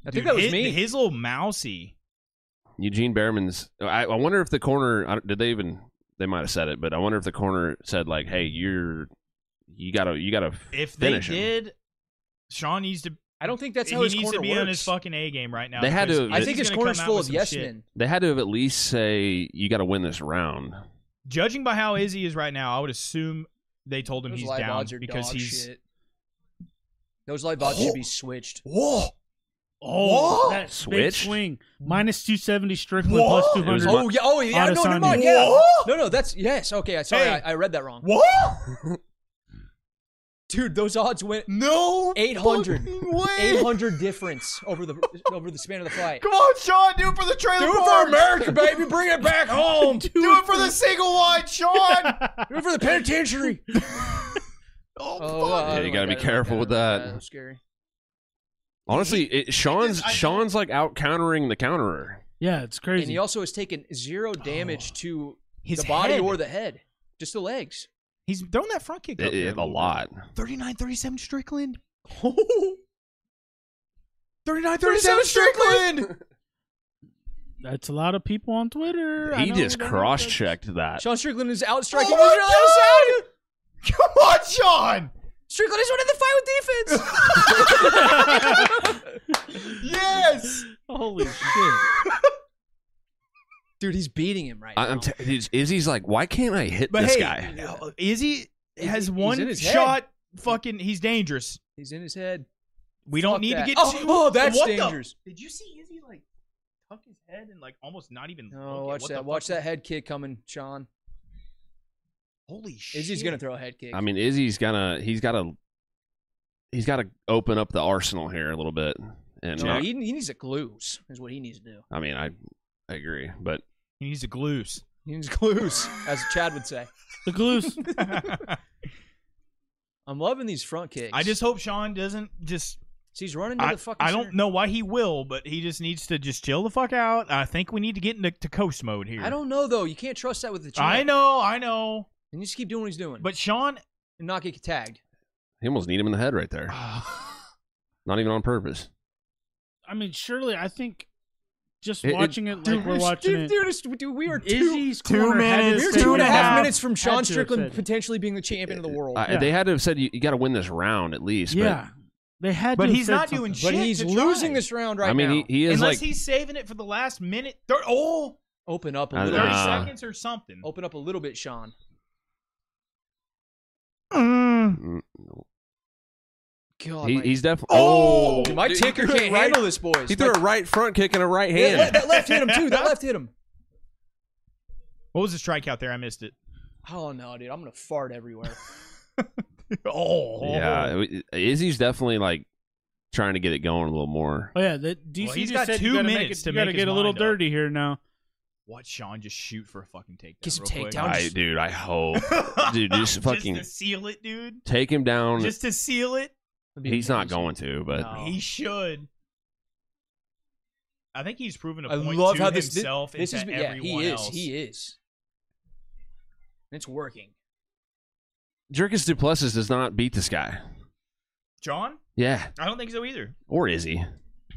Speaker 1: I think that was
Speaker 2: his,
Speaker 1: me.
Speaker 2: His little mousy.
Speaker 3: Eugene Behrman's. I, I wonder if the corner I don't- did they even they might have said it, but I wonder if the corner said like, "Hey, you're you gotta you gotta."
Speaker 2: If they
Speaker 3: Finish him.
Speaker 2: did, Sean needs to.
Speaker 1: I don't think that's how
Speaker 2: he
Speaker 1: his
Speaker 2: needs
Speaker 1: corner
Speaker 2: to be
Speaker 1: works.
Speaker 2: on his fucking A game right now.
Speaker 3: They had
Speaker 2: because
Speaker 3: to-
Speaker 2: he's
Speaker 1: I think his
Speaker 2: gonna
Speaker 1: corner's
Speaker 2: come out
Speaker 1: full
Speaker 2: with
Speaker 1: of
Speaker 2: some
Speaker 1: yes
Speaker 2: shit.
Speaker 1: men.
Speaker 3: They had to have at least say you got to win this round.
Speaker 2: Judging by how Izzy is right now, I would assume they told him
Speaker 1: Those
Speaker 2: he's
Speaker 1: live
Speaker 2: down
Speaker 1: odds are
Speaker 2: because
Speaker 1: dog
Speaker 2: he's. Oh.
Speaker 1: shit. Those live odds should be switched.
Speaker 2: Whoa!
Speaker 4: Oh, that big
Speaker 3: Switched?
Speaker 4: swing minus two seventy Strickland plus
Speaker 2: What?
Speaker 4: two
Speaker 3: It was
Speaker 4: hundred.
Speaker 3: my-
Speaker 1: Oh yeah. Oh yeah. No, never
Speaker 4: Adesanya.
Speaker 1: mind. Yeah. No, no. That's yes. Okay. I sorry.
Speaker 2: Hey.
Speaker 1: I, I read that wrong.
Speaker 2: What?
Speaker 1: Dude, those odds went
Speaker 2: No.
Speaker 1: 800.
Speaker 2: fucking way.
Speaker 1: 800 difference over the over the span of the fight.
Speaker 6: Come on, Sean, do it for the trailer
Speaker 1: Do it for
Speaker 6: park.
Speaker 1: America, baby. Bring it back home. Do
Speaker 6: Do it for the single wide, Sean.
Speaker 1: it for the penitentiary.
Speaker 6: oh,
Speaker 1: uh,
Speaker 3: Yeah, you gotta be careful with that.
Speaker 1: That's scary.
Speaker 3: Honestly, it, Sean's
Speaker 6: I-
Speaker 3: Sean's like out countering the counterer.
Speaker 4: Yeah, it's
Speaker 1: And he
Speaker 4: crazy.
Speaker 1: also has taken zero damage to
Speaker 2: Oh. His
Speaker 1: the body
Speaker 2: head.
Speaker 1: or the head, just the legs.
Speaker 2: He's thrown that front kick up
Speaker 3: It-
Speaker 2: there
Speaker 3: it- a
Speaker 2: little
Speaker 3: lot.
Speaker 2: 39 37 Strickland.
Speaker 1: 39
Speaker 6: 37
Speaker 1: Strickland.
Speaker 4: That's a lot of people on Twitter. I
Speaker 3: He
Speaker 4: know
Speaker 3: just
Speaker 4: that-
Speaker 3: cross checked that.
Speaker 1: Sean Strickland is outstriking
Speaker 6: Oh my
Speaker 1: oh Israel Adesanya.
Speaker 6: Come on, Sean.
Speaker 1: Strickland is winning the fight with defense.
Speaker 6: Yes.
Speaker 4: Holy shit!
Speaker 1: Dude, he's beating him right
Speaker 3: I,
Speaker 1: now.
Speaker 3: I'm t- dude, Izzy's like, why can't I hit
Speaker 2: But
Speaker 3: this
Speaker 2: hey,
Speaker 3: guy?
Speaker 2: uh, Izzy
Speaker 1: He-
Speaker 2: has
Speaker 1: he's in
Speaker 2: one
Speaker 1: his head.
Speaker 2: shot. Fucking, he's dangerous.
Speaker 1: he's in his head.
Speaker 2: We don't
Speaker 1: Fuck
Speaker 2: need
Speaker 1: that.
Speaker 2: to get
Speaker 1: Oh,
Speaker 2: too.
Speaker 1: oh, that's
Speaker 2: what the-
Speaker 1: dangerous.
Speaker 2: did you see Izzy like tuck his head and like almost not even?
Speaker 1: No,
Speaker 2: look at
Speaker 1: watch
Speaker 2: what the
Speaker 1: that.
Speaker 2: fuck
Speaker 1: Watch
Speaker 2: was-
Speaker 1: that head kick coming, Sean.
Speaker 2: Holy shit!
Speaker 1: Izzy's gonna throw a head kick.
Speaker 3: I mean, Izzy's gonna he's gotta he's gotta open up the arsenal here a little bit. And
Speaker 1: no,
Speaker 3: not-
Speaker 1: he, he needs to glutes. Is what he needs to do.
Speaker 3: I mean, I I agree, but
Speaker 2: He needs a glutes.
Speaker 1: He needs glutes, as Chad would say.
Speaker 4: The glues.
Speaker 2: I
Speaker 1: I'm loving these front kicks.
Speaker 2: just hope Sean doesn't just.
Speaker 1: So he's running to
Speaker 2: I,
Speaker 1: the fucking.
Speaker 2: I don't
Speaker 1: center.
Speaker 2: know why he will, but he just needs to just chill the fuck out. I think we need to get into to coast mode here.
Speaker 1: I don't know though. You can't trust that with the. Champ.
Speaker 2: I know. I know.
Speaker 1: And you just keep doing what he's doing,
Speaker 2: But Sean,
Speaker 1: and not get tagged.
Speaker 3: he almost need him in the head right there. Not even on purpose.
Speaker 4: I mean, surely I think just
Speaker 3: It- it-
Speaker 4: watching it, like we're
Speaker 1: Dude,
Speaker 4: watching
Speaker 1: dude,
Speaker 4: it.
Speaker 1: dude, it's- dude, we are two,
Speaker 4: Izzy's
Speaker 2: two
Speaker 4: corner had to
Speaker 2: minutes,
Speaker 1: we're
Speaker 4: say
Speaker 1: two and a
Speaker 4: it
Speaker 1: half
Speaker 4: out.
Speaker 1: minutes from
Speaker 4: Had to
Speaker 1: Sean
Speaker 4: have
Speaker 1: Strickland
Speaker 4: said it.
Speaker 1: potentially being the champion of the world.
Speaker 3: I,
Speaker 4: Yeah.
Speaker 3: They had to have said you, you got to win this round at least. but-
Speaker 4: Yeah, they had.
Speaker 2: But
Speaker 4: to have
Speaker 2: he's
Speaker 4: said
Speaker 2: not
Speaker 4: something.
Speaker 2: doing
Speaker 1: but
Speaker 2: shit
Speaker 1: he's
Speaker 2: to
Speaker 1: losing
Speaker 2: try.
Speaker 1: this round right
Speaker 3: I mean,
Speaker 1: now.
Speaker 3: he, he is
Speaker 2: unless
Speaker 3: like
Speaker 2: he's saving it for the last minute. Thir- oh,
Speaker 1: Open up a
Speaker 3: I
Speaker 1: little.
Speaker 3: know.
Speaker 2: 30
Speaker 3: Uh,
Speaker 2: seconds or something.
Speaker 1: Open up a little bit, Sean. Oh.
Speaker 3: Mm,
Speaker 1: God,
Speaker 3: he,
Speaker 1: my-
Speaker 3: he's Oh! definitely.
Speaker 1: Dude, my tinker can't handle this, boys.
Speaker 3: He threw
Speaker 1: My-
Speaker 3: a right front kick and a right
Speaker 1: Yeah, le-
Speaker 3: hand.
Speaker 1: that left hit him too. That left hit him.
Speaker 2: What was the strikeout there? I missed it.
Speaker 1: Oh no, dude! I'm gonna fart everywhere.
Speaker 2: Oh,
Speaker 3: Yeah, it- it- Izzy's definitely like trying to get it going a little more.
Speaker 4: Oh yeah, that DC
Speaker 2: Well, he's
Speaker 4: just
Speaker 2: got
Speaker 4: said
Speaker 2: two
Speaker 4: you gotta make
Speaker 2: minutes
Speaker 4: it,
Speaker 2: to
Speaker 4: you gotta
Speaker 2: make his
Speaker 4: get a little
Speaker 2: mind up.
Speaker 4: dirty here now.
Speaker 2: Watch Sean just shoot for a fucking takedown.
Speaker 1: Get some
Speaker 2: real quick.
Speaker 1: takedown. I'm
Speaker 3: I,
Speaker 1: just-
Speaker 3: dude, I hope Dude, just fucking-
Speaker 2: to seal it, dude.
Speaker 3: take him down.
Speaker 2: Just to seal it,
Speaker 1: That'd be
Speaker 3: He's not
Speaker 1: amazing.
Speaker 3: going to, but
Speaker 1: No.
Speaker 2: he should. I think he's proven a
Speaker 1: I
Speaker 2: point
Speaker 1: love
Speaker 2: to
Speaker 1: how this thi-
Speaker 2: himself
Speaker 1: this is
Speaker 2: and to
Speaker 1: yeah. He
Speaker 2: everyone
Speaker 1: is.
Speaker 2: else.
Speaker 1: He is. And it's working.
Speaker 3: Jerkis Duplessis does not beat this guy.
Speaker 2: John,
Speaker 3: Yeah,
Speaker 2: I don't think so either.
Speaker 3: or Izzy.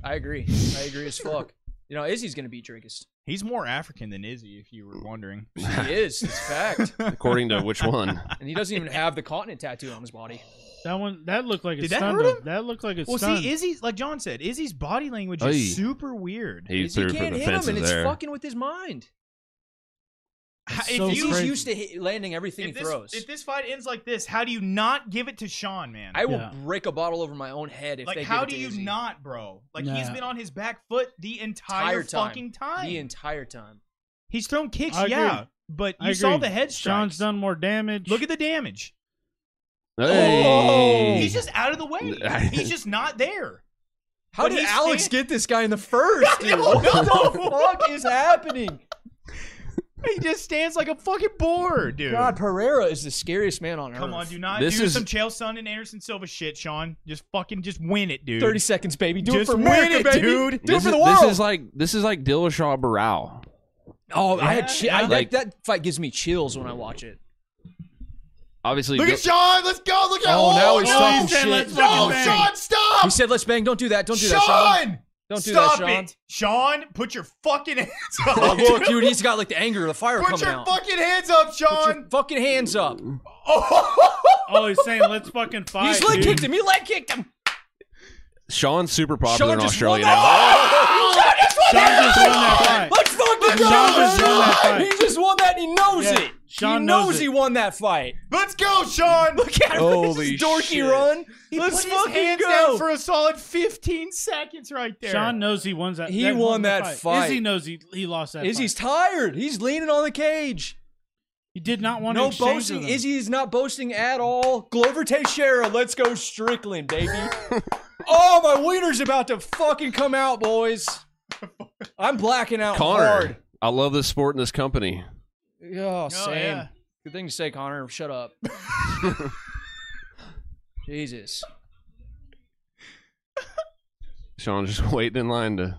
Speaker 1: I agree. I agree as fuck. You know, Izzy's gonna beat Drakus.
Speaker 2: He's more African than Izzy, if you were wondering.
Speaker 1: He is. It's fact.
Speaker 3: According to which one?
Speaker 1: And he doesn't even have the continent tattoo on his body.
Speaker 4: That one, that looked like
Speaker 2: Did
Speaker 4: it's
Speaker 2: that
Speaker 4: stunned.
Speaker 2: hurt
Speaker 4: him.
Speaker 2: him?
Speaker 4: That looked like it's
Speaker 2: Well,
Speaker 4: stunned.
Speaker 2: see, Izzy's like John said, Izzy's body language
Speaker 3: Hey.
Speaker 2: is super weird.
Speaker 3: He
Speaker 1: Izzy
Speaker 3: threw for
Speaker 1: can't
Speaker 3: the
Speaker 1: hit him,
Speaker 3: fences
Speaker 1: and it's
Speaker 3: there.
Speaker 1: fucking with his mind.
Speaker 2: How-
Speaker 4: so
Speaker 2: if
Speaker 1: He's
Speaker 2: you,
Speaker 4: crazy.
Speaker 1: used to hit, landing everything
Speaker 2: if
Speaker 1: he
Speaker 2: this,
Speaker 1: throws.
Speaker 2: if this fight ends like this, how do you not give it to Sean, man?
Speaker 1: I will
Speaker 4: Yeah.
Speaker 1: break a bottle over my own head if
Speaker 2: like,
Speaker 1: they give
Speaker 2: how
Speaker 1: it
Speaker 2: do
Speaker 1: to
Speaker 2: you
Speaker 1: Izzy.
Speaker 2: not, bro? Like, he's
Speaker 4: Nah.
Speaker 2: been on his back foot the entire,
Speaker 1: Entire time.
Speaker 2: fucking time.
Speaker 1: the entire time?
Speaker 2: he's thrown kicks,
Speaker 4: I agree.
Speaker 2: yeah, but
Speaker 4: I
Speaker 2: you saw
Speaker 4: agree.
Speaker 2: the head
Speaker 4: Sean's
Speaker 2: strikes.
Speaker 4: done more damage.
Speaker 2: Look at the damage.
Speaker 1: Oh!
Speaker 3: Hey.
Speaker 2: He's just out of the way. he's just not there.
Speaker 1: How
Speaker 2: But
Speaker 1: did
Speaker 2: he's
Speaker 1: Alex get
Speaker 2: stand-
Speaker 1: this guy in the first? Dude?
Speaker 2: know.
Speaker 1: what the fuck is happening?
Speaker 2: He just stands like a fucking board, dude.
Speaker 1: God, Pereira is the scariest man on earth.
Speaker 2: Come on, do not
Speaker 3: This
Speaker 2: do
Speaker 3: is-
Speaker 2: some Chael Son and Anderson Silva shit, Sean. Just fucking, just win it, dude.
Speaker 1: Thirty seconds, baby. Do
Speaker 2: Just
Speaker 1: it for
Speaker 2: win
Speaker 1: America,
Speaker 2: it,
Speaker 1: baby.
Speaker 2: dude.
Speaker 1: Do it
Speaker 3: this
Speaker 1: for the
Speaker 3: is-
Speaker 1: world.
Speaker 3: This is like this is like Dillashaw Barrow.
Speaker 1: oh, I
Speaker 2: Yeah,
Speaker 1: had chi- I,
Speaker 2: yeah.
Speaker 1: like that fight gives me chills when I watch it.
Speaker 3: Obviously,
Speaker 6: Look
Speaker 3: Dil-
Speaker 6: at Sean. Let's go. Look at
Speaker 1: Oh, now he's
Speaker 6: no,
Speaker 1: talking
Speaker 4: he said,
Speaker 1: shit.
Speaker 4: "Let's fucking
Speaker 6: No,
Speaker 4: bang."
Speaker 6: Sean, stop.
Speaker 1: He said, "Let's bang. Don't do that. Don't do
Speaker 6: Sean.
Speaker 1: that, Sean." Don't do
Speaker 6: Stop
Speaker 1: that, Sean.
Speaker 6: it, Sean. Put your fucking hands
Speaker 1: Oh,
Speaker 6: up.
Speaker 1: look, dude, he's got like the anger, the fire
Speaker 6: Put
Speaker 1: coming
Speaker 6: your
Speaker 1: out.
Speaker 6: fucking hands up,
Speaker 1: Put
Speaker 6: Sean.
Speaker 1: your fucking hands up.
Speaker 6: oh,
Speaker 4: Oh, he's saying let's fucking fight.
Speaker 1: He's leg
Speaker 4: dude.
Speaker 1: kicked him. He leg kicked him.
Speaker 3: Sean's super popular
Speaker 1: Sean
Speaker 3: in
Speaker 1: just
Speaker 3: Australia
Speaker 1: won
Speaker 3: now.
Speaker 1: that.
Speaker 4: Sean just won that fight.
Speaker 1: Let's fucking go!
Speaker 4: Sean just won that fight.
Speaker 1: He just won that. And he knows
Speaker 4: Yeah,
Speaker 1: it.
Speaker 4: Sean
Speaker 1: he
Speaker 4: knows
Speaker 1: knows he
Speaker 4: it.
Speaker 1: won that fight.
Speaker 6: let's go, Sean.
Speaker 1: Look at him. Look at
Speaker 3: Holy
Speaker 1: his dorky
Speaker 3: shit.
Speaker 1: run.
Speaker 6: He
Speaker 1: Let's
Speaker 6: put his
Speaker 1: fucking
Speaker 6: hands
Speaker 1: go.
Speaker 6: down for a solid 15 seconds right there.
Speaker 4: Sean knows he won that.
Speaker 1: He
Speaker 4: that
Speaker 1: won
Speaker 4: the
Speaker 1: that fight.
Speaker 4: Izzy knows he he lost that.
Speaker 1: Izzy's
Speaker 4: fight.
Speaker 1: tired. He's leaning on the cage.
Speaker 4: he did not want to
Speaker 1: No
Speaker 4: exchange
Speaker 1: boasting.
Speaker 4: with him.
Speaker 1: Izzy is not boasting at all. Glover Teixeira, let's go Strickland, baby. oh, my wiener's about to fucking come out, boys. I'm blacking out
Speaker 3: Connor,
Speaker 1: hard.
Speaker 3: I love this sport and this company.
Speaker 1: Oh, same.
Speaker 2: yeah.
Speaker 1: Good thing to say, Connor. Shut up. Jesus.
Speaker 3: Sean just waiting in line to.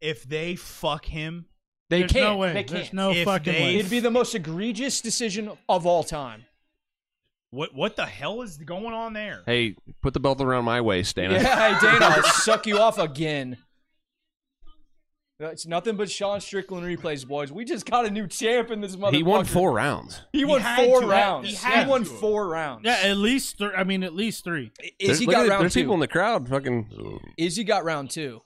Speaker 2: If they fuck him,
Speaker 1: They
Speaker 4: There's
Speaker 1: can't.
Speaker 4: no way.
Speaker 1: They
Speaker 4: There's
Speaker 1: can't.
Speaker 4: no
Speaker 2: If
Speaker 4: fucking
Speaker 2: they-
Speaker 4: way.
Speaker 1: It'd be the most egregious decision of all time.
Speaker 2: what what the hell is going on there?
Speaker 3: Hey, put the belt around my waist, Dana.
Speaker 1: Yeah, hey, Dana, I'll suck you off again. It's nothing but Sean Strickland replays, boys. We just got a new champ in this motherfucker.
Speaker 3: He won four rounds.
Speaker 1: He won
Speaker 2: had
Speaker 1: four
Speaker 2: to.
Speaker 1: rounds.
Speaker 2: He
Speaker 1: He,
Speaker 2: had
Speaker 1: won
Speaker 2: to.
Speaker 1: four rounds.
Speaker 4: Yeah, at least three. I mean, at least three.
Speaker 1: Izzy
Speaker 3: There's- look
Speaker 1: got
Speaker 3: at-
Speaker 1: round
Speaker 3: There's
Speaker 1: two.
Speaker 3: people in the crowd. Fucking.
Speaker 1: Izzy got round two.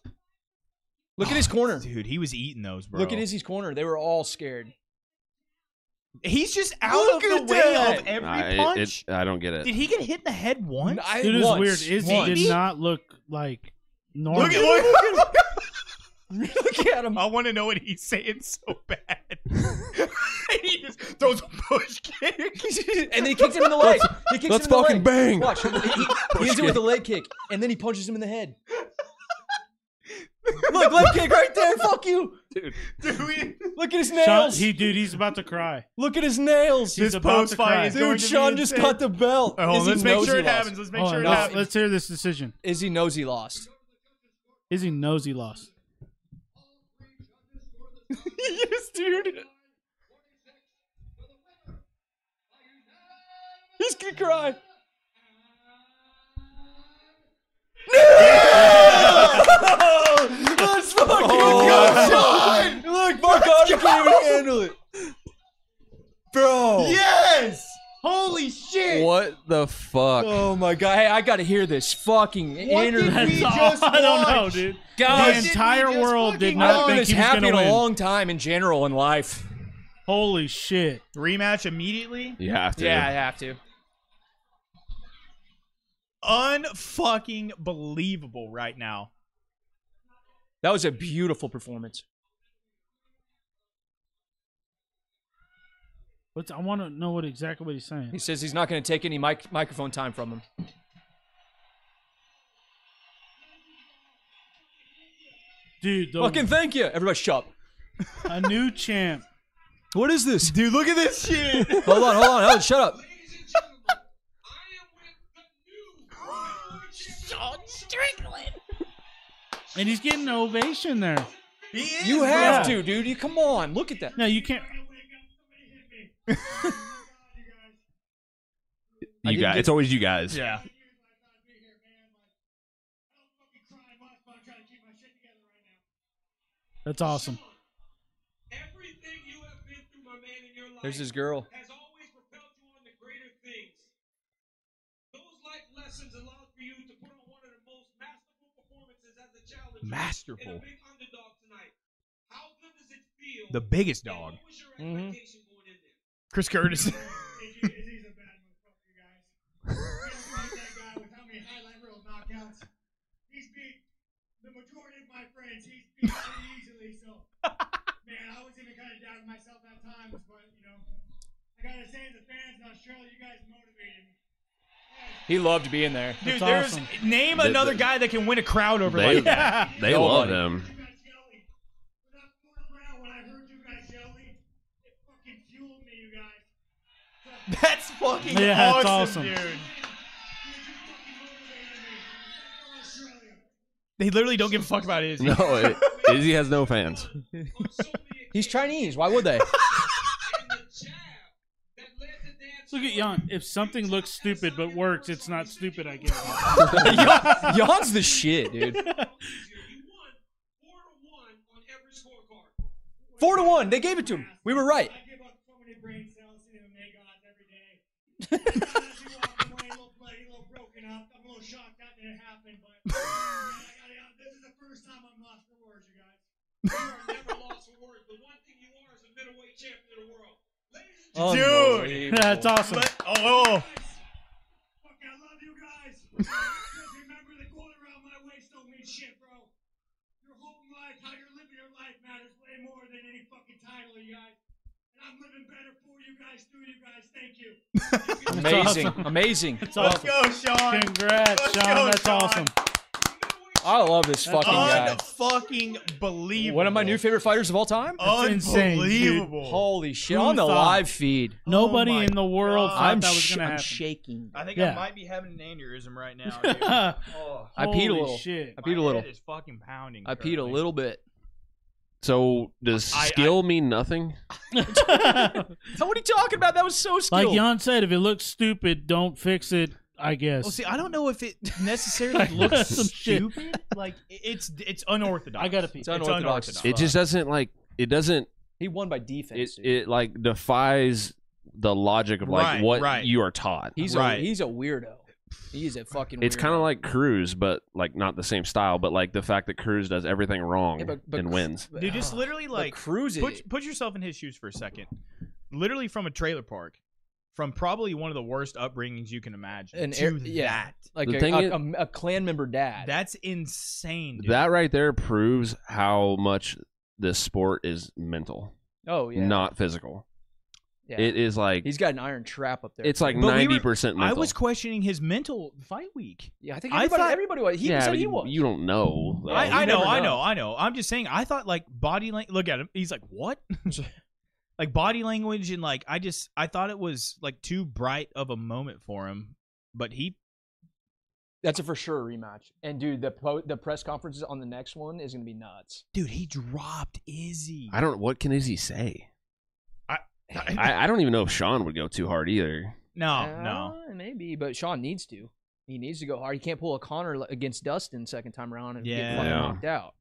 Speaker 1: Look at his
Speaker 3: Oh,
Speaker 1: corner.
Speaker 2: Dude, he was eating those, bro.
Speaker 1: Look at Izzy's corner. They were all scared.
Speaker 2: He's just out
Speaker 1: Look
Speaker 2: of
Speaker 1: at
Speaker 2: the way
Speaker 1: that.
Speaker 2: of every
Speaker 3: I, it-
Speaker 2: punch.
Speaker 3: it- I don't get
Speaker 2: Did
Speaker 3: it.
Speaker 2: he get hit in the head once?
Speaker 1: I-
Speaker 4: Dude, it's
Speaker 1: once,
Speaker 4: weird. Izzy
Speaker 1: once.
Speaker 4: did not look like normal.
Speaker 2: look at look at-
Speaker 1: Look at him.
Speaker 2: I want to know what he's saying so bad. he just throws a push kick.
Speaker 1: and then he kicks him in the leg. He kicks
Speaker 3: let's
Speaker 1: him in the
Speaker 3: fucking
Speaker 1: leg.
Speaker 3: bang.
Speaker 1: Watch. He, he- he hits him with a leg kick, and then he punches him in the head. Look, leg kick right there. Fuck you.
Speaker 2: Dude,
Speaker 1: Look at his
Speaker 4: Sean,
Speaker 1: nails.
Speaker 4: he, dude, he's about to cry.
Speaker 1: Look at his nails.
Speaker 4: He's
Speaker 2: This
Speaker 4: about
Speaker 2: post
Speaker 4: to
Speaker 2: fight
Speaker 4: cry.
Speaker 2: is- going
Speaker 1: Dude,
Speaker 2: to be
Speaker 1: Sean just
Speaker 2: insane.
Speaker 1: got the belt.
Speaker 2: Hold on,
Speaker 1: Izzy
Speaker 2: let's make
Speaker 1: knows
Speaker 2: sure
Speaker 1: he
Speaker 2: it
Speaker 1: lost.
Speaker 2: happens. Let's make
Speaker 4: Hold
Speaker 2: sure it
Speaker 4: on,
Speaker 1: no.
Speaker 4: let's,
Speaker 2: happens.
Speaker 4: let's hear this decision.
Speaker 1: Izzy knows he lost.
Speaker 4: Izzy knows he lost.
Speaker 1: yes, dude. He's gonna cry. No! Let's fucking
Speaker 6: Sean!
Speaker 1: go, Sean! Look, Mark Hunter can't even handle it.
Speaker 2: Oh.
Speaker 1: Bro.
Speaker 6: Yes! Holy shit!
Speaker 3: What the fuck?
Speaker 1: Oh my god. Hey, I gotta hear this fucking
Speaker 6: What did
Speaker 1: internet.
Speaker 6: we
Speaker 4: That's all-
Speaker 6: just
Speaker 4: I don't know,
Speaker 6: watched?
Speaker 4: dude.
Speaker 1: Guys,
Speaker 4: the
Speaker 6: did
Speaker 4: entire
Speaker 6: we just
Speaker 4: world did
Speaker 6: fucking
Speaker 1: I
Speaker 4: not
Speaker 1: haven't been
Speaker 4: think
Speaker 1: this
Speaker 4: he was
Speaker 1: happy
Speaker 4: going
Speaker 1: in
Speaker 4: to
Speaker 1: a
Speaker 4: win.
Speaker 1: long time in general in life.
Speaker 4: Holy shit!
Speaker 2: Rematch immediately.
Speaker 3: You have to.
Speaker 1: Yeah, I have to.
Speaker 2: Unfucking believable right now.
Speaker 1: That was a beautiful performance.
Speaker 4: What's, I want to know what exactly what he's saying.
Speaker 1: He says he's not going to take any mic- microphone time from him.
Speaker 4: Dude, the,
Speaker 1: Fucking thank you. Everybody, shut up.
Speaker 4: a new champ.
Speaker 1: What is this?
Speaker 2: Dude, look at this shit.
Speaker 1: hold on, hold on, hold on. Shut up.
Speaker 5: Ladies and gentlemen, I am with the new world champion. Sean Strickland.
Speaker 4: And he's getting an ovation there.
Speaker 2: He is,
Speaker 1: You have
Speaker 4: bro.
Speaker 1: to, dude. You come on. Look at that.
Speaker 4: No, you can't.
Speaker 1: I
Speaker 3: You
Speaker 1: didn't
Speaker 3: guys.
Speaker 1: get-
Speaker 3: It's always you guys.
Speaker 2: Yeah.
Speaker 4: That's awesome.
Speaker 5: Everything you have been through, my man, in your life
Speaker 1: There's this girl.
Speaker 5: has always propelled you on to greater things. Those life lessons allowed for you to put on one of the most masterful performances as a challenger and a
Speaker 2: Masterful.
Speaker 5: big underdog tonight. How good does it feel?
Speaker 2: The biggest
Speaker 5: and
Speaker 2: dog.
Speaker 5: What was your
Speaker 1: Mhm.
Speaker 5: expectation going in there?
Speaker 2: Chris Curtis.
Speaker 5: He's a bad motherfucker, you guys. He's like that guy with how many highlight reel knockouts. He's beat the majority of my friends. He's beat pretty easily, so man, I was even kind of doubting myself at times, but you know, I gotta say, the fans in Australia, you guys motivated me.
Speaker 1: He loved being there.
Speaker 2: Dude,
Speaker 4: That's
Speaker 2: there's
Speaker 4: awesome.
Speaker 2: name
Speaker 3: They-
Speaker 2: another
Speaker 3: they-
Speaker 2: guy that can win a crowd over
Speaker 3: They-
Speaker 2: like that.
Speaker 3: They love
Speaker 1: Nobody.
Speaker 3: him.
Speaker 5: You guys yelling. When I poured around, when I heard you guys yelling, it fucking fueled me, you guys.
Speaker 2: That's fucking
Speaker 4: Yeah, it's
Speaker 2: awesome,
Speaker 4: awesome.
Speaker 2: dude.
Speaker 5: You fucking motivated me. Thank you, Australia.
Speaker 2: They literally don't give a fuck about Izzy.
Speaker 3: No, it, Izzy has no fans.
Speaker 5: On so many
Speaker 1: He's Chinese. Why would they?
Speaker 5: and the jab that led to Dan
Speaker 4: Look at Jan. If something looks stupid but works, it's not stupid, I guess.
Speaker 1: Yon's the shit, dude.
Speaker 5: He won four to one on every scorecard.
Speaker 1: Four to one. They gave it to him. We were right.
Speaker 5: I give up so many brain cells to MMA gods every day. Sometimes you walk away a little bloody, a little broken up. I'm a little shocked that it happened, but man, I gotta, this is the first time I'm lost for words, you guys. You are never lost for words. The one thing you are is a middleweight champion of the world. Ladies and
Speaker 1: Unbelievable.
Speaker 4: That's awesome.
Speaker 2: Oh,
Speaker 5: Fuck, I love you guys. Just remember the going around my waist don't mean shit, bro. Your whole life, how you're living your life matters way more than any fucking title, you guys. And I'm living better for you guys, through you guys. Thank you.
Speaker 1: Amazing. Amazing.
Speaker 4: awesome.
Speaker 2: go, Sean.
Speaker 4: Congrats,
Speaker 2: Let's
Speaker 4: Sean.
Speaker 2: go,
Speaker 4: That's
Speaker 2: Sean. Oh
Speaker 4: awesome.
Speaker 1: I love this fucking guy.
Speaker 2: Unfucking believable.
Speaker 1: One of my new favorite fighters of all time.
Speaker 4: That's insane,
Speaker 2: Unbelievable.
Speaker 1: Holy shit.
Speaker 4: Oh. Who
Speaker 1: On the
Speaker 4: thought?
Speaker 1: live feed.
Speaker 4: Nobody
Speaker 2: my
Speaker 4: in the world
Speaker 2: God.
Speaker 4: thought
Speaker 1: I'm,
Speaker 4: that was
Speaker 1: sh-
Speaker 4: going to
Speaker 1: I'm
Speaker 4: happen.
Speaker 1: shaking.
Speaker 2: I think
Speaker 4: Yeah.
Speaker 2: I might be having an aneurysm right now. dude. oh,
Speaker 1: I peed a
Speaker 4: Holy
Speaker 1: little.
Speaker 4: Shit.
Speaker 1: I peed
Speaker 2: my
Speaker 1: a little.
Speaker 2: Head is fucking pounding.
Speaker 1: I peed a
Speaker 2: currently.
Speaker 1: little bit.
Speaker 3: So does
Speaker 2: I- I-
Speaker 3: skill mean nothing?
Speaker 1: What are you talking about? That was so skilled.
Speaker 4: like Jan said, if it looks stupid, don't fix it. I guess.
Speaker 2: Well, see, I don't know if it necessarily looks
Speaker 4: Some shit.
Speaker 2: stupid. Like i- it's it's unorthodox.
Speaker 4: I gotta pee.
Speaker 1: It's unorthodox as
Speaker 3: It
Speaker 1: fuck.
Speaker 3: just doesn't like it doesn't
Speaker 1: He won by
Speaker 3: it
Speaker 1: defense. dude.
Speaker 3: it like defies the logic of like
Speaker 2: Right,
Speaker 3: what
Speaker 2: right.
Speaker 3: you are taught.
Speaker 1: he's
Speaker 2: right.
Speaker 1: a he's a weirdo. He's a fucking.
Speaker 3: It's
Speaker 1: weirdo.
Speaker 3: kind of like Cruz, but like not the same style, but like the fact that Cruz does everything wrong
Speaker 1: Yeah, but- but
Speaker 3: and
Speaker 1: Cru-
Speaker 3: wins.
Speaker 1: But-
Speaker 2: Dude, just
Speaker 1: ah,
Speaker 2: literally
Speaker 1: but
Speaker 2: like
Speaker 1: Cruz is-
Speaker 2: put put yourself in his shoes for a second. Literally from a trailer park, from probably one of the worst upbringings you can imagine.
Speaker 1: An
Speaker 2: to
Speaker 1: air- yeah.
Speaker 2: that.
Speaker 1: like
Speaker 3: The
Speaker 1: a,
Speaker 3: thing
Speaker 1: a,
Speaker 3: is-
Speaker 1: a- a clan member dad.
Speaker 2: That's insane. Dude.
Speaker 3: That right there proves how much this sport is mental,
Speaker 1: oh yeah,
Speaker 3: not physical.
Speaker 1: yeah.
Speaker 3: It is like
Speaker 1: he's got an iron trap up there.
Speaker 3: it's like
Speaker 2: But we were-
Speaker 3: ninety percent
Speaker 2: I
Speaker 3: mental.
Speaker 2: was questioning his mental fight week.
Speaker 1: yeah, I think
Speaker 2: I
Speaker 1: everybody
Speaker 2: thought-
Speaker 1: everybody was. He
Speaker 3: yeah,
Speaker 1: said
Speaker 3: but
Speaker 1: he
Speaker 3: you,
Speaker 1: was.
Speaker 3: you don't know. though.
Speaker 1: I-
Speaker 2: I, I
Speaker 1: Oh, you
Speaker 2: know,
Speaker 1: never
Speaker 2: I
Speaker 1: know.
Speaker 2: know, I know. I'm just saying. I thought like body language. Look at him. He's like what? like body language and like I just I thought it was like too bright of a moment for him, but he
Speaker 1: That's a for sure rematch. And dude, the po- the press conferences on the next one is gonna be nuts.
Speaker 2: dude he dropped Izzy.
Speaker 3: I don't. What can Izzy say?
Speaker 2: I-
Speaker 3: I, I don't even know if Sean would go too hard either.
Speaker 2: no,
Speaker 1: Uh,
Speaker 2: no.
Speaker 1: maybe, but Sean needs to. He needs to go hard. He can't pull a Connor li- against Dustin second time around and get
Speaker 2: Yeah.
Speaker 1: fucking
Speaker 3: Yeah.
Speaker 1: knocked out.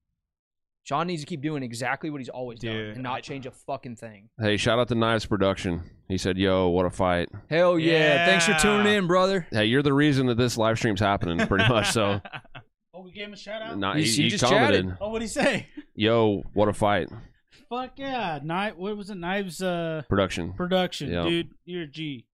Speaker 1: Sean needs to keep doing exactly what he's always done
Speaker 2: Dude,
Speaker 1: and
Speaker 2: I-
Speaker 1: not change a fucking thing.
Speaker 3: Hey, shout out to Knives Production. He said, "Yo, what a fight!
Speaker 1: Hell yeah. Thanks for tuning
Speaker 2: Yeah.
Speaker 1: in, brother.
Speaker 3: Hey, you're the reason that this live stream's happening, pretty much." So,
Speaker 4: Oh, we gave him a shout out.
Speaker 3: not
Speaker 1: You-
Speaker 3: he,
Speaker 1: you
Speaker 3: he
Speaker 1: just
Speaker 3: commented,
Speaker 4: Oh, what'd he say?
Speaker 3: "Yo, what a fight!
Speaker 4: Fuck yeah, knife. What was it? Knives uh,
Speaker 3: Production,
Speaker 4: production,
Speaker 3: Yeah.
Speaker 4: dude. You're a G.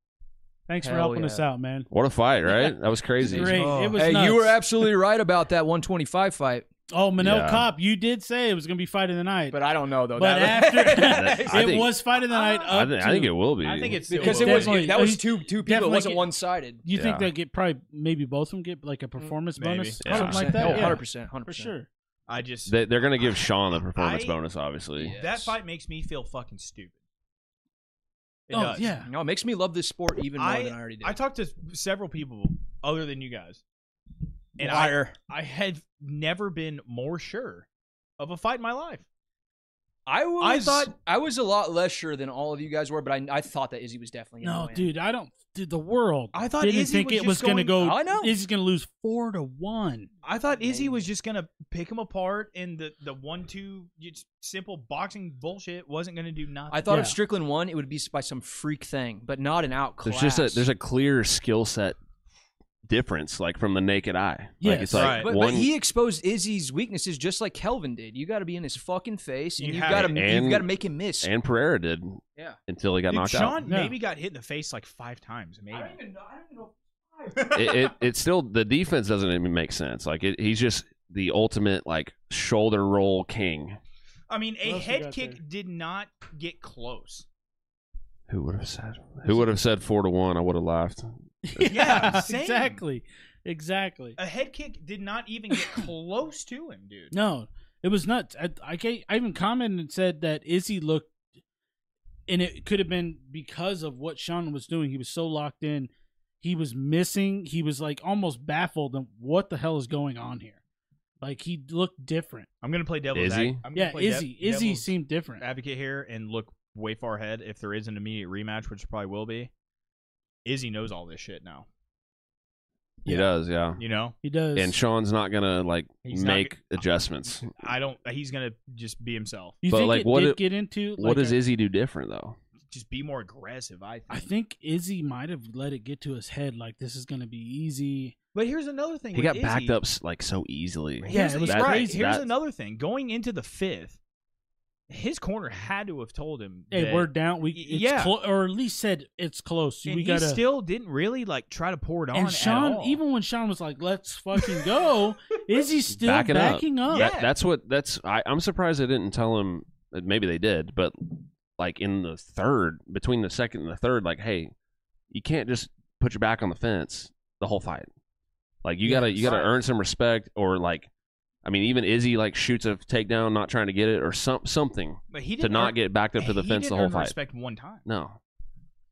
Speaker 4: Thanks for
Speaker 1: Hell
Speaker 4: helping
Speaker 1: yeah.
Speaker 4: us out, man.
Speaker 3: what a fight! Right? That was crazy.
Speaker 4: Great.
Speaker 2: Oh.
Speaker 4: It was
Speaker 1: Hey, you were
Speaker 4: nuts.
Speaker 1: absolutely right about that 125 fight,
Speaker 4: Oh, Manel
Speaker 3: Yeah.
Speaker 4: Cop, you did say it was gonna be fight of the night,
Speaker 1: but
Speaker 4: but,
Speaker 1: I don't know though.
Speaker 4: after
Speaker 3: I
Speaker 4: it
Speaker 3: think-
Speaker 4: was fight of the night.
Speaker 3: I,
Speaker 4: Up
Speaker 3: thi- I think
Speaker 4: to-
Speaker 3: it will be.
Speaker 2: I think it's
Speaker 1: because it
Speaker 2: still-
Speaker 1: was
Speaker 4: Definitely-
Speaker 1: that was
Speaker 4: he's
Speaker 1: two two people. It
Speaker 4: definitely
Speaker 1: wasn't
Speaker 4: get-
Speaker 1: one sided.
Speaker 4: You
Speaker 3: Yeah.
Speaker 4: think they get probably maybe both of them get like a performance
Speaker 2: Mm, maybe.
Speaker 4: bonus,
Speaker 3: Yeah.
Speaker 4: something like that?
Speaker 1: One
Speaker 4: Yeah,
Speaker 1: hundred percent, hundred
Speaker 4: for
Speaker 1: percent.
Speaker 4: sure.
Speaker 2: I just
Speaker 3: they, they're gonna give Sean a performance
Speaker 2: I-
Speaker 3: bonus, obviously.
Speaker 1: Yeah.
Speaker 2: that
Speaker 1: Yes.
Speaker 2: fight makes me feel fucking stupid. It
Speaker 4: oh
Speaker 2: does. Mm-hmm.
Speaker 4: yeah,
Speaker 1: No, it makes me love this sport even more
Speaker 2: I-
Speaker 1: than I already did.
Speaker 2: I talked to several people other than you guys, and I
Speaker 1: Liar.
Speaker 2: I had never been more sure of a fight in my life.
Speaker 1: I was
Speaker 2: I thought-
Speaker 1: I was a lot less sure than all of you guys were, but I, I thought that Izzy was definitely gonna
Speaker 4: no,
Speaker 1: win.
Speaker 4: dude, I don't. Dude, the world.
Speaker 2: I thought
Speaker 4: didn't
Speaker 2: Izzy
Speaker 4: think
Speaker 2: was
Speaker 4: it
Speaker 2: just
Speaker 4: was gonna
Speaker 2: going- Oh,
Speaker 4: go.
Speaker 1: I know.
Speaker 4: Izzy's gonna lose four to one.
Speaker 2: I thought Izzy
Speaker 1: Maybe.
Speaker 2: was just gonna pick him apart, and the the one two just simple boxing bullshit wasn't gonna do nothing.
Speaker 1: I thought
Speaker 4: Yeah.
Speaker 1: if Strickland won, it would be by some freak thing, but not an outclass.
Speaker 3: There's just a there's a clear skill set difference, like from the naked eye. Like
Speaker 4: Yes.
Speaker 3: it's like
Speaker 2: Right.
Speaker 1: but,
Speaker 3: one
Speaker 1: but he exposed Izzy's weaknesses just like Kelvin did. You got to be in his fucking face, and
Speaker 2: You
Speaker 1: you
Speaker 2: have
Speaker 1: got to
Speaker 2: to.
Speaker 1: you
Speaker 3: And-
Speaker 1: got to make him miss.
Speaker 3: and Pereira did.
Speaker 1: Yeah.
Speaker 3: Until he got
Speaker 2: Dude,
Speaker 3: knocked out.
Speaker 2: Sean
Speaker 4: Yeah.
Speaker 2: maybe got hit in the face like five times. Maybe
Speaker 1: even know. I don't even know.
Speaker 3: it, it it's still the defense doesn't even make sense. Like it, he's just the ultimate like shoulder roll king.
Speaker 2: I mean,
Speaker 4: What
Speaker 2: a
Speaker 4: else we
Speaker 2: head
Speaker 4: got
Speaker 2: kick
Speaker 4: there?
Speaker 2: did not get close.
Speaker 3: Who would have said? Who would have said four to one? I would have laughed.
Speaker 2: Yeah, same.
Speaker 4: exactly, exactly.
Speaker 2: A head kick did not even get close to him, dude.
Speaker 4: No, it was nuts. I, I, ca- I even commented and said that Izzy looked, and it could have been because of what Sean was doing. He was so locked in, he was missing. He was like almost baffled. And what the hell is going on here? Like he looked different.
Speaker 2: I'm gonna play devil's
Speaker 3: Izzy?
Speaker 2: ad- I'm gonna
Speaker 4: Yeah,
Speaker 2: play
Speaker 4: Izzy.
Speaker 2: dev-
Speaker 4: Izzy
Speaker 2: devil's
Speaker 4: seemed different.
Speaker 2: advocate here and look way far ahead if there is an immediate rematch, which there probably will be. Izzy knows all this shit now.
Speaker 3: He does, yeah.
Speaker 2: You know,
Speaker 4: He does.
Speaker 3: And Sean's not gonna like
Speaker 2: He's not
Speaker 3: make adjustments.
Speaker 2: I don't. He's gonna just be himself.
Speaker 4: you
Speaker 3: but,
Speaker 4: think
Speaker 3: like,
Speaker 4: it
Speaker 3: what
Speaker 4: did
Speaker 3: it-
Speaker 4: get into?
Speaker 3: what
Speaker 4: like,
Speaker 3: does Izzy do different though?
Speaker 2: Just be more aggressive. I think.
Speaker 4: I think Izzy might have let it get to his head. Like this is going to be easy.
Speaker 2: But here's another thing.
Speaker 3: He
Speaker 2: with
Speaker 3: got
Speaker 2: Izzy.
Speaker 3: backed up s- like so easily.
Speaker 4: Yeah,
Speaker 2: Here's,
Speaker 4: it was
Speaker 2: here's-
Speaker 3: That-
Speaker 2: right, Here's
Speaker 3: that-
Speaker 2: another thing. Going into the fifth, his corner had to have told him.
Speaker 4: Hey,
Speaker 2: that,
Speaker 4: we're down. We
Speaker 2: Y-
Speaker 4: it's
Speaker 2: yeah.
Speaker 4: clo- or at least said it's close.
Speaker 2: And
Speaker 4: we
Speaker 2: he
Speaker 4: gotta.
Speaker 2: still didn't really like try to pour it on.
Speaker 4: and
Speaker 2: at
Speaker 4: Sean,
Speaker 2: all.
Speaker 4: even when Sean was like, "Let's fucking go," Izzy's still
Speaker 3: Back it up.
Speaker 4: backing up.
Speaker 2: Yeah.
Speaker 3: That- that's what that's I, I'm surprised they didn't tell him uh, maybe they did, but like in the third, between the second and the third, like, hey, you can't just put your back on the fence the whole fight. Like you gotta you gotta
Speaker 2: Right.
Speaker 3: earn some respect or like I mean, even Izzy like shoots a takedown not trying to get it or some something
Speaker 2: but he
Speaker 3: to
Speaker 2: didn't
Speaker 3: not
Speaker 2: earn-
Speaker 3: get backed up to the
Speaker 2: he
Speaker 3: fence
Speaker 2: didn't
Speaker 3: the whole
Speaker 2: earn
Speaker 3: fight.
Speaker 2: Respect one time.
Speaker 3: No.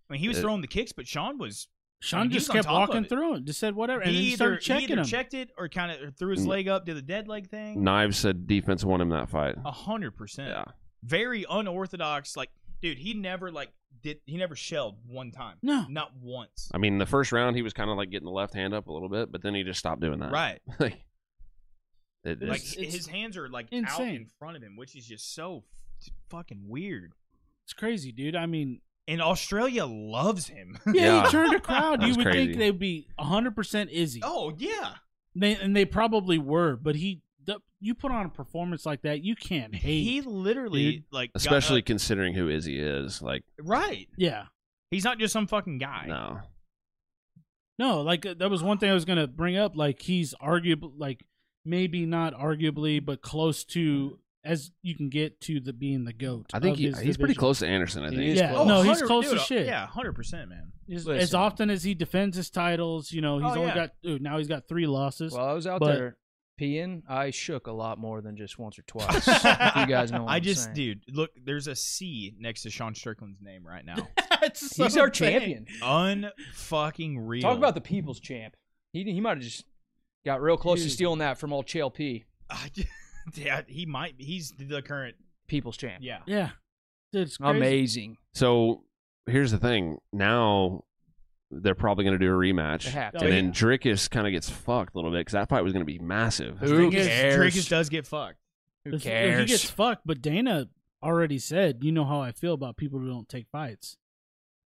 Speaker 2: I mean, he was
Speaker 3: Uh,
Speaker 2: throwing the kicks, but Sean was
Speaker 4: Sean
Speaker 2: I mean, he was
Speaker 4: just
Speaker 2: on
Speaker 4: kept
Speaker 2: top of
Speaker 4: walking
Speaker 2: it.
Speaker 4: through it. Just said whatever,
Speaker 2: he
Speaker 4: and then he
Speaker 2: either
Speaker 4: started
Speaker 2: he
Speaker 4: checking
Speaker 2: either
Speaker 4: him.
Speaker 2: checked it or kind of threw his
Speaker 3: Mm.
Speaker 2: leg up, did the dead leg thing.
Speaker 3: Knives said defense won him that fight.
Speaker 2: A hundred percent.
Speaker 3: Yeah.
Speaker 2: Very unorthodox. Like, dude, he never like did. He never shelled one time.
Speaker 4: No.
Speaker 2: not once.
Speaker 3: I mean, the first round he was kind of like getting the left hand up a little bit, but then he just stopped doing that.
Speaker 2: Right.
Speaker 3: like, it,
Speaker 2: Like
Speaker 3: it's-
Speaker 4: it's
Speaker 2: his hands are like out
Speaker 4: insane.
Speaker 2: in front of him, which is just so f- fucking weird.
Speaker 4: It's crazy, dude. I mean,
Speaker 2: And Australia loves him.
Speaker 4: yeah,
Speaker 3: Yeah.
Speaker 4: he turned a crowd.
Speaker 3: That
Speaker 4: you
Speaker 3: was
Speaker 4: would
Speaker 3: crazy.
Speaker 4: think they'd be 100 percent Izzy.
Speaker 2: oh yeah,
Speaker 4: They, and they probably were, but he, the, you put on a performance like that, you can't hate.
Speaker 2: he literally
Speaker 4: dude.
Speaker 2: like got
Speaker 3: especially
Speaker 2: up-
Speaker 3: considering who Izzy is. Like,
Speaker 2: right.
Speaker 4: yeah,
Speaker 2: He's not just some fucking guy.
Speaker 3: no,
Speaker 4: no, like uh, that was one thing I was gonna bring up. Like he's arguably, like maybe not arguably, but close to as you can get to the being the goat.
Speaker 3: I think
Speaker 4: of
Speaker 3: he, he's
Speaker 4: his
Speaker 3: pretty
Speaker 4: division.
Speaker 3: close to Anderson. I
Speaker 1: He
Speaker 3: think
Speaker 1: is
Speaker 4: Yeah,
Speaker 1: close.
Speaker 4: no, he's
Speaker 2: 100
Speaker 4: close
Speaker 2: Oh, dude, uh,
Speaker 4: as shit.
Speaker 2: Yeah, hundred percent, man.
Speaker 4: As-
Speaker 1: Listen.
Speaker 4: as often as he defends his titles, you know, he's
Speaker 2: Oh,
Speaker 4: only
Speaker 2: yeah.
Speaker 4: got dude, now he's got three losses.
Speaker 1: While I was out
Speaker 4: But-
Speaker 1: there peeing, I shook a lot more than just once or twice. If you guys know. What
Speaker 2: I
Speaker 1: I'm
Speaker 2: just,
Speaker 1: saying.
Speaker 2: dude, look, there's a C next to Sean Strickland's name right now.
Speaker 4: That's
Speaker 1: He's
Speaker 4: so
Speaker 1: our
Speaker 4: insane.
Speaker 1: champion.
Speaker 2: Unfucking real.
Speaker 1: Talk about the people's champ. He he might have just got real close
Speaker 4: Dude.
Speaker 1: to stealing that from old P.
Speaker 2: I ju- yeah, he might. He's the current.
Speaker 1: People's champ.
Speaker 2: Yeah.
Speaker 4: Yeah, dude, it's crazy.
Speaker 1: Amazing.
Speaker 3: so. Here's the thing. Now they're probably going to do a
Speaker 1: They
Speaker 3: rematch,
Speaker 1: have to.
Speaker 4: Oh,
Speaker 3: and then Drickus kind of gets fucked a little bit because that fight was going to be massive.
Speaker 1: Who
Speaker 4: Drake is-
Speaker 1: cares?
Speaker 2: Drickus does get fucked.
Speaker 1: Who
Speaker 4: If- if
Speaker 1: cares?
Speaker 4: He gets fucked, but Dana already said, you know how I feel about people who don't take fights.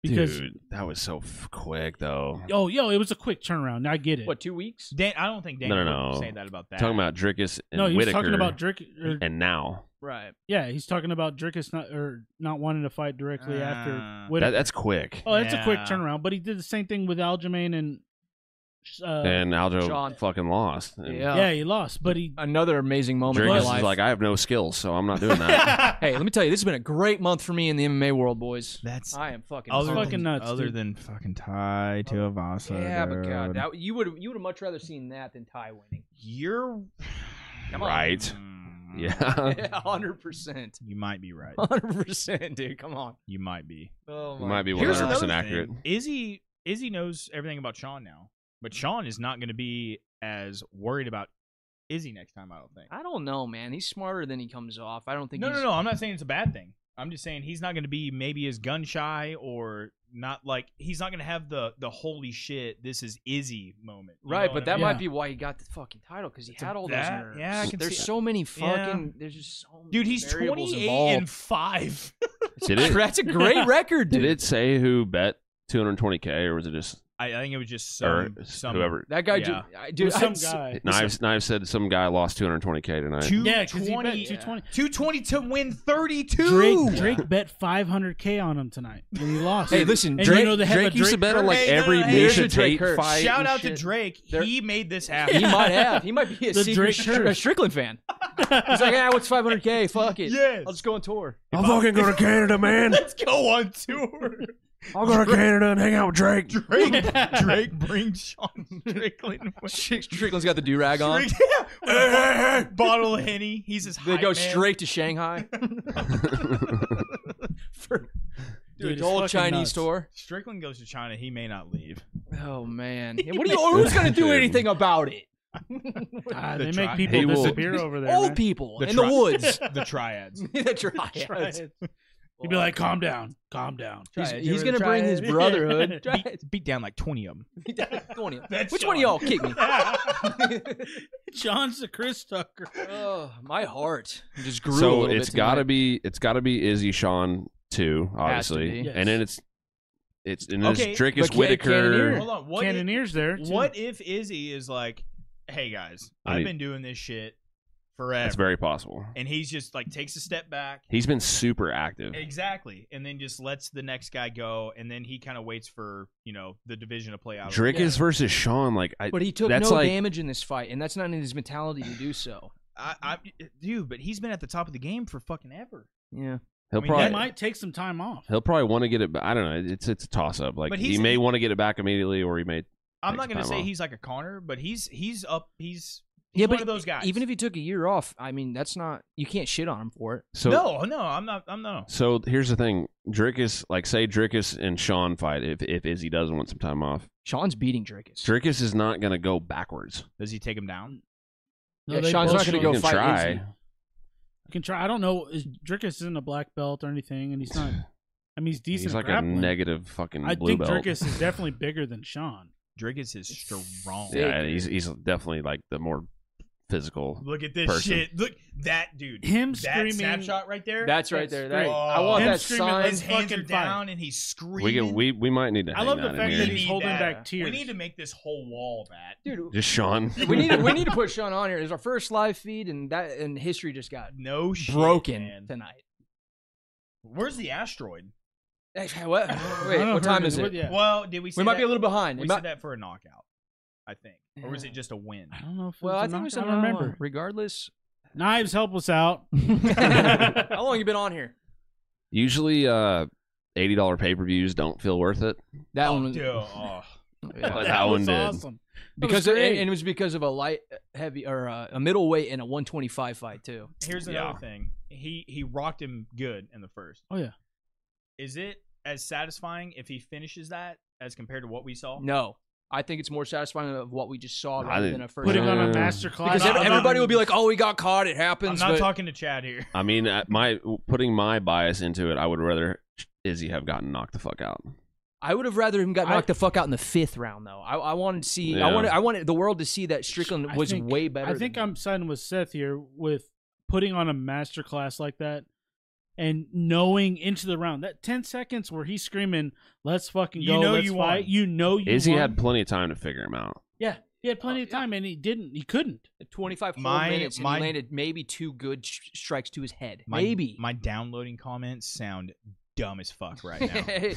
Speaker 4: Because
Speaker 3: Dude, that was so f- quick though.
Speaker 4: oh yo, it was a quick turnaround. I get it.
Speaker 1: what two weeks?
Speaker 2: Dan, I don't think Dan
Speaker 3: No,
Speaker 2: would
Speaker 3: no, no.
Speaker 2: say that about that.
Speaker 3: Talking about Drickus and
Speaker 4: no, he was
Speaker 3: Whitaker,
Speaker 4: talking about Drake. Or,
Speaker 3: and now
Speaker 1: Right.
Speaker 4: yeah, he's talking about Drakus not or not wanting to fight directly
Speaker 2: Ah.
Speaker 4: after.
Speaker 3: that,
Speaker 4: Whitaker.
Speaker 3: that's quick.
Speaker 4: oh, that's a quick
Speaker 2: Yeah.
Speaker 4: turnaround. But he did the same thing with Aljamain and. Uh,
Speaker 3: and Aljo
Speaker 1: Sean.
Speaker 3: fucking lost. And
Speaker 1: Yeah.
Speaker 4: yeah, he lost, but he
Speaker 1: Another amazing moment in
Speaker 3: Drickus
Speaker 1: my
Speaker 3: is
Speaker 1: life.
Speaker 3: like, I have no skills, so I'm not doing that.
Speaker 1: hey, let me tell you, this has been a great month for me in the MMA world, boys.
Speaker 2: That's
Speaker 1: I am fucking.
Speaker 2: other
Speaker 1: pumped.
Speaker 2: than,
Speaker 4: fucking nuts,
Speaker 2: Other
Speaker 4: dude.
Speaker 2: than fucking Ty Tuivasa.
Speaker 1: yeah, but God,
Speaker 2: dude.
Speaker 1: that, you would you would have much rather seen that than Ty winning.
Speaker 2: you're
Speaker 3: Come on. Right.
Speaker 2: Mm,
Speaker 3: yeah.
Speaker 1: hundred percent,
Speaker 2: You might be right.
Speaker 1: hundred percent, dude. Come on.
Speaker 2: You might be.
Speaker 1: Oh
Speaker 3: You might be
Speaker 1: God.
Speaker 2: Here's
Speaker 3: 100%
Speaker 2: another
Speaker 3: accurate.
Speaker 2: thing. Izzy Izzy knows everything about Sean now, but Sean is not going to be as worried about Izzy next time. I don't think.
Speaker 1: I don't know, man. He's smarter than he comes off. I don't think.
Speaker 2: No,
Speaker 1: he's,
Speaker 2: no, no. I'm not saying it's a bad thing. I'm just saying he's not going to be maybe as gun shy or not like he's not going to have the the holy shit this is Izzy moment. You
Speaker 1: Right,
Speaker 2: know
Speaker 1: but
Speaker 2: what I
Speaker 1: that
Speaker 2: mean?
Speaker 1: might
Speaker 4: Yeah.
Speaker 1: be why he got the fucking title because he
Speaker 2: a-
Speaker 1: had all those
Speaker 2: that-
Speaker 1: nerves.
Speaker 2: yeah, I can
Speaker 1: there's
Speaker 2: see-
Speaker 1: so many fucking. There's just so many
Speaker 2: dude, he's
Speaker 1: variables
Speaker 2: 28
Speaker 1: involved.
Speaker 2: and five.
Speaker 3: Did it?
Speaker 1: That's a great record,
Speaker 3: Did
Speaker 1: dude.
Speaker 3: it say who bet 220k, or was it just
Speaker 2: I, I think it was just
Speaker 3: or
Speaker 2: some, some
Speaker 3: whoever?
Speaker 1: That guy,
Speaker 2: Yeah.
Speaker 1: ju- I-
Speaker 4: It
Speaker 1: dude,
Speaker 4: was some
Speaker 1: I'd s-
Speaker 4: guy.
Speaker 3: Knives, Knives said some guy lost 220k tonight.
Speaker 2: two
Speaker 4: Yeah, because he bet
Speaker 2: twenty-
Speaker 4: 220.
Speaker 2: 220 to win 32.
Speaker 4: Drake Drake bet 500k on him tonight, and he lost.
Speaker 1: Hey, listen,
Speaker 4: And
Speaker 1: Drake-
Speaker 4: you know they have a
Speaker 3: Drake used to bet on like
Speaker 2: Hey, no, no,
Speaker 3: every
Speaker 2: hey,
Speaker 1: there's
Speaker 3: Misha
Speaker 1: a Drake
Speaker 3: Tate
Speaker 1: Hurt.
Speaker 3: fight.
Speaker 2: Shout
Speaker 1: and
Speaker 2: out to
Speaker 1: shit.
Speaker 2: Drake.
Speaker 1: There-
Speaker 2: he made this
Speaker 1: He
Speaker 2: happen.
Speaker 1: might have. He might be a
Speaker 4: The
Speaker 1: secret
Speaker 4: Drake
Speaker 1: Str-
Speaker 4: curse.
Speaker 1: Strickland fan. He's like, ah, what's 500k? Fuck it.
Speaker 2: Yes.
Speaker 1: I'll just go on tour.
Speaker 3: I'm fucking going to Canada, man.
Speaker 2: Let's go on tour.
Speaker 3: I'll go to Canada and hang out with Drake.
Speaker 2: Drake, Drake brings Sean Strickland. with-
Speaker 1: Strickland's got the do rag on.
Speaker 2: Drake- yeah, with a bo- bottle of Henny. He's his
Speaker 1: They
Speaker 2: hype
Speaker 1: go
Speaker 2: man.
Speaker 1: straight to Shanghai. For,
Speaker 4: Dude,
Speaker 1: dude,
Speaker 4: it's
Speaker 1: old
Speaker 4: fucking
Speaker 1: Chinese
Speaker 4: nuts.
Speaker 1: store.
Speaker 2: Strickland goes to China. He may not leave.
Speaker 1: Oh man, And what do you? oh, Who's gonna do
Speaker 3: Dude.
Speaker 1: anything about it?
Speaker 4: Ah,
Speaker 2: The
Speaker 4: they
Speaker 2: tri-
Speaker 4: make people
Speaker 3: He will-
Speaker 4: disappear over there.
Speaker 1: Old
Speaker 4: man.
Speaker 1: people
Speaker 2: The
Speaker 1: in
Speaker 2: tri-
Speaker 1: the woods.
Speaker 2: The triads.
Speaker 1: the triads.
Speaker 4: Try it. He'd be like, "Calm down, calm down."
Speaker 2: Try
Speaker 1: He's-
Speaker 2: it.
Speaker 1: he's
Speaker 2: Give
Speaker 1: gonna
Speaker 2: it a
Speaker 1: bring
Speaker 2: try.
Speaker 1: his brotherhood. Try
Speaker 2: beat, beat down like twenty of them.
Speaker 1: Tony,
Speaker 4: That's
Speaker 1: Which one of y'all kicked me?
Speaker 4: John's the Chris Tucker.
Speaker 1: oh, my heart just grew. a
Speaker 3: so
Speaker 1: little
Speaker 3: it's
Speaker 1: bit
Speaker 3: got to
Speaker 1: tonight.
Speaker 3: be it's got to be Izzy Sean too,
Speaker 1: Has to
Speaker 3: obviously,
Speaker 1: be.
Speaker 4: Yes.
Speaker 3: and then it's it's and then
Speaker 2: Okay,
Speaker 3: it's Drakus
Speaker 1: but Ca-
Speaker 3: Whitaker.
Speaker 2: Hold on. What? if-
Speaker 4: Cannoneers there. too.
Speaker 2: What if Izzy is like, hey guys,
Speaker 3: I
Speaker 2: I've
Speaker 3: mean,
Speaker 2: been doing this shit forever,
Speaker 3: That's very possible.
Speaker 2: and he's just like takes a step back,
Speaker 3: He's been super active.
Speaker 2: exactly, and then just lets the next guy go, and then he kind of waits for you know the division to play out.
Speaker 3: Drakus versus Sean, like I,
Speaker 1: But he took
Speaker 3: That's
Speaker 1: no
Speaker 3: like-
Speaker 1: damage in this fight, and that's not in his mentality to do so.
Speaker 2: I, I, dude, but he's been at the top of the game for fucking ever.
Speaker 1: Yeah.
Speaker 3: he'll
Speaker 2: I mean, that
Speaker 3: probably
Speaker 4: He might take some time off.
Speaker 3: he'll probably want to get it. ba- I don't know. It's it's a toss up. Like
Speaker 2: But
Speaker 3: he
Speaker 2: he's-
Speaker 3: may want to get it back immediately, or he may.
Speaker 2: I'm
Speaker 3: Takes
Speaker 2: not gonna
Speaker 3: time
Speaker 2: say
Speaker 3: off.
Speaker 2: he's like a Connor, but he's he's up. He's, he's
Speaker 1: Yeah,
Speaker 2: one
Speaker 1: but
Speaker 2: of those guys.
Speaker 1: Even if he took a year off, I mean, that's not you can't shit on him for it.
Speaker 3: So
Speaker 2: no, no, I'm not. I'm not.
Speaker 3: So here's the thing, Drakus. Like say Drakus and Sean fight. If if Izzy does want some time off,
Speaker 1: Sean's beating Drakus.
Speaker 3: Drakus is not gonna go backwards.
Speaker 2: Does he take him down?
Speaker 4: No,
Speaker 1: Yeah,
Speaker 4: they
Speaker 1: Sean's
Speaker 4: both
Speaker 1: not gonna
Speaker 4: should-
Speaker 1: go
Speaker 3: He can
Speaker 1: fight
Speaker 3: try.
Speaker 1: Izzy.
Speaker 4: You can try. I don't know. Is, Drickus isn't a black belt or anything, and he's not. I mean, he's decent.
Speaker 3: He's
Speaker 4: at
Speaker 3: like
Speaker 4: grappling.
Speaker 3: a negative fucking
Speaker 4: I
Speaker 3: blue
Speaker 4: think
Speaker 3: belt.
Speaker 4: Drickus is definitely bigger than Sean.
Speaker 2: Driggs is strong.
Speaker 3: yeah, he's he's definitely like the more physical.
Speaker 2: Look at this
Speaker 3: Person.
Speaker 2: shit. Look that dude.
Speaker 4: Him
Speaker 2: that
Speaker 4: screaming-
Speaker 2: snapshot right there.
Speaker 1: That's right
Speaker 4: That's
Speaker 1: there.
Speaker 4: great.
Speaker 1: That, I want
Speaker 2: Him
Speaker 1: that
Speaker 4: screaming
Speaker 1: sign.
Speaker 2: his hands are
Speaker 4: fucking
Speaker 2: down and he's screaming.
Speaker 3: We can, we we might need to.
Speaker 4: I
Speaker 3: hang
Speaker 4: love the
Speaker 3: in
Speaker 4: fact
Speaker 3: here.
Speaker 4: that he's
Speaker 2: need
Speaker 4: holding
Speaker 2: that.
Speaker 4: back
Speaker 2: We
Speaker 4: tears.
Speaker 2: need to make this whole wall that.
Speaker 1: Dude,
Speaker 3: just Sean.
Speaker 1: we need to, we need to put Sean on here. It's our first live feed, and that and history just got
Speaker 2: No shit,
Speaker 1: broken
Speaker 2: man.
Speaker 1: tonight.
Speaker 2: Where's the asteroid?
Speaker 1: Hey, what?
Speaker 4: I
Speaker 1: Wait, what
Speaker 4: don't know
Speaker 1: time
Speaker 4: who-
Speaker 1: is
Speaker 4: what-
Speaker 1: it?
Speaker 4: yeah.
Speaker 2: Well, did we? Say
Speaker 1: We might
Speaker 2: that?
Speaker 1: be a little behind.
Speaker 2: We
Speaker 1: It might-
Speaker 2: said that for a knockout, I think, or was it just a win?
Speaker 4: I don't know if
Speaker 1: well, I
Speaker 4: it's a
Speaker 1: think we
Speaker 4: knock-
Speaker 1: said
Speaker 4: I don't remember.
Speaker 1: Regardless,
Speaker 4: Knives help us out.
Speaker 1: how long you been on here?
Speaker 3: Usually, uh, eighty dollar pay per views don't feel worth it.
Speaker 1: That
Speaker 2: Oh,
Speaker 1: one was
Speaker 2: dude, oh.
Speaker 3: But that one
Speaker 4: was
Speaker 3: did.
Speaker 4: awesome. That was
Speaker 1: because it,
Speaker 4: great.
Speaker 1: and it was because of a light heavy or uh, a middleweight and a 125 fight too.
Speaker 2: Here's
Speaker 3: Yeah.
Speaker 2: another thing. He he rocked him good in the first.
Speaker 4: oh yeah,
Speaker 2: Is it as satisfying if he finishes that as compared to what we saw?
Speaker 1: No, I think it's more satisfying of what we just saw
Speaker 3: I
Speaker 1: rather than
Speaker 3: didn't-
Speaker 1: a first.
Speaker 4: put him on
Speaker 3: Uh,
Speaker 4: a master class.
Speaker 1: because
Speaker 2: I'm
Speaker 1: ev-
Speaker 2: not-
Speaker 1: everybody will be like, "Oh, we got caught. It
Speaker 2: I'm
Speaker 1: happens."
Speaker 2: not
Speaker 1: but
Speaker 2: talking to Chad here.
Speaker 3: I mean, uh, my putting my bias into it, I would rather Izzy have gotten knocked the fuck out.
Speaker 1: I would have rather him got
Speaker 4: I-
Speaker 1: knocked the fuck out in the fifth round, though. I, I wanted to see. I
Speaker 3: Yeah.
Speaker 1: wanted. I wanted the world to see that Strickland
Speaker 4: I
Speaker 1: was
Speaker 4: think-
Speaker 1: way better.
Speaker 4: I think
Speaker 1: than him.
Speaker 4: I'm siding with Seth here with putting on a master class like that and knowing into the round that 10 seconds where he's screaming, "Let's fucking
Speaker 2: You
Speaker 4: go,
Speaker 2: know
Speaker 4: let's
Speaker 2: you
Speaker 4: fight,"
Speaker 2: won.
Speaker 4: you know you.
Speaker 3: Izzy
Speaker 4: won.
Speaker 3: had plenty of time to figure him out.
Speaker 4: yeah, he had plenty
Speaker 1: Oh,
Speaker 4: of time and he didn't. He couldn't.
Speaker 1: 25 whole
Speaker 2: My-
Speaker 1: minutes and
Speaker 2: my-
Speaker 1: he landed maybe two good sh- strikes to his head.
Speaker 2: My,
Speaker 1: maybe.
Speaker 2: my downloading comments sound dumb as fuck right now.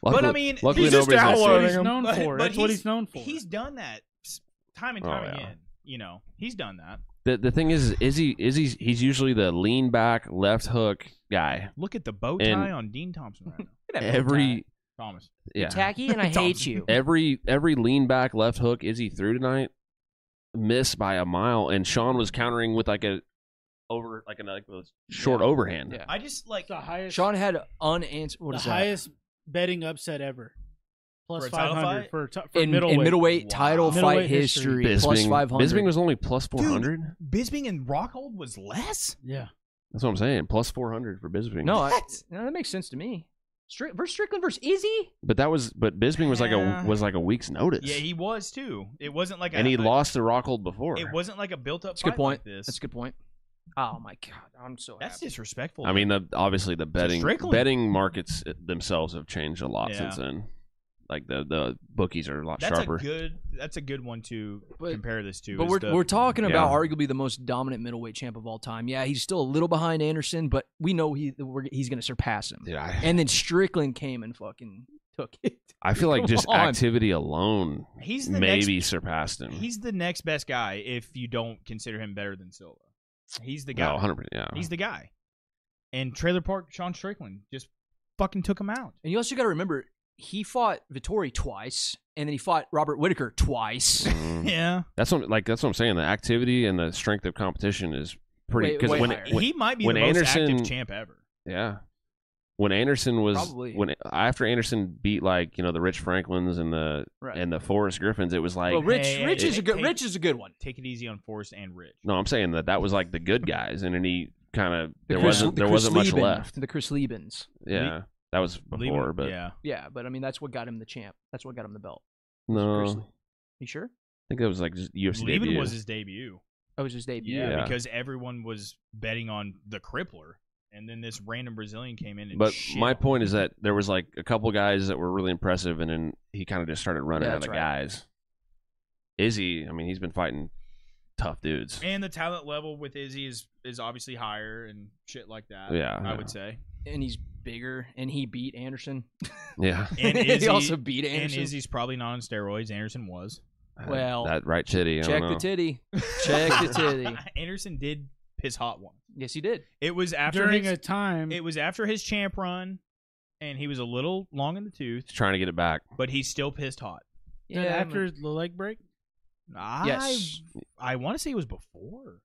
Speaker 3: Luckily,
Speaker 2: I mean,
Speaker 3: luckily
Speaker 2: he's just
Speaker 3: nobody's
Speaker 2: out
Speaker 4: That's what
Speaker 3: listening.
Speaker 4: he's known
Speaker 2: But-
Speaker 4: for.
Speaker 2: but
Speaker 4: That's what
Speaker 2: he's-
Speaker 4: he's known for.
Speaker 2: he's done that s- time and
Speaker 3: Oh,
Speaker 2: time
Speaker 3: yeah.
Speaker 2: again. You know, he's done that.
Speaker 3: The the thing is, Izzy Izzy's he's usually the lean back left hook guy.
Speaker 2: Look at the bow tie
Speaker 3: And-
Speaker 2: on Dean Thompson right now.
Speaker 3: Every
Speaker 2: Thomas.
Speaker 3: yeah,
Speaker 1: tacky and I hate you.
Speaker 3: every every lean back left hook Izzy threw tonight missed by a mile, and Sean was countering with like a over like an like a short
Speaker 1: Yeah.
Speaker 3: overhand.
Speaker 1: Yeah.
Speaker 2: I just
Speaker 4: It's
Speaker 2: like
Speaker 4: the highest
Speaker 1: Sean had unanswered. What
Speaker 4: the
Speaker 1: is that?
Speaker 4: highest betting upset ever. Plus
Speaker 2: For a title
Speaker 4: 500
Speaker 2: fight?
Speaker 4: for, t- for
Speaker 1: In, in middleweight,
Speaker 4: middleweight.
Speaker 1: title
Speaker 4: Middleweight
Speaker 1: fight history,
Speaker 4: history.
Speaker 1: plus
Speaker 3: Bisping,
Speaker 1: 500.
Speaker 3: Bisping was only plus four hundred.
Speaker 2: Bisbing and Rockhold was less.
Speaker 4: Yeah.
Speaker 3: That's what I'm saying. Plus four hundred for Bisping.
Speaker 1: no, I, no, that makes sense to me. Strick, versus Strickland versus Izzy?
Speaker 3: but that was but Bisping was like
Speaker 2: Yeah.
Speaker 3: a was like a week's notice.
Speaker 2: Yeah, he was too. It wasn't like
Speaker 3: and
Speaker 2: a,
Speaker 3: he
Speaker 2: a-
Speaker 3: lost to Rockhold before.
Speaker 2: It wasn't like a built up.
Speaker 1: That's a good point.
Speaker 2: Like this.
Speaker 1: That's a good point. Oh, my God. I'm so
Speaker 2: That's
Speaker 1: happy.
Speaker 2: disrespectful.
Speaker 3: I mean, the, obviously the betting
Speaker 2: Strickland.
Speaker 3: betting markets themselves have changed a lot
Speaker 2: Yeah.
Speaker 3: since then. Like the the bookies are a lot
Speaker 2: that's
Speaker 3: sharper.
Speaker 2: a good. That's a good one to
Speaker 1: But-
Speaker 2: compare this to.
Speaker 1: But
Speaker 2: is
Speaker 1: we're,
Speaker 2: the-
Speaker 1: we're talking
Speaker 3: yeah.
Speaker 1: about arguably the most dominant middleweight champ of all time. Yeah, he's still a little behind Anderson, but we know he we're, he's going to surpass him.
Speaker 3: Dude, I,
Speaker 1: And then Strickland came and fucking took it.
Speaker 3: I feel like
Speaker 1: Come
Speaker 3: just
Speaker 1: on.
Speaker 3: activity alone
Speaker 2: he's the
Speaker 3: maybe surpassed him.
Speaker 2: Next, he's the next best guy if you don't consider him better than Silva. He's the
Speaker 3: no,
Speaker 2: guy.
Speaker 3: 100%. Yeah.
Speaker 2: he's the guy. And Trailer Park Sean Strickland just fucking took him out.
Speaker 1: And you also got to remember, he fought Vittori twice, and then he fought Robert Whitaker twice.
Speaker 3: Mm.
Speaker 2: Yeah,
Speaker 3: That's what like that's what I'm saying. The activity and the strength of competition is pretty
Speaker 1: Way-
Speaker 3: because
Speaker 1: way
Speaker 3: when,
Speaker 1: higher.
Speaker 3: when
Speaker 2: he might be
Speaker 3: when
Speaker 2: the most
Speaker 3: Anderson-
Speaker 2: active champ ever.
Speaker 3: yeah when Anderson was
Speaker 1: Probably.
Speaker 3: when after Anderson beat like you know the Rich Franklins and the
Speaker 1: Right.
Speaker 3: and the Forrest Griffins, it was like
Speaker 1: well, Rich,
Speaker 2: hey,
Speaker 1: Rich
Speaker 2: hey,
Speaker 1: is a good,
Speaker 2: hey.
Speaker 1: Rich is a good one.
Speaker 2: Take it easy on Forrest and Rich.
Speaker 3: No, I'm saying that that was like the good guys, and then he kind of
Speaker 7: The
Speaker 3: there
Speaker 7: Chris-
Speaker 3: wasn't
Speaker 7: the
Speaker 3: there
Speaker 7: Chris
Speaker 3: wasn't much
Speaker 7: Lieben-
Speaker 3: left.
Speaker 1: The Chris Liebens.
Speaker 3: Yeah, that was
Speaker 2: Leaving-
Speaker 3: before, but
Speaker 2: yeah,
Speaker 1: Yeah, but I mean that's what got him the champ. That's what got him the belt.
Speaker 3: no,
Speaker 1: Chris
Speaker 3: I
Speaker 1: Lee- You sure?
Speaker 3: think that was like just UFC
Speaker 2: Levin
Speaker 3: debut.
Speaker 2: was his debut.
Speaker 1: That was his debut.
Speaker 2: Yeah,
Speaker 3: Yeah.
Speaker 2: because everyone was betting on the Crippler, and then this random Brazilian came in. And
Speaker 3: but
Speaker 2: shit
Speaker 3: my
Speaker 2: on him.
Speaker 3: point is that there was like a couple guys that were really impressive, and then he kind of just started running
Speaker 1: Yeah,
Speaker 3: out
Speaker 1: that's
Speaker 3: of
Speaker 1: right.
Speaker 3: guys. Izzy, I mean, he's been fighting tough dudes.
Speaker 2: and the talent level with Izzy is is obviously higher and shit like that.
Speaker 3: Yeah,
Speaker 2: I
Speaker 3: yeah.
Speaker 2: would say.
Speaker 1: And he's bigger and he beat Anderson.
Speaker 3: Yeah,
Speaker 2: And Izzy,
Speaker 1: he also beat
Speaker 2: and
Speaker 1: Anderson.
Speaker 2: Izzy's probably not on steroids. Anderson was.
Speaker 1: Well,
Speaker 3: that right titty. I don't
Speaker 1: Check
Speaker 3: know.
Speaker 1: the titty. Check the titty.
Speaker 2: Anderson did his hot one.
Speaker 1: Yes, he did.
Speaker 2: It was after
Speaker 4: during
Speaker 2: his,
Speaker 4: a time.
Speaker 2: it was after his champ run, and he was a little long in the tooth,
Speaker 3: He's trying to get it back.
Speaker 2: but he's still pissed hot.
Speaker 4: that
Speaker 1: I
Speaker 4: after
Speaker 1: mean-
Speaker 4: the leg break,
Speaker 2: I,
Speaker 1: Yes.
Speaker 2: I want to say it was before.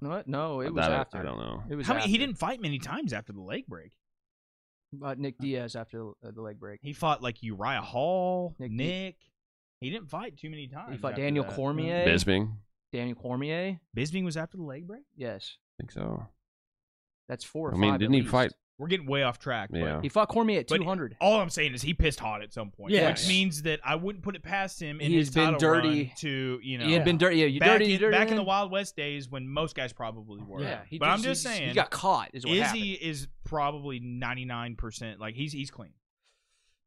Speaker 1: No, it- no, it was
Speaker 3: That I-
Speaker 1: after.
Speaker 3: I don't know.
Speaker 1: It was
Speaker 2: How many, he
Speaker 1: after.
Speaker 2: didn't fight many times after the leg break.
Speaker 1: Uh, Nick Diaz after uh, the leg break.
Speaker 2: He fought like Uriah Hall,
Speaker 1: Nick
Speaker 2: Nick.
Speaker 1: Di-
Speaker 2: He didn't fight too many times.
Speaker 1: He fought
Speaker 2: after
Speaker 1: Daniel
Speaker 2: that.
Speaker 1: Cormier.
Speaker 3: Bisping,
Speaker 1: Daniel Cormier.
Speaker 2: Bisping was after the leg break.
Speaker 1: Yes,
Speaker 3: I think so.
Speaker 1: that's four. Or
Speaker 3: I mean,
Speaker 1: five at
Speaker 3: didn't he
Speaker 1: least.
Speaker 3: fight?
Speaker 2: We're getting way off track. But
Speaker 3: Yeah.
Speaker 1: He fought Cormier at
Speaker 2: But-
Speaker 1: 200.
Speaker 2: all I'm saying is he pissed hot at some point,
Speaker 4: Yes.
Speaker 2: which means that I wouldn't put it past him in
Speaker 1: He's
Speaker 2: his
Speaker 1: been
Speaker 2: title
Speaker 1: dirty.
Speaker 2: run to you know.
Speaker 1: He had been dirty. Yeah, you
Speaker 2: back,
Speaker 1: dirty. you
Speaker 2: in,
Speaker 1: dirty
Speaker 2: back
Speaker 1: man.
Speaker 2: in the Wild West days when most guys probably were.
Speaker 1: Yeah, he
Speaker 2: but I'm
Speaker 1: he
Speaker 2: just saying,
Speaker 1: he got caught. Is what
Speaker 2: Izzy
Speaker 1: happened.
Speaker 2: is probably 99 percent like he's he's clean.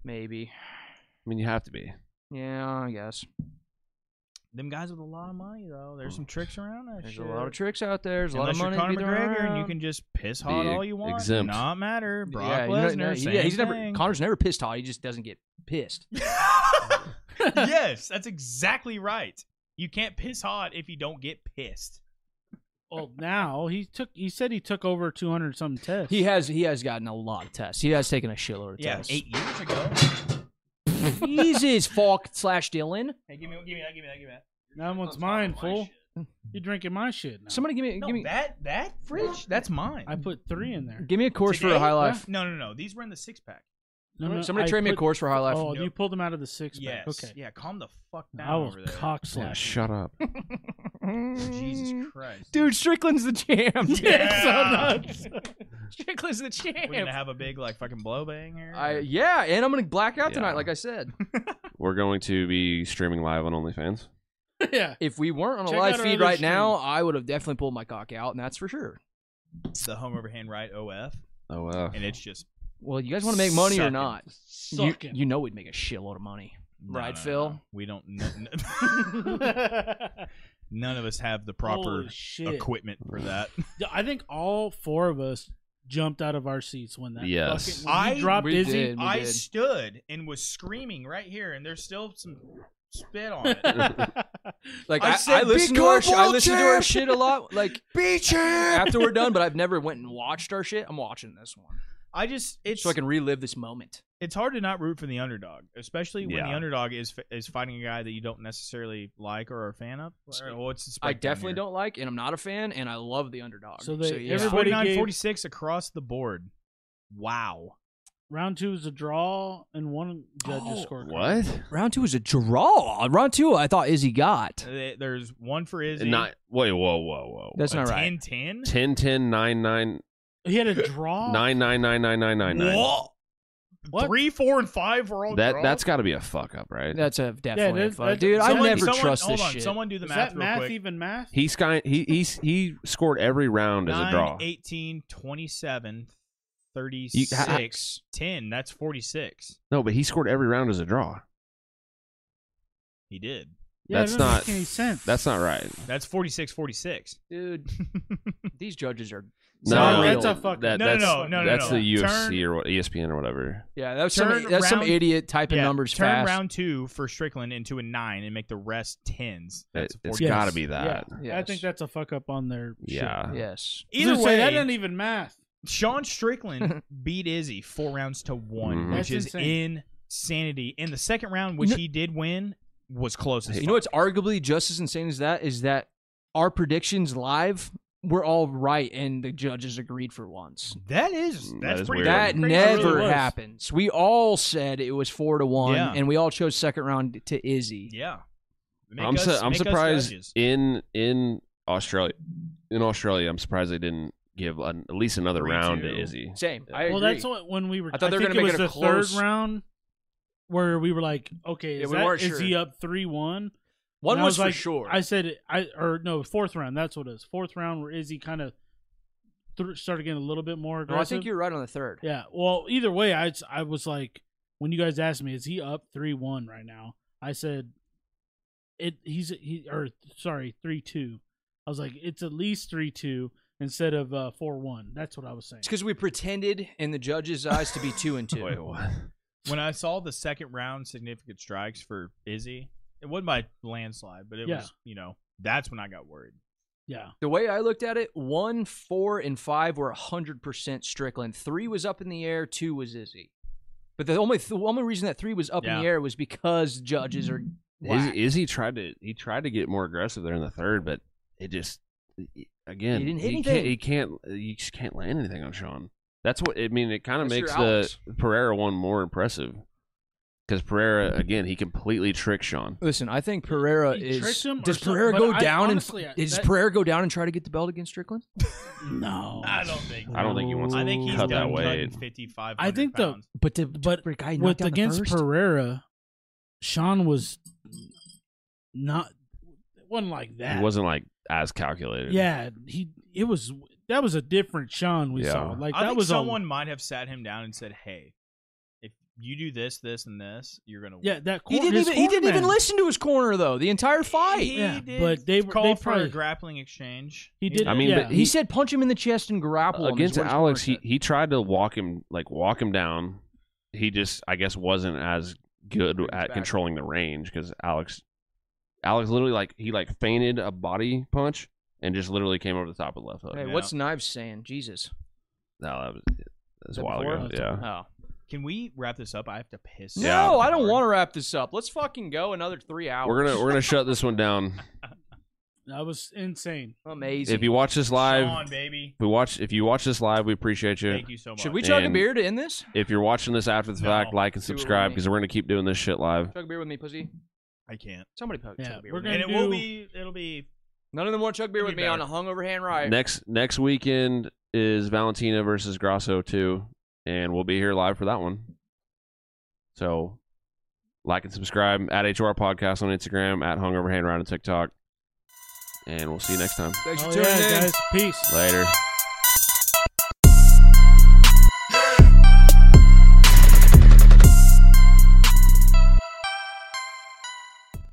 Speaker 1: Maybe.
Speaker 3: I mean, you have to be.
Speaker 1: Yeah, I guess.
Speaker 2: Them guys with a lot of money though, there's some tricks around that.
Speaker 1: Hmm. There's
Speaker 2: shit.
Speaker 1: a lot of tricks out there. There's a lot
Speaker 2: Unless
Speaker 1: of money to
Speaker 2: you're Conor
Speaker 1: be thrown
Speaker 2: McGregor and you
Speaker 1: around.
Speaker 2: can just piss hot
Speaker 3: Be
Speaker 2: all you want,
Speaker 3: exempt.
Speaker 2: not matter. Brock
Speaker 1: yeah, you know,
Speaker 2: Lesnar,
Speaker 1: no, he-
Speaker 2: same
Speaker 1: yeah, he's never.
Speaker 2: thing.
Speaker 1: Connor's never pissed hot. He just doesn't get pissed.
Speaker 2: yes, that's exactly right. You can't piss hot if you don't get pissed.
Speaker 4: well, now he took. He said he took over two hundred some tests.
Speaker 1: He has. He has gotten a lot of tests. He has taken a shitload of
Speaker 2: Yeah,
Speaker 1: tests.
Speaker 2: eight years ago.
Speaker 1: Jesus, Falk slash Dylan.
Speaker 2: Hey, give me, give me that, give me that, give me that.
Speaker 4: That one's mine, fool. You drinking my shit now?
Speaker 1: Somebody give me.
Speaker 2: No,
Speaker 1: give me.
Speaker 2: that that fridge, that's mine.
Speaker 4: I put three in there.
Speaker 1: Give me a course for
Speaker 2: Today?
Speaker 1: a high life.
Speaker 2: No, no, no. These were in the six pack.
Speaker 4: No, no,
Speaker 1: Somebody
Speaker 4: I
Speaker 1: trade me a
Speaker 4: put-
Speaker 1: course for high life.
Speaker 4: Oh,
Speaker 2: Nope.
Speaker 4: you pulled them out of the six.
Speaker 2: Yes.
Speaker 4: pack. Okay.
Speaker 2: Yeah, calm the fuck down
Speaker 4: I will
Speaker 2: over there.
Speaker 4: cock
Speaker 3: Yeah,
Speaker 4: slash. you.
Speaker 3: shut up.
Speaker 4: Oh.
Speaker 2: Jesus Christ.
Speaker 1: Dude, Strickland's the champ. dude.
Speaker 2: Yeah.
Speaker 1: So nuts. Strickland's the
Speaker 2: We're gonna
Speaker 1: champ.
Speaker 2: have a big like fucking blow bang here.
Speaker 1: I, yeah, and I'm gonna black out tonight,
Speaker 3: Yeah.
Speaker 1: like I said.
Speaker 3: We're going to be streaming live on OnlyFans.
Speaker 4: yeah.
Speaker 1: If we weren't on a
Speaker 4: Check
Speaker 1: live
Speaker 4: out our
Speaker 1: feed
Speaker 4: other
Speaker 1: right now, I would have definitely pulled my cock out, and that's for sure.
Speaker 2: the home overhand right OF,
Speaker 3: Oh wow.
Speaker 2: and it's just
Speaker 1: Well, you guys want to make money or
Speaker 2: Sucking.
Speaker 1: not? You,
Speaker 4: Sucking.
Speaker 1: you know we'd make a shitload of money.
Speaker 2: No,
Speaker 1: Right,
Speaker 2: no,
Speaker 1: Phil?
Speaker 2: no. We don't. n- n- none of us have the proper
Speaker 4: Holy shit.
Speaker 2: equipment for that.
Speaker 4: I think all four of us jumped out of our seats when that.
Speaker 3: Yes.
Speaker 4: Fucking, when he
Speaker 2: I-
Speaker 4: dropped
Speaker 1: we
Speaker 4: Izzy.
Speaker 1: did. We
Speaker 2: I
Speaker 1: did.
Speaker 2: stood and was screaming right here, and there's still some spit on it.
Speaker 1: Like
Speaker 2: I
Speaker 1: I,
Speaker 2: said,
Speaker 1: I listen
Speaker 2: "Big
Speaker 1: to
Speaker 2: girl
Speaker 1: our sh- I
Speaker 2: world
Speaker 1: listen to our
Speaker 2: champ!"
Speaker 1: shit a lot. Like
Speaker 2: Be champ.
Speaker 1: after we're done, but I've never went and watched our shit. I'm watching this one
Speaker 2: I just it's
Speaker 1: so I can relive this moment.
Speaker 2: it's hard to not root for the underdog, especially when the
Speaker 3: Yeah.
Speaker 2: underdog is f- is fighting a guy that you don't necessarily like or are a fan of. Or, well, it's the
Speaker 1: I
Speaker 2: breakdown
Speaker 1: definitely
Speaker 2: here.
Speaker 1: don't like, and I'm not a fan, and I love the underdog.
Speaker 4: So they-
Speaker 1: yeah.
Speaker 4: everybody-
Speaker 2: 49
Speaker 4: gave-
Speaker 2: 46 across the board. Wow.
Speaker 4: Round two is a draw and one judge's
Speaker 1: Oh,
Speaker 4: scorecard.
Speaker 3: What?
Speaker 1: round two is a draw. Round two, I thought Izzy got.
Speaker 2: They- There's one for Izzy.
Speaker 3: Not wait. Whoa. Whoa. Whoa.
Speaker 1: That's not right.
Speaker 2: 10 10?
Speaker 3: 10 10 9 9
Speaker 4: He had a draw.
Speaker 3: 9 9 9 9 9 9 9.
Speaker 2: Whoa. Three, four, and five were all
Speaker 3: That
Speaker 2: draws?
Speaker 3: that's got to be a fuck up, right?
Speaker 1: That's a definitely a
Speaker 4: that's-
Speaker 1: fuck.
Speaker 4: that's-
Speaker 1: dude. I
Speaker 2: Someone-
Speaker 1: never
Speaker 2: someone-
Speaker 1: trust
Speaker 2: hold
Speaker 1: this
Speaker 2: on,
Speaker 1: shit.
Speaker 2: Someone do the
Speaker 4: Is
Speaker 2: math
Speaker 4: that
Speaker 2: real
Speaker 4: math
Speaker 2: quick.
Speaker 4: even math?
Speaker 3: he sky he he he scored every round as a
Speaker 2: 9,
Speaker 3: draw.
Speaker 2: 18, 27,
Speaker 3: ha-
Speaker 2: 36, 10. That's 46.
Speaker 3: No, but he scored every round as a draw.
Speaker 2: He did.
Speaker 4: yeah,
Speaker 3: that's
Speaker 4: it doesn't
Speaker 3: not-
Speaker 4: make any sense.
Speaker 3: That's not right.
Speaker 2: That's 46 46.
Speaker 1: dude, these judges are.
Speaker 2: No,
Speaker 3: No,
Speaker 4: that's a fuck-
Speaker 3: that-
Speaker 2: No, no,
Speaker 3: that's,
Speaker 2: no, no, no,
Speaker 3: That's
Speaker 2: no.
Speaker 3: the UFC
Speaker 2: Turn-
Speaker 3: or what, E ESPN or whatever.
Speaker 1: Yeah, that's
Speaker 2: Turn
Speaker 1: some that's some
Speaker 2: round-
Speaker 1: idiot typing numbers
Speaker 2: turn
Speaker 1: fast.
Speaker 2: round two for Strickland into a nine and make the rest tens.
Speaker 3: It,
Speaker 2: That's
Speaker 3: has
Speaker 2: 46.
Speaker 3: got to be that.
Speaker 1: Yes.
Speaker 4: I think that's a fuck up on their. shit.
Speaker 3: Yeah.
Speaker 1: Yes.
Speaker 2: Either
Speaker 4: Dude,
Speaker 2: way,
Speaker 4: say, that doesn't even math.
Speaker 2: Sean Strickland beat Izzy four rounds to one,
Speaker 3: Mhm.
Speaker 2: which
Speaker 4: That's
Speaker 2: is
Speaker 4: insane.
Speaker 2: insanity. And the second round, which
Speaker 1: You know-
Speaker 2: he did win, was close. As
Speaker 1: You
Speaker 2: fuck.
Speaker 1: know what's arguably just as insane as that is that our predictions live were all right and the judges agreed for once.
Speaker 2: that is
Speaker 3: Mm, That
Speaker 2: that's
Speaker 3: is
Speaker 2: pretty
Speaker 3: weird.
Speaker 1: That
Speaker 2: fucking crazy.
Speaker 1: never
Speaker 4: really was.
Speaker 1: happens. We all said it was four to one,
Speaker 2: Yeah.
Speaker 1: and we all chose second round to Izzy.
Speaker 2: Yeah, Make
Speaker 3: I'm,
Speaker 2: us-
Speaker 3: su- I'm
Speaker 2: make us
Speaker 3: surprised
Speaker 2: judges.
Speaker 3: in in Australia in Australia I'm surprised they didn't give an, at least another
Speaker 2: Me
Speaker 3: round
Speaker 2: too.
Speaker 3: to Izzy.
Speaker 1: Same. I
Speaker 4: well,
Speaker 1: agree.
Speaker 4: that's what, when we were.
Speaker 1: I
Speaker 4: I
Speaker 1: thought
Speaker 4: thought
Speaker 1: they were
Speaker 4: think
Speaker 1: gonna
Speaker 4: it was
Speaker 1: make it a
Speaker 4: the
Speaker 1: close-
Speaker 4: third round where we were like, okay,
Speaker 1: Yeah,
Speaker 4: is,
Speaker 1: we
Speaker 4: that-
Speaker 1: weren't
Speaker 4: is
Speaker 1: sure.
Speaker 4: he up three one?
Speaker 1: One
Speaker 4: And I
Speaker 1: was,
Speaker 4: was
Speaker 1: for
Speaker 4: like,
Speaker 1: sure.
Speaker 4: I said I or no fourth round. That's what it is. Fourth round where Izzy kind of th- started getting a little bit more
Speaker 1: no, I
Speaker 4: aggressive.
Speaker 1: think you're right on the third.
Speaker 4: Yeah. Well, either way, I s- I was like, when you guys asked me, is he up three one right now? I said, it. He's he or sorry three two. I was like, it's at least three two instead of uh four one. That's what I was saying.
Speaker 1: It's because we pretended in the judge's eyes to be two and two.
Speaker 3: Wait, what?
Speaker 2: When I saw the second round significant strikes for Izzy, it wasn't by landslide, but it
Speaker 4: Yeah.
Speaker 2: was, you know, that's when I got worried.
Speaker 4: Yeah.
Speaker 1: The way I looked at it, one, four, and five were 100% Strickland. Three was up in the air, two was Izzy. But the only the only reason that three was up in the
Speaker 2: Yeah.
Speaker 1: air was because judges are. whack.
Speaker 3: Izzy, Izzy tried to he tried to get more aggressive there in the third, but it just again
Speaker 1: He didn't hit
Speaker 3: Can't,
Speaker 1: anything.
Speaker 3: he can't you just can't land anything on Sean. That's what I mean. It kind of
Speaker 1: That's your
Speaker 3: makes the
Speaker 1: Alex.
Speaker 3: Pereira one more impressive because
Speaker 2: Mm-hmm.
Speaker 3: Pereira again he completely tricked Sean.
Speaker 1: Listen, I think Pereira
Speaker 4: He
Speaker 1: is.
Speaker 4: tricked him or
Speaker 1: Does
Speaker 4: something,
Speaker 1: Pereira
Speaker 4: but
Speaker 1: go
Speaker 4: I-
Speaker 1: down
Speaker 4: honestly, I-
Speaker 1: and does
Speaker 4: that-
Speaker 1: Pereira go down and try to get the belt against Strickland?
Speaker 4: No.
Speaker 2: I don't think.
Speaker 3: I don't think he wants.
Speaker 2: I think he's
Speaker 3: cut that
Speaker 2: done cutting
Speaker 3: weight.
Speaker 2: 55.
Speaker 4: I think the-
Speaker 2: pounds.
Speaker 1: But to,
Speaker 4: But
Speaker 1: for a guy knocked
Speaker 4: With
Speaker 1: down the
Speaker 4: against
Speaker 1: first?
Speaker 4: Pereira, Sean was not wasn't like that.
Speaker 3: He wasn't like as calculated.
Speaker 4: Yeah. He it was that was a different Sean we
Speaker 3: Yeah.
Speaker 4: saw. Like
Speaker 2: I
Speaker 4: that
Speaker 2: think
Speaker 4: was a-
Speaker 2: someone might have sat him down and said, "Hey, if you do this, this, and this, you're gonna win."
Speaker 4: yeah that
Speaker 1: He
Speaker 4: cor-
Speaker 1: didn't
Speaker 4: his
Speaker 1: even. He didn't even
Speaker 4: cornerman.
Speaker 1: listen to his corner though. The entire fight.
Speaker 2: He
Speaker 4: Yeah,
Speaker 2: did
Speaker 4: but they were-
Speaker 2: call
Speaker 4: they
Speaker 2: for a
Speaker 4: probably-
Speaker 2: grappling exchange.
Speaker 4: He did.
Speaker 3: I mean,
Speaker 4: yeah.
Speaker 3: but
Speaker 1: He, said, "Punch him in the chest and grapple." him," is
Speaker 3: against
Speaker 1: what his
Speaker 3: Alex,
Speaker 1: corner
Speaker 3: he,
Speaker 1: said.
Speaker 3: he tried to walk him like walk him down. He just I guess wasn't as good
Speaker 1: Brings
Speaker 3: at
Speaker 1: back.
Speaker 3: controlling the range because Alex Alex literally like he like feinted a body punch and just literally came over the top of the left hook.
Speaker 1: Hey,
Speaker 2: Yeah.
Speaker 1: what's Knives saying? Jesus.
Speaker 3: No, that was that was
Speaker 1: That
Speaker 3: a while
Speaker 1: before?
Speaker 3: ago. Yeah.
Speaker 1: Oh.
Speaker 2: Can we wrap this up? I have to piss.
Speaker 3: Yeah.
Speaker 1: No, I don't want to wrap this up. Let's fucking go another three hours.
Speaker 3: We're gonna we're gonna shut this one down.
Speaker 4: That was insane.
Speaker 1: amazing.
Speaker 3: If you watch this live,
Speaker 2: Sean, baby.
Speaker 3: if we watch if you watch this live, we appreciate you.
Speaker 2: Thank you so much.
Speaker 1: Should we chug a
Speaker 3: And-
Speaker 1: beer to end this?
Speaker 3: If you're watching this after the
Speaker 2: No.
Speaker 3: fact, like and
Speaker 1: Do it with
Speaker 3: subscribe
Speaker 1: me.
Speaker 3: because we're gonna keep doing this shit live.
Speaker 1: Chug a beer with me, pussy.
Speaker 2: I can't.
Speaker 1: Somebody po-
Speaker 4: Yeah,
Speaker 1: chug a beer.
Speaker 4: we're
Speaker 1: With me.
Speaker 4: gonna-
Speaker 2: And it
Speaker 4: do-
Speaker 2: will be. It'll be.
Speaker 1: None of them want to chug beer
Speaker 2: We'll
Speaker 1: with
Speaker 2: be
Speaker 1: me on a
Speaker 2: back.
Speaker 1: hungover hand right.
Speaker 3: Next next weekend is Valentina versus Grasso too, and we'll be here live for that one. So, like and subscribe at HR Podcast on Instagram, at Hungover Hand Round on TikTok, and we'll see you next time.
Speaker 1: Thanks for
Speaker 4: Oh,
Speaker 1: tuning
Speaker 4: yeah,
Speaker 1: in.
Speaker 4: guys. Peace.
Speaker 3: Later.